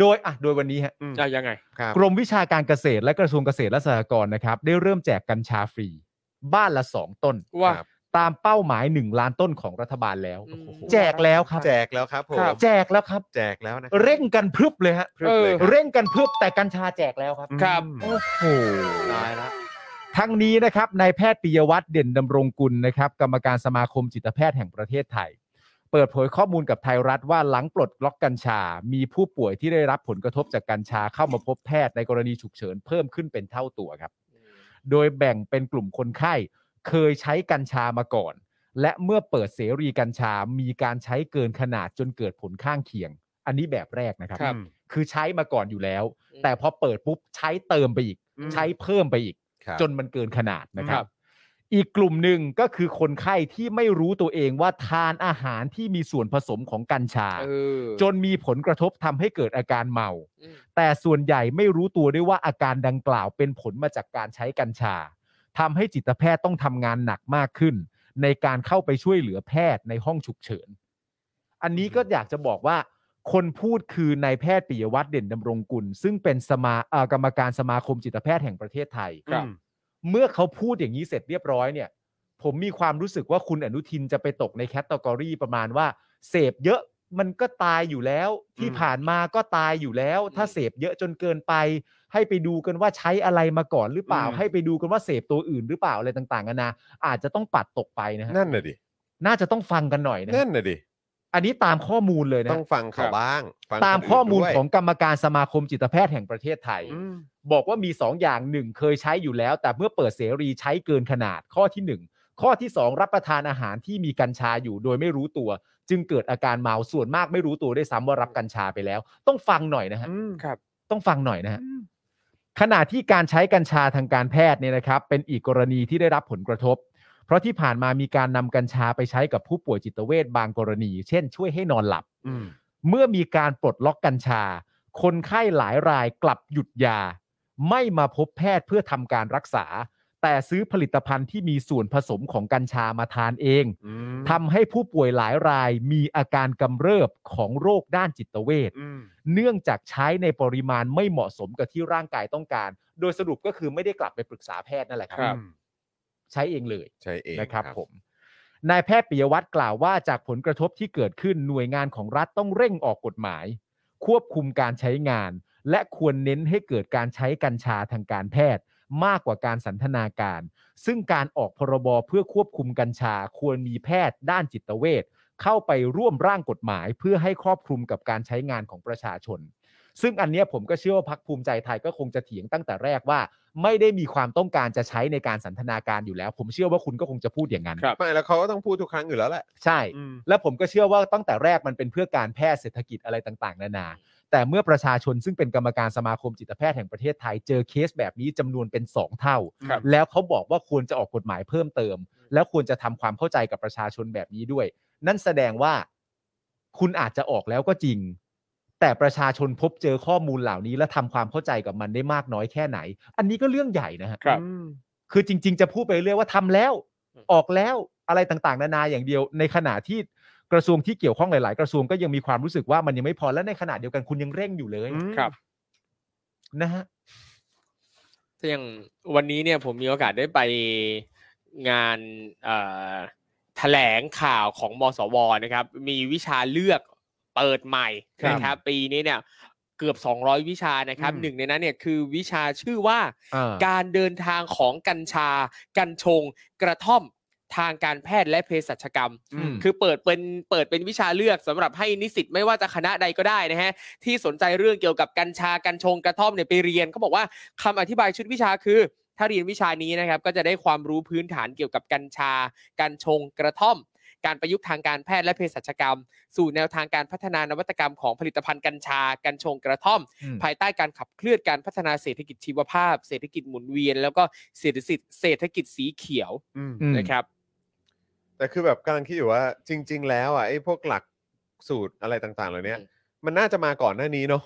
S4: โดยอ่ะโดยวันนี้ฮะ
S3: อืม
S5: จะยังไง
S3: ครับ
S4: กรมวิชาการเกษตรและกระทรวงเกษตรและสหกรณ์นะครับ ได้เริ่มแจกกัญชาฟรี บ้านละสองต้น
S5: ว่า
S3: ครับ
S4: ตามเป้าหมาย 1 ล้านต้นของรัฐบาลแล้ว
S5: อืม
S4: แจกแล้วครับ
S3: แจกแล้วครับผม
S5: ครับ
S4: แจกแล้วครับ
S3: แจกแล้วนะคบ
S4: เร่งกันพรึบเลยฮะ
S3: พรึบเลยคบ
S4: เร่งกันพรึบแต่กัญชาแจกแล้วครับ
S5: ครับ
S3: อืม
S4: โอ้โห
S3: ตายละ
S4: ทั้งนี้นะครับนายแพทย์ปิยวัฒน์เด่นดำรงกุลนะครับ กรรมการสมาคมจิตแพทย์แห่งประเทศไทย เปิดเผยข้อมูลกับไทยรัฐว่าหลังปลดล็อกกัญชา มีผู้ป่วยที่ได้รับผลกระทบจากกัญชาเข้ามาพบแพทย์ในกรณีฉุกเฉินเพิ่มขึ้นเป็นเท่าตัวครับ โดยแบ่งเป็นกลุ่มคนไข้เคยใช้กัญชามาก่อน และเมื่อเปิดเสรีกัญชา มีการใช้เกินขนาดจนเกิดผลข้างเคียง อันนี้แบบแรกนะครับ
S5: ครับ
S4: คือใช้มาก่อนอยู่แล้ว แต่พอเปิดปุ๊บใช้เติมไปอีก ใช้เพิ่มไปอีก
S3: ครับ
S4: จนมันเกินขนาดนะค
S5: ครั
S4: รับ
S5: บ
S4: อีกกลุ่มหนึ่งก็คือคนไข้ที่ไม่รู้ตัวเองว่าทานอาหารที่มีส่วนผสมของกัญชา
S5: เออ
S4: จนมีผลกระทบทำให้เกิดอาการเมา
S5: อืม
S4: แต่ส่วนใหญ่ไม่รู้ตัวด้วยว่าอาการดังกล่าวเป็นผลมาจากการใช้กัญชาทำให้จิตแพทย์ต้องทำงานหนักมากขึ้น ในการเข้าไปช่วยเหลือแพทย์ในห้องฉุกเฉิน อันนี้ก็อยากจะบอกว่า คนพูดคือนายแพทย์ปิยวัฒน์เด่นดำรงกุล ซึ่งเป็นสมาเอ่อกรรมการสมาคมจิตแพทย์แห่งประเทศไทย
S3: ครับ
S4: เมื่อเขาพูดอย่างนี้เสร็จเรียบร้อยเนี่ย ผมมีความรู้สึกว่าคุณอนุทินจะไปตกในแคตตากรีประมาณว่า เสพเยอะมันก็ตายอยู่แล้ว ที่
S3: อืม
S4: ผ่านมาก็ตายอยู่แล้ว ถ้าเสพเยอะจนเกินไป ให้ไปดูกันว่าใช้อะไรมาก่อนหรือเปล่า ให้ไปดูกันว่าเสพตัวอื่นหรือเปล่าอะไรต่างๆกันานาอาจจะต้องปัดตกไปนะฮะ
S3: นั่นน่ะดิ
S4: น่าจะต้องฟังกันหน่อยนะ
S3: นั่
S4: ฮะ
S3: นน่ะดิ
S4: อันนี้ตามข้อมูลเลยนะ
S3: ต้องฟังเขาบ้างฟัง
S4: ตาม
S3: คนน
S4: ข้อมูล
S3: ด้วย
S4: ของกรรมการสมาคมจิตแพทย์แห่งประเทศไทย
S3: อืม
S4: บอกว่ามี 2 อย่างหนึ่งเคยใช้อยู่แล้ว แต่เมื่อเปิดเสรีใช้เกินขนาดข้อที่หนึ่งข้อที่สองรับประทานอาหารที่มีกัญชาอยู่โดยไม่รู้ตัว จึงเกิดอาการเมาส่วนมากไม่รู้ตัวด้วยซ้ำว่ารับกัญชาไปแล้ว ต้องฟังหน่อยนะฮะ
S5: ครับ
S4: ต้องฟังหน่อยนะฮะขณะที่การใช้กัญชาทางการแพทย์เนี่ยนะครับ เป็นอีกกรณีที่ได้รับผลกระทบ เพราะที่ผ่านมามีการนำกัญชาไปใช้กับผู้ป่วยจิตเวชบางกรณี เช่น ช่วยให้นอนหลับ
S3: อืม
S4: เมื่อมีการปลดล็อกกัญชา คนไข้หลายรายกลับหยุดยา ไม่มาพบแพทย์เพื่อทำการรักษา แต่ซื้อผลิตภัณฑ์ที่มีส่วนผสมของกัญชามาทานเอง
S3: อืม
S4: ทำให้ผู้ป่วยหลายรายมีอาการกำเริบของโรคด้านจิตเวช
S3: อืม
S4: เนื่องจากใช้ในปริมาณไม่เหมาะสมกับที่ร่างกายต้องการ โดยสรุปก็คือไม่ได้กลับไปปรึกษาแพทย์นั่นแหละค
S5: ครั
S4: รับ ใช้เองเลย
S3: ใช่เอง
S4: นะครับผมนายแพทย์ปิยวัตรกล่าวว่าจากผลกระทบที่เกิดขึ้นหน่วยงานของรัฐต้องเร่งออกกฎหมาย ควบคุมการใช้งาน และควรเน้นให้เกิดการใช้กัญชาทางการแพทย์ มากกว่าการสันทนาการ ซึ่งการออกพรบเพื่อควบคุมกัญชา ควรมีแพทย์ด้านจิตเวชเข้าไปร่วมร่างกฎหมาย เพื่อให้ครอบคลุมกับการใช้งานของประชาชน ซึ่งอันเนี้ยผมก็เชื่อว่าพักภูมิใจไทยก็คงจะเถียงตั้งแต่แรกว่า ไม่ได้มีความต้องการจะใช้ในการสันทนาการอยู่แล้ว ผมเชื่อว่าคุณก็คงจะพูดอย่างนั้น
S5: ครับ
S3: ไม่แล้วเขาก็ต้องพูดทุกครั้งอยู่แล้วแหละ
S4: ใช่
S3: อืม
S4: และผมก็เชื่อว่าตั้งแต่แรกมันเป็นเพื่อการแพทย์เศรษฐกิจอะไรต่างๆ นานา แต่เมื่อประชาชนซึ่งเป็นกรรมการสมาคมจิตแพทย์แห่งประเทศไทย เจอเคสแบบนี้จำนวนเป็น 2 เท่า
S5: ครับ
S4: แล้วเขาบอกว่าควรจะออกกฎหมายเพิ่มเติม แล้วควรจะทำความเข้าใจกับประชาชนแบบนี้ด้วย นั่นแสดงว่าคุณอาจจะออกแล้วก็จริง แต่ประชาชนพบเจอข้อมูลเหล่านี้ และทำความเข้าใจกับมันได้มากน้อยแค่ไหน อันนี้ก็เรื่องใหญ่นะฮะ
S5: ครับ
S3: อืม
S4: คือจริง ๆ จะพูดไปเรื่อยว่าทำแล้ว
S5: อืม
S4: ออกแล้วอะไรต่างๆ นานาอย่างเดียว ในขณะที่กระทรวงที่เกี่ยวข้องหลาย ๆ กระทรวงก็ยังมีความรู้สึกว่ามันยังไม่พอและในขณะเดียวกันคุณยังเร่งอยู่เลย
S3: อืม
S5: ครับ
S4: นะฮะ
S5: แต่อย่างวันนี้เนี่ยผมมีโอกาสได้ไปงานเอ่อแถลงข่าวของมสวนะครับ มีวิชาเลือกเปิดใหม่
S4: ครับ
S5: นะครับ ปีนี้เนี่ยเกือบ 200 วิชานะครับหนึ่งในนั้นเนี่ยคือวิชาชื่อว่า
S4: อ่า
S5: การเดินทางของกัญชา กัญชง กระท่อมทางการแพทย์และเภสัชกรรม
S4: อืม
S5: คือเปิดเป็นเปิดเป็นวิชาเลือกสำหรับให้นิสิตไม่ว่าจะคณะใดก็ได้นะฮะ ที่สนใจเรื่องเกี่ยวกับกัญชากัญชงกระท่อมเนี่ยไปเรียนเขาบอกว่าคำอธิบายชุดวิชาคือ ถ้าเรียนวิชานี้นะครับ ก็จะได้ความรู้พื้นฐานเกี่ยวกับกัญชา กัญชงกระท่อม การประยุกต์ทางการแพทย์และเภสัชกรรม สู่แนวทางการพัฒนานวัตกรรมของผลิตภัณฑ์กัญชา กัญชงกระท่อม
S4: อืม
S5: ภายใต้การขับเคลื่อนการพัฒนาเศรษฐกิจชีวภาพ เศรษฐกิจหมุนเวียน แล้วก็เศรษฐกิจเศรษฐกิจสีเขียว
S3: อืม
S4: อืม
S5: นะครับ
S3: แต่คือแบบกำลังคิดอยู่ว่าจริง ๆ แล้วอ่ะไอ้พวกหลักสูตรอะไรต่างๆ เหล่านี้
S5: อืม
S3: มันน่าจะมาก่อนหน้านี้เนาะ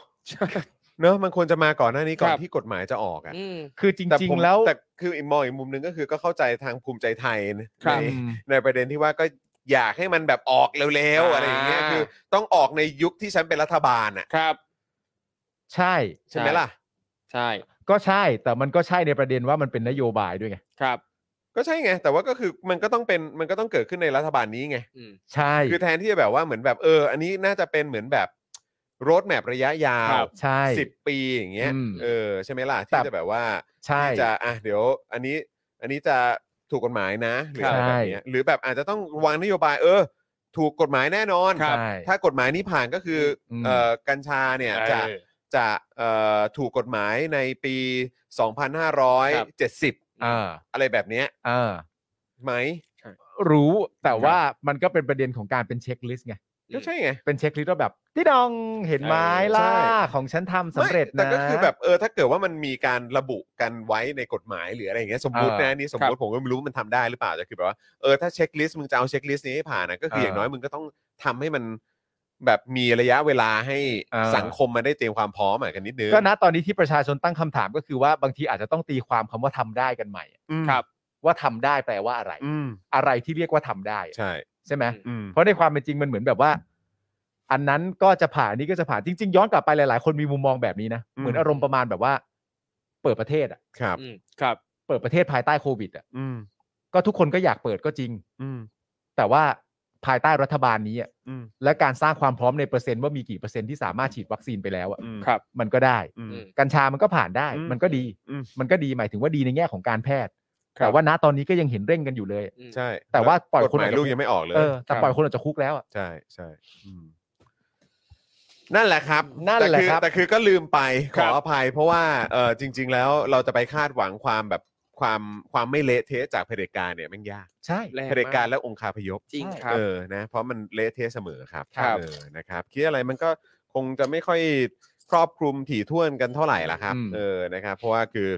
S3: เนอะมันควรจะมาก่อนหน้านี้ก่อ
S5: คน รับ
S3: ที่กฎหมายจะออกอ่ะ
S5: อืม
S4: คือจ
S3: แต่
S4: ริง
S3: ผม
S4: ๆ แล้ว
S3: แต่คืออีกมองอีกมุมหนึงก็คือก็เข้าใจทางภูมิใจไทยใน
S5: ครับ
S4: อืม
S3: ในประเด็นที่ว่าก็อยากให้มันแบบออกเร็วๆอะไรอย่างเงี้ยคือ ต้องออกในยุคที่ฉันเป็นรัฐบาลอ่ะ
S5: ครับ
S4: ใช่
S3: ใช่ไหมล่ะ
S5: ใช่
S4: ก็ใช่แต่มันก็ใช่ในประเด็นว่ามันเป็นนโยบายด้วยไง
S5: ครับ
S3: ก็ใช่ไง แต่ว่าก็คือมันก็ต้องเป็นมันก็ต้องเกิดขึ้นในรัฐบาลนี้ไง
S5: อืม
S4: ใช่
S3: คือแทนที่จะแบบว่าเหมือนแบบเออ อันนี้น่าจะเป็นเหมือนแบบรถแมพระยะยา
S5: คว รับ
S4: ใช่
S3: สิบปีอย่างเงี้ย
S4: อืม
S3: เออใช่ไหมล่ะ
S4: แต่
S3: ที่จะแบบว่า
S4: ใช่
S3: ที่จะอ่ะเดี๋ยว อันนี้อันนี้จะถูกกฎหมายนะหรืออะไรแบ
S4: ใช่
S3: บเนี้ยหรือแบบอาจจะต้องวางนโยบายเออ ถูกกฎหมายแน่นอน
S4: ครับ
S3: ถ้ากฎหมายนี้ผ่านก็คืออ
S4: ม
S3: เอ่อกัญชาเนี่ยจะ
S5: เออ
S3: จะเอ่อถูกกฎหมายในปี
S5: ครับ
S3: 2570
S4: อ่า
S3: อะไรแบบเนี้ย
S4: อ่า
S3: ไหม
S4: รู้แต่ว่ามันก็เป็นประเด็นของการเป็นเช็คลิสต์ไง
S3: ก็ใช่ไง
S4: เป็นเช็คลิสต์ว่าแบบที่ดองเห็นไหม
S5: เออ
S4: ล่ะ
S3: ใช่
S4: ของฉันทำสำเร็จ
S3: ไม่
S4: นะ
S3: แต่ก็คือแบบเออถ้าเกิดว่ามันมีการระบุกันไว้ในกฎหมายหรืออะไรอย่างเงี้ยสมมติ
S4: เออ
S3: นะนี่สมมติผมก็ไม่รู้มันทำได้หรือเปล่าแต่คือแบบว่าเออถ้าเช็คลิสต์มึงจะเอาเช็คลิสต์นี้ให้ผ่านนะก็คือ
S4: เอออ
S3: อย่างน้อยมึงก็ต้องทำให้มันแบบมีระยะเวลาให้
S4: เออ
S3: สังคมมันได้เตรียมความพร้อมอะกันนิดนึง
S4: ก็นะตอนนี้ที่ประชาชนตั้งคำถามก็คือว่าบางทีอาจจะต้องตีความคำว่าทำได้กันใหม่
S3: อืม
S5: ครับ
S4: ว่าทำได้แปลว่าอะไร
S3: อืม
S4: อะไรที่เรียกว่าทำได้
S3: ใช่
S4: ใช่ไหม
S5: อืม
S3: อืม
S4: เพราะในความเป็นจริงมันเหมือนแบบว่า อันนั้นก็จะผ่านอันนี้ก็จะผ่านจริง ๆ ย้อนกลับไปหลาย ๆ คนมีมุมมองแบบนี้นะเหมือนอารมณ์ประมาณแบบว่า เปิดประเทศอะ
S3: ครับ
S5: อืมครับ
S4: เปิดประเทศภายใต้โควิดอะ
S3: อืม
S4: ก็ทุกคนก็อยากเปิดก็จริง
S3: อืม
S4: แต่ว่าภายใต้รัฐบาลนี้อะ
S3: อืม
S4: และการสร้างความพร้อมในเปอร์เซ็นต์ว่ามีกี่เปอร์เซ็นต์ที่สามารถฉีดวัคซีนไปแล้วอะ
S3: อืม
S5: ครับ
S4: มันก็ได้
S3: อืม
S5: อืม
S4: กัญชามันก็ผ่านได้
S3: อืม
S4: มันก็ดี
S3: อืม
S4: มันก็ดีหมายถึงว่าดีในแง่ของการแพทย์
S5: ครับ
S4: แต่ว่าณตอนนี้ก็ยังเห็นเร่งกันอยู่เลย
S3: ใช่
S4: แต่ว่าปล่อย
S3: กฎ
S4: คน
S3: ห
S4: อ
S3: มาก ย
S4: อจาก
S3: ลูกยังไม่ออกเลย
S4: เออแต่
S5: ครับ
S4: ปล่อยคนออกจากคุกแล้วอะ
S3: ใช่ใช่อืมนั่นแหละครับ
S4: นั่นแห
S3: แต่
S4: ละ
S3: อ
S4: ครับ
S3: แต่คือก็ลืมไปข
S5: ค
S3: อ
S5: รั
S3: บ อภัย เพราะว่าเออจริง ๆ แล้วเราจะไปคาดหวังความแบบความความไม่เละเทะจากเผด็จการเนี่ยแมันยาก
S4: ใช่
S5: แรง
S3: เผด็จการ
S5: ม
S3: และองคาพยพ
S5: จริงครับ
S3: เออนะเพราะมันเละเทะเสมอครับ
S5: ครับ
S3: เออนะครับคิดอะไรมันก็คงจะไม่ค่อยครอบคลุมถี่ถ้วนกันเท่าไหร่ละครับ
S4: อืม
S3: เออนะครับ เพราะว่าคือ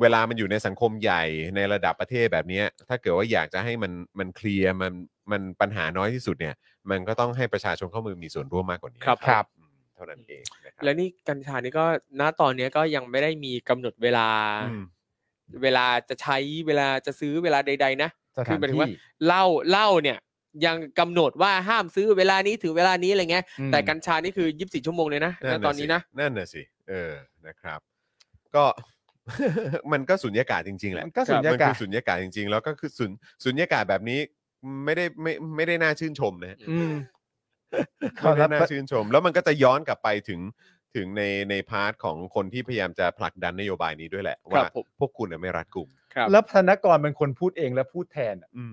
S3: เวลามันอยู่ในสังคมใหญ่ในระดับประเทศแบบเนี้ยถ้าเกิดว่าอยากจะให้มันมันเคลียร์มันมันปัญหาน้อยที่สุดเนี่ย มันก็ต้องให้ประชาชนเข้ามือมีส่วนร่วมมากกว่านี้
S5: ครับ
S4: ครับ
S3: อืมเท่านั้นเองนะครั
S5: และนี่กัญชานี่ก็ณตอนเนี้ยก็ยังไม่ได้มีกำหนดเวลา
S3: อืม
S5: เวลาจะใช้เวลาจะซื้อเวลาใด ๆ นะ
S4: ส
S5: คื
S4: ถา
S5: อน หมายถึงว่า
S4: ที่
S5: เหล้าเหล้าเนี่ยยังกำหนดว่าห้ามซื้อเวลานี้ถึงเวลานี้อะไรเงี้ย
S4: อืม
S5: แต่กัญชานี่คือ 24 ชั่วโมงเลยนะณ
S3: ะ
S5: ตอนนี้นะ
S3: สินั่นน่ะสิ เออ นะครับ ก็ มันก็สุญญากาศจริงๆแหละ
S4: มันก็สุญญากาศ
S3: มันคือสุญญากาศจริง ๆ แล้วก็คือสุญสุญญากาศแบบนี้ไม่ได้ไม่ไม่ได้น่าชื่นชมนะฮะ
S4: อืม
S3: ไม่ได้น่า
S4: ครับ
S3: ชื่นชม แล้วมันก็จะย้อนกลับไปถึงถึงในในพาร์ทของคนที่พยายามจะผลักดันนโยบายนี้ด้วยแหละ ว่า
S5: ผม
S3: พวกคุณน่ะไม่รัดกุม
S5: ครับ
S4: แล้วธนกรเป็นคนพูดเองและพูดแทนอะ
S3: อืม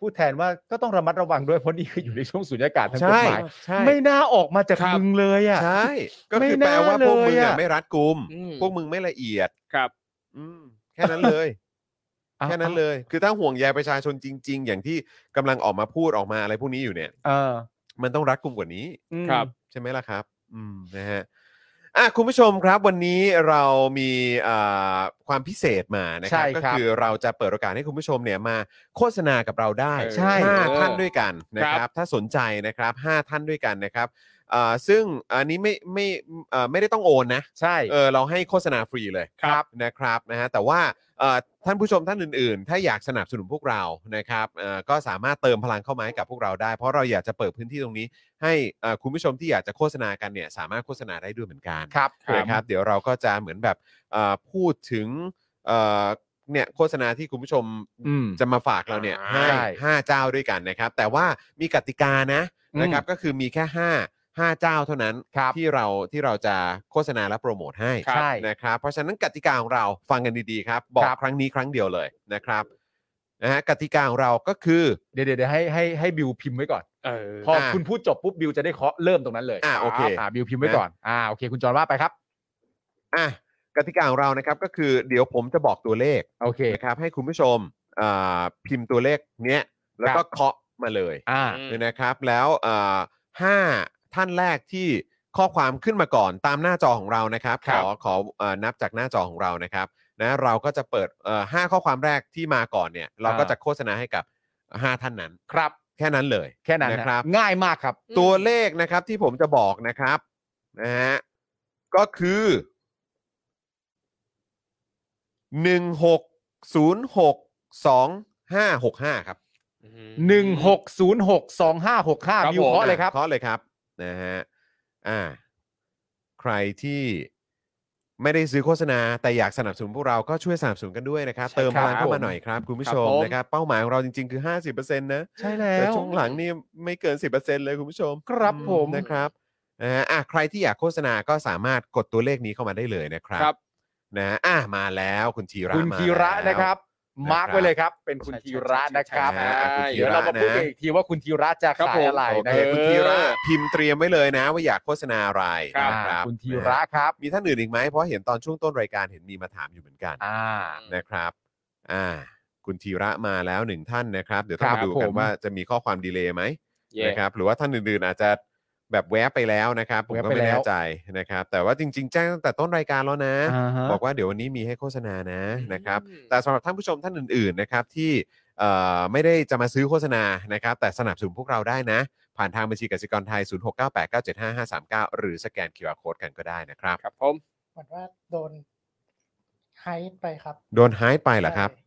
S4: พูดแทนว่าก็ต้องระมัดระวังด้วยเพราะนี่คืออยู่ในช่วงสุญญากาศทางกฎหมาย
S3: ใช่
S4: ไม่น่าออกมาจาก
S5: ครับ
S4: มึงเลยอ่ะ
S3: ใช่ ก็
S4: ไม่
S3: คือแปล
S4: น่า
S3: ว่าพวกมึง
S4: เลย
S3: อ่ะ
S4: อะ
S3: ไม่รัดกุม
S5: อืม
S3: พวกมึงไม่ละเอียด
S5: ครับ
S3: อืมแค่นั้นเลย แค่นั้นเลย คือถ้าห่วงใยประชาชนจริง ๆ อย่างที่กำลังออกมาพูดออกมาอะไรพวกนี้อยู่เนี่ย
S4: เออ
S3: มันต้องรัดกุมกว่านี้
S4: อืม
S5: ครับ
S3: ใช่ไหมล่ะครับ อืม นะฮะ อ่ะคุณผู้ชมครับ วันนี้เรามีอ่าความพิเศษมานะครั
S4: ใช่
S3: ก็
S4: ครับ
S3: คือเราจะเปิดโอกาสให้คุณผู้ชมเนี่ยมาโฆษณากับเราได้
S4: ใช่
S3: ห้า
S5: เออ
S3: ท่านด้วยกันนะค
S5: ครั
S3: รับ
S5: บ
S3: ถ้าสนใจนะครับห้าท่านด้วยกันนะครับอ่าซึ่งอันนี้ไม่ไม่เอ่อไม่ได้ต้องโอนนะ
S4: ใช่
S3: เออเราให้โฆษณาฟรีเลย
S4: ครับ
S3: นะครับนะฮะแต่ว่าเอ่อท่านผู้ชมท่านอื่นๆ ถ้าอยากสนับสนุนพวกเรานะครับเอ่อก็สามารถเติมพลังเข้ามาให้กับพวกเราได้ เพราะเราอยากจะเปิดพื้นที่ตรงนี้ ให้เอ่อคุณผู้ชมที่อยากจะโฆษณากันเนี่ยสามารถโฆษณาได้ด้วยเหมือนกัน
S4: ครับ
S3: นะครับ เดี๋ยวเราก็จะเหมือนแบบเอ่อพูดถึงเอ่อเนี่ยโฆษณาที่คุณผู้ชม
S4: อืม
S3: จะมาฝากเราเนี่ยให้
S4: ใช่
S3: ห้าเจ้าด้วยกันนะครับ แต่ว่ามีกติกานะ นะครับก็คือมีแค่ 5 5 เจ้าเท่านั้น
S4: ครับ
S3: ที่เราที่เราจะโฆษณาและโปรโมทให้
S4: ครับใช่
S3: นะครับเพราะฉะนั้นกติกาของเราฟังกันดีๆครับ บอก
S4: ครับ
S3: ครั้งนี้ครั้งเดียวเลยนะครับนะฮะกติกาของเราก็คือ
S4: เดี๋ยวเดี๋ยวเดี๋ยวให้ให้ให้บิวพิมพ์ไว้ก่อน
S5: เออ
S4: พอคุณพูดจบปุ๊บบิวจะได้เคาะเริ่มตรงนั้นเลย
S3: อ่าโอเค
S4: อ่าบิวพิมพ์ไว้ก่อนอ่าโอเค คุณจอห์นว่าไปครับ
S3: อ่ะกติกาของเรานะครับก็คือเดี๋ยวผมจะบอกตัวเลข
S4: โอเค
S3: นะครับให้คุณผู้ชมอ่าพิมพ์ตัวเลขเนี้ยแล้วก็เคาะมาเลย
S4: อ่า
S3: นะครับ แล้วอ่าห้าท่านแรกที่ข้อความขึ้นมาก่อนตามหน้าจอของเรานะครับ
S5: ค
S3: ข
S5: รับ
S3: อขอเอ่อนับจากหน้าจอของเรานะครับ นะเราก็จะเปิดเอ่อห้าข้อความแรกที่มาก่อนเนี่ย เราก็จะโฆษณาให้กับ 5 ท่านนั้น
S4: ครับ
S3: แค่นั้นเลย
S4: แค่นั้น
S3: นะ
S4: นะครับ ง่ายมากครับ
S3: ตัวเลขนะครับที่ผมจะบอกนะครับนะฮะ ก็คือ 16062565 ครับ
S4: หนึ่งหกศูนย์หกสองห้าหกห้า
S5: ครับ
S4: มิว
S5: ผม
S4: เคาะเลยครับ
S3: เคาะเลยครับนะฮะอ่า ใครที่ไม่ได้ซื้อโฆษณา แต่อยากสนับสนุนพวกเราก็ช่วยสนับสนุนกันด้วยนะครับ
S5: ใช่
S3: เติมพลัง
S5: ครับผม
S3: เข้าาม หน่อยครับ คุณผู้
S5: ครับ
S3: ชม
S5: ผม
S3: นะครับ เป้าหมายของเราจริง ๆ คือ 50%นะ
S4: ใช่แล้
S3: แต่
S4: ว
S3: ช่วงหลังนี่ไม่เกิน 10%เลยคุณผู้ชม
S4: ครับ
S3: อื
S4: ผม
S3: นะครับนะฮะอ่ะใครที่อยากโฆษณาก็สามารถกดตัวเลขนี้เข้ามาได้เลยนะครับ
S5: ครับ
S3: นะฮะอ่ะมาแล้วคุณธีระ
S4: คุณ
S3: มา
S4: ธีระ
S3: แล้ว
S4: นะครับ
S3: แล้ว
S4: มาร์กไว้เลยครับ เป็นคุณ
S5: ใช่
S4: ธีระนะครับ
S3: ใช่ใช่ใช่
S4: เดี๋ยวเรามาพูดกันอีกทีว่าคุณธีระจะ
S5: ครับ
S4: ขา
S5: ผ
S4: ย
S5: ม
S4: อะไร
S3: โอ
S4: นะ
S3: เค
S4: เออ
S3: คุณธีระพิมพ์เตรียมไว้เลยนะ ว่าอยากโฆษณาอะไร
S4: อ่า
S3: นะ
S4: คุณธีระครับ
S3: มีท่านอื่นอีกไหมเพราะเห็นตอนช่วงต้นรายการเห็นมีมาถามอยู่เหมือนกัน
S4: อ่า
S3: นะครับอ่าคุณธีระมาแล้วหนึ่งท่านนะครับ เดี๋ยวต้อ
S4: ครั
S3: ง
S4: บ
S3: ดูกั
S4: ผ
S3: น
S4: ม
S3: ว่าจะมีข้อความดีเลย์ไหม
S5: เย่
S3: นะครับหรือว่าท่านอื่นๆอาจจะแบบแวะไปแล้วนะครับผม
S4: แวะ
S3: ก็
S4: ไป
S3: ไม่
S4: แล้ว
S3: แน่ใจนะครับ แต่ว่าจริง ๆ แจ้งตั้งแต่ต้นรายการแล้วนะ
S4: อ่าฮะ
S3: บอกว่าเดี๋ยววันนี้มีให้โฆษณานะนะครับ
S5: อืม
S3: แต่สำหรับท่านผู้ชมท่านอื่นๆนะครับที่เอ่อไม่ได้จะมาซื้อโฆษณานะครับ แต่สนับสนุนพวกเราได้นะ ผ่านทางบัญชีกสิกรไทย 0698975539 หรือสแกน QR Code กันก็ได้นะครับ
S5: ครับผม
S7: เหมือนว่าโดนไฮป์ไปครับ
S3: โดนหายไปเหรอครับ
S7: ใช่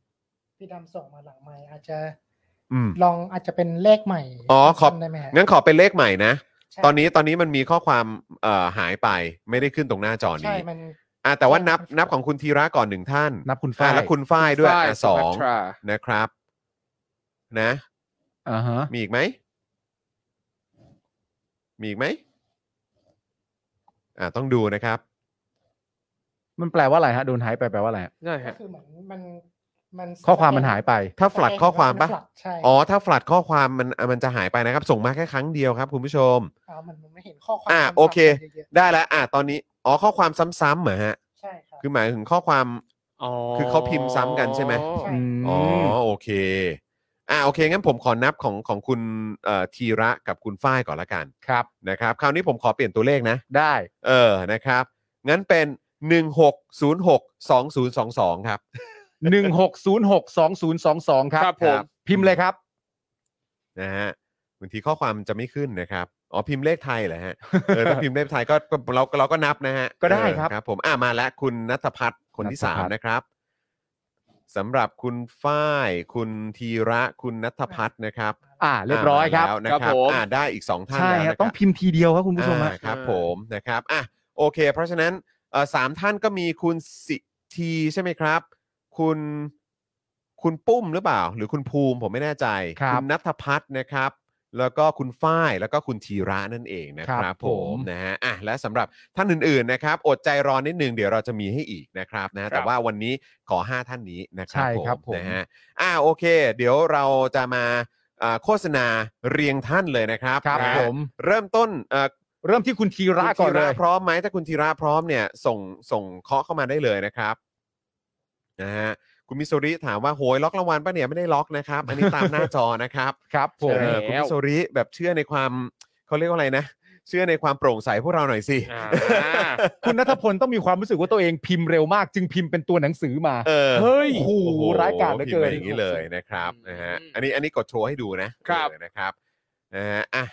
S7: พี่ดำส่งมาหลังไมค์อาจจะ
S3: อืม
S7: ลองอาจจะเป็นเลขใหม่
S3: อ๋อขอบ
S7: สั้นๆได้ไหมฮะ
S3: งั้นขอเป็นเลขใหม่นะ
S7: ใช่
S3: ตอนนี้ตอนนี้มันมีข้อความเอ่อหายไปไม่ได้ขึ้นตรงหน้าจอ
S7: ใช่
S3: นี้
S7: มัน
S3: อ่ะแต่ว่านับนับของคุณธีระก่อนหนึ่งท่าน
S4: นับคุณ
S3: อ่ะ
S4: ฝ้าย
S3: แล้วคุณฝ้ายด้วย
S5: ฝ้
S3: อ่ะสอง
S5: สุภัทรา
S3: นะครับ นะ
S4: อ่าฮะ
S3: มีอีกไหม มีอีกไหมอ่าต้องดูนะครับ
S4: มันแปลว่าอะไรฮะโดนหายไปแปลว่าอะไรฮะ
S5: ใช่
S7: ก็
S5: ฮะ
S7: คือเหมือนมันมัน
S4: ข้อความมันหายไป
S3: ถ้าแฟลัดข้อความปะ
S7: น flat ใช่
S3: อ๋อ ถ้าแฟลัดข้อความมันอ่ะมันจะหายไปนะครับ ส่งมาแค่ครั้งเดียวครับ คุณผู้ชม
S7: อ๋อมันมันไม่เห็นข้อความ
S3: อ่ะ
S7: ซ้ำๆ
S3: โอเค
S7: ยอะ
S3: ได้แล้ว อ่าตอนนี้ อ๋อ ข้อความซ้ำๆเหรอฮะ
S7: ๆใช่ครับ
S3: คือหมายถึงข้อความ
S5: อ๋อ
S3: คือเขาพิมพ์ซ้ำกันใช่ไหม
S7: ใช่
S4: อืม
S3: อ๋อ โอเค อ่าโอเค งั้นผมขอนับของของคุณเอ่อธีระกับคุณฝ้ายก่อนละกัน
S4: ครับ
S3: นะครับ คราวนี้ผมขอเปลี่ยนตัวเลขนะ
S4: ได้
S3: เออ นะครับ งั้นเป็น 16062022 ครับ
S4: หนึ่งหกศูนย์หกสองศูนย์สองสองครับ
S5: ครับผม
S4: พิมพ์เลยครับ
S3: นะฮะ บางทีข้อความมันจะไม่ขึ้นนะครับ อ๋อ พิมพ์เลขไทยเหรอฮะ เอ อ ถ้าพิมพ์เลขไทยก็ก็เราเราก็นับนะฮะ
S4: ก็ได้ครับ
S3: เออครับ ผม อ่ะ มาแล้วคุณนัทพัฒน์คนที่
S4: ณัฐพัฒน์
S3: 3 นะครับสำหรับคุณฝ้าย คุณธีระ คุณนัทพัฒน์นะครับ
S4: อ่า เรียบร้อยครับ
S3: ะมาแล้วนะค
S5: ครั
S3: รับบ
S5: ผม
S3: อ่าได้อีก 2 ท่าน
S4: ใช่
S3: แล้ว
S4: ฮะ
S3: นะ
S4: ต้องพิมพ์ทีเดียวครับคุณผู้ชมฮะ
S3: อ่าครับผม นะครับ อ่ะ โอเค เพราะฉะนั้นเอ่อสามท่านก็มีคุณสิทีใช่ไหมครับ คุณ คุณปุ้มหรือเปล่า หรือคุณภูมิผมไม่แน่ใจ
S4: ครับ
S3: ณนัทพัฒน์นะครับ แล้วก็คุณฝ้าย แล้วก็คุณธีระนั่นเองนะครับผมนะฮะ อ่ะ และสำหรับท่านอื่นๆนะครับ อดใจรอนิดนึง เดี๋ยวเราจะมีให้อีกนะครับนะ แต่ว่าวันนี้ขอ 5 ท่านนี้นะครับ
S4: ใช่ครับผม
S3: นะฮะ อ่ะ โอเค เดี๋ยวเราจะมาอ่าโฆษณาเรียงท่านเลยนะครับ
S4: ครับ
S3: นะฮะ
S4: ผม
S3: เริ่มต้นเอ่อ
S4: เริ่มที่คุณธีระก่อ
S3: คุ
S4: นเลย
S3: ณธีพร้อมไหมถ้าคุณธีระพร้อมเนี่ยส่งส่งเคาะเข้ามาได้เลยนะครับนะฮะคุณมิโซริถามว่าโหยล็อกรางวัลปะเนี่ยไม่ได้ล็อกนะครับ อันนี้ตามหน้าจอนะครับ
S4: ครับผม
S3: เออคุณมิโซริแบบเชื่อในความเขาเรียกว่าอะไรนะ เชื่อในความโปร่งใสพวกเราหน่อยสิ
S5: อ่า
S4: คุณนัทพลต้องมีความรู้สึกว่าตัวเองพิมพ์เร็วมาก จึงพิมพ์เป็นตัวหนังสือมา
S3: เออ
S4: เฮ้ยโอ้โหร้ายกาจเหลือเกิ
S3: พิมพ์มอ
S4: น
S3: ย่างนี้เลยนะครับนะฮะอันนี้อันนี้กดโชว์ให้ดูนะครับ เออนะครับนะฮะอ่ะ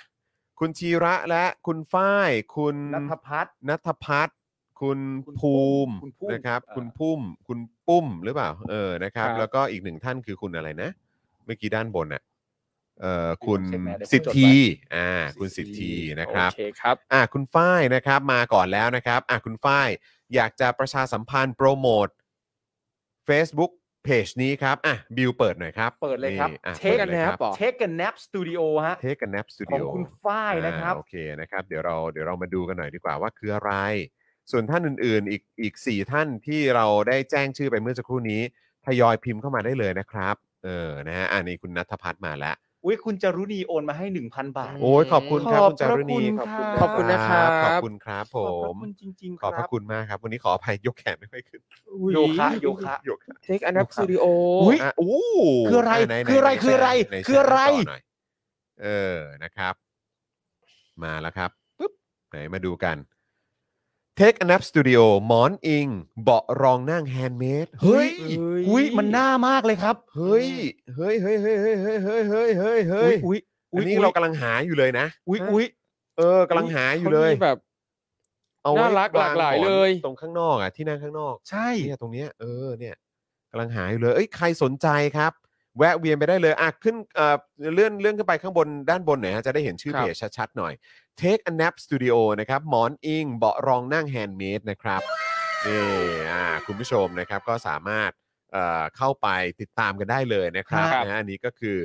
S3: คุณธีระและคุณฝ้ายคุณ
S4: นัทพัฒน์
S3: นัทพัฒน์คุณ
S4: คุณ
S3: ภูมิ
S4: คุณภูมิ
S3: นะครับ
S4: เอ่อ
S3: คุณพุ่มคุณปุ้มหรือเปล่า เออนะครับ
S5: ครับ
S3: แล้วก็อีกหนึ่งท่านคือคุณอะไรนะเมื่อกี้ด้านบนอ่ะเอ่อคุณ
S4: เช็คแมสได้ผมจดไว้
S3: สิทธีอ่า คุณสิทธีนะครับ
S5: โอเคครับ
S3: อ่ะคุณฝ้ายนะครับมาก่อนแล้วนะครับอ่ะคุณฝ้ายอยากจะประชาสัมพันธ์โปรโมท Facebook เพจนี้ครับอ่ะบิวเปิดหน่อยครับ
S4: เปิดเลยครับ
S3: นี่อ่ะ
S4: เทค
S3: ปิ
S4: กั
S3: ด
S4: น
S3: เลย
S4: แน
S3: ครับ
S4: เทคกันแนบสตูดิโอฮะ
S3: เทคกันแนปสตู
S4: ข
S3: ดิ
S4: อง
S3: โอ
S4: คุณฝ้ายนะครับ
S3: อ่าโอเคนะครับเดี๋ยวเราเดี๋ยวเรามาดูกันหน่อยดีกว่าว่าคืออะไร ส่วนท่านอื่นๆ อีกอีกสี่ท่านที่เราได้แจ้งชื่อไปเมื่อสักครู่นี้ทยอยพิมพ์เข้ามาได้เลยนะครับ เออนะฮะอันนี้คุณนัทพัฒน์มาแล้ว
S4: อุ้ยคุณจารุณีโอนมาให้ 1,000 บาท
S3: โอ้ยขอบคุณครับคุณจารุณี
S4: ขอบ
S5: ขอบคุณนะครับ
S3: ขอบคุณครับผ
S4: ขอบพระ
S3: ม
S4: คุณจริงๆ
S3: ขอบพระคุณมากครับ วันนี้ขออภัยยกแขนไม่ค่อยขึ้น
S4: โยคะโยคะ
S3: ยกแขน
S5: เทคอันดับสตูดิโอ
S4: อุ๊ย
S3: อ่ะอู้
S4: คืออะไร
S3: หนๆ
S4: คืออะไร
S3: หนๆ
S4: คืออะไร
S3: หนๆ
S4: คืออะไร
S3: แชหน้าจหน่อยเออนะครับ มาแล้วครับปุ๊บไหนมาดูกัน Take a nap Studio หมอนอิง เบาะรองนั่งแฮนด์เมด
S4: เฮ้ย
S5: เฮ้ย
S4: อุ้ยมันน่ามากเลยครับ
S3: เฮ้ยเฮ้ยเฮ้ยเฮ้ยเฮ้ยเฮ้ยเฮ้ยเฮ้ยเฮ้ยเฮ้ย
S4: อุ้ย
S3: อันนี้เรากำลังหาอยู่เลยนะ
S4: อุ้ยอุ้ย
S3: เออกำลังหาอยู่เลย
S5: ขามีแบบ
S3: เอาไว้
S5: น่ารักหลากหลาย
S3: วน
S5: เลย
S3: ตรงข้างนอกอ่ะที่นั่งข้างนอก
S4: ใช่
S3: เนี่ยตรงเนี้ยเออเนี่ยกำลังหาอยู่เลยเอ้ยใครสนใจครับ แวะเวียนไปได้เลยอ่ะขึ้นเอ่อเลื่อนเลื่อนขึ้นไปข้างบนด้านบนหน่อยฮะจะได้เห็นชื่อ
S5: ครั
S3: เพ
S5: บ
S3: จชัดๆหน่อย Take a nap studio นะครับ หมอนอิงเบาะรองนั่งแฮนด์เมดนะครับนี่อ่าคุณผู้ชมนะครับก็สามารถเอ่อเข้าไปติดตามกันได้เลยนะครับ
S5: ครับ
S3: นะฮะอันนี้ก็คือ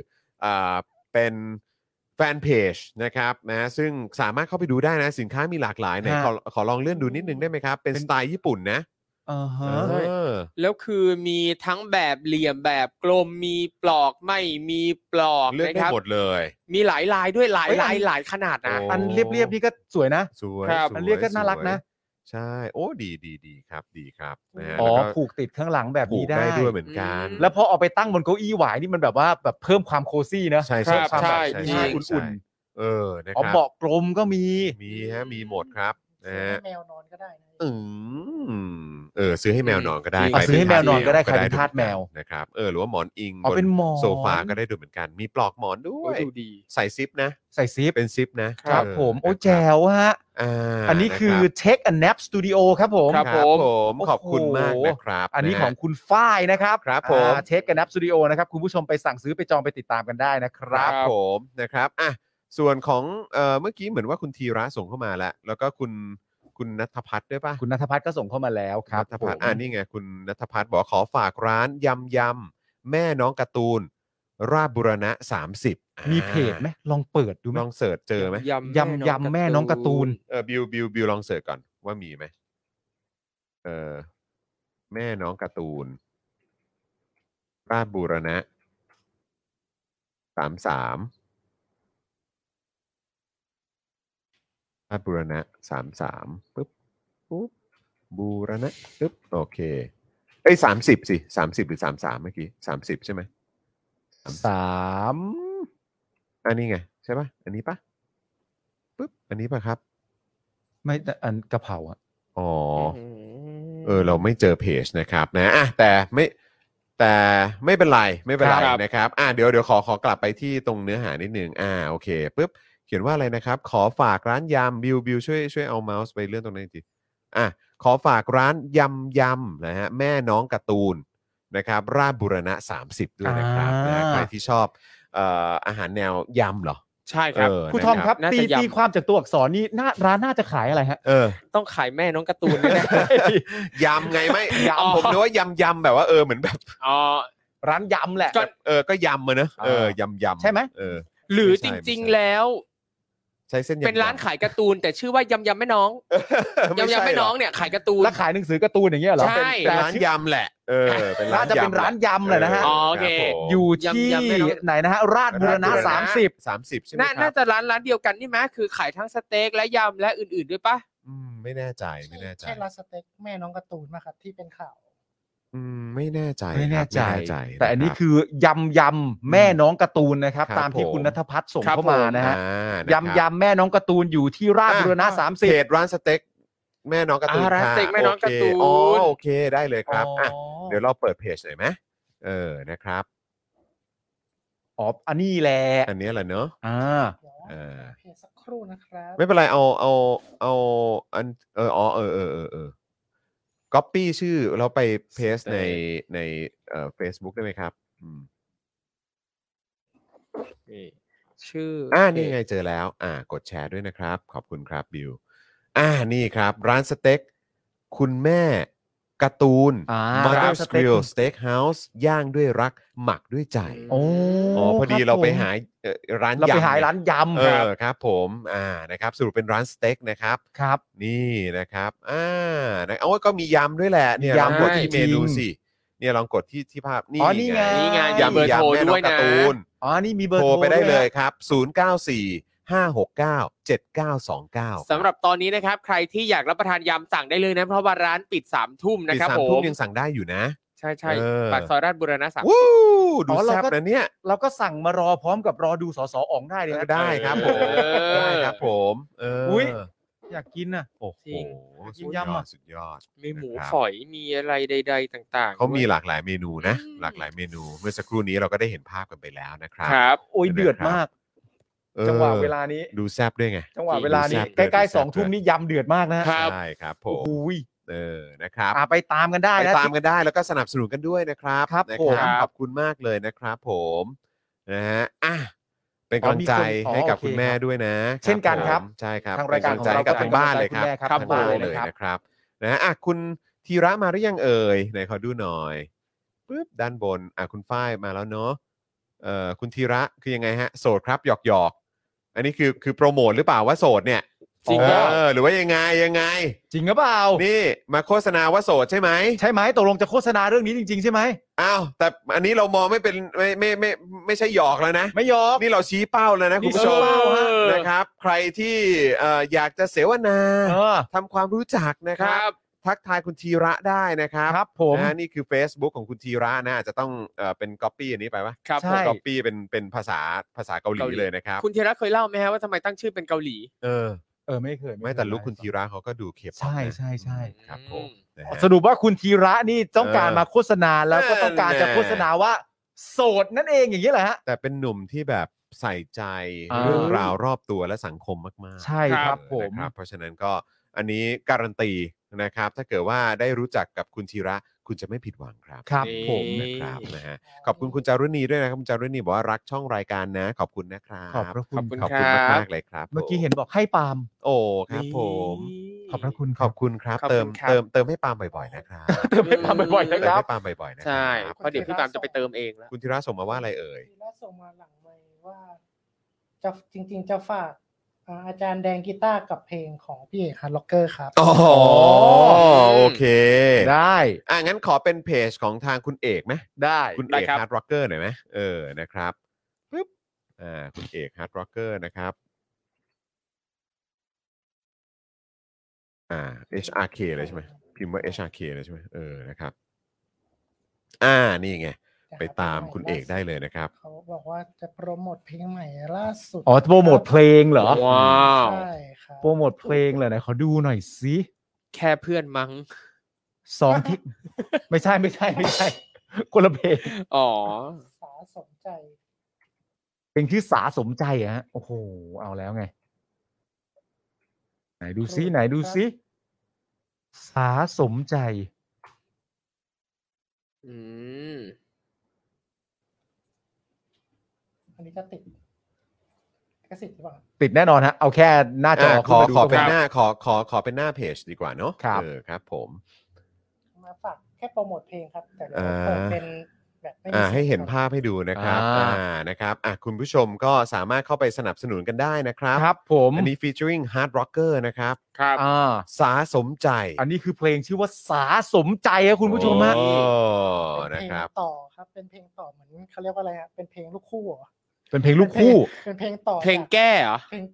S3: อ่าเป็นแฟนเพจนะครับนะซึ่งสามารถเข้าไปดูได้นะสินค้ามีหลากหลายไหนขอขอลองเลื่อนดูนิดนึงได้ไหมครับ เป็นสไตล์ญี่ปุ่นนะ
S4: อ่าฮะ
S3: เออ
S5: แล้วคือมีทั้งแบบเหลี่ยมแบบกลมมีปลอกไม่มีปลอก
S3: เลือก
S5: นะ
S3: ได้
S5: ครับ
S3: หมดเลย
S5: มีหลายลายด้วยหลาย
S4: เอ้ยอัน
S5: ลายหลายขนาดนะ
S3: โอ้
S4: อันเรียบๆนี่ก็สวยนะ
S3: สวย
S5: ครับ
S3: สว
S4: อันเรียกก็น่ารักนะ
S3: ใช่ โอ้ดีดีดีครับดีครับนะฮะ
S4: อ๋อ
S3: แล้วก็
S4: ผูกติดข้างหลังแบบ
S3: ผู
S4: นี้
S3: กได้
S4: ได้
S3: ด้วยเหมือนกัน
S4: แล้วพอเอาไปตั้งบนเก้าอี้หวายนี่มันแบบว่าแบบเพิ่มความโคซี่นะ
S3: ใช่
S4: เพิ่
S3: ใช่
S4: มความ
S3: ใช่
S4: แบบ
S3: ใช่
S4: มี
S3: ใช่ใช่
S4: อุ่น
S3: เออนะ
S4: ๆอ๋อ
S3: ครับ
S4: เบาะกลมก็มี
S3: มีฮะมีหมดครับนะ
S7: ซื้อ
S3: ฮะ
S7: ให้แมวนอนก็ได้นะ
S3: อืมเออซื้อให้แมวนอนก็ได้
S5: อืม
S3: ใคร
S4: ซื้อให้แมวนอนก็ได้ใครเป็น
S3: วย
S4: ทาสแมว
S3: นะครับเออหรือว่าหมอนอิง
S4: อ๋อบ เป็นหมอน
S3: โซฟาก็ได้ด้วยเหมือนกัน มีปลอกหมอนด้ว
S5: โอ้
S3: ย
S5: ดูดี
S3: ใส่ซิปนะ
S4: ใส่ซิป
S3: เป็นซิปนะครับ เ
S4: ผมโอ้
S3: นะครับ
S4: แจ๋วฮะ
S3: อ่า
S4: อันนี้คือะ
S3: รับ
S4: เช็คแอนแนปสตูดิโอครับผม
S5: ค
S3: ค
S5: รั
S3: รับผมขอบคุณ
S4: โอ้โห
S3: มากนะครับ
S4: อันนี้
S3: ะฮะ
S4: ของคุณฝ้ายนะครับ
S3: ครับผม
S4: เช็คกันนับสตูดิโอ Tech and App Studio นะครับ คุณผู้ชมไปสั่งซื้อไปจองไปติดตามกันได้นะค
S3: ค
S4: รั
S3: รั
S4: บบ
S3: ผมนะครับอ่ะส่วนของเอ่อเมื่อกี้เหมือนว่าคุณธีระส่งเข้ามาแล้ว แล้วก็คุณคุณนัทพัฒน์ด้วยป่ะ
S4: คุณนัทพัฒน์ก็ส่งเข้ามาแล้วครับ
S3: นัทพัฒน์
S4: ผม
S3: อ่านี่ไงคุณนัทพัฒน์บอกว่าขอฝากร้านยำยำแม่น้องการ์ตูน ราชบุรณะ 30อ่า
S4: มีเพจไหมลองเปิดดูไหม
S3: ลองเสิร์ชเจอไหม
S4: ยำยำแม่น้องการ์ตูน
S3: เออบิวบิวบิวลองเสิร์ชก่อนว่ามีไหมเออแม่น้องการ์ตูน ราชบุรณะสามสามราชบุรณะสามสามปึ๊บปุ๊บบูรณะปึ๊บโอเคเอ้ยสามสิบสิสามสิบหรือสามสามเมื่อกี้สามสิบใช่ไหม
S4: สาม
S3: อันนี้ไง ใช่ปะอันนี้ปะปึ๊บอันนี้ปะครับ
S4: ไม่อันกะเพราอะ
S3: อ๋อ
S5: อืม
S3: เออเราไม่เจอเพจนะครับนะอ่ะแต่ไม่แต่ไม่เป็นไรไม่เป็นไร
S5: ครับ
S3: นะครับอ่ะเดี๋ยวเดี๋ยวขอขอกลับไปที่ตรงเนื้อหานิดนึงอ่าโอเคปุ๊บเขียนว่าอะไรนะครับ ขอฝากร้านยำบิวบิวช่วยช่วยเอาเมาส์ไปเลื่อนตรงนั้นจีอ่ะขอฝากร้านยำยำนะฮะแม่น้องการ์ตูนนะครับราชบุรณะ 30 ด้วยนะครับ
S4: อ่าน
S3: ะใครที่ชอบเอ่ออาหารแนวยำเหรอ
S5: ใช่ครับ
S3: เออ
S4: คุณทอมครับ
S5: น่าจะ
S4: ตี
S5: ยำ
S4: ตีความจากตัวอักษรนี่น่าร้านน่าจะขายอะไรฮะ
S3: เออ
S5: ต้องขายแม่น้องการ์ตูนด้วยนะ
S3: ยำไงไม่
S5: อ๋อ
S3: ยำผมนึกว่ายำยำแบบว่าเออเหมือนแบบ
S5: อ๋อ
S4: ร้านยำแหละ
S5: ก็
S3: เออก็ยำมาเนอะเออยำยำ
S4: ใช่ไหม
S3: เออ
S5: หรือ
S3: ไม่ใช่
S5: จริง
S3: ไม่ใช่
S5: ๆแล้ว
S3: ใช้เส้นยำ
S5: เป็นร้านขายการ์ตูน แต่ชื่อว่ายำยำแม่น้องยำยำแม่น้องเนี่ยขายการ์ตูน
S4: แล้วขายหนังสือการ์ตูนอย่างเงี้ยเหรอ
S5: ใช่
S3: เป็นร้านยำแหละ เออ เป็นร้า
S4: น่าน จะ
S3: ยำ
S4: เป็นร้านยำแหละนะฮะ
S5: อ๋อโอเค
S3: อ
S4: อยู่ ยู่ที่
S5: ยำๆไม่น้อย
S4: ไหนนะฮะ ราชบุรณะ
S5: ราชบูรณะ
S4: สามสิบ
S3: สามสิบใช่ไหม
S5: น่า
S3: ครั
S5: น่า
S3: บ
S5: จะร้านร้านเดียวกันนี่ไหมคือขายทั้งสเต็กและยำและอื่น ๆ ด้วยปะ
S3: อืมไม่แน่ใจไม่แน่ใจ
S7: ใช่ร้านสเต็กแม่น้องการ์ตูนนะครับที่เป็นข่าว
S3: อืมไม่แน่ใจ
S4: ไม่แน่ใจ
S3: ครับไม่ะ
S4: แต่อันนี้
S3: รับ
S4: คือยำยำแม่น้องการ์ตูนนะครับ
S3: ครับ
S4: ตามที่คุณ
S3: ผม
S4: นัทพัฒน์ส่ง
S5: ครับ
S4: เข้ามา
S5: ผม
S4: นะฮะ
S3: อ่านะ
S4: ยำยำแม่น้องการ์ตูนอยู่ที่ราชบุรณะ
S7: อ่ะ
S4: สาม
S3: เพ
S4: สิ
S3: จ
S4: บ
S3: ร้านสเต็กแม่น้องการ์ตูน
S5: อ่าร้านสเต็ก
S3: ค่ะ
S5: แม่น้องการ์ตูน
S3: โเคอ๋อโอเคได้เลยครับอ่ะเดี๋ยวเราเปิดเพจหน่อยไหมเออนะครับ
S4: อ๋อ อันนี้แหละ
S3: อันนี้แหละเนาะ
S4: อ่า
S7: เดี๋ยว
S3: เออ
S7: เพจสักครู่นะครับ
S3: ไม่เป็นไรเอาเอาเอาอันเอออ๋อเออเออเออเออก๊อปปี้ชื่อแล้วไปเพสในในเอ่อเฟซบุ๊กได้ไหมครับอืม
S5: ชื่อ
S3: อ่า
S5: อ่า
S3: นี่ไงเจอแล้ว อ่า กดแชร์ด้วยนะครับ ขอบคุณครับบิว อ่านี่ครับ ร้านสเต็กคุณแม่การ์ตูน
S4: อ่า
S3: Mother
S4: ร้านสเต็ก
S3: Grill Steakhouse ย่างด้วยรักหมักด้วยใจ
S4: โอ้
S3: อ๋อพอดี
S4: คบ
S3: เราไป
S4: ผม
S3: หาเอ่อร้าน
S4: เราไป
S3: ยำ
S4: หาร้านยำ
S3: เอ
S4: ครับ
S3: อครับผม อ่านะครับ สรุปเป็นร้านสเต็กนะครับ
S4: ครับ
S3: นี่นะครับ อ่านะโอ้ยก็มียำด้วยแหละเนี่ยลอง
S4: ยำ
S3: กดที่
S4: จริ
S3: เม
S4: ง
S3: นูสิเนี่ยลองกดที่ที่ภาพนี่
S4: อ๋อนี่ไง
S5: นี่ไง
S3: ยำ
S5: เบอร์โทร
S3: ยำแม่น้อ
S5: ด้ว
S3: ง
S5: ยนะ
S3: การ์ตูน
S4: อ๋อ นี่มีเบอร์
S3: โทร
S4: โทร
S3: ไปได้
S4: วนะ
S3: เลยครับ 094 569 7929
S5: สำหรับตอนนี้นะครับ ใครที่อยากรับประทานยำสั่งได้เลยนะ เพราะว่าร้านปิดสามทุ่มนะ
S3: ปิด
S5: ครับ
S3: สาม
S5: ผ
S3: ทุ่ม
S5: ม
S3: ยังสั่งได้อยู่นะ
S5: ใช่ใช่
S3: เออ
S5: ปากซอยราชบุรณะสาม
S3: วู้ดู
S4: อ๋อเรา
S3: แซ่บ
S4: ก็
S3: นะเนี่ย
S4: เราก็สั่งมารอพร้อมกับรอดูสสอองได้เลยนะ
S3: ได้ครับผมได้ครับผมเอออย
S4: อยากกินน่ะ
S3: โอ้โห
S4: จริ
S3: สุ
S4: ง
S3: ด
S4: ยำ
S3: ยอด
S4: อะ
S3: สุดยอด
S5: มีหมู
S3: นะครับ
S5: ฝอยมีอะไรใด ๆ ต่างๆ
S3: เขามี
S5: ด้วย
S3: หลากหลายเมนูนะ
S5: อืม
S3: หลากหลายเมนู เมื่อสักครู่นี้เราก็ได้เห็นภาพกันไปแล้วนะครับ
S5: ครับ
S4: โอ้ย
S3: เดี๋ยว
S4: เดือด
S3: นะครับ
S4: มาก
S3: ออ
S4: จังหวะเวลานี้
S3: ดูแซบด้วยไง
S4: จังหวะเวลา
S3: ดู
S4: นี้
S3: แซ่บด้วย
S4: ใกล้
S3: ดู
S4: ๆ
S3: แซ่บ
S4: สองทุ่ม
S3: ด้วย
S4: นี่ยำเดือดมากนะฮะ
S3: ใช่ครับผ
S4: โอ้
S3: ม
S4: โห
S3: เออนะครับ
S4: อ่ะไปตามกันได้
S3: ไป
S4: นะ
S3: ตามกันได้แล้วก็สนับสนุนกันด้วยนะครับ
S4: ครับ
S3: นะ
S4: ผม
S3: ขอบคุณมากเลยนะครับ ผมนะฮะอ่ะเป็นกำลังใจ
S4: อ๋อมีคน
S3: ให้กับ
S4: อ๋อโอเค
S3: คุณแม่ด้วยนะ
S4: เช่นกันครับ
S3: ผมใช่ครับ
S4: ทางรายการ
S3: เป็นำลัใจให้กับ
S4: ขอ
S3: ทา
S4: งเรา
S3: งบ้านเลยครับ
S4: เป็นกำลังใจ
S3: ทางบ้าน
S4: คุณแม่ครับ
S3: เลยนะครับนะฮะอ่ะคุณธีระมาหรือยังเอ่ยไหนขอดูหน่อยปึ๊บด้านบนอ่ะคุณฝ้ายมาแล้วเนาะเอ่อคุณธีระคือยังไงฮะโสดครับหยอกหยอกๆอันนี้คือคือโปรโมทหรือเปล่าว่าโสดเนี่ย
S5: จริง
S4: เป
S5: แล้
S4: ล่า
S5: ว
S3: เออหรือว่ายังไงยังไง
S4: จริงหรือเปล่า
S3: นี่มาโฆษณาว่าโสดใช่ไหม
S4: ใช่ไหมตกลงจะโฆษณาเรื่องนี้จริง ๆ ใช่ไหม
S3: อ้าวแต่อันนี้เรามองไม่เป็นไม่ไม่ไม่ไม่ไม่ใช่หยอกแล้วนะ
S4: ไม่ยอม
S3: นี่เราชี้เป้าแล้วนะคุ
S4: นี่
S3: ณผู้ชม
S5: ชี้เป้าฮะ
S3: นะครับ ใครที่เอ่ออยากจะเสวนา
S4: เออ
S3: ทำความรู้จักนะค
S5: ค
S3: รั
S5: รับ บ
S3: ทักทายคุณธีระได้นะครับ
S4: ครับผม
S3: นะนี่คือ Facebook ของคุณธีระนะอาจจะต้องเอ่อเป็นก๊อปปี้อันนี้ไปปะ
S5: ครับ
S4: ใช่
S5: ผม
S3: ก๊อปปี้เป็นเป็นภาษาภาษาเกาหลี
S5: เกาหลี
S3: เลยนะครับ
S5: คุณธีระเคยเล่าไหมฮะว่าทำไมตั้งชื่อเป็นเกาหลี
S3: เออ
S4: เออไม่เคย
S3: ไม่แต่ลูกคุณธีระเขาก็ดูเคป
S4: ใช่ใช่ใช่
S3: ครับผมนะฮะ
S4: สรุปว่าคุณธีระนี่ต้องการมาโฆษณาแล้วก็
S3: เออ
S4: ต้องการจะ
S3: แน่
S4: โฆษณาว่าโสดนั่นเองอย่างนี้แหละฮะ
S3: แต่เป็นหนุ่มที่แบบใส่ใจ
S4: อ่า
S3: เรื่องราวรอบตัวและสังคมมากๆ
S4: ใช่ค
S5: ครั
S4: รับ บ
S3: เอ
S4: ผ
S3: อ
S4: ม
S3: นะครับเพราะฉะนั้นก็อันนี้การันตีนะครับ ถ้าเกิดว่าได้รู้จักกับคุณธีระคุณจะไม่ผิดหวังครับ
S4: ครับ
S5: นี่
S4: ผม
S3: นะครับนะฮะขอบคุณคุณจารุณีด้วยนะครับคุณจารุณีบอกว่ารักช่องรายการนะ ขอบคุณนะครับ
S4: ขอบพระคุ
S5: ขอ
S4: ณ
S5: บคุณ
S3: ขอบ
S5: ค
S3: คุณ
S5: รั
S3: มาก
S5: บ
S3: ๆเลยครับ
S4: เมื่อกี้เห็นบอกให้ปาล์ม
S3: โอ้ครับผม
S5: นี่
S4: ขอบพระคุณ
S3: ขอบคุณครับ
S5: ขอบ
S3: เติ
S5: คุ
S3: ม
S5: ณครับ
S3: เติมเติมให้ปาล์มบ่อยๆนะครับ
S4: เติมให้ปาล์มบ่อยๆ
S3: เติม
S4: นะครับ
S3: ให้ปาล์มบ่อยๆนะครั
S5: ใช่
S3: บ
S5: เพราะเดี๋ยวพี่ปาล์มจะไปเติมเองแล้ว
S3: คุณธีระส่งมาว่าอะไรเอ่ย
S7: ทีละส่งมาหลังไมค์ว่า จะจริง ๆ จะฝากอ่าอาจารย์แดงกีตาร์กับเพลงของพี่เอกฮาร์ดล็อกเกอร์ครับ
S3: อ๋อโอเค
S4: ได้
S3: อ่ะงั้นขอเป็นเพจของทางคุณเอกไหม
S4: ได้
S3: คุณ
S5: ได้
S3: เอก
S5: ครับ
S3: ฮาร์ดร็อกเกอร์หน่อยไหมเออนะครับปึ๊บอ่าคุณเอกฮาร์ดร็อกเกอร์นะครับอ่า HRK เลยใช่ไหมพิมพ์ว่า HRK เลยใช่ไหมเออนะครับ อ่านี่ไง ไปตามคุณเอกได้เลยนะครับ
S7: เขาบอกว่าจะโปรโมทเพลงใหม่ล่าสุด
S4: อ๋อโปรโมทเพลงเหรอ
S5: ว้าว
S7: ใช่ครับ
S4: โปรโมทเพลงเลยนะขอดูหน่อยสิ
S5: แค่เพื่อนมั้ง
S4: สองทิก ไม่ใช่ไม่ใช่ไม่ใช่ คนละเพลง
S5: อ๋อ
S7: สาสมใจ
S4: เพลงชื่อสาสมใจอะฮะโอ้โหเอาแล้วไง ไหนดูซิไหนดูซิสาสมใจ
S5: อืม
S7: อันนี้จะติดกระสิทธิ์หรือเปล่า
S4: ติดแน่นอนฮะเอาแค่หน้าจอ
S3: อ่าข
S4: ขึ้
S3: อน
S4: มาดู
S3: ขอ
S4: ก็
S3: เป็น
S4: พ
S3: หน้าขอขอขอเป็นหน้าเพจดีกว่าเนาะ
S4: ครับ
S3: เออครับ ผม
S7: มาฝากแค่โปรโมทเพลงครับ แต่เดี๋ยว
S3: อ่า
S7: เราเปิดเป็นแบบไม่มี
S3: อ่า
S7: สียง
S3: ให้เห็น
S7: ครับ
S3: ภาพให้ดูนะครับ
S4: อ่า
S3: อ่านะครับอ่ะคุณผู้ชมก็สามารถเข้าไปสนับสนุนกันได้นะครับ
S4: ครับ ผม
S3: อันนี้ featuring hard rocker นะครับ
S5: ครับ
S4: อ่า
S3: สาสมใจ
S4: อันนี้คือเพลงชื่อว่าสาสมใจครับคุณผู้ชมฮะ
S3: โอ้
S7: เป็น
S3: นะ
S7: เพลง
S3: ครับ
S7: ต่อครับ เป็นเพลงต่อเหมือนเขาเรียกว่าอะไรฮะเป็นเพลงลูกคู่เหรอ
S4: เป็นเพลงลูกคู่
S7: เป็นเพลงต่อ
S5: เพลงแก้เหรอ
S7: เพลง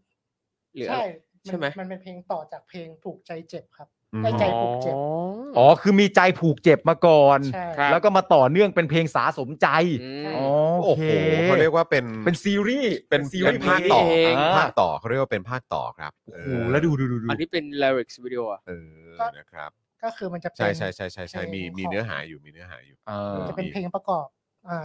S5: หรือ
S7: ใช่น
S5: ใช่ไหม
S7: มันเป็นเพลงต่อจากเพลงถูกใจเจ็บครับ
S3: อืม
S7: ได้ใจผูกเจ็บ
S4: อ๋อ คือมีใจผูกเจ็บมาก่อน
S7: ใช่
S5: ครับ
S4: แล้วก็มาต่อเนื่องเป็นเพลงสาสมใจ
S7: ม
S4: อ๋อ
S3: โอ้โหเขาเรียกว่าเป็น
S4: เป็นซีรีส์
S3: เป็น
S4: ซี
S3: เป็
S4: รี
S3: น
S4: ส์
S3: ภาคต่อ
S5: เอง
S3: ภาคต่อเขาเรียกว่าเป็นภาคต่อครับ
S4: โอ้โหแล้วดูดูดูดู
S5: อันนี้เป็น lyrics video อ่ะ
S3: เออนะครับ
S7: ก็คือมันจะเป็น
S3: ใช่ใช่ใช่ใช่ใช่มีมี
S7: เพลงของ
S3: เนื้อหาอยู่มีเนื้อหาอยู่
S4: เออ
S7: จะเป็นเพลงประกอบ อ่า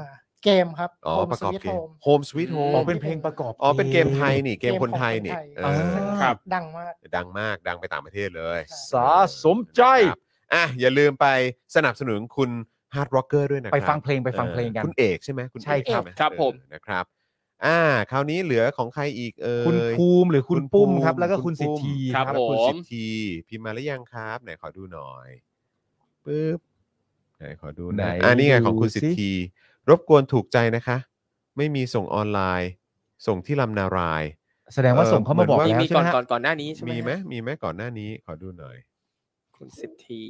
S7: เกมครับ
S3: อ๋อ
S7: Home
S3: ประกอบ
S7: Sweet
S3: เกม
S7: Home
S3: Home Sweet
S4: อ๋อ
S3: Home
S4: เป็นเพลงประกอบ
S3: อ๋อเป็นเกมไทยนี่เกมคน
S7: ของ
S3: ไทยนี่เอ
S7: ค
S3: อ
S7: ซึ่ง
S5: ครับ
S7: ดังมาก
S3: ดังมากดังไปต่างประเทศเลย
S4: สาสมใจ
S3: นะครับอ่ะอย่าลืมไปสนับสนุนคุณ hard rocker ด้วยนะครับ
S4: ไปฟังเพลงไปฟังเพลงกัน
S3: คุณเอกใช่ไหมณ
S4: ใช่ครับ
S3: เอก
S5: ครับ
S3: เออ
S5: ผม
S3: นะครับ อ่า คราวนี้เหลือของใครอีกเอ่ย
S4: คุณภูมิหรือคุณปุ้ม
S3: ภู
S4: ครับ แล้วก็คุณสิท
S3: ปุ้ม
S4: ธี
S5: ครับ
S3: แล้วคุณ
S5: ผม
S3: สิทธีพิมพ์มาหรือยังครับ ไหนขอดูหน่อยปึ๊บไหนขอดูห
S4: ไหน
S3: นะอ่านี่ไงของคุณ
S4: ดู
S3: สิทธีรบกวนถูกใจนะคะ ไม่มีส่งออนไลน์ ส่งที่ลำนาราย
S4: แสดงว่า
S3: เออ
S4: ส่งเข้ามาบอก
S3: เหมื
S4: แล้ว
S5: มี
S4: ใช่
S5: ก่
S4: ไหม
S5: อน
S4: ฮะ
S5: ก่อนก่อนหน้านี้ใช่ไหม
S3: มีไหมมีไหมก่อนหน้านี้ขอดูหน่อย
S5: คุณสิทธี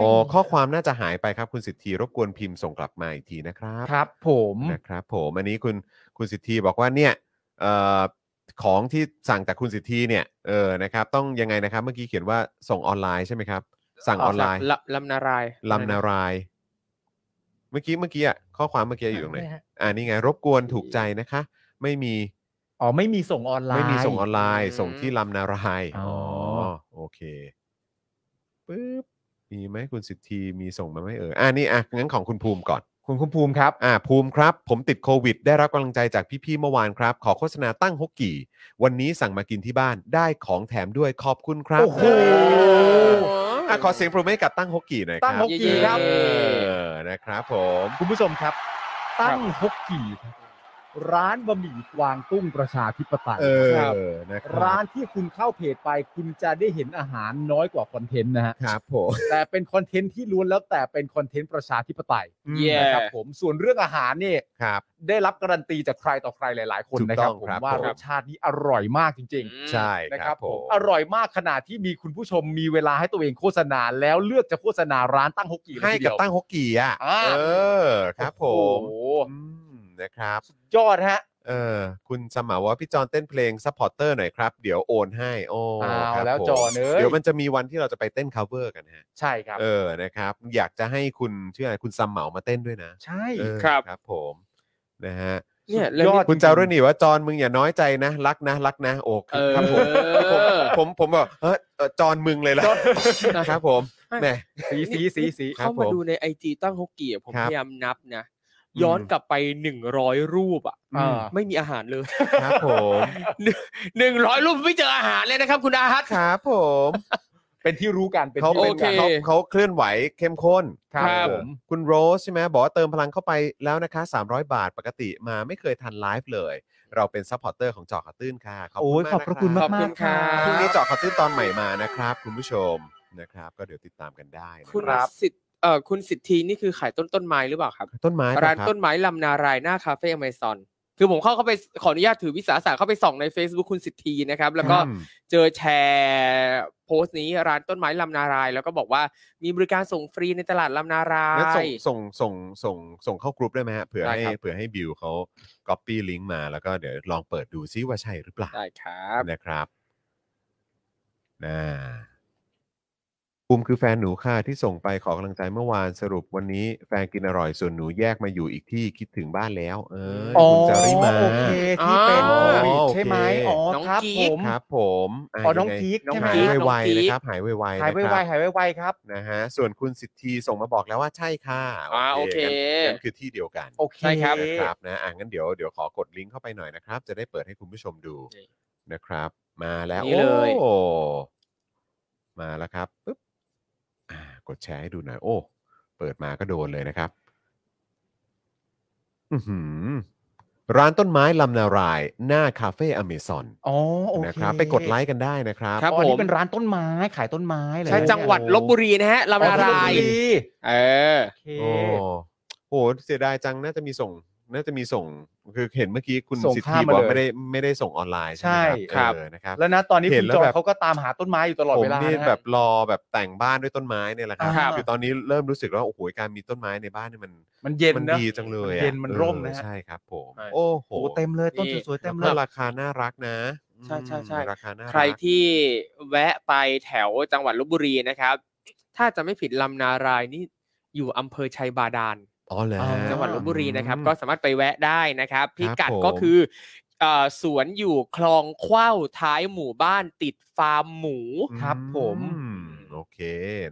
S3: อ๋อข้อความน่าจะหายไปครับ คุณสิทธีรบกวนพิมพ์ส่งกลับมาอีกทีนะครับ
S4: ครับ ผม
S3: นะครับผมอันนี้คุณคุณสิทธีบอกว่าเนี่ยเอ่อของที่สั่งจากคุณสิทธีเนี่ยเออนะครับต้องยังไงนะครับ เมื่อกี้เขียนว่าส่งออนไลน์ใช่ไหมครับ สั่งออนไลน์
S5: ลำนาราย
S3: ลำนาราย เมื่อกี้เมื่อกี้อ่ะข้อความเมื่อกี้อยู่ตรงไหน
S7: เนี่ยฮะ
S3: อ่านี่ไง รบกวนถูกใจนะคะ ไม่มี
S4: อ๋อ ไม่มีส่งออนไลน์
S3: ไม่มีส่งออนไลน์ ส่งที่ลำนาราย
S4: อ๋อ
S3: โอเคปึ๊บมีไหมคุณสิทธีมีส่งมาไหมเอออ่านี่อ่ะงั้นของคุณภูมิก่อน
S4: คุณคุณภูมิครับ
S3: อ่าภูมิครับ ผมติดโควิด ได้รับกำลังใจจากพี่ๆเมื่อวานครับ ขอโฆษณาตั้งฮกกี่ วันนี้สั่งมากินที่บ้านได้ของแถมด้วยขอบคุณครับ
S4: โอ้โห
S3: อ่ะขอเสียงปรบมือให้กับตั้งฮกกี่หน่อยครับ
S4: ตั้งฮกกี่ครับ
S3: เออนะครับผม
S4: คุณผู้ชมครับ ตั้งฮกกี่ครับร้านบะหมี่กวางตุ้งประชาธิปไตย
S3: เออ
S4: ครับ
S3: นะค
S4: ร้า
S3: รับ
S4: นที่คุณเข้าเพจไปคุณจะได้เห็นอาหารน้อยกว่าคอนเทนต์นะฮะ
S3: ครับผม
S4: แต่เป็นคอนเทนต์ที่ล้วนแล้วแต่เป็นคอนเทนต์ประชาธิปไตย
S5: เย่
S4: นะครับผมส่วนเรื่องอาหารนี่
S3: ครับ
S4: ได้รับการันตีจากใครต่อใครหลาย ๆ คน
S3: ถูก
S4: นะครับ
S3: ต้อง
S4: ผม
S3: ครับ
S4: ว่ารสชาตินี้อร่อยมากจริง
S3: ใช่
S4: ๆ นะ
S3: ค
S4: ครั
S3: รั
S4: บบ
S3: ผ
S4: ผม
S3: ม
S4: อร่อยมากขนาดที่มีคุณผู้ชมมีเวลาให้ตัวเองโฆษณา แล้วเลือกจะโฆษณาร้านตั้งฮกกี่เลย
S3: ให้
S4: ทีเดี
S3: กับ
S4: ยว
S3: ตั้งฮกกี่อ่ะ
S4: อ่า
S3: เออครับผ
S4: โอ้โห
S3: มอืมนะครับ
S4: ยอดฮะ
S3: เออคุณสมาว่าพี่จอนเต้นเพลงซัพพอร์เตอร์หน่อยครับ เดี๋ยวโอนให้โอ้
S4: เอา
S3: ครับ
S4: แล้ว
S3: ผม
S4: จอนเอ้ย
S3: ยวมันจะมีวันที่เราจะไปเต้น cover กันนะฮะ
S4: ใช่ครับ
S3: เออนะครับ อยากจะให้คุณชื่ออะไรคุณสมเหมามาเต้นด้วยนะ
S4: ใช่
S3: เออ
S5: ครับ
S3: ครับผมนะฮะ
S5: เนี่ยแล้ว
S4: ยอ
S5: นี่
S4: ด
S3: คุณจารุณีว่าจอนมึงอย่าน้อยใจนะรักนะรักนะ โอ้ครับครับผม
S5: เออ
S3: ผมผมผมบอกเออเออจอนมึงเลยล่ะครับผมแหม
S4: สีสีสีสี
S3: ครับ
S5: เข้ามา
S3: ผม
S5: ดูในไอจีตั้งฮกเกียผม
S3: ครั
S5: พ
S3: บ
S5: ยายามนับนะ
S3: อืม
S5: ย้อนกลับไปหนึ่งร้อยรูปอ่ะ
S4: อ่า
S5: ไม่มีอาหารเลย
S3: ครับผม
S5: หนึ่งร้อยรูปไม่เจออาหารเลยนะครับ คุณอาฮัท
S3: ครับผม
S4: เป็นที่รู้กันเป็น
S3: เขา
S4: ที่
S3: เป็
S4: รู้
S3: น
S4: กั
S5: โอ
S4: น
S3: เขาเขาเคลื่อนไหวเข้มข้น
S4: ครับ
S5: ครับ
S4: ผม
S3: คุณโรสใช่ไหมบอกว่าเติมพลังเข้าไปแล้วนะคะ 300 บาทปกติมาไม่เคยทันไลฟ์เลย เราเป็นซัพพอร์ตเตอร์ของเจอข่าวตื้นค่ะขอบ
S4: โอ้
S3: คุ
S4: ย
S3: ณมาก
S4: ขอบพระคุณ
S3: นะค
S4: มาก
S3: รับ
S4: มากๆครับ
S3: พรุ่งนี้เจอข่าวตื้นตอนใหม่มานะครับ คุณผู้ชมนะครับ ก็เดี๋ยวติดตามกันได้นะ
S5: คุณ
S3: ครับ
S5: สิทธิ์เอ่อคุณสิทธีนี่คือขายต้นต้นไม้หรือเปล่าครับ
S3: ต้นไม้ปะ
S5: ร้าน
S3: คบ
S5: ต้นไม้ลำนารายหน้าคาเฟ่อเมซอน คือผมเข้าเข้าไปขออนุญาตถือวิสาสะเข้าไปส่องใน Facebook คุณสิทธีนะครับ แล้วก็
S3: อืม
S5: เจอแชร์โพสต์นี้ร้านต้นไม้ลำนาราย แล้วก็บอกว่ามีบริการส่งฟรีในตลาดลำนารา
S3: งั้นส่
S5: ย
S3: งส่งส่งส่งส่งเข้ากรุ๊ปได้ไหมฮะเผื่อ
S5: ได้
S3: ให้
S5: ครับ
S3: เผื่อให้บิวเขาก๊อปปี้ลิงก์มาแล้วก็เดี๋ยวลองเปิดดูซิว่าใช่หรือเปล่า
S5: ได้ครับ
S3: นะครับนะภูมิคือแฟนหนูค่ะที่ส่งไปขอกำลังใจเมื่อวานสรุปวันนี้แฟนกินอร่อยส่วนหนูแยกมาอยู่อีกที่คิดถึงบ้านแล้ว เออ
S4: อ๋อ
S3: คุณจาริมา
S4: โอเคที่เป็น
S5: อ๋อ
S4: โควิดใช่ไหม
S3: โอเค
S4: อ๋อ
S5: น้อง
S4: ครับ
S5: จี๊
S4: ผ
S5: ด
S4: ม
S3: ครับผมะ
S4: อ๋อน้อง
S3: ยัไ
S4: พีค
S3: น้อง
S4: ใช่ไหม
S3: หายไว
S5: น้องพี
S3: ๆ
S5: ค
S3: นะครับ หายไวๆ
S4: หา
S3: นะ
S4: ยไว
S3: ครับ
S4: ๆหายไวๆครับ
S3: นะฮะส่วนคุณสิทธีส่งมาบอกแล้วว่าใช่ค่ะ
S5: อ่าโอเค
S3: งั้นงั้นคือที่เดียวกัน
S4: โอเค
S5: ใช่ครับ
S3: นะครับนะอ่ะงั้นเดี๋ยวเดี๋ยวขอกดลิงก์เข้าไปหน่อยนะครับ จะได้เปิดให้คุณผู้ชมดู นะครับ มาแล้ว
S5: นี่เลย
S3: โอ้มาแล้วครับปึ๊บอ่ากดแชร์ให้ดูหน่อยโอ้ เปิดมาก็โดนเลยนะครับ อื้อหือ ร้านต้นไม้ลำนาราย หน้าคาเฟ่อเมซอน
S4: อ๋อโอเค
S3: นะครับ ไปกดไลค์กันได้นะครับ
S5: ครับ
S4: อ๋อ
S5: ผม
S4: นี่เป็นร้านต้นไม้ขายต้นไม้เลย
S5: ใช่จังหวัดลบบุรีนะฮะลำ
S4: อ๋อที่ล
S5: นา
S4: บ
S5: ราย
S4: บุรี
S5: เออ
S4: โอเค
S3: โอ้โหเสียดายจังน่าจะมีส่ง น่าจะมีส่ง คือเห็นเมื่อกี้คุณ
S4: ส่ง
S3: สิท
S4: ข้า
S3: ธิ
S4: มมา
S3: บอกไม่
S4: เลย
S3: ได้ไม่ได้ส่งออนไลน์ใช่ไหม
S4: ใช่ครับ
S3: เออนะครับ
S4: แล้วนะตอนนี้
S3: เห็
S4: คุ
S3: น
S4: ณ
S3: แล้ว
S4: จอ
S3: แบ
S4: น
S3: บ
S4: เขาก็ตามหาต้นไม้อยู่ตลอด
S3: ผม
S4: เวลา
S3: นี่
S4: นะฮะ
S3: แบบรอแบบแต่งบ้านด้วยต้นไม้เนี่ยแหละครั
S4: ครับ
S3: คือตอนนี้เริ่มรู้สึกแล้วาโอ้โหการมีต้นไม้ในบ้านเนี่ยมัน
S4: มันเย็น
S3: มัน
S4: นะ
S3: ดีจังเลย
S4: มัน
S3: อะ
S4: เย็นมันร่มนะ
S3: เออ
S4: ฮะ
S3: ใช่ครับผม
S5: ใช่
S3: โอ้โห
S4: โอ้เต็มเลยต้นสวยๆเต็มเล
S3: แล้
S4: ยว
S3: ราคาน่ารักนะอืม
S5: ใช่ใช่ใช่
S3: ราคาน่ารัก
S5: ใครที่แวะไปแถวจังหวัดลบบุรีนะครับ ถ้าจะไม่ผิดลำนารายนี่อยู่อำเภอชัยบาดาล
S3: อ๋อเหรอ
S5: จังหวัดลบบุรีนะครับก็สามารถไปแวะได้นะครับ พิกัด
S3: ผม
S5: ก็คือเอ่อสวนอยู่คลองขว้าวท้ายหมู่บ้านติดฟาร์มหมู
S3: อื
S4: ครับผม
S3: อืมโอเค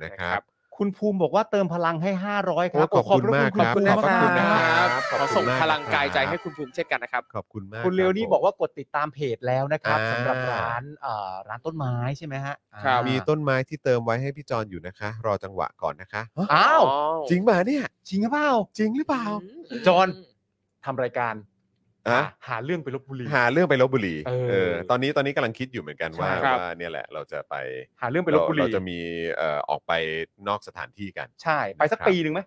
S3: นะครับ
S4: คุณภูมิบอกว่าเติมพลังให้ 500 ครับ
S3: โอ้ขอบคุณมากครับ
S4: ขอบ
S3: ข
S4: พระ
S3: อบคุ
S4: คุณ ณ
S3: นะ
S4: นะ
S3: ค
S4: ค
S3: รั
S4: รับ บ
S3: ขอ
S5: ข
S3: ณ
S5: อส่ง
S3: มาก
S5: พลังกายใจ
S3: ครับ
S5: ให้คุณภูมิเช่นกันนะครับ
S3: ขอบคุณมาก
S4: คุณเรียวนี่บอกว่า
S3: ค
S4: กดติดตามเพจแล้วนะครับ
S3: อ่า
S4: สำหรับร้านเอ่อร้านต้นไม้ใช่ไหมฮะ
S5: ครับ
S3: รับผมมีต้นไม้ที่เติมไว้ให้พี่จอนอยู่นะคะ รอจังหวะก่อนนะคะ
S4: อ้าว
S3: จริงป่ะเนี่ย
S4: จริงหรือเปล่า
S3: จริงหรือเปล่า
S4: จอห์น ทำรายการ
S3: อะ
S4: หาเรื่องไปลบบุรี
S3: หาเรื่องไปลบบุรี
S4: เออ
S3: เออ ตอนนี้ตอนนี้กำลังคิดอยู่เหมือนกันว่า
S4: ใช่ครับ
S3: ว่าเนี่ยแหละเราจะไป
S4: หาเรื่องไปลบบุรี
S3: เราจะมีเอ่อออกไปนอกสถานที่กัน
S4: ใช่ ไปสัก
S3: นะครับ
S4: ปีหนึ่งไหม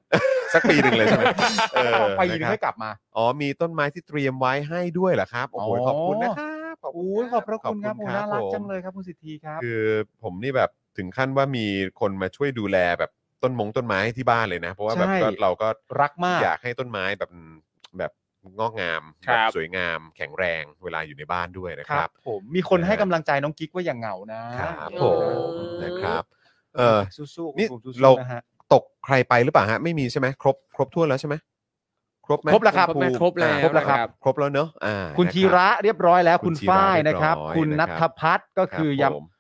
S3: สักปีหนึ่งเลยใช่ ไหมเออ
S4: ปีหนึ่ง
S3: นะครั
S4: ให้
S3: บ
S4: กลับมา
S3: อ๋อมีต้นไม้ที่เตรียมไว้ให้ด้วยเหรอครับโอ้โห
S4: อ๋อ
S3: ขอบคุณนะครับขอบคุณ
S4: โอ้ยขอบพระคุณครับโอ้น่ารัก
S3: ผม
S4: จังเลยครับคุณสิทธีครับ
S3: คือผมนี่แบบถึงขั้นว่ามีคนมาช่วยดูแลแบบต้นมงต้นไม้ที่บ้านเลยนะ เพราะว่าแบบ
S4: ใช่
S3: ก็เราก็
S4: รักมาก
S3: อยากให้ต้นไม้แบบแบบงอกงาม
S5: ครับ
S3: แบบสวยงามแข็งแรงเวลาอยู่ในบ้านด้วยนะ
S4: ค
S3: ค
S4: รั
S3: รั
S4: บบ ผมมีคน
S3: นะฮะ
S4: ให้กำลังใจน้องกิ๊กว่าอย่างเหงานะครับ เออ
S3: ผม
S5: เออ
S3: นะครับเออ
S4: สู้ๆ
S3: นี่
S4: คุณภูมิสู้ๆ
S3: เราน
S4: นะฮะ
S3: ตกใครไปหรือเปล่าฮะไม่มีใช่ไหมครบครบทั่วนแล้วใช่ไหมครบไหม
S4: ครบแล้วครับ
S3: ณ
S4: ครบไหม
S3: ภูมิ
S5: ครบ
S3: อ่าครบ
S5: แล้ว
S3: แล้วครับ
S5: ครับ
S3: ครบแล้วเนอะอ่า
S4: คุณ
S3: นบ
S4: ธีระเรียบร้อยแล้ว
S3: คุ
S4: คุณ ณ
S3: ธีระ
S4: ฝ้าย
S3: เรีย
S4: นะ
S3: บร้อย
S4: ครับ คุณ
S3: นะครั
S4: นั
S3: บ
S4: ทพัฒน์ก็
S3: รับ
S4: คือ
S3: ผม
S4: ย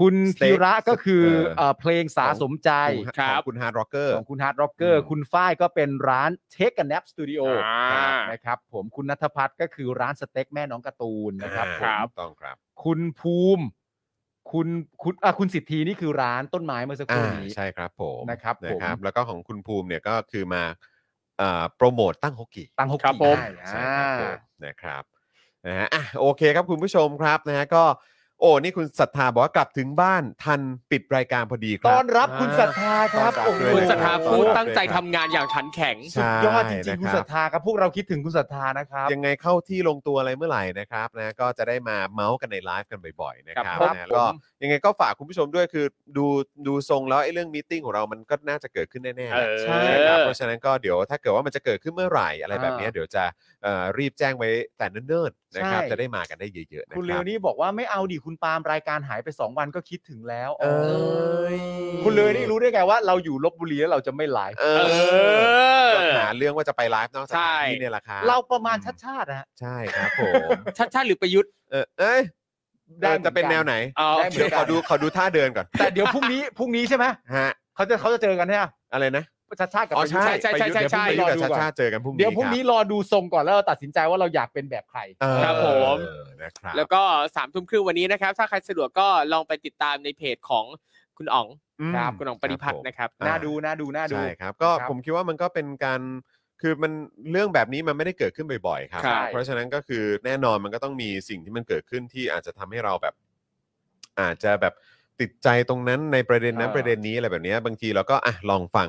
S4: คุณ
S3: สเต็ก
S4: ธีระก็คือ
S3: เออ
S4: เอ่อเพลงสาสมใจ
S5: ค
S3: ข
S5: รับ
S3: องคุณฮาร์ดร็อกเกอร์
S4: ของคุณฮาร์ดร็อกเกอร์
S3: อืม
S4: คุณฝ้ายก็เป็นร้านเทคแนปสตูดิโอ
S5: อ่า
S4: นะครับผมคุณนัทพัฒน์ก็คือร้านสเต็กแม่น้องการ์ตูนนะครับ
S3: อ่า
S4: ผ
S5: ครั
S4: ม
S5: บ
S3: ต้องครับ
S4: คุณภูมิ คุณคุณอ่ะคุณสิทธีนี่คือร้านต้นไม้เมื่อสักครู่
S3: อ่า
S4: นี้
S3: ใช่ครับผม
S4: นะครับผม
S3: นะครับ แล้วก็ของคุณภูมิเนี่ยก็คือมาอ่าโปรโมตตั้งฮกกี้
S4: ตั้งหก
S5: ครับ
S4: ปี
S5: ผม
S4: ได้
S3: ใช่
S4: อ่า
S3: ครับผมนะครับนะฮะอ่ะโอเคครับคุณผู้ชมครับนะฮะก็โอ้นี่คุณศรัทธาบอกว่ากลับถึงบ้านทันปิดรายการพอดีครั
S4: ต้อนรับคุณศรัทธาครับ
S3: ต้อนรับ
S4: โอ้โห
S3: ด้วย
S5: คุณ
S3: นะ
S5: ศรัทธาพูด
S3: ครับ
S5: ตั้งใจทำงานอย่างขันแข็ง
S3: ใช่
S4: สุดยอดจริงๆ คุณ
S3: นะค
S4: ศ
S3: รั
S4: รับ ทธาครับพวกเราคิดถึงคุณศรัทธานะครับ
S3: ยังไงเข้าที่ลงตัวอะไรเมื่อไหร่นะครับนะก็จะได้มาเมาส์กันในไลฟ์กันบ่อยๆนะค
S5: ค
S3: รั
S5: รั
S3: บบ
S5: ผม
S3: นะก็ยังไงก็ฝากคุณผู้ชมด้วยคือดูดูทรงแล้วไอ้เรื่องมีตติ้งของเรามันก็น่าจะเกิดขึ้นแน่ๆแหละ
S5: เออ
S3: ใช่นะครับเพราะฉะนั้นก็เดี๋ยวถ้าเกิดว่ามันจะเกิดขึ้นเมื่อไหร่อะไรแบบเนี้ย
S4: อ่า
S3: เดี๋ยวจะเอ่อรีบแจ้งไว้แต่เนิ่นๆนะครับ
S4: ใช่
S3: จะได้มากันได้เยอะๆนะ
S4: คุณ
S3: ค
S4: เลี
S3: รั
S4: ยว
S3: บ
S4: นี่บอกว่าไม่เอาดิคุณปาล์มรายการหายไป 2 วันก็คิดถึงแล้ว
S3: เอ้ย
S4: คุณเลยนี่รู้ได้ไงว่าเราอยู่ลบบุรีแล้วเราจะไม่ไลฟ์
S3: เอ
S5: เอ
S3: อ
S5: อ
S3: ก็หาเรื่องว่าจะไปไลฟ์นอกส
S5: ใช่
S3: ถานที่เนี่ยแหละครับ
S4: เราประมาณชัดชาตินะฮะ
S3: ใช่ครับผม
S5: ชัดชาติหรือประยุทธ์
S3: เออเอ้ย
S4: ได้เหมือนกัน
S3: จะเป็นแนวไหน
S5: อ๋อ
S4: ได้
S5: โอ
S4: หมื
S5: เค
S4: นกัน
S3: เดี๋ยวขอดูขอดูท่าเดินก่อน
S4: แต่เดี๋ยวพรุ่งนี้ พรุ่งนี้ใช่ไหม
S3: ฮะ
S4: เขาจะเขาจะเจอกันใช่ไหม
S3: อะไรนะ
S4: ชัดชาติกับ
S3: อ๋อ
S4: ประยุท
S3: ใช่
S4: ธ์
S5: ใช่ใช่ใช่ใช่
S3: ไป
S4: ร
S3: ยุ่
S4: อง
S3: กับ
S4: ดู
S3: ชาติ
S4: ก่
S3: ชา
S4: อน
S3: ติเจอกันพรุ่งนี้
S4: เดี๋ยวพรุ่งนี้รอดูทรงก่อนแล้วเราตัดสินใจว่าเราอยากเป็นแบบใคร
S3: เออ
S5: ครับผม
S3: เออนะครับ
S5: แล้วก็สามทุ่มครึ่งวันนี้นะครับ ถ้าใครสะดวกก็ลองไปติดตามในเพจของคุณอ๋อง
S3: อืม
S4: ครับ
S5: คุณอ๋องปฏิพัฒน์นะครับ
S3: อ่า
S4: น่าดูน่าดูน่าดู
S3: ใช่ครับก็
S4: ครับ
S3: ผมคิดว่ามันก็เป็นการคือมันเรื่องแบบนี้มันไม่ได้เกิดขึ้นบ่อยๆครับ
S5: ใช่
S3: เพราะฉะนั้นก็คือแน่นอนมันก็ต้องมีสิ่งที่มันเกิดขึ้นที่อาจจะทำให้เราแบบ อาจจะแบบติดใจตรงนั้นในประเด็นนั้น
S4: เออ
S3: ประเด็นนี้อะไรแบบเนี้ยบางทีเราก็อ่ะลองฟัง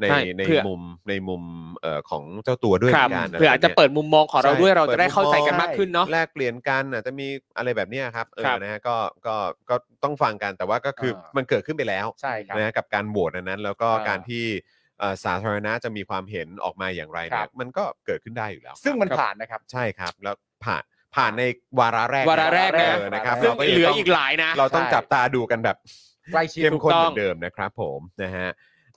S3: ใน
S5: ใช่
S3: ใน
S5: เผื่อ
S3: มุมในมุมเอ่อของเจ้าตัวด้วย
S5: ครับ
S3: หมืนกัน
S5: เผื่ออาจจะเปิดมุมมองของเราด้วยเราจะได้เข้าใจกันมากขึ้นเนาะ
S3: แลกเปลี่ยนกันอาจจะมีอะไรแบบเนี้ยครับเออ
S5: ครับ
S3: นะฮะก็ก็ก็ต้องฟังกันแต่ว่าก็คือ
S4: เออ
S3: มันเกิดขึ้นไปแล้ว
S4: ใช่ครับ
S3: นะกับการโหวตอันนั้น แล้วก็
S4: อ่า
S3: การที่เอ่อสาธารณะจะมีความเห็นออกมาอย่างไร
S4: ค
S3: เนี่
S4: รั
S3: ย
S4: บ
S3: มันก็เกิดขึ้นได้อยู่แล้ว
S4: ซึ่งมัน
S3: ครับ
S4: ผ่านนะครับ
S3: ใช่ครับ แล้วผ่านผ่านในวาระแรก
S5: วาระแรกนะ
S3: เออนะครับ
S5: ซึ่ง
S3: รายั
S5: เหลือ
S3: ต้
S5: อีกหลายนะ
S3: เราต้อง
S4: ใช่
S3: จับตาดูกันแบบ
S4: ใกล้ชิด
S3: เข้มข้น
S5: ถูกต้
S3: เหมือ
S5: อง
S3: นเดิมนะครับผมนะฮะ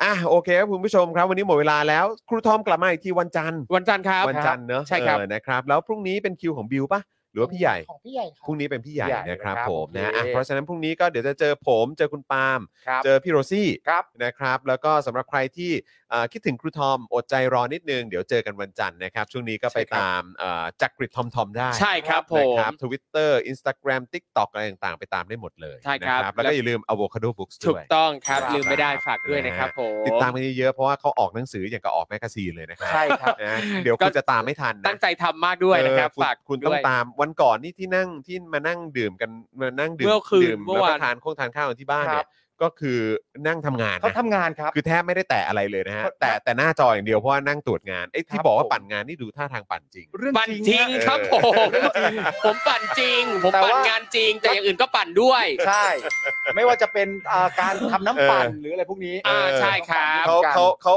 S3: อ่ะโอเคครับคุณผู้ชมครับ วันนี้หมดเวลาแล้วครูทอมกลับมาอีกทีวันจันทร์
S5: วันจันทร์ครับ
S3: วันจันทร์เนอะ
S5: ใช่ครับ
S3: เออนะครับ แล้วพรุ่งนี้เป็นคิวของบิวปะหรือว่าพี่ใหญ่
S7: ของพี่ใหญ่ค
S3: พ
S7: รับ
S3: รุ่งนี้เป็นพี่ใหญ่
S4: พี่ใหญ่
S3: นะครับ
S4: นะครับ
S3: ผมนะฮะอ่ะ
S4: โอเค
S3: เพราะฉะนั้นพรุ่งนี้ก็เดี๋ยวจะเจอผม เจอคุณปาล์ม
S4: ครับ
S3: เจอพี่โรซี่
S4: ครับ
S3: นะครับ แล้วก็สำหรับใครที่เอ่อคิดถึงครูทอม อดใจรอนิดนึง เดี๋ยวเจอกันวันจันทร์นะครับ ช่วงนี้ก็ไป
S4: ใช่ครับ
S3: ตามเอ่อจักริดทอมทอมได้
S5: ใช่ครับผ
S3: นะ
S5: ม
S3: ครับทวิตเตอร์อินสตาแกรมทิกตอกอะไรต่างๆ ไปตามได้หมดเลย
S5: ใช่ครับ
S3: นะแล้วก็อย่าลืม Avocado Books
S5: ถู
S3: ด้
S5: ก
S3: วย
S5: ต้องครับ
S3: ครับ
S5: ลืมไม่ได้ฝากด้วย
S3: นะฮะ
S5: นะครับผม
S3: ติดตามกันเยอะๆเพราะว่าเขาออกหนังสืออย่างกับออกแมกกาซีนเลยนะครับ
S4: ใช่ครับ
S3: นะเดี๋ยวคุณจะตามไม่ทันนะ
S5: ตั้งใจทำมากด้วยนะครับ
S3: เออณ
S5: ฝาก
S3: คุณต้อง
S5: ด้วย
S3: ตามวันก่อนนี่ที่นั่งที่มานั่งดื่มกันมานั่งดื่ม
S5: เมื่อคืน
S3: ดื่ม
S5: เมื่อ
S3: แล้ว
S5: วา
S3: ก็
S5: น
S3: ทานคงทานข้าวกันที่บ้าน
S4: ค
S3: เนี่
S4: รั
S3: ย
S4: บ
S3: ก็คือนั่งทำงาน
S4: เขา
S3: นะ
S4: ทำงานครับ
S3: คือแทบไม่ได้แตะอะไรเลยนะฮะ
S4: ครับ
S3: แต่แต่หน้าจออย่างเดียวเพราะว่านั่งตรวจงานไอ้ยที่
S4: ครับ
S3: บอกว่า
S4: ผม
S3: ปั่นงานนี่ดูท่าทางปั่นจริง
S4: เรื่อง
S5: ปั่น
S4: จ
S5: จ
S4: ริ
S5: ริ
S4: ง
S5: ง
S4: นะ
S5: ครับ
S3: เอ
S5: ผ
S3: อ
S5: ม ผมปั่นจริง ผม
S4: แต่
S5: ปั่น
S4: ว่า
S5: งานจริง แต่อย่างอื่นก็ปั่นด้วย
S4: ใช่ ไม่ว่าจะเป็นอ่าการทำน้ำปั่นหรืออะไรพวกนี้
S5: อ่าใช่ครับ
S3: เขาเขาเขา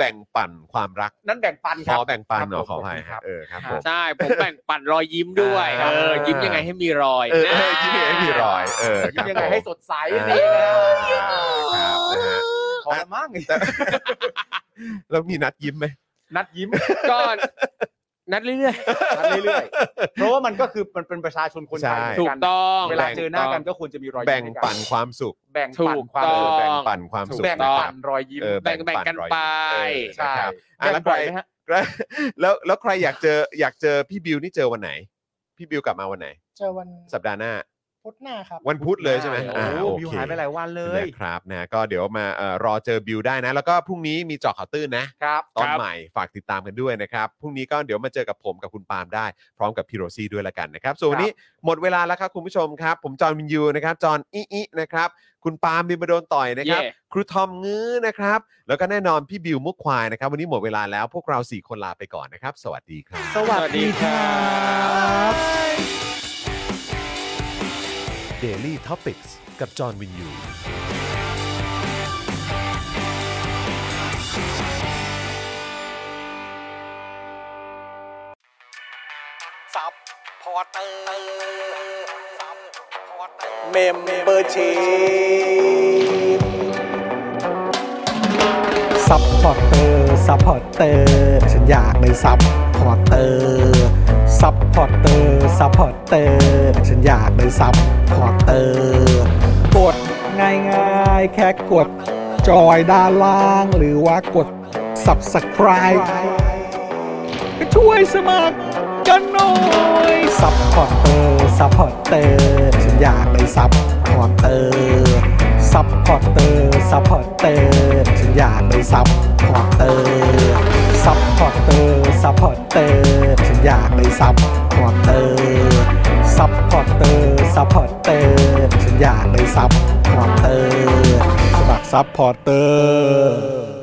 S3: แบ่งปั่นความรัก
S4: นั่นแบ่งปันค
S3: ข
S4: รั
S3: อบ แบ่งปัน
S4: ครับ
S3: เนาะขอ
S4: ผม
S3: อภัย
S4: ครับ
S3: เออครับผม
S5: ใช่ ผมแบ่งปั่นรอยยิ้มด้วย เออ ยิ้มยังไงให้มีรอย
S3: เออเออยิ้มยังไงให้มีรอยเออค
S4: ยิ้
S3: รั
S4: ม
S3: บ
S4: ยังไง
S3: ผม
S4: ให้สดใสนี่
S3: อ่า
S4: นะ
S3: ครับนะฮะ
S4: ขอละมั่ง
S3: แล้วมีนัดยิ้มไหม
S4: นัดยิ้ม
S5: ก็นัดเรื่อย
S4: นัดเรื่อยๆ เพราะว่ามันก็คือมันเป็นประชาชนคนไทย
S3: ใช่
S5: ๆ
S4: เหมื
S5: ถู
S4: อน
S5: ก
S4: น
S5: ต้อง
S4: เวลาเจอหน้ากันก็ควรจะมีรอยยิ้ม
S3: แบ่ง
S4: ให้กั
S3: ปันความสุข
S4: แบ่งปันความ
S3: เอ
S4: สุ
S3: อ
S4: ข
S3: แบ่งปันความสุข
S4: แบ่ง
S3: นะค
S4: ปั
S3: รั
S4: น
S3: บ
S4: รอยยิ้ม
S3: เออ
S5: แบ่งแบ่งกันไป
S4: ใช่
S3: อ่ะแล้
S4: แล้ว ว
S3: ใคร
S4: บ่อยไหมฮะ
S3: แล้วแล้วแล้วใครอยากเจออยากเจอพี่บิวนี่เจอวันไหน พี่บิวกลับมาวันไหน
S7: เจอวัน
S3: สัปดาห์หน้า
S7: พุธหน้าครับ
S3: วันพุธเลยใช่ไหม
S4: โอ้
S3: อ่า
S4: โห
S3: โอ
S4: วิว
S3: เค
S4: หายไปหลายวันเลย
S3: นะครับนะก็เดี๋ยวมาเอ่อรอเจอบิวได้นะ แล้วก็พรุ่งนี้มีเจาะข่าวตื้นนะ
S4: ครับ
S3: ตอนใหม่ฝากติดตามกันด้วยนะครับพรุ่งนี้ก็เดี๋ยวมาเจอกับผมกับคุณปาล์มได้ พร้อมกับพี่โรซี่ด้วยละกันนะครับส่วนวันนี้หมดเวลาแล้วครับคุณผู้ชมครับ ผมจอห์นวินยูนะครับจอห์นอิอินะครับคุณปาล์มบินมาโดนต่อยนะครับ
S5: เย่
S3: ครูทอมงื้อนะครับ แล้วก็แน่นอนพี่บิวมุกควายนะครับ วันนี้หมดเวลาแล้วพวกเราสี่คนลาไปก่อนนะครับ สวัสดีครับ
S4: สวัสดีครับ
S2: Daily Topics กับจอห์นวินยู
S8: ซับพอร์เตอร์ซับพอร์เตอร์
S1: เมมเบอร์ชีซัพพอร์เตอร์ซัพพอร์เตอร์ฉันอยากเป็นซัพพอร์เตอร์ซัพพอร์เตอร์ซัพพอร์เตอร์ฉันอยากเป็นซัพพอร์เตอร์ กดง่ายๆ แค่กดจอยด้านล่าง หรือว่ากด subscribe ก็ช่วยสมัครกันหน่อย ซัพพอร์เตอร์ ซัพพอร์เตอร์ฉันอยากเป็นซัพพอร์เตอร์ ซัพพอร์เตอร์ ซัพพอร์เตอร์ฉันอยากเป็นซัพพอร์เตอร์ ซัพพอร์เตอร์ ซัพพอร์เตอร์ฉันอยากเป็นซัพพอร์เตอร์ ซัพพอร์เตอร์ ซัพพอร์เตอร์ฉันอยากเป็นซัพพอร์เตอร์ สมัครซัพพอร์เตอร์